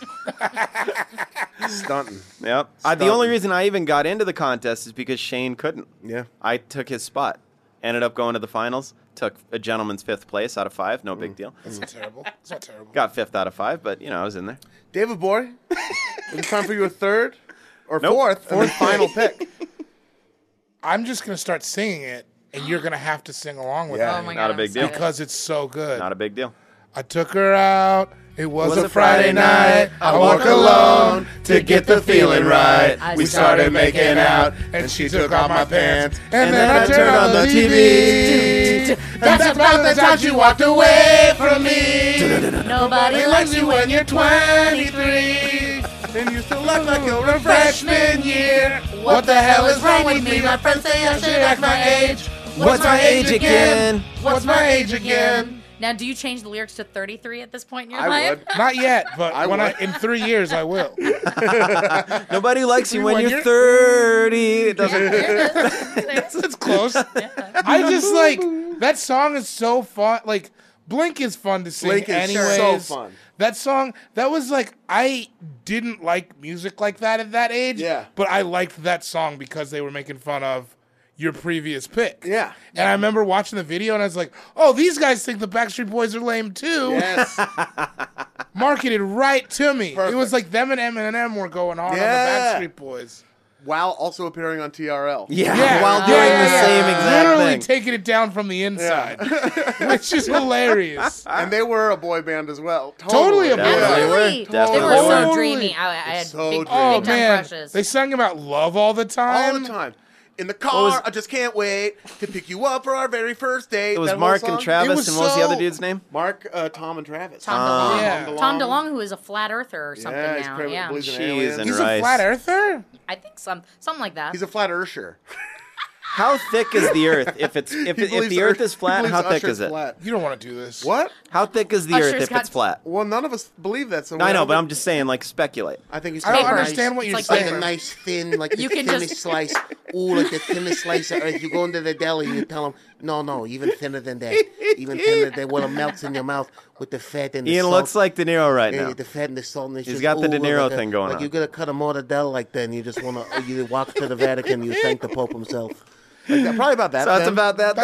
Speaker 3: Stunting.
Speaker 5: Yep. I, the only reason I even got into the contest is because Shane couldn't.
Speaker 3: Yeah.
Speaker 5: I took his spot. Ended up going to the finals. Took a gentleman's fifth place out of five. No
Speaker 3: Mm.
Speaker 5: big deal.
Speaker 4: It's not terrible. It's not terrible.
Speaker 5: Got fifth out of five, but you know I was in there.
Speaker 3: David Bory, is it time for your third or
Speaker 5: Nope.
Speaker 3: fourth, fourth final pick?
Speaker 4: I'm just gonna start singing it, and you're gonna have to sing along with
Speaker 3: Yeah.
Speaker 6: Oh my
Speaker 5: Not
Speaker 6: God,
Speaker 5: a big
Speaker 6: I'm
Speaker 5: deal.
Speaker 4: me because it's so good.
Speaker 5: Not a big deal.
Speaker 4: I took her out. It was,
Speaker 5: Was
Speaker 4: a
Speaker 5: a Friday
Speaker 4: Friday
Speaker 5: night.
Speaker 4: night. I walk alone to get the feeling right.
Speaker 6: I
Speaker 4: We started making out, and she took off my pants. And then I turned on the TV. That's about the time she walked away from me.
Speaker 6: Nobody
Speaker 4: Nobody likes you when you're 23.
Speaker 3: and you still look like a
Speaker 4: From freshman year. What the hell is wrong with me? My friends say I should act my age. What's my age again? What's my age again?
Speaker 6: Now, do you change the lyrics to 33 at this point in your
Speaker 3: I
Speaker 6: life?
Speaker 3: would.
Speaker 4: Not yet, but
Speaker 3: I
Speaker 4: when I,
Speaker 3: would.
Speaker 4: in three years I will.
Speaker 5: Nobody likes you when
Speaker 4: When
Speaker 5: you're
Speaker 4: you're-
Speaker 5: 30.
Speaker 3: Mm.
Speaker 5: It doesn't.
Speaker 4: That's close. I just like that song is so fun. Like Blink is fun to sing.
Speaker 3: Blink is
Speaker 4: anyways.
Speaker 3: so fun.
Speaker 4: That song that was like I didn't like music like that at that age.
Speaker 3: Yeah.
Speaker 4: But I liked that song because they were making fun of your previous pick.
Speaker 3: Yeah.
Speaker 4: And I remember watching the video and I was like, oh, these guys think the Backstreet Boys are lame too.
Speaker 3: Yes.
Speaker 4: Marketed right to me. It
Speaker 3: Perfect.
Speaker 4: was like them and Eminem were going on
Speaker 3: Yeah.
Speaker 4: on the Backstreet Boys.
Speaker 3: While also appearing on TRL.
Speaker 5: Yeah.
Speaker 4: Yeah.
Speaker 5: While
Speaker 4: Yeah,
Speaker 5: doing
Speaker 4: yeah,
Speaker 5: the
Speaker 4: yeah.
Speaker 5: same exact
Speaker 4: Literally
Speaker 5: thing.
Speaker 4: taking it down from the inside, which is hilarious.
Speaker 3: And they were a boy band as well.
Speaker 4: Totally a boy
Speaker 5: Yeah,
Speaker 4: band.
Speaker 5: they were.
Speaker 6: Absolutely.
Speaker 5: Definitely
Speaker 6: They were so
Speaker 4: were.
Speaker 6: dreamy. I, I had
Speaker 3: So
Speaker 6: big, big
Speaker 3: dreamy.
Speaker 4: Oh
Speaker 6: time
Speaker 4: man,
Speaker 6: crushes.
Speaker 4: they sang about love all the time.
Speaker 3: All the time. In the car,
Speaker 5: was-
Speaker 3: I just can't wait to pick you up for our very first date.
Speaker 5: It was
Speaker 3: That whole
Speaker 5: Mark
Speaker 3: song.
Speaker 5: and Travis,
Speaker 4: was
Speaker 5: and what was the other
Speaker 4: so-
Speaker 5: dude's name? Ah.
Speaker 3: Mark, uh, Tom, and Travis.
Speaker 6: Tom DeLonge.
Speaker 4: Yeah.
Speaker 6: Tom DeLonge, who is a flat earther or something
Speaker 3: Yeah, he's
Speaker 6: now.
Speaker 3: probably
Speaker 6: yeah.
Speaker 3: believes in
Speaker 5: Cheese
Speaker 3: aliens.
Speaker 5: and
Speaker 4: He's
Speaker 5: rice.
Speaker 4: a flat earther.
Speaker 6: I think some something like that.
Speaker 3: He's a flat earther.
Speaker 5: How thick is the Earth? If it's if,
Speaker 3: He
Speaker 5: if
Speaker 3: believes
Speaker 5: the Earth
Speaker 3: Ur-
Speaker 5: is
Speaker 3: he
Speaker 5: flat,
Speaker 3: believes
Speaker 5: how thick
Speaker 3: Usher's
Speaker 5: is it?
Speaker 3: flat.
Speaker 4: You don't want to do this.
Speaker 3: What?
Speaker 5: How thick is the
Speaker 6: Usher's
Speaker 5: Earth if
Speaker 6: got-
Speaker 5: it's flat?
Speaker 3: Well, none of us believe that. So
Speaker 5: I
Speaker 3: we
Speaker 5: know,
Speaker 3: don't-
Speaker 5: but I'm just saying, like speculate.
Speaker 3: I think he's.
Speaker 4: I don't
Speaker 6: Paper.
Speaker 4: understand what
Speaker 6: It's
Speaker 4: you're
Speaker 6: like
Speaker 4: saying.
Speaker 8: like a nice thin, like the
Speaker 6: You can
Speaker 8: thinnest
Speaker 6: just-
Speaker 8: slice. Ooh, like the thinnest slice of earth. You go into the deli and you tell them, no, no, even thinner than that. Even thinner than what it melts in your mouth with the fat and the
Speaker 5: Ian
Speaker 8: salt.
Speaker 5: looks like De Niro right
Speaker 8: Yeah,
Speaker 5: now.
Speaker 8: with the fat and the salt. And it's
Speaker 5: He's
Speaker 8: just,
Speaker 5: got the
Speaker 8: ooh,
Speaker 5: De Niro
Speaker 8: like a-
Speaker 5: thing going
Speaker 8: like
Speaker 5: on.
Speaker 8: you got to cut a mortadella like that and you just want to, you walk to the Vatican you thank the Pope himself.
Speaker 3: probably about that.
Speaker 5: So that's
Speaker 3: then.
Speaker 5: about that.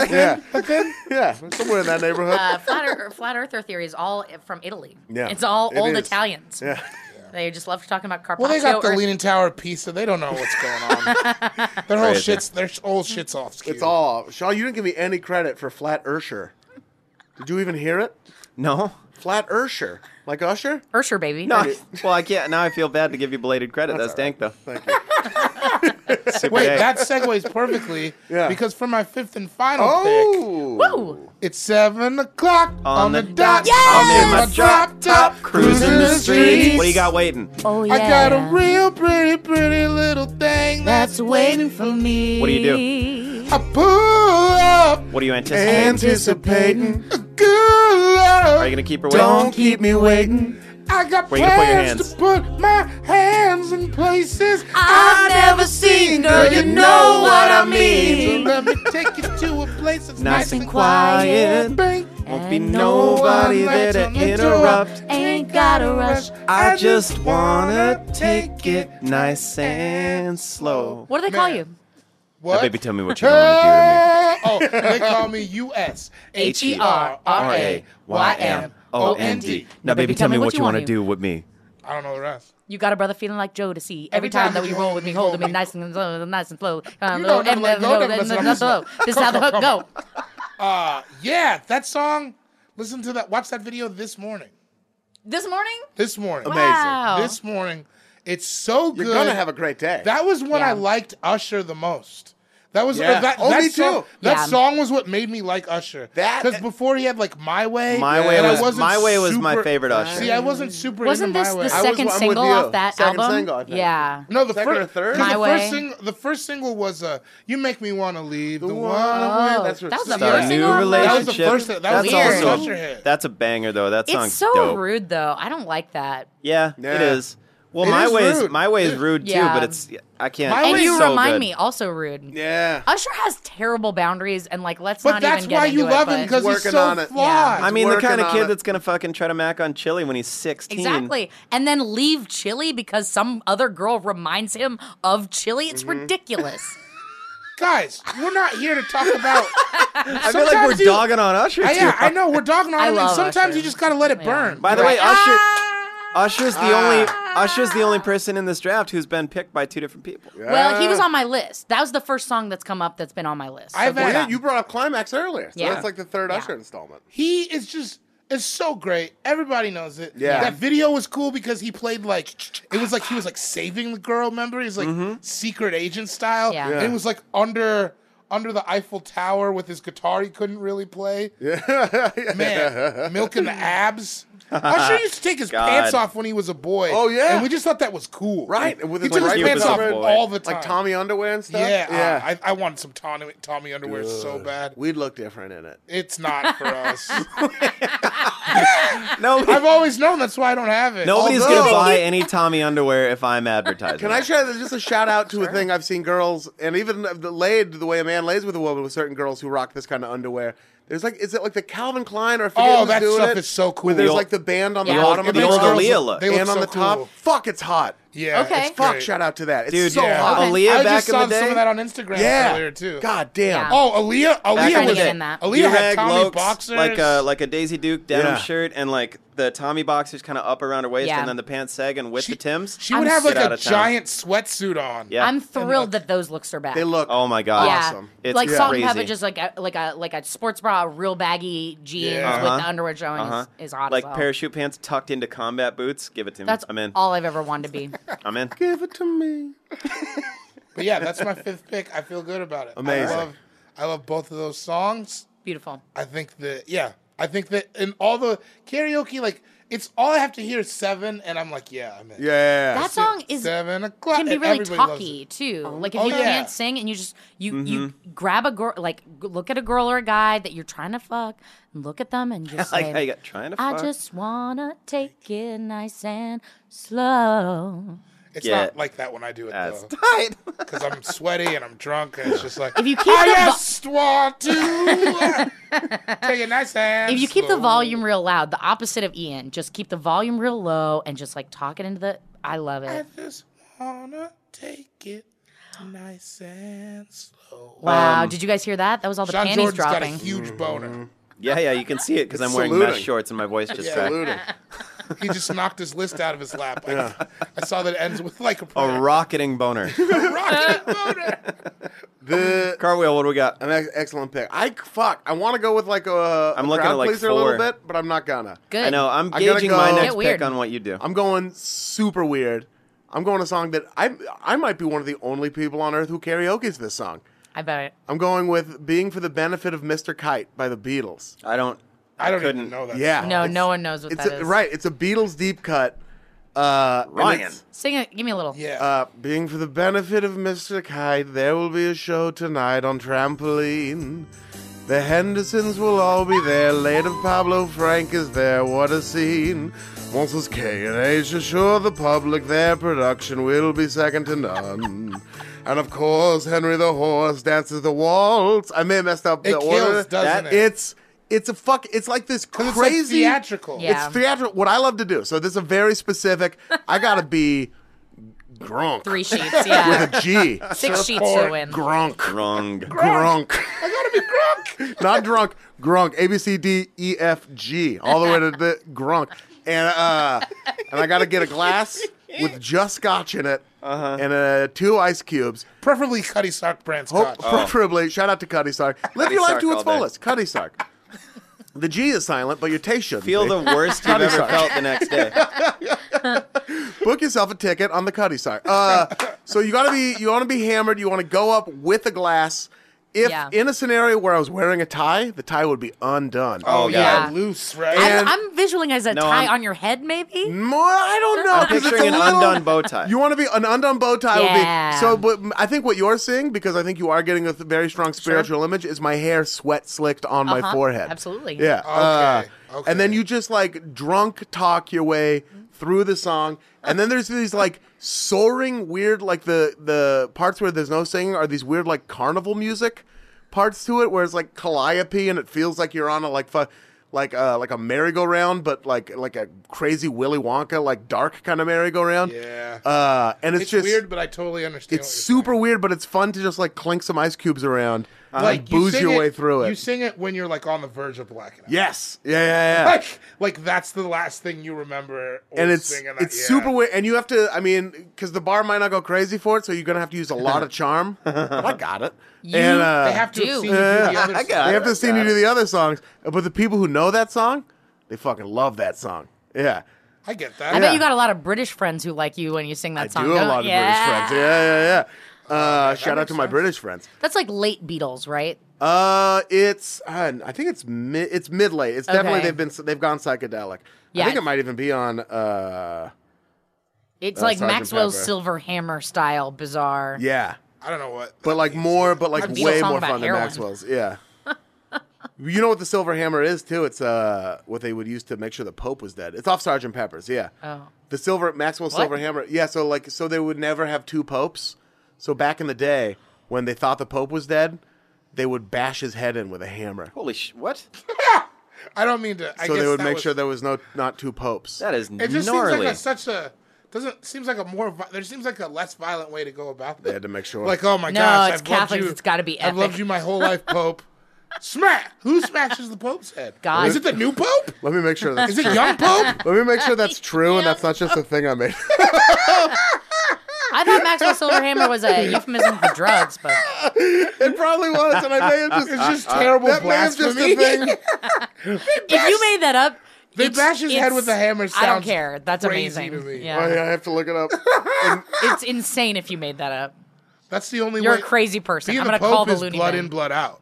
Speaker 5: Thing.
Speaker 3: Yeah. yeah. Somewhere in that neighborhood.
Speaker 6: uh, flat, ear- flat earther theory is all from Italy.
Speaker 3: Yeah,
Speaker 6: It's all
Speaker 3: it
Speaker 6: old
Speaker 3: is.
Speaker 6: Italians.
Speaker 3: Yeah.
Speaker 6: They just love talking about Carpaccio.
Speaker 4: Well, they got the
Speaker 6: or-
Speaker 4: Leaning Tower pizza. They don't know what's going on. their whole
Speaker 5: Crazy.
Speaker 4: shit's their whole shit's off. Skew.
Speaker 3: It's all Shaw. You didn't give me any credit for Flat Ursher. Did you even hear it?
Speaker 5: No.
Speaker 3: Flat Ursher, like Usher.
Speaker 6: Ursher, baby.
Speaker 5: No. I- Well, I can't. Now I feel bad to give you belated credit. That's, dank, though.
Speaker 3: Thank you.
Speaker 5: Super
Speaker 4: Wait,
Speaker 5: dank.
Speaker 4: that segues perfectly
Speaker 3: Yeah.
Speaker 4: because for my fifth and final
Speaker 3: Oh.
Speaker 6: Woo!
Speaker 4: pick, it's seven o'clock on,
Speaker 5: on
Speaker 4: the dot.
Speaker 5: I'm in
Speaker 4: I'm
Speaker 5: my drop top, cruising the streets. What do you got waiting?
Speaker 1: Oh, yeah.
Speaker 4: I got a real pretty, pretty little thing that's waiting for me.
Speaker 5: What do you do?
Speaker 4: I pull up,
Speaker 5: What do you anticipate?
Speaker 3: Anticipating.
Speaker 4: good love.
Speaker 5: Are you gonna keep her waiting?
Speaker 3: keep me waiting.
Speaker 4: I got
Speaker 5: Where you gonna put your
Speaker 4: plans
Speaker 5: hands?
Speaker 4: to put my hands in places
Speaker 6: I've never seen, girl, you know what I mean.
Speaker 4: So let me take you to a place that's
Speaker 5: Nice
Speaker 4: nice,
Speaker 5: and quiet.
Speaker 4: Bang.
Speaker 5: Won't be nobody there to interrupt.
Speaker 1: Ain't got a rush.
Speaker 5: I just wanna take it nice and slow.
Speaker 6: What do they call
Speaker 4: Man.
Speaker 6: you?
Speaker 4: What?
Speaker 5: Baby, tell me what you're gonna
Speaker 4: Oh, they call me U.S. H E R R A Y M O N D.
Speaker 5: Now, baby, tell me what you wanna do with me.
Speaker 4: I don't know the rest.
Speaker 6: You got a brother feeling like Joe to see. Every, time, that we roll with me, holding me nice and slow, nice and slow. Um,
Speaker 4: You don't never
Speaker 6: and-
Speaker 4: let
Speaker 6: and-
Speaker 4: go,
Speaker 6: and-
Speaker 4: never let
Speaker 6: and-
Speaker 4: us
Speaker 6: and-
Speaker 4: know.
Speaker 6: This is how the hook go.
Speaker 4: Yeah, that song. Listen to that. Watch that video this morning.
Speaker 6: This morning?
Speaker 4: This morning.
Speaker 6: Wow.
Speaker 4: This morning. It's so good.
Speaker 3: You're gonna have a great day.
Speaker 4: That was when
Speaker 6: Yeah.
Speaker 4: I liked Usher the most. That was uh,
Speaker 3: Yeah.
Speaker 4: that,
Speaker 3: Oh,
Speaker 4: that
Speaker 3: me
Speaker 4: song,
Speaker 3: too.
Speaker 4: That
Speaker 6: Yeah.
Speaker 4: song was what made me like Usher.
Speaker 3: That-
Speaker 4: because before he had like My Way,
Speaker 5: My
Speaker 4: and
Speaker 5: way
Speaker 4: I
Speaker 5: was
Speaker 4: wasn't
Speaker 5: my way was my
Speaker 4: super-
Speaker 5: favorite Usher.
Speaker 4: See, I wasn't super
Speaker 6: Wasn't
Speaker 4: into
Speaker 6: this
Speaker 4: My
Speaker 6: the
Speaker 4: Way.
Speaker 3: I was-
Speaker 6: second
Speaker 3: I'm with
Speaker 6: single
Speaker 3: you.
Speaker 6: off that
Speaker 3: Second
Speaker 6: album?
Speaker 3: single, I think.
Speaker 6: Yeah.
Speaker 4: no, the
Speaker 3: second
Speaker 4: fir-
Speaker 3: or third?
Speaker 4: 'cause
Speaker 6: My
Speaker 4: the
Speaker 6: Way.
Speaker 4: First sing- the first single was uh, "You Make Me Want to Leave." The, one.
Speaker 3: I'm
Speaker 6: Oh,
Speaker 3: with- that's what-
Speaker 6: that was
Speaker 3: Start
Speaker 6: the
Speaker 3: a
Speaker 6: first
Speaker 5: Our
Speaker 6: single
Speaker 5: new
Speaker 6: on the-
Speaker 4: That was
Speaker 5: relationship.
Speaker 4: the first thing- that was
Speaker 5: that's
Speaker 6: the first
Speaker 5: also
Speaker 4: Usher hit.
Speaker 5: that's a banger though. That song's
Speaker 6: It's so
Speaker 5: dope.
Speaker 6: rude, though. I don't like that.
Speaker 5: Yeah,
Speaker 3: Yeah.
Speaker 5: it is. Well,
Speaker 4: It
Speaker 5: my
Speaker 4: is
Speaker 5: way is
Speaker 4: rude.
Speaker 5: my way is rude
Speaker 6: Yeah.
Speaker 5: too, but it's I can't.
Speaker 4: My
Speaker 5: it's
Speaker 6: and
Speaker 4: way-
Speaker 6: you
Speaker 5: so
Speaker 6: remind
Speaker 5: good.
Speaker 6: me also rude.
Speaker 3: Yeah.
Speaker 6: Usher has terrible boundaries, and like let's
Speaker 4: But
Speaker 6: not
Speaker 4: that's
Speaker 6: even get
Speaker 4: why
Speaker 6: into
Speaker 4: you
Speaker 6: it,
Speaker 4: love
Speaker 6: but-
Speaker 4: him because he's
Speaker 3: Working
Speaker 4: so
Speaker 3: on it.
Speaker 4: flawed.
Speaker 5: I mean, the
Speaker 3: working
Speaker 5: kind of
Speaker 3: on
Speaker 5: kid
Speaker 3: it.
Speaker 5: that's gonna fucking try to mac on chili when he's sixteen.
Speaker 6: Exactly. And then leave Chili because some other girl reminds him of Chili.
Speaker 3: Mm-hmm.
Speaker 6: It's ridiculous.
Speaker 4: Guys, we're not here to talk about.
Speaker 5: I feel like we're dogging on Usher.
Speaker 4: I,
Speaker 5: too
Speaker 4: yeah, I know we're dogging on
Speaker 6: I
Speaker 4: him, and
Speaker 6: love
Speaker 4: sometimes
Speaker 6: Usher.
Speaker 4: you just gotta let it
Speaker 6: Yeah.
Speaker 4: burn.
Speaker 5: By the way, Usher
Speaker 6: Ah!
Speaker 5: Usher's the only Usher's the only person in this draft who's been picked by two different people.
Speaker 6: Well, he was on my list. That was the first song that's come up that's been on my list. So
Speaker 4: Uh, I've
Speaker 6: well
Speaker 4: had-
Speaker 6: done.
Speaker 3: You brought up Climax earlier. So
Speaker 6: Yeah.
Speaker 3: that's like the third
Speaker 6: Yeah.
Speaker 3: Usher installment.
Speaker 4: he is just is so great. Everybody knows it.
Speaker 3: Yeah.
Speaker 4: That video was cool because he played like it was like he was like saving the girl. Remember, he's like
Speaker 3: Mm-hmm.
Speaker 4: secret agent style.
Speaker 6: Yeah.
Speaker 4: And it was like under under the Eiffel Tower with his guitar. He couldn't really play. Man, milking the abs. Usher used to take his
Speaker 5: God.
Speaker 4: pants off when he was a boy.
Speaker 3: Oh, yeah.
Speaker 4: and we just thought that was cool.
Speaker 3: Right,
Speaker 4: He
Speaker 3: with
Speaker 4: took
Speaker 3: his
Speaker 4: his
Speaker 3: right
Speaker 4: pants
Speaker 5: foot
Speaker 4: off
Speaker 5: up.
Speaker 4: all the time.
Speaker 3: Like Tommy underwear and stuff.
Speaker 4: Yeah, I, I wanted some Tommy, Tommy underwear so bad.
Speaker 3: We'd look different in it.
Speaker 4: It's not for us.
Speaker 5: No,
Speaker 4: I've always known that's why I don't have it.
Speaker 5: nobody's
Speaker 3: Although-
Speaker 5: gonna buy any Tommy underwear if I'm advertising.
Speaker 3: Can
Speaker 5: it.
Speaker 3: I share this- just a shout out to a thing I've seen girls and even the laid the way a man lays with a woman with certain girls who rock this kind of underwear. There's like, is it like the Calvin Klein or I forget
Speaker 4: Oh,
Speaker 3: who's
Speaker 4: that
Speaker 3: doing
Speaker 4: stuff
Speaker 3: it,
Speaker 4: is so cool.
Speaker 3: Where there's
Speaker 4: The
Speaker 3: like the band on
Speaker 6: Yeah.
Speaker 3: the bottom
Speaker 5: The
Speaker 3: of the
Speaker 5: old
Speaker 3: girl
Speaker 5: Aaliyah look.
Speaker 4: They look
Speaker 3: and on
Speaker 4: so
Speaker 3: the top.
Speaker 4: cool.
Speaker 3: Fuck, it's hot.
Speaker 4: Yeah.
Speaker 6: Okay.
Speaker 4: It's
Speaker 3: Fuck,
Speaker 4: great.
Speaker 3: shout out to that. It's
Speaker 5: Dude,
Speaker 3: so
Speaker 5: yeah.
Speaker 3: hot.
Speaker 6: Okay.
Speaker 5: Aaliyah
Speaker 4: Oh, I
Speaker 5: back
Speaker 4: just
Speaker 5: in
Speaker 4: saw
Speaker 5: the day.
Speaker 4: some of that on Instagram
Speaker 3: Yeah.
Speaker 4: earlier too.
Speaker 3: God damn.
Speaker 6: Yeah.
Speaker 4: Oh, Aaliyah, Aaliyah
Speaker 5: in
Speaker 4: was
Speaker 5: the day.
Speaker 6: in that.
Speaker 4: Aaliyah had
Speaker 5: Durag
Speaker 4: Tommy
Speaker 5: Lokes,
Speaker 4: boxers.
Speaker 5: like a like a Daisy Duke denim
Speaker 3: Yeah.
Speaker 5: shirt, and like the Tommy boxers kind of up around her waist,
Speaker 6: Yeah.
Speaker 5: and then the pants sagging with
Speaker 4: She-
Speaker 5: the Tims.
Speaker 4: she would
Speaker 5: I'm
Speaker 4: have like
Speaker 5: shit out
Speaker 4: a
Speaker 5: of town.
Speaker 4: giant sweatsuit on.
Speaker 5: Yeah.
Speaker 6: I'm thrilled that those looks are back.
Speaker 3: They look.
Speaker 5: Oh my god.
Speaker 6: yeah.
Speaker 3: awesome.
Speaker 5: It's
Speaker 6: like Salt and
Speaker 5: crazy.
Speaker 6: Pepper, just like a, like a like a sports bra, real baggy jeans
Speaker 4: Yeah.
Speaker 6: with the
Speaker 5: Uh-huh.
Speaker 6: underwear showing
Speaker 5: Uh-huh.
Speaker 6: is, is hot. as
Speaker 5: Like
Speaker 6: well.
Speaker 5: parachute pants tucked into combat boots. Give it to me.
Speaker 6: That's
Speaker 5: I'm in.
Speaker 6: all I've ever wanted to be.
Speaker 5: I'm in.
Speaker 3: Give it to me.
Speaker 4: But yeah, that's my fifth pick. I feel good about it.
Speaker 3: Amazing.
Speaker 4: I love, I love both of those songs.
Speaker 6: Beautiful.
Speaker 4: I think that yeah, I think that in all the karaoke, like it's all I have to hear is seven, and I'm like, yeah, I'm in.
Speaker 3: Yeah.
Speaker 6: That song is
Speaker 4: Seven o'clock.
Speaker 6: can be
Speaker 4: and
Speaker 6: really
Speaker 4: everybody loves
Speaker 6: talky
Speaker 4: it.
Speaker 6: too. Like if
Speaker 4: oh,
Speaker 6: you
Speaker 4: yeah.
Speaker 6: can't sing and you just you you
Speaker 5: Mm-hmm.
Speaker 6: grab a girl, like g- look at a girl or a guy that you're trying to fuck, and look at them and just
Speaker 5: Like I
Speaker 6: say,
Speaker 5: got trying to.
Speaker 6: "I
Speaker 5: fuck.
Speaker 6: just wanna take it nice and slow."
Speaker 4: It's
Speaker 5: Yeah.
Speaker 4: not like that when I do it
Speaker 5: That's
Speaker 4: though,
Speaker 5: tight.
Speaker 4: because I'm sweaty and I'm drunk, and it's just like
Speaker 6: If you keep
Speaker 4: I
Speaker 6: the vo-
Speaker 4: just want to take a nice hand.
Speaker 6: If you keep the
Speaker 4: slow.
Speaker 6: volume real loud, the opposite of Ian, just keep the volume real low and just like talk it into the. I love
Speaker 4: I
Speaker 6: it.
Speaker 4: just wanna take it nice and slow.
Speaker 6: Wow, did you guys hear that? That was all the
Speaker 4: John
Speaker 6: panties
Speaker 4: Jordan's got a
Speaker 6: dropping.
Speaker 3: Mm-hmm.
Speaker 4: huge boner.
Speaker 5: Yeah, yeah, you can see it because I'm wearing
Speaker 3: saluting.
Speaker 5: mesh shorts and my voice just cracked.
Speaker 3: Saluting.
Speaker 4: He just knocked his list out of his lap. I, I saw that it ends with like a
Speaker 5: A
Speaker 4: prayer.
Speaker 5: rocketing boner.
Speaker 4: rocket boner.
Speaker 3: The
Speaker 5: Cartwheel, what do we got?
Speaker 3: an ex- excellent pick. I fuck. I want to go with like a.
Speaker 5: I'm
Speaker 3: a
Speaker 5: looking
Speaker 3: crowd
Speaker 5: at, like,
Speaker 3: pleaser a little
Speaker 5: four.
Speaker 3: bit, but I'm not gonna.
Speaker 6: Good.
Speaker 5: I know. I'm
Speaker 3: I gotta
Speaker 5: gauging my
Speaker 3: go-
Speaker 5: next
Speaker 6: Get weird.
Speaker 5: pick on what you do.
Speaker 3: I'm going super weird. I'm going a song that I I might be one of the only people on earth who karaoke's this song.
Speaker 6: I bet it.
Speaker 3: I'm going with "Being for the Benefit of Mr. Kite" by the Beatles.
Speaker 5: I don't.
Speaker 4: I don't
Speaker 5: couldn't.
Speaker 4: even know that.
Speaker 3: Yeah,
Speaker 6: No,
Speaker 3: It's-
Speaker 6: no one knows what
Speaker 3: It's
Speaker 6: that
Speaker 3: a-
Speaker 6: is.
Speaker 3: right. It's a Beatles deep cut. Uh, and
Speaker 5: Ryan.
Speaker 3: it's-
Speaker 6: Sing it. Give me a little.
Speaker 4: Yeah.
Speaker 3: Uh, being for the benefit of Mr. Kite, there will be a show tonight on Trampoline. The Hendersons will all be there. Later, Pablo Frank is there. What a scene! Monsters K and H assure the public their production will be second to none. And of course, Henry the Horse dances the waltz. I may have messed up
Speaker 4: It
Speaker 3: the
Speaker 4: kills,
Speaker 3: order.
Speaker 4: doesn't it?
Speaker 3: It's it's a fuck. It's like this
Speaker 4: 'Cause it's, like,
Speaker 3: crazy
Speaker 4: theatrical.
Speaker 6: Yeah.
Speaker 3: It's theatrical. What I love to do. So this is a very specific. I gotta be grunk
Speaker 6: Three sheets. Yeah.
Speaker 3: with a G.
Speaker 6: Six sheets to win.
Speaker 3: Grunk.
Speaker 5: Wrong.
Speaker 3: Grunk. I gotta be grunk. Not drunk. Grunk. A B C D E F G. All the way to the grunk. And uh, and I gotta get a glass with just scotch in it and uh, two ice cubes.
Speaker 4: Preferably Cuddy Sock brand
Speaker 3: Ho- Oh,
Speaker 4: scotch. Oh.
Speaker 3: Preferably, shout out to Cuddy Sark. Live your life
Speaker 5: Sark
Speaker 3: to its
Speaker 5: all day.
Speaker 3: fullest. Cuddy Sark. The G is silent, but your taste shouldn't
Speaker 5: Feel
Speaker 3: be.
Speaker 5: the worst you've
Speaker 3: Cutty
Speaker 5: ever
Speaker 3: Sark.
Speaker 5: felt the next day.
Speaker 3: book yourself a ticket on the Cuddy side. Uh, so you gotta be you want to be hammered. You want to go up with a glass. If
Speaker 6: Yeah.
Speaker 3: in a scenario where I was wearing a tie, the tie would be undone.
Speaker 4: Oh, yeah.
Speaker 6: Yeah.
Speaker 4: Loose, right?
Speaker 3: And-
Speaker 6: I'm, I'm visualizing as a
Speaker 5: No,
Speaker 6: tie
Speaker 5: I'm-
Speaker 6: on your head, maybe.
Speaker 3: More, I don't know.
Speaker 5: I'm
Speaker 3: 'cause it's
Speaker 5: picturing
Speaker 3: a
Speaker 5: an
Speaker 3: little-
Speaker 5: undone bow tie.
Speaker 3: You want to be an undone bow tie
Speaker 6: Yeah.
Speaker 3: would be so. But I think what you're seeing, because I think you are getting a th- very strong spiritual image, is my hair sweat slicked on my
Speaker 6: Uh-huh.
Speaker 3: forehead.
Speaker 6: Absolutely.
Speaker 3: Yeah. uh,
Speaker 4: Okay, okay.
Speaker 3: And then you just like drunk talk your way through the song, and then there's these like soaring weird like the the parts where there's no singing are these weird like carnival music parts to it where it's like calliope and it feels like you're on a like fu- like uh like a merry-go-round but like like a crazy Willy Wonka like dark kind of merry-go-round.
Speaker 4: Yeah.
Speaker 3: Uh, and it's,
Speaker 4: It's
Speaker 3: just
Speaker 4: weird, but I totally understand.
Speaker 3: It's
Speaker 4: what you're
Speaker 3: super weird, but it's fun to just like clink some ice cubes around uh, and
Speaker 4: saying.
Speaker 3: like Uh-huh. booze
Speaker 4: sing
Speaker 3: your way through it.
Speaker 4: You sing it when you're like on the verge of blacking out.
Speaker 3: yes, yeah, yeah, yeah.
Speaker 4: Like, like that's the last thing you remember. Or
Speaker 3: and it's
Speaker 4: singing that,
Speaker 3: it's
Speaker 4: yeah.
Speaker 3: super weird. And you have to, I mean, because the bar might not go crazy for it, so you're gonna have to use a lot of charm. but I got it. and uh,
Speaker 4: They have to
Speaker 6: Dude.
Speaker 4: have seen you do the other
Speaker 5: I
Speaker 4: side.
Speaker 5: got
Speaker 3: they have
Speaker 5: it.
Speaker 3: to see me do the other songs. But the people who know that song, they fucking love that song. Yeah,
Speaker 4: I get
Speaker 6: I
Speaker 4: that.
Speaker 6: bet you got a lot of British friends who like you when you sing that
Speaker 3: I
Speaker 6: song.
Speaker 3: do have a
Speaker 6: don't-
Speaker 3: lot of British
Speaker 6: yeah.
Speaker 3: friends. Yeah, yeah, yeah. Uh, shout out to my British friends.
Speaker 6: That's like late Beatles, right?
Speaker 3: Uh, it's uh, I think it's mi- it's mid late. It's definitely
Speaker 6: Okay.
Speaker 3: they've been they've gone psychedelic. I
Speaker 6: Yeah.
Speaker 3: think it might even be on. Uh,
Speaker 6: It's
Speaker 3: Uh,
Speaker 6: like
Speaker 3: Sgt.
Speaker 6: Maxwell's
Speaker 3: Pepper.
Speaker 6: Silver Hammer style, bizarre.
Speaker 3: yeah,
Speaker 4: I don't know what.
Speaker 3: but like more, but like
Speaker 6: That'd be a
Speaker 3: way
Speaker 6: song
Speaker 3: more
Speaker 6: about
Speaker 3: fun than
Speaker 6: heroin.
Speaker 3: Maxwell's. Yeah. you know what the silver hammer is too? It's uh what they would use to make sure the Pope was dead. It's off Sergeant Pepper's. Yeah.
Speaker 6: Oh.
Speaker 3: The silver Maxwell silver hammer. Yeah. So like so they would never have two popes. So back in the day when they thought the Pope was dead, they would bash his head in with a hammer.
Speaker 5: Holy sh! What?
Speaker 4: I don't mean to. I
Speaker 3: So
Speaker 4: guess
Speaker 3: they would
Speaker 4: that
Speaker 3: make
Speaker 4: was-
Speaker 3: sure there was no not two popes.
Speaker 5: That is
Speaker 4: It just
Speaker 5: gnarly.
Speaker 4: seems like a, such a doesn't seems like a more vi- there seems like a less violent way to go about that.
Speaker 3: had to make sure.
Speaker 4: Like, oh my
Speaker 6: No,
Speaker 4: gosh,
Speaker 6: it's
Speaker 4: I've
Speaker 6: Catholics,
Speaker 4: Loved you.
Speaker 6: it's gotta be
Speaker 4: I've loved
Speaker 6: epic.
Speaker 4: you my whole life, Pope. Smack! Who smashes the Pope's head?
Speaker 6: God.
Speaker 4: Is it the new Pope?
Speaker 3: Let me make sure that's
Speaker 4: Is it young
Speaker 3: Let
Speaker 4: Pope?
Speaker 3: me make sure that's true and that's not just a thing I made.
Speaker 6: I thought Maxwell Silver Hammer was a euphemism for drugs, but
Speaker 3: it probably was, and I may have just
Speaker 4: It's just terrible
Speaker 3: that may have just a
Speaker 4: blasphemy.
Speaker 3: thing.
Speaker 6: if you made that up,
Speaker 4: They
Speaker 6: it's-
Speaker 4: bash his head
Speaker 6: it's-
Speaker 4: with a hammer.
Speaker 6: I don't
Speaker 4: sounds
Speaker 6: care. That's
Speaker 4: crazy
Speaker 6: amazing.
Speaker 4: to me.
Speaker 3: Oh,
Speaker 6: Yeah.
Speaker 3: yeah, I have to look it up.
Speaker 6: It's insane if you made that up.
Speaker 4: That's the only
Speaker 6: You're
Speaker 4: way.
Speaker 6: a crazy person.
Speaker 4: Being
Speaker 6: I'm
Speaker 4: the
Speaker 6: gonna
Speaker 4: Pope
Speaker 6: call the
Speaker 4: is
Speaker 6: loony
Speaker 4: blood
Speaker 6: bin.
Speaker 4: in, blood out.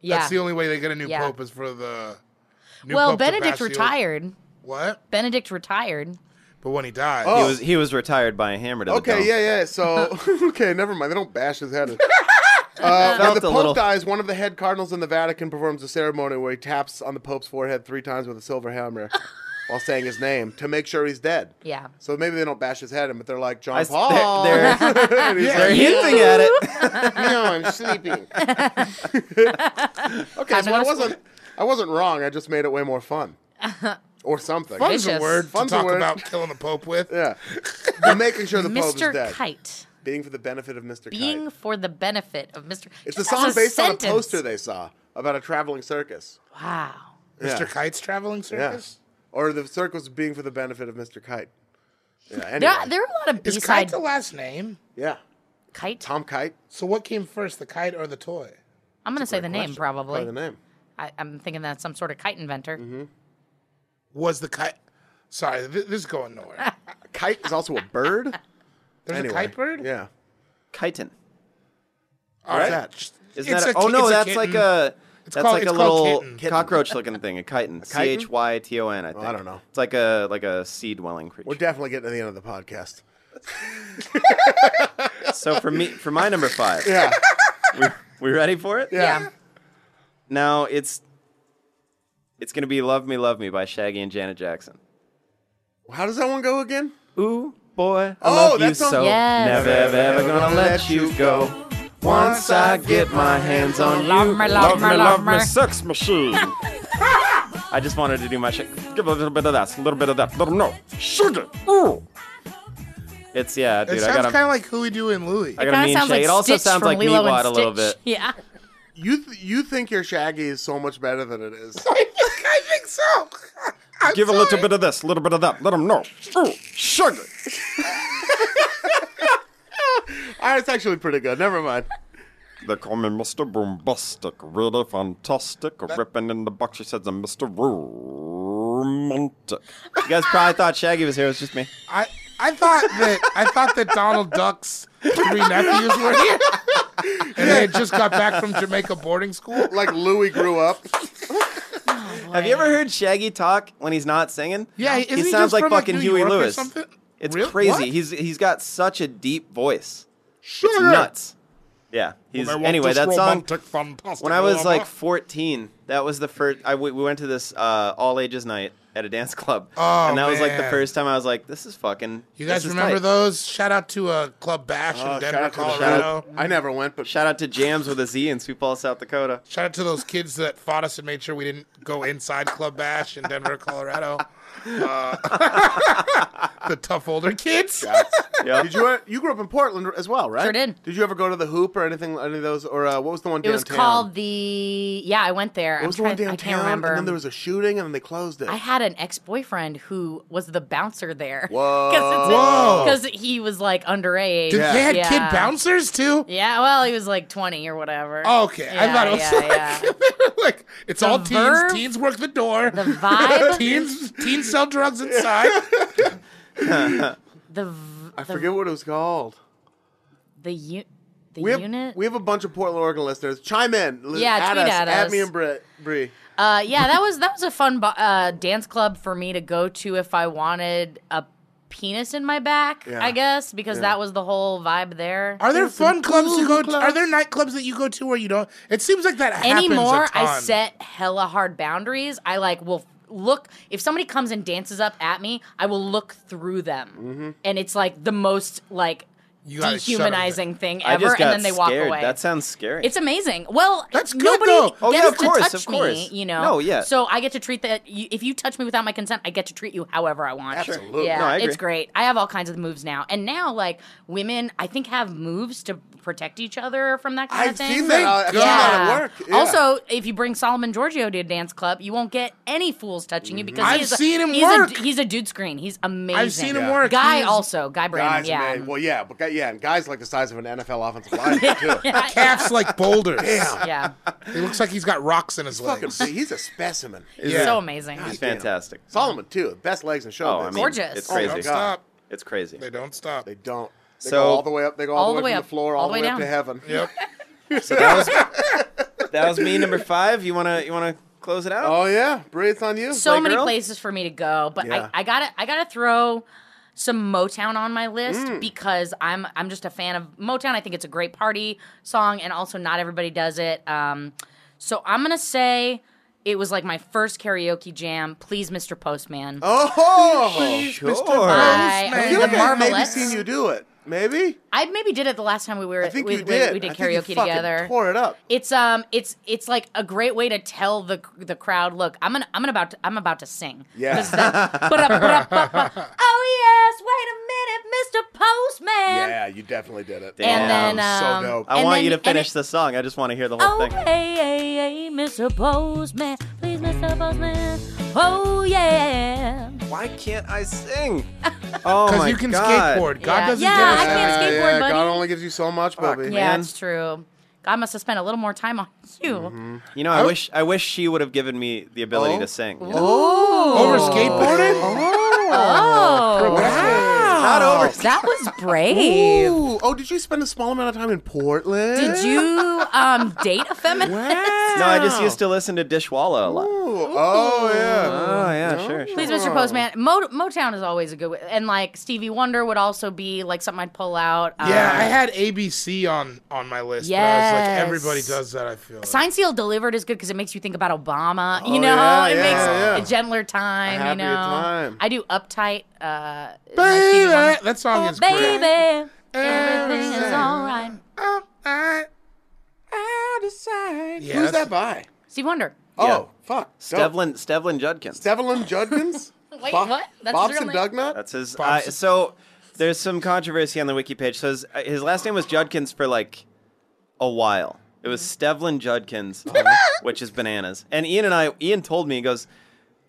Speaker 6: yeah.
Speaker 4: That's the only way they get a new
Speaker 6: Yeah.
Speaker 4: Pope is for the. New
Speaker 6: well,
Speaker 4: pope to
Speaker 6: Benedict
Speaker 4: pass the old-
Speaker 6: retired.
Speaker 4: What?
Speaker 6: Benedict retired.
Speaker 4: But when he died,
Speaker 3: Oh.
Speaker 5: he was he was retired by a hammer to the
Speaker 3: Okay,
Speaker 5: dome.
Speaker 3: yeah, yeah. So, okay, never mind. They don't bash his head. in. Uh, when
Speaker 5: Felt
Speaker 3: the
Speaker 5: a
Speaker 3: Pope
Speaker 5: little-
Speaker 3: dies, one of the head cardinals in the Vatican performs a ceremony where he taps on the Pope's forehead three times with a silver hammer while saying his name to make sure he's dead.
Speaker 6: Yeah.
Speaker 3: So maybe they don't bash his head in, but they're like, John
Speaker 5: I s-
Speaker 3: Paul.
Speaker 5: they're-
Speaker 3: And he's
Speaker 5: They're
Speaker 3: like,
Speaker 5: hinting at it.
Speaker 8: No, I'm sleeping.
Speaker 3: okay, so I
Speaker 6: another
Speaker 3: wasn't, I wasn't wrong. I just made it way more fun. Or something.
Speaker 4: fun's a
Speaker 6: vicious.
Speaker 4: word to
Speaker 3: Fun's a
Speaker 4: talk
Speaker 3: word.
Speaker 4: about killing the Pope with.
Speaker 3: Yeah. But making sure the Pope is
Speaker 6: Mr.
Speaker 3: dead.
Speaker 6: Kite.
Speaker 3: Being for the benefit of Mr.
Speaker 6: Being
Speaker 3: Kite.
Speaker 6: for the benefit of Mr.
Speaker 3: It's a
Speaker 6: Just
Speaker 3: song
Speaker 6: as
Speaker 3: based
Speaker 6: sentence.
Speaker 3: on a poster they saw about a traveling circus.
Speaker 6: Wow.
Speaker 4: Mr.
Speaker 3: Yeah.
Speaker 4: Kite's traveling
Speaker 3: Yeah.
Speaker 4: circus.
Speaker 3: Or the circus being for the benefit of Mr. Kite. Yeah, anyway.
Speaker 6: There, there are a lot of
Speaker 4: Is
Speaker 6: B-side
Speaker 4: Kite the last name?
Speaker 3: yeah.
Speaker 6: kite.
Speaker 3: Tom Kite.
Speaker 4: So what came first, the kite or the toy?
Speaker 6: I'm gonna say the name probably.
Speaker 3: By the name.
Speaker 6: I, I'm thinking that's some sort of kite inventor.
Speaker 4: Mm-hmm. Was the kite? Sorry, th- this is going nowhere.
Speaker 3: Kite is also a bird.
Speaker 4: There's
Speaker 3: anyway.
Speaker 4: a kite bird.
Speaker 3: Yeah.
Speaker 5: Chitin.
Speaker 4: All right.
Speaker 3: What's
Speaker 5: Isn't
Speaker 4: It's
Speaker 5: that?
Speaker 4: a
Speaker 5: oh
Speaker 4: ki-
Speaker 5: no,
Speaker 4: it's a
Speaker 5: that's
Speaker 4: kitten.
Speaker 5: like a.
Speaker 4: It's
Speaker 5: that's
Speaker 4: called-
Speaker 5: like
Speaker 4: it's
Speaker 5: a
Speaker 4: called
Speaker 5: little
Speaker 4: kitten.
Speaker 5: cockroach-looking thing, a chitin, C H Y T O N. I think.
Speaker 3: I don't know.
Speaker 5: It's like a like a sea-dwelling creature.
Speaker 3: We're definitely getting to the end of the podcast.
Speaker 5: so for me, for my number five,
Speaker 3: Yeah.
Speaker 5: we ready for it?
Speaker 3: Yeah.
Speaker 5: Now it's it's gonna be "Love Me, Love Me" by Shaggy and Janet Jackson.
Speaker 3: How does that one go again?
Speaker 5: Ooh, boy, I
Speaker 3: Oh,
Speaker 5: love
Speaker 3: that
Speaker 5: you
Speaker 3: song-
Speaker 5: so.
Speaker 6: Yes.
Speaker 5: Never, ever, ever gonna let you go. Once I get my hands on you,
Speaker 6: Love me, love me, love me.
Speaker 5: sex machine. I just wanted to do my shit. Give a little bit of that, a little bit of that. Let 'em know, sugar. Ooh. It's yeah,
Speaker 4: It
Speaker 5: dude. I
Speaker 4: sounds
Speaker 5: gotta,
Speaker 4: kind of like who we do in Louis.
Speaker 5: I
Speaker 6: Kinda
Speaker 5: gotta mean shake.
Speaker 6: sounds like
Speaker 5: it also
Speaker 6: Stitch
Speaker 5: sounds
Speaker 6: from
Speaker 5: like
Speaker 6: Lilo and
Speaker 5: Meatwad a little bit.
Speaker 6: Stitch. Yeah.
Speaker 3: You th- you think your Shaggy is so much better than it is.
Speaker 4: I think, I think so. I'm
Speaker 5: Give a little
Speaker 4: sorry.
Speaker 5: bit of this, a little bit of that. Let them know. Ooh, sugar.
Speaker 3: All right, Ah, it's actually pretty good. Never mind.
Speaker 5: They call me Mr. Boombastic, really fantastic, ripping in the box. She says I'm Mr. Romantic. You guys probably thought Shaggy was here. It was just me.
Speaker 4: I I thought that I thought that Donald Duck's three nephews were here, and they had just got back from Jamaica boarding school.
Speaker 3: Like Louis grew up.
Speaker 5: Have you ever heard Shaggy talk when he's not singing?
Speaker 4: Yeah, isn't
Speaker 5: he
Speaker 4: he
Speaker 5: sounds
Speaker 4: just
Speaker 5: like
Speaker 4: from, like,
Speaker 5: fucking
Speaker 4: New
Speaker 5: Huey
Speaker 4: York or
Speaker 5: Lewis.
Speaker 4: something?
Speaker 5: It's
Speaker 4: Really?
Speaker 5: crazy.
Speaker 4: What?
Speaker 5: He's he's got such a deep voice. It's
Speaker 4: Sugar.
Speaker 5: nuts. Yeah. He's
Speaker 4: They want
Speaker 5: anyway
Speaker 4: this
Speaker 5: that song.
Speaker 4: romantic, fantastic
Speaker 5: When I was
Speaker 4: lover.
Speaker 5: like 14, that was the first. I we we went to this uh, all ages night at a dance club.
Speaker 4: Oh,
Speaker 5: and that was like the
Speaker 4: man.
Speaker 5: first time I was like, this is fucking.
Speaker 4: You guys
Speaker 5: this is
Speaker 4: remember
Speaker 5: tight.
Speaker 4: those? Shout out to uh, Club Bash in
Speaker 3: Oh, shout
Speaker 4: Denver,
Speaker 3: out to the
Speaker 4: Colorado.
Speaker 3: shout out. I never went, but
Speaker 5: Shout out to Jams with a Z in Sioux Falls, South Dakota.
Speaker 4: Shout out to those kids that fought us and made sure we didn't go inside Club Bash in Denver, Colorado. Uh, the tough older kids.
Speaker 5: Yeah.
Speaker 3: did you you grew up in Portland as well, right?
Speaker 6: Sure did.
Speaker 3: Did you ever go to the Hoop or anything? Any of those? Or uh, what was the one
Speaker 6: It
Speaker 3: downtown?
Speaker 6: was called the yeah. I went there.
Speaker 3: What was the
Speaker 6: I'm
Speaker 3: one
Speaker 6: trying-
Speaker 3: downtown?
Speaker 6: I can't remember.
Speaker 3: And then there was a shooting, and then they closed it.
Speaker 6: I had an ex boyfriend who was the bouncer there.
Speaker 3: Whoa.
Speaker 4: Whoa.
Speaker 6: Because he was like underage.
Speaker 4: Did they had
Speaker 6: yeah.
Speaker 4: kid bouncers too?
Speaker 6: Yeah, well, he was like 20 or whatever.
Speaker 4: Okay, I
Speaker 6: Yeah,
Speaker 4: thought it was
Speaker 6: yeah,
Speaker 4: like, like it's
Speaker 6: The
Speaker 4: all teens.
Speaker 6: verve-
Speaker 4: Teens work the door.
Speaker 6: The vibe.
Speaker 4: teens, teens sell drugs inside.
Speaker 6: The v-
Speaker 3: I
Speaker 6: the,
Speaker 3: forget what it was called.
Speaker 6: the, u- the
Speaker 3: We have,
Speaker 6: unit.
Speaker 3: we have a bunch of Portland, Oregon listeners. Chime in. L-
Speaker 6: Yeah,
Speaker 3: at
Speaker 6: tweet
Speaker 3: us,
Speaker 6: at us.
Speaker 3: me and Brit, Bree.
Speaker 6: uh, yeah, that was that was a fun bo- uh, dance club for me to go to if I wanted a penis in my back.
Speaker 3: Yeah.
Speaker 6: I guess because that was the whole vibe there.
Speaker 4: Are there fun clubs you go? to? Are there nightclubs that you go to where you don't? It seems like that happens
Speaker 6: anymore
Speaker 4: A ton.
Speaker 6: i set hella hard boundaries i like will f- look if somebody comes and dances up at me i will look through them and it's like the most like
Speaker 4: Mm-hmm. You gotta shut 'em down.
Speaker 6: dehumanizing thing
Speaker 5: I
Speaker 6: ever
Speaker 5: just got
Speaker 6: and then they walk
Speaker 5: scared.
Speaker 6: away
Speaker 5: That sounds scary.
Speaker 6: it's amazing. Well,
Speaker 4: That's good,
Speaker 6: nobody
Speaker 4: though.
Speaker 5: Oh,
Speaker 6: gets
Speaker 5: yeah, of course,
Speaker 6: to touch
Speaker 5: of course.
Speaker 6: me, you know.
Speaker 5: No, yeah.
Speaker 6: So I get to treat that. You, if you touch me without my consent, I get to treat you however I want.
Speaker 3: Absolutely.
Speaker 6: Yeah,
Speaker 5: No, I agree.
Speaker 6: it's great. I have all kinds of moves now, and now like women, I think have moves to protect each other from that kind
Speaker 3: I've
Speaker 6: of thing.
Speaker 3: seen that. I've seen that at work. Yeah.
Speaker 6: Also, if you bring Solomon Giorgio to a dance club, you won't get any fools touching you because
Speaker 4: I've
Speaker 6: he's a-
Speaker 4: seen him
Speaker 6: he's
Speaker 4: work.
Speaker 6: A, he's a dude screen. He's amazing.
Speaker 4: I've seen him Yeah. work.
Speaker 6: Guy
Speaker 4: He's-
Speaker 6: also, Guy Brandon.
Speaker 3: Guys,
Speaker 6: yeah.
Speaker 3: man. Well, yeah, but gu- yeah, and guys like the size of an NFL offensive lineman too.
Speaker 4: calf's like boulders.
Speaker 6: yeah.
Speaker 4: It looks like he's got rocks in his
Speaker 3: Fucking,
Speaker 4: legs.
Speaker 3: big. he's a specimen.
Speaker 6: It's so amazing.
Speaker 5: It's fantastic.
Speaker 3: Solomon too, best legs in show.
Speaker 5: Oh, I mean,
Speaker 6: Gorgeous.
Speaker 5: It's
Speaker 6: Oh, my
Speaker 5: crazy.
Speaker 4: Don't stop.
Speaker 5: It's crazy.
Speaker 4: They don't stop. Oh
Speaker 3: They don't. They
Speaker 5: So-
Speaker 3: go all the way up. They go all, the way, from
Speaker 6: up,
Speaker 3: the floor all, the way, up to
Speaker 6: down.
Speaker 3: heaven.
Speaker 4: Yep.
Speaker 5: So that was that was me number five. You wanna you wanna close it out?
Speaker 3: Oh yeah, Bree, it's on you.
Speaker 6: so many
Speaker 5: Playgirl?
Speaker 6: places for me to go, but
Speaker 3: Yeah.
Speaker 6: I, I gotta I gotta throw some Motown on my list
Speaker 3: Mm.
Speaker 6: because I'm I'm just a fan of Motown. I think it's a great party song, and also not everybody does it. Um, so I'm gonna say it was like my first karaoke jam. Please, Mr. Postman.
Speaker 3: oh,
Speaker 5: sure.
Speaker 6: By
Speaker 3: I feel
Speaker 6: the
Speaker 3: like I've maybe
Speaker 6: Marvelettes.
Speaker 3: seen you do it. Maybe
Speaker 6: I maybe did it the last time we were
Speaker 3: I think
Speaker 6: we,
Speaker 3: you
Speaker 6: we-
Speaker 3: did.
Speaker 6: We, did
Speaker 3: I think you
Speaker 6: karaoke
Speaker 3: fucking
Speaker 6: together.
Speaker 3: Tore it up.
Speaker 6: It's um, it's it's like a great way to tell the the crowd, look, I'm gonna I'm gonna about to, I'm about to sing.
Speaker 3: Yeah.
Speaker 6: 'Cause uh, that- ba-da-ba-da-ba-ba. oh uh, yes, wait a minute, Mr. Postman.
Speaker 3: Yeah, you definitely did it.
Speaker 6: And
Speaker 5: Damn,
Speaker 6: then um,
Speaker 3: so dope.
Speaker 5: I
Speaker 6: and
Speaker 5: want
Speaker 6: then-
Speaker 5: you to
Speaker 6: and it-
Speaker 5: finish the song. I just want to hear the whole
Speaker 6: Oh
Speaker 5: thing.
Speaker 6: hey hey hey, Mr. Postman, please, Mr. Postman. Oh yeah.
Speaker 5: Why can't I sing? Oh
Speaker 4: Because
Speaker 5: my
Speaker 4: you can
Speaker 5: god.
Speaker 4: skateboard. God
Speaker 6: Yeah.
Speaker 4: doesn't
Speaker 6: Yeah,
Speaker 4: give
Speaker 6: I
Speaker 4: us
Speaker 6: can't
Speaker 4: that.
Speaker 6: skateboard,
Speaker 3: yeah,
Speaker 6: buddy.
Speaker 3: God only gives you so much, Bobby.
Speaker 6: Yeah,
Speaker 5: Man.
Speaker 6: it's true. I must have spent a little more time on you.
Speaker 5: You
Speaker 4: Oh.
Speaker 5: know, I wish I wish she would have given me the ability to sing. you know?
Speaker 4: Over skateboarding?
Speaker 6: Oh,
Speaker 3: Not
Speaker 5: Oh,
Speaker 3: over.
Speaker 6: that was brave.
Speaker 3: Ooh, oh, did you spend a small amount of time in Portland?
Speaker 6: Did you um, date a feminist?
Speaker 5: No, I just used to listen to Dishwalla a lot.
Speaker 3: Ooh, oh yeah.
Speaker 5: Oh yeah, sure. sure.
Speaker 6: Please, Mr. Postman. Mo- Motown is always a good way. And like Stevie Wonder would also be like something I'd pull out. Um,
Speaker 4: Yeah, I had ABC on on my list. but
Speaker 6: Yes.
Speaker 4: I was like, everybody does that. I feel. Like.
Speaker 6: Sign Seal Delivered is good because it makes you think about Obama. you know,
Speaker 3: yeah,
Speaker 6: it
Speaker 3: yeah,
Speaker 6: makes
Speaker 3: yeah.
Speaker 6: a gentler time.
Speaker 3: A
Speaker 6: you
Speaker 3: happier
Speaker 6: know,
Speaker 3: time.
Speaker 6: I do uptight. Uh, is my Stevie
Speaker 4: Baby,
Speaker 6: Wonder-
Speaker 4: that song is
Speaker 6: Oh, baby,
Speaker 4: great.
Speaker 6: everything is alright.
Speaker 4: Oh, I- Yeah,
Speaker 3: Who's
Speaker 4: that's-
Speaker 3: that by?
Speaker 6: Stevie Wonder.
Speaker 3: Oh, fuck. Dope.
Speaker 5: Stevlin Stevlin Judkins.
Speaker 3: Devlin Judkins?
Speaker 6: Wait,
Speaker 3: Bo-
Speaker 6: what? That's his
Speaker 3: Bobson
Speaker 6: real name?
Speaker 3: Dugnut?
Speaker 5: That's his. I,
Speaker 4: Pops-
Speaker 5: so there's some controversy on the wiki page. So his, uh, his last name was Judkins for like a while. It was Stevlin Judkins,
Speaker 3: Uh-huh.
Speaker 5: which is bananas. And Ian and I, Ian told me, he goes,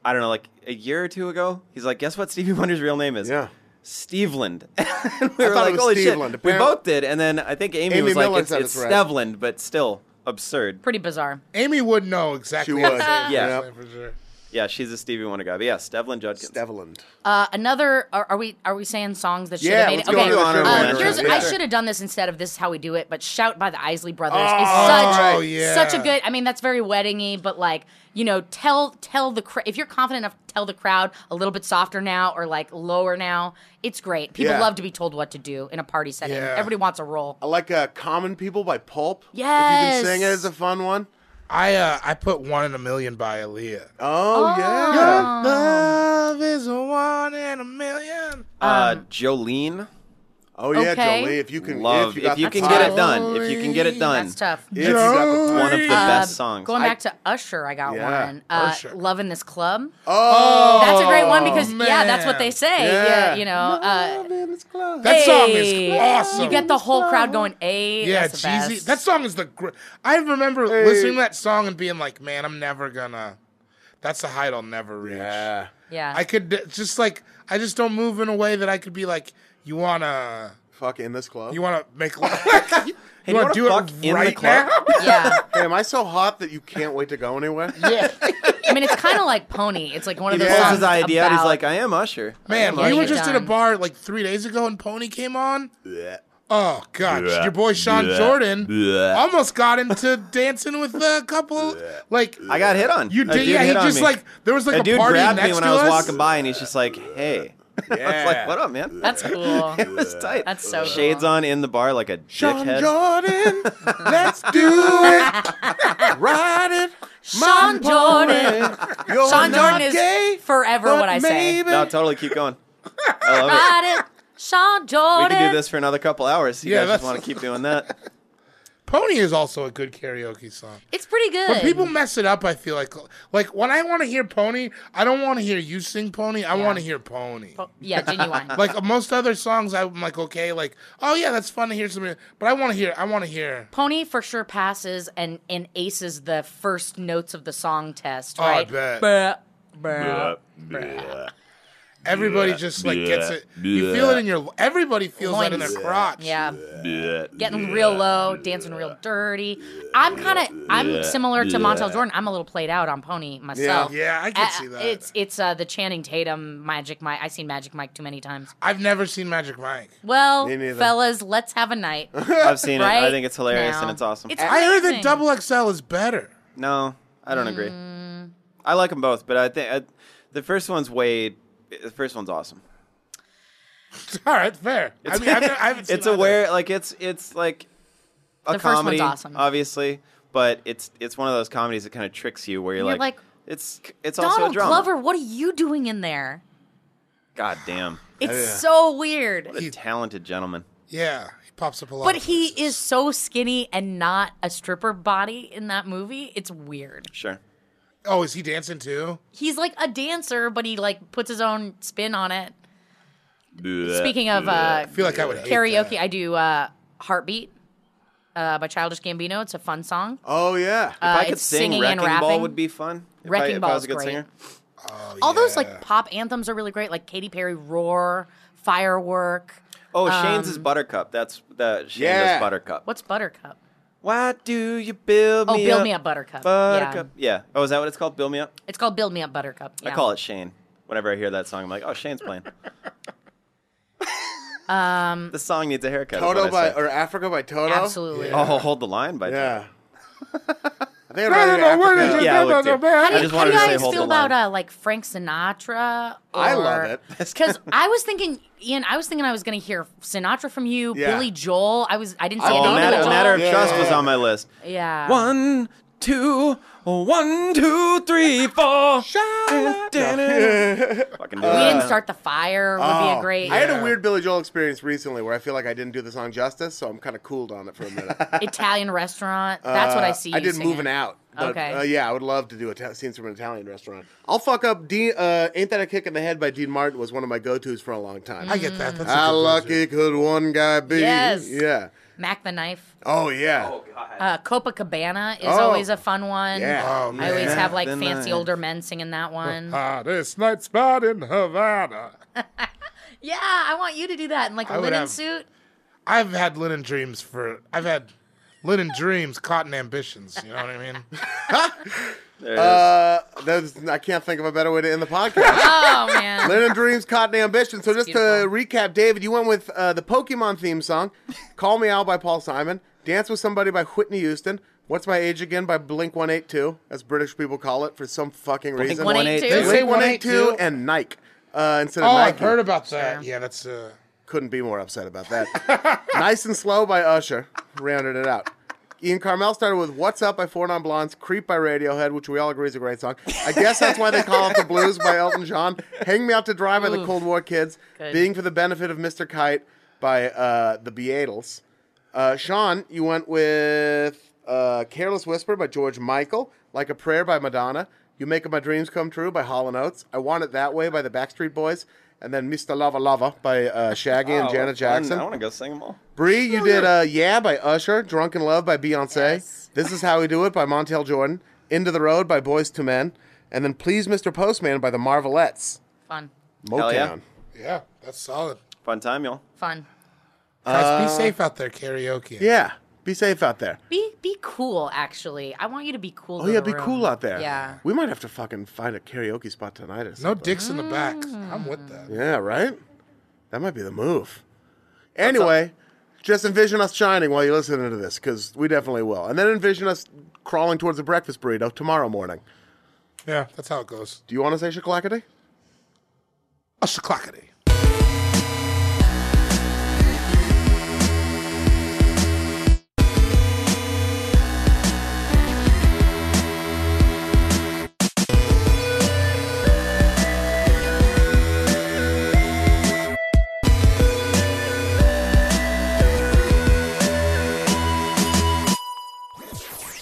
Speaker 5: I don't know, like a year or two ago, he's like, guess what Stevie Wonder's real name is?
Speaker 3: Yeah.
Speaker 5: Steveland. and we
Speaker 3: I thought it
Speaker 5: were like,
Speaker 3: was
Speaker 5: holy
Speaker 3: Steveland.
Speaker 5: shit. We
Speaker 3: Apparently-
Speaker 5: both did. And then I think Amy,
Speaker 3: Amy
Speaker 5: was like,
Speaker 3: Miller
Speaker 5: it's,
Speaker 3: said
Speaker 5: it's
Speaker 3: it's right.
Speaker 5: Stevland, but still absurd.
Speaker 6: Pretty bizarre.
Speaker 4: Amy would know exactly.
Speaker 3: She
Speaker 4: what
Speaker 3: would.
Speaker 4: to say for
Speaker 5: Yeah.
Speaker 4: sure, for sure.
Speaker 5: Yeah, she's a Stevie Wonder guy. But yeah, Stevlin Judkins.
Speaker 3: Devlin.
Speaker 6: Uh, another are, are we are we saying songs that should
Speaker 3: Yeah,
Speaker 6: have made
Speaker 3: let's
Speaker 6: it?
Speaker 3: go to the honorable
Speaker 6: uh,
Speaker 5: mentions.
Speaker 6: here's, I
Speaker 3: Yeah.
Speaker 6: should have done this instead of this is how we do it, but "Shout" by the Isley Brothers
Speaker 3: Oh,
Speaker 6: is such
Speaker 4: oh, yeah.
Speaker 6: such a good. I mean, that's very weddingy, but like you know, tell tell the cra- if you're confident enough, to tell the crowd a little bit softer now or like lower now. It's great. People
Speaker 3: Yeah.
Speaker 6: love to be told what to do in a party setting.
Speaker 4: Yeah.
Speaker 6: Everybody wants a role.
Speaker 3: I like uh, Common People by Pulp. If you
Speaker 6: Yes.
Speaker 3: can sing it, it's a fun one.
Speaker 4: I uh, I put one in a million by Aaliyah.
Speaker 3: Oh, yeah.
Speaker 4: Love is a one in a million.
Speaker 5: Uh,
Speaker 6: Um,
Speaker 5: Jolene,
Speaker 3: Oh yeah,
Speaker 6: Okay.
Speaker 3: Jolie. If you can,
Speaker 5: love.
Speaker 3: if you, got the
Speaker 5: can
Speaker 3: time.
Speaker 5: get it done, if you can get it done,
Speaker 6: That's tough. Um,
Speaker 3: If you got the-
Speaker 5: one of the best songs.
Speaker 6: Going back to Usher, I got
Speaker 3: Yeah,
Speaker 6: one. Uh,
Speaker 4: Usher.
Speaker 6: Love in this club.
Speaker 3: oh,
Speaker 6: that's a great one because yeah, that's
Speaker 4: man.
Speaker 6: what they say. Yeah,
Speaker 3: Yeah.
Speaker 6: you know, uh,
Speaker 4: That song
Speaker 6: hey.
Speaker 4: is awesome.
Speaker 6: You get the whole crowd going. A
Speaker 4: yeah,
Speaker 6: that's the
Speaker 4: cheesy.
Speaker 6: best.
Speaker 4: That song is the. Gr- I remember listening to that song and being like, "Man, I'm never gonna." That's a height I'll never reach.
Speaker 3: yeah.
Speaker 6: yeah.
Speaker 4: I could d- just like I just don't move in a way that I could be like, "You wanna,
Speaker 3: Fuck in this club.
Speaker 4: you wanna make love? you, wanna
Speaker 5: wanna
Speaker 4: do
Speaker 5: fuck in
Speaker 4: it
Speaker 5: the
Speaker 4: right
Speaker 5: club?
Speaker 4: now?"
Speaker 6: yeah.
Speaker 3: Hey, am I so hot that you can't wait to go anywhere?
Speaker 4: yeah,
Speaker 6: I mean, it's kind of like Pony. It's like one of
Speaker 3: He
Speaker 6: those
Speaker 3: loves
Speaker 5: This
Speaker 6: songs.
Speaker 5: is his idea. and
Speaker 6: About,
Speaker 5: He's like, I am Usher.
Speaker 4: man,
Speaker 6: Yeah,
Speaker 4: we Oh, were
Speaker 6: you're
Speaker 4: just in a
Speaker 6: done.
Speaker 4: bar like three days ago and Pony came on. Oh God, your boy Sean Jordan almost got into dancing with a couple. Like
Speaker 5: I got hit on.
Speaker 4: You
Speaker 5: A
Speaker 4: did,
Speaker 5: dude
Speaker 4: yeah. He
Speaker 5: hit on
Speaker 4: just
Speaker 5: me.
Speaker 4: like there was like
Speaker 5: a
Speaker 4: a
Speaker 5: dude
Speaker 4: party
Speaker 5: grabbed
Speaker 4: next
Speaker 5: me when
Speaker 4: to
Speaker 5: I was
Speaker 4: us.
Speaker 5: walking by, and he's just like, "Hey." I was like, "What up, man?"
Speaker 6: that's cool.
Speaker 5: It was tight.
Speaker 6: That's so
Speaker 5: Shades
Speaker 6: cool.
Speaker 5: on in the bar like a
Speaker 3: Sean
Speaker 5: dickhead.
Speaker 3: Jordan, let's do it. Ride it.
Speaker 6: Sean Jordan.
Speaker 3: You're not
Speaker 6: Sean Jordan is
Speaker 3: gay,
Speaker 6: forever
Speaker 3: but
Speaker 6: what I say.
Speaker 3: maybe-
Speaker 5: No, totally keep going. I love it.
Speaker 6: Got it. Sean
Speaker 5: We
Speaker 6: Jordan.
Speaker 5: can do this for another couple hours. You
Speaker 4: Yeah,
Speaker 5: guys just
Speaker 4: that's-
Speaker 5: want to keep doing that.
Speaker 4: Pony is also a good karaoke song.
Speaker 6: It's pretty good.
Speaker 4: But people mess it up. I feel like like when I want to hear Pony, I don't want to hear you sing Pony. I want to hear Pony.
Speaker 6: Oh, yeah, genuine.
Speaker 4: Like most other songs, I'm like okay, like oh yeah, that's fun to hear something. But I want to hear. I want to hear.
Speaker 6: Pony for sure passes and and aces the first notes of the song test,
Speaker 4: Oh, I
Speaker 6: right?
Speaker 4: bet.
Speaker 6: Bruh, bruh.
Speaker 4: Everybody just like gets it. You feel it in your. Everybody feels that in their
Speaker 6: Loins.
Speaker 4: crotch.
Speaker 6: Yeah. Getting real low, dancing real dirty. I'm kind of I'm similar to Montel Jordan. I'm a little played out on Pony myself.
Speaker 4: Yeah, I can
Speaker 6: Uh,
Speaker 4: see that.
Speaker 6: It's it's uh, the Channing Tatum Magic Mike. I've seen Magic Mike too many times.
Speaker 4: I've never seen Magic Mike.
Speaker 6: Well,
Speaker 3: Me neither.
Speaker 6: fellas, let's have a night.
Speaker 5: I've seen it. I
Speaker 6: Right
Speaker 5: think it's hilarious
Speaker 6: now.
Speaker 5: and it's awesome.
Speaker 6: It's
Speaker 4: I heard
Speaker 6: amazing.
Speaker 4: that Double XL is better.
Speaker 5: No, I don't agree.
Speaker 6: Mm.
Speaker 5: I like them both, but I think I, the first one's way. The first one's awesome.
Speaker 4: All right, fair. I mean, I've, I haven't seen
Speaker 5: it's aware, like it's it's like a
Speaker 6: The first one's
Speaker 5: comedy,
Speaker 6: awesome.
Speaker 5: obviously, but it's it's one of those comedies that kind of tricks you, where you're,
Speaker 6: You're like,
Speaker 5: it's it's also a
Speaker 6: Donald
Speaker 5: drama.
Speaker 6: Glover, what are you doing in there?
Speaker 5: God damn,
Speaker 6: It's so weird.
Speaker 5: what a talented gentleman.
Speaker 4: Yeah, he pops up a lot.
Speaker 6: But he is so skinny and not a stripper body in that movie. It's weird.
Speaker 5: Sure.
Speaker 4: Oh, is he dancing too?
Speaker 6: He's like a dancer, but he like puts his own spin on it. Speaking of
Speaker 4: I
Speaker 6: uh,
Speaker 4: feel like I would hate
Speaker 6: karaoke,
Speaker 4: that.
Speaker 6: I do uh, "Heartbeat" uh, by Childish Gambino. It's a fun song.
Speaker 3: Oh yeah.
Speaker 5: If
Speaker 6: Uh,
Speaker 5: I could
Speaker 6: it's
Speaker 5: sing,
Speaker 6: singing and
Speaker 5: Wrecking Ball
Speaker 6: rapping.
Speaker 5: would be fun. If I,
Speaker 6: Wrecking
Speaker 5: if I
Speaker 6: Ball
Speaker 5: was a
Speaker 6: is
Speaker 5: good
Speaker 6: great.
Speaker 5: singer.
Speaker 4: Oh,
Speaker 6: All those like pop anthems are really great, like Katy Perry "Roar," "Firework."
Speaker 5: Oh, Shane's
Speaker 6: Um,
Speaker 5: is Buttercup. That's the Shane's
Speaker 3: Yeah.
Speaker 5: is Buttercup.
Speaker 6: What's Buttercup?
Speaker 5: Why do you build
Speaker 6: Oh,
Speaker 5: me
Speaker 6: Build
Speaker 5: up?
Speaker 6: Me Up Buttercup.
Speaker 5: Buttercup. Yeah. Oh, is that what it's called? Build me up.
Speaker 6: It's called "Build Me Up Buttercup."
Speaker 5: I call it Shane. Whenever I hear that song, I'm like, oh, Shane's playing. um, the song needs a haircut. is what
Speaker 3: Toto
Speaker 5: I
Speaker 3: by
Speaker 5: say.
Speaker 3: or Africa by Toto.
Speaker 6: Absolutely.
Speaker 5: oh, hold the line by.
Speaker 3: Yeah. I think I'd
Speaker 4: No,
Speaker 3: rather
Speaker 4: no,
Speaker 3: do
Speaker 4: no,
Speaker 3: Africa.
Speaker 4: wait a second.
Speaker 5: Yeah, I would
Speaker 4: No, no,
Speaker 5: too.
Speaker 4: man, I
Speaker 5: I
Speaker 4: didn't-
Speaker 5: just
Speaker 6: How do
Speaker 5: wanted
Speaker 6: you
Speaker 5: to say
Speaker 6: guys
Speaker 5: hold
Speaker 6: feel
Speaker 5: the line.
Speaker 6: about uh, like Frank Sinatra?
Speaker 3: I love it.
Speaker 6: because I was thinking, Ian. I was thinking I was going to hear Sinatra from you,
Speaker 3: Yeah.
Speaker 6: Billy Joel. I was. I didn't see
Speaker 3: Oh,
Speaker 5: Oh,
Speaker 6: anything.
Speaker 5: matter,
Speaker 6: Billy Joel.
Speaker 5: matter of
Speaker 3: Yeah,
Speaker 5: trust
Speaker 3: yeah,
Speaker 5: was
Speaker 3: yeah.
Speaker 5: on my list.
Speaker 6: Yeah.
Speaker 5: One, two, one, two, three, four. Fucking do
Speaker 6: We
Speaker 5: it.
Speaker 6: didn't start the fire. Would be a great.
Speaker 3: Oh. I had a weird Billy Joel experience recently where I feel like I didn't do the song justice, so I'm kind of cooled on it for a minute.
Speaker 6: Italian restaurant. That's what I see.
Speaker 3: Uh, I
Speaker 6: you
Speaker 3: did
Speaker 6: singing.
Speaker 3: moving out. But,
Speaker 6: Okay.
Speaker 3: Uh, yeah, I would love to do Ita- scenes from an Italian restaurant. I'll fuck up. Dean, uh, Ain't that a kick in the head by Dean Martin was one of my go tos for a long time.
Speaker 4: I get that. That's a
Speaker 3: How
Speaker 4: good
Speaker 3: lucky could one guy be?
Speaker 6: Mm. Yes.
Speaker 3: Yeah.
Speaker 6: Mac the Knife.
Speaker 3: Oh yeah.
Speaker 6: Uh, Copacabana is
Speaker 3: Oh.
Speaker 6: always a fun one.
Speaker 3: Yeah.
Speaker 4: Oh,
Speaker 6: I always
Speaker 4: man.
Speaker 6: have like
Speaker 5: The
Speaker 6: fancy
Speaker 5: Knife.
Speaker 6: older men singing that one.
Speaker 4: Hottest night spot in Havana.
Speaker 6: yeah, I want you to do that in like a
Speaker 4: I would
Speaker 6: linen
Speaker 4: have-
Speaker 6: suit.
Speaker 4: I've had linen dreams for. I've had linen dreams, cotton ambitions. You know what I mean?
Speaker 5: There it is.
Speaker 3: Uh, that's, I can't think of a better way to end the podcast.
Speaker 6: Oh man.
Speaker 3: Linen Dreams, Cotton Ambition. So just to
Speaker 6: beautiful.
Speaker 3: recap, David, you went with uh, the Pokemon theme song, "Call Me Out" by Paul Simon, "Dance with Somebody" by Whitney Houston, "What's My Age Again" by Blink One Eight Two, as British people call it for some fucking reason.
Speaker 6: 182.
Speaker 4: They
Speaker 3: Blink
Speaker 4: say
Speaker 3: One Eight Two
Speaker 4: 182.
Speaker 3: and Nike uh, instead of
Speaker 4: Oh,
Speaker 3: Nike.
Speaker 4: I've heard about that. Yeah, that's. Uh,
Speaker 3: Couldn't be more upset about that. nice and slow by Usher rounded it out. Ian Carmel started with "What's Up" by Four Non Blondes, "Creep" by Radiohead, which we all agree is a great song. I guess that's why they call it the Blues by Elton John. "Hang Me Out to Dry" by the Cold War Kids, "Being for the Benefit of Mr. Kite" by uh, the Beatles. Uh, Sean, you went with uh, "Careless Whisper" by George Michael, "Like a Prayer" by Madonna, "You Making My Dreams Come True" by Hall & Oates, "I Want It That Way" by the Backstreet Boys, and then "Mr. Lava Lava" by uh, Shaggy and
Speaker 5: Oh,
Speaker 3: Janet
Speaker 5: I- I,
Speaker 3: Jackson.
Speaker 5: want to go sing them all.
Speaker 3: Bree, you did uh, Yeah by Usher, Drunk in Love by Beyonce, This Is How We Do It by Montel Jordan, Into the Road by Boys to Men, and then Please Mr. Postman by the Marvelettes.
Speaker 6: Fun.
Speaker 5: Hell
Speaker 3: Motown.
Speaker 5: yeah.
Speaker 4: Yeah, that's solid.
Speaker 5: Fun time, y'all.
Speaker 6: Fun.
Speaker 4: Guys, be safe out there karaoke.
Speaker 3: Yeah, Be safe out there.
Speaker 6: Be be cool. Actually, I want you to be cool.
Speaker 3: Oh,
Speaker 6: to
Speaker 3: yeah,
Speaker 6: the
Speaker 3: be
Speaker 6: room.
Speaker 3: cool out there.
Speaker 6: Yeah.
Speaker 3: We might have to fucking find a karaoke spot tonight or
Speaker 4: No
Speaker 3: something.
Speaker 4: dicks in the back. I'm with that.
Speaker 3: Yeah, right? That might be the move. Anyway, just envision us shining while you're listening to this, because we definitely will. And then envision us crawling towards the breakfast burrito tomorrow morning.
Speaker 4: Yeah, that's how it goes.
Speaker 3: Do you want to say shaklackity?
Speaker 4: A shaklackity.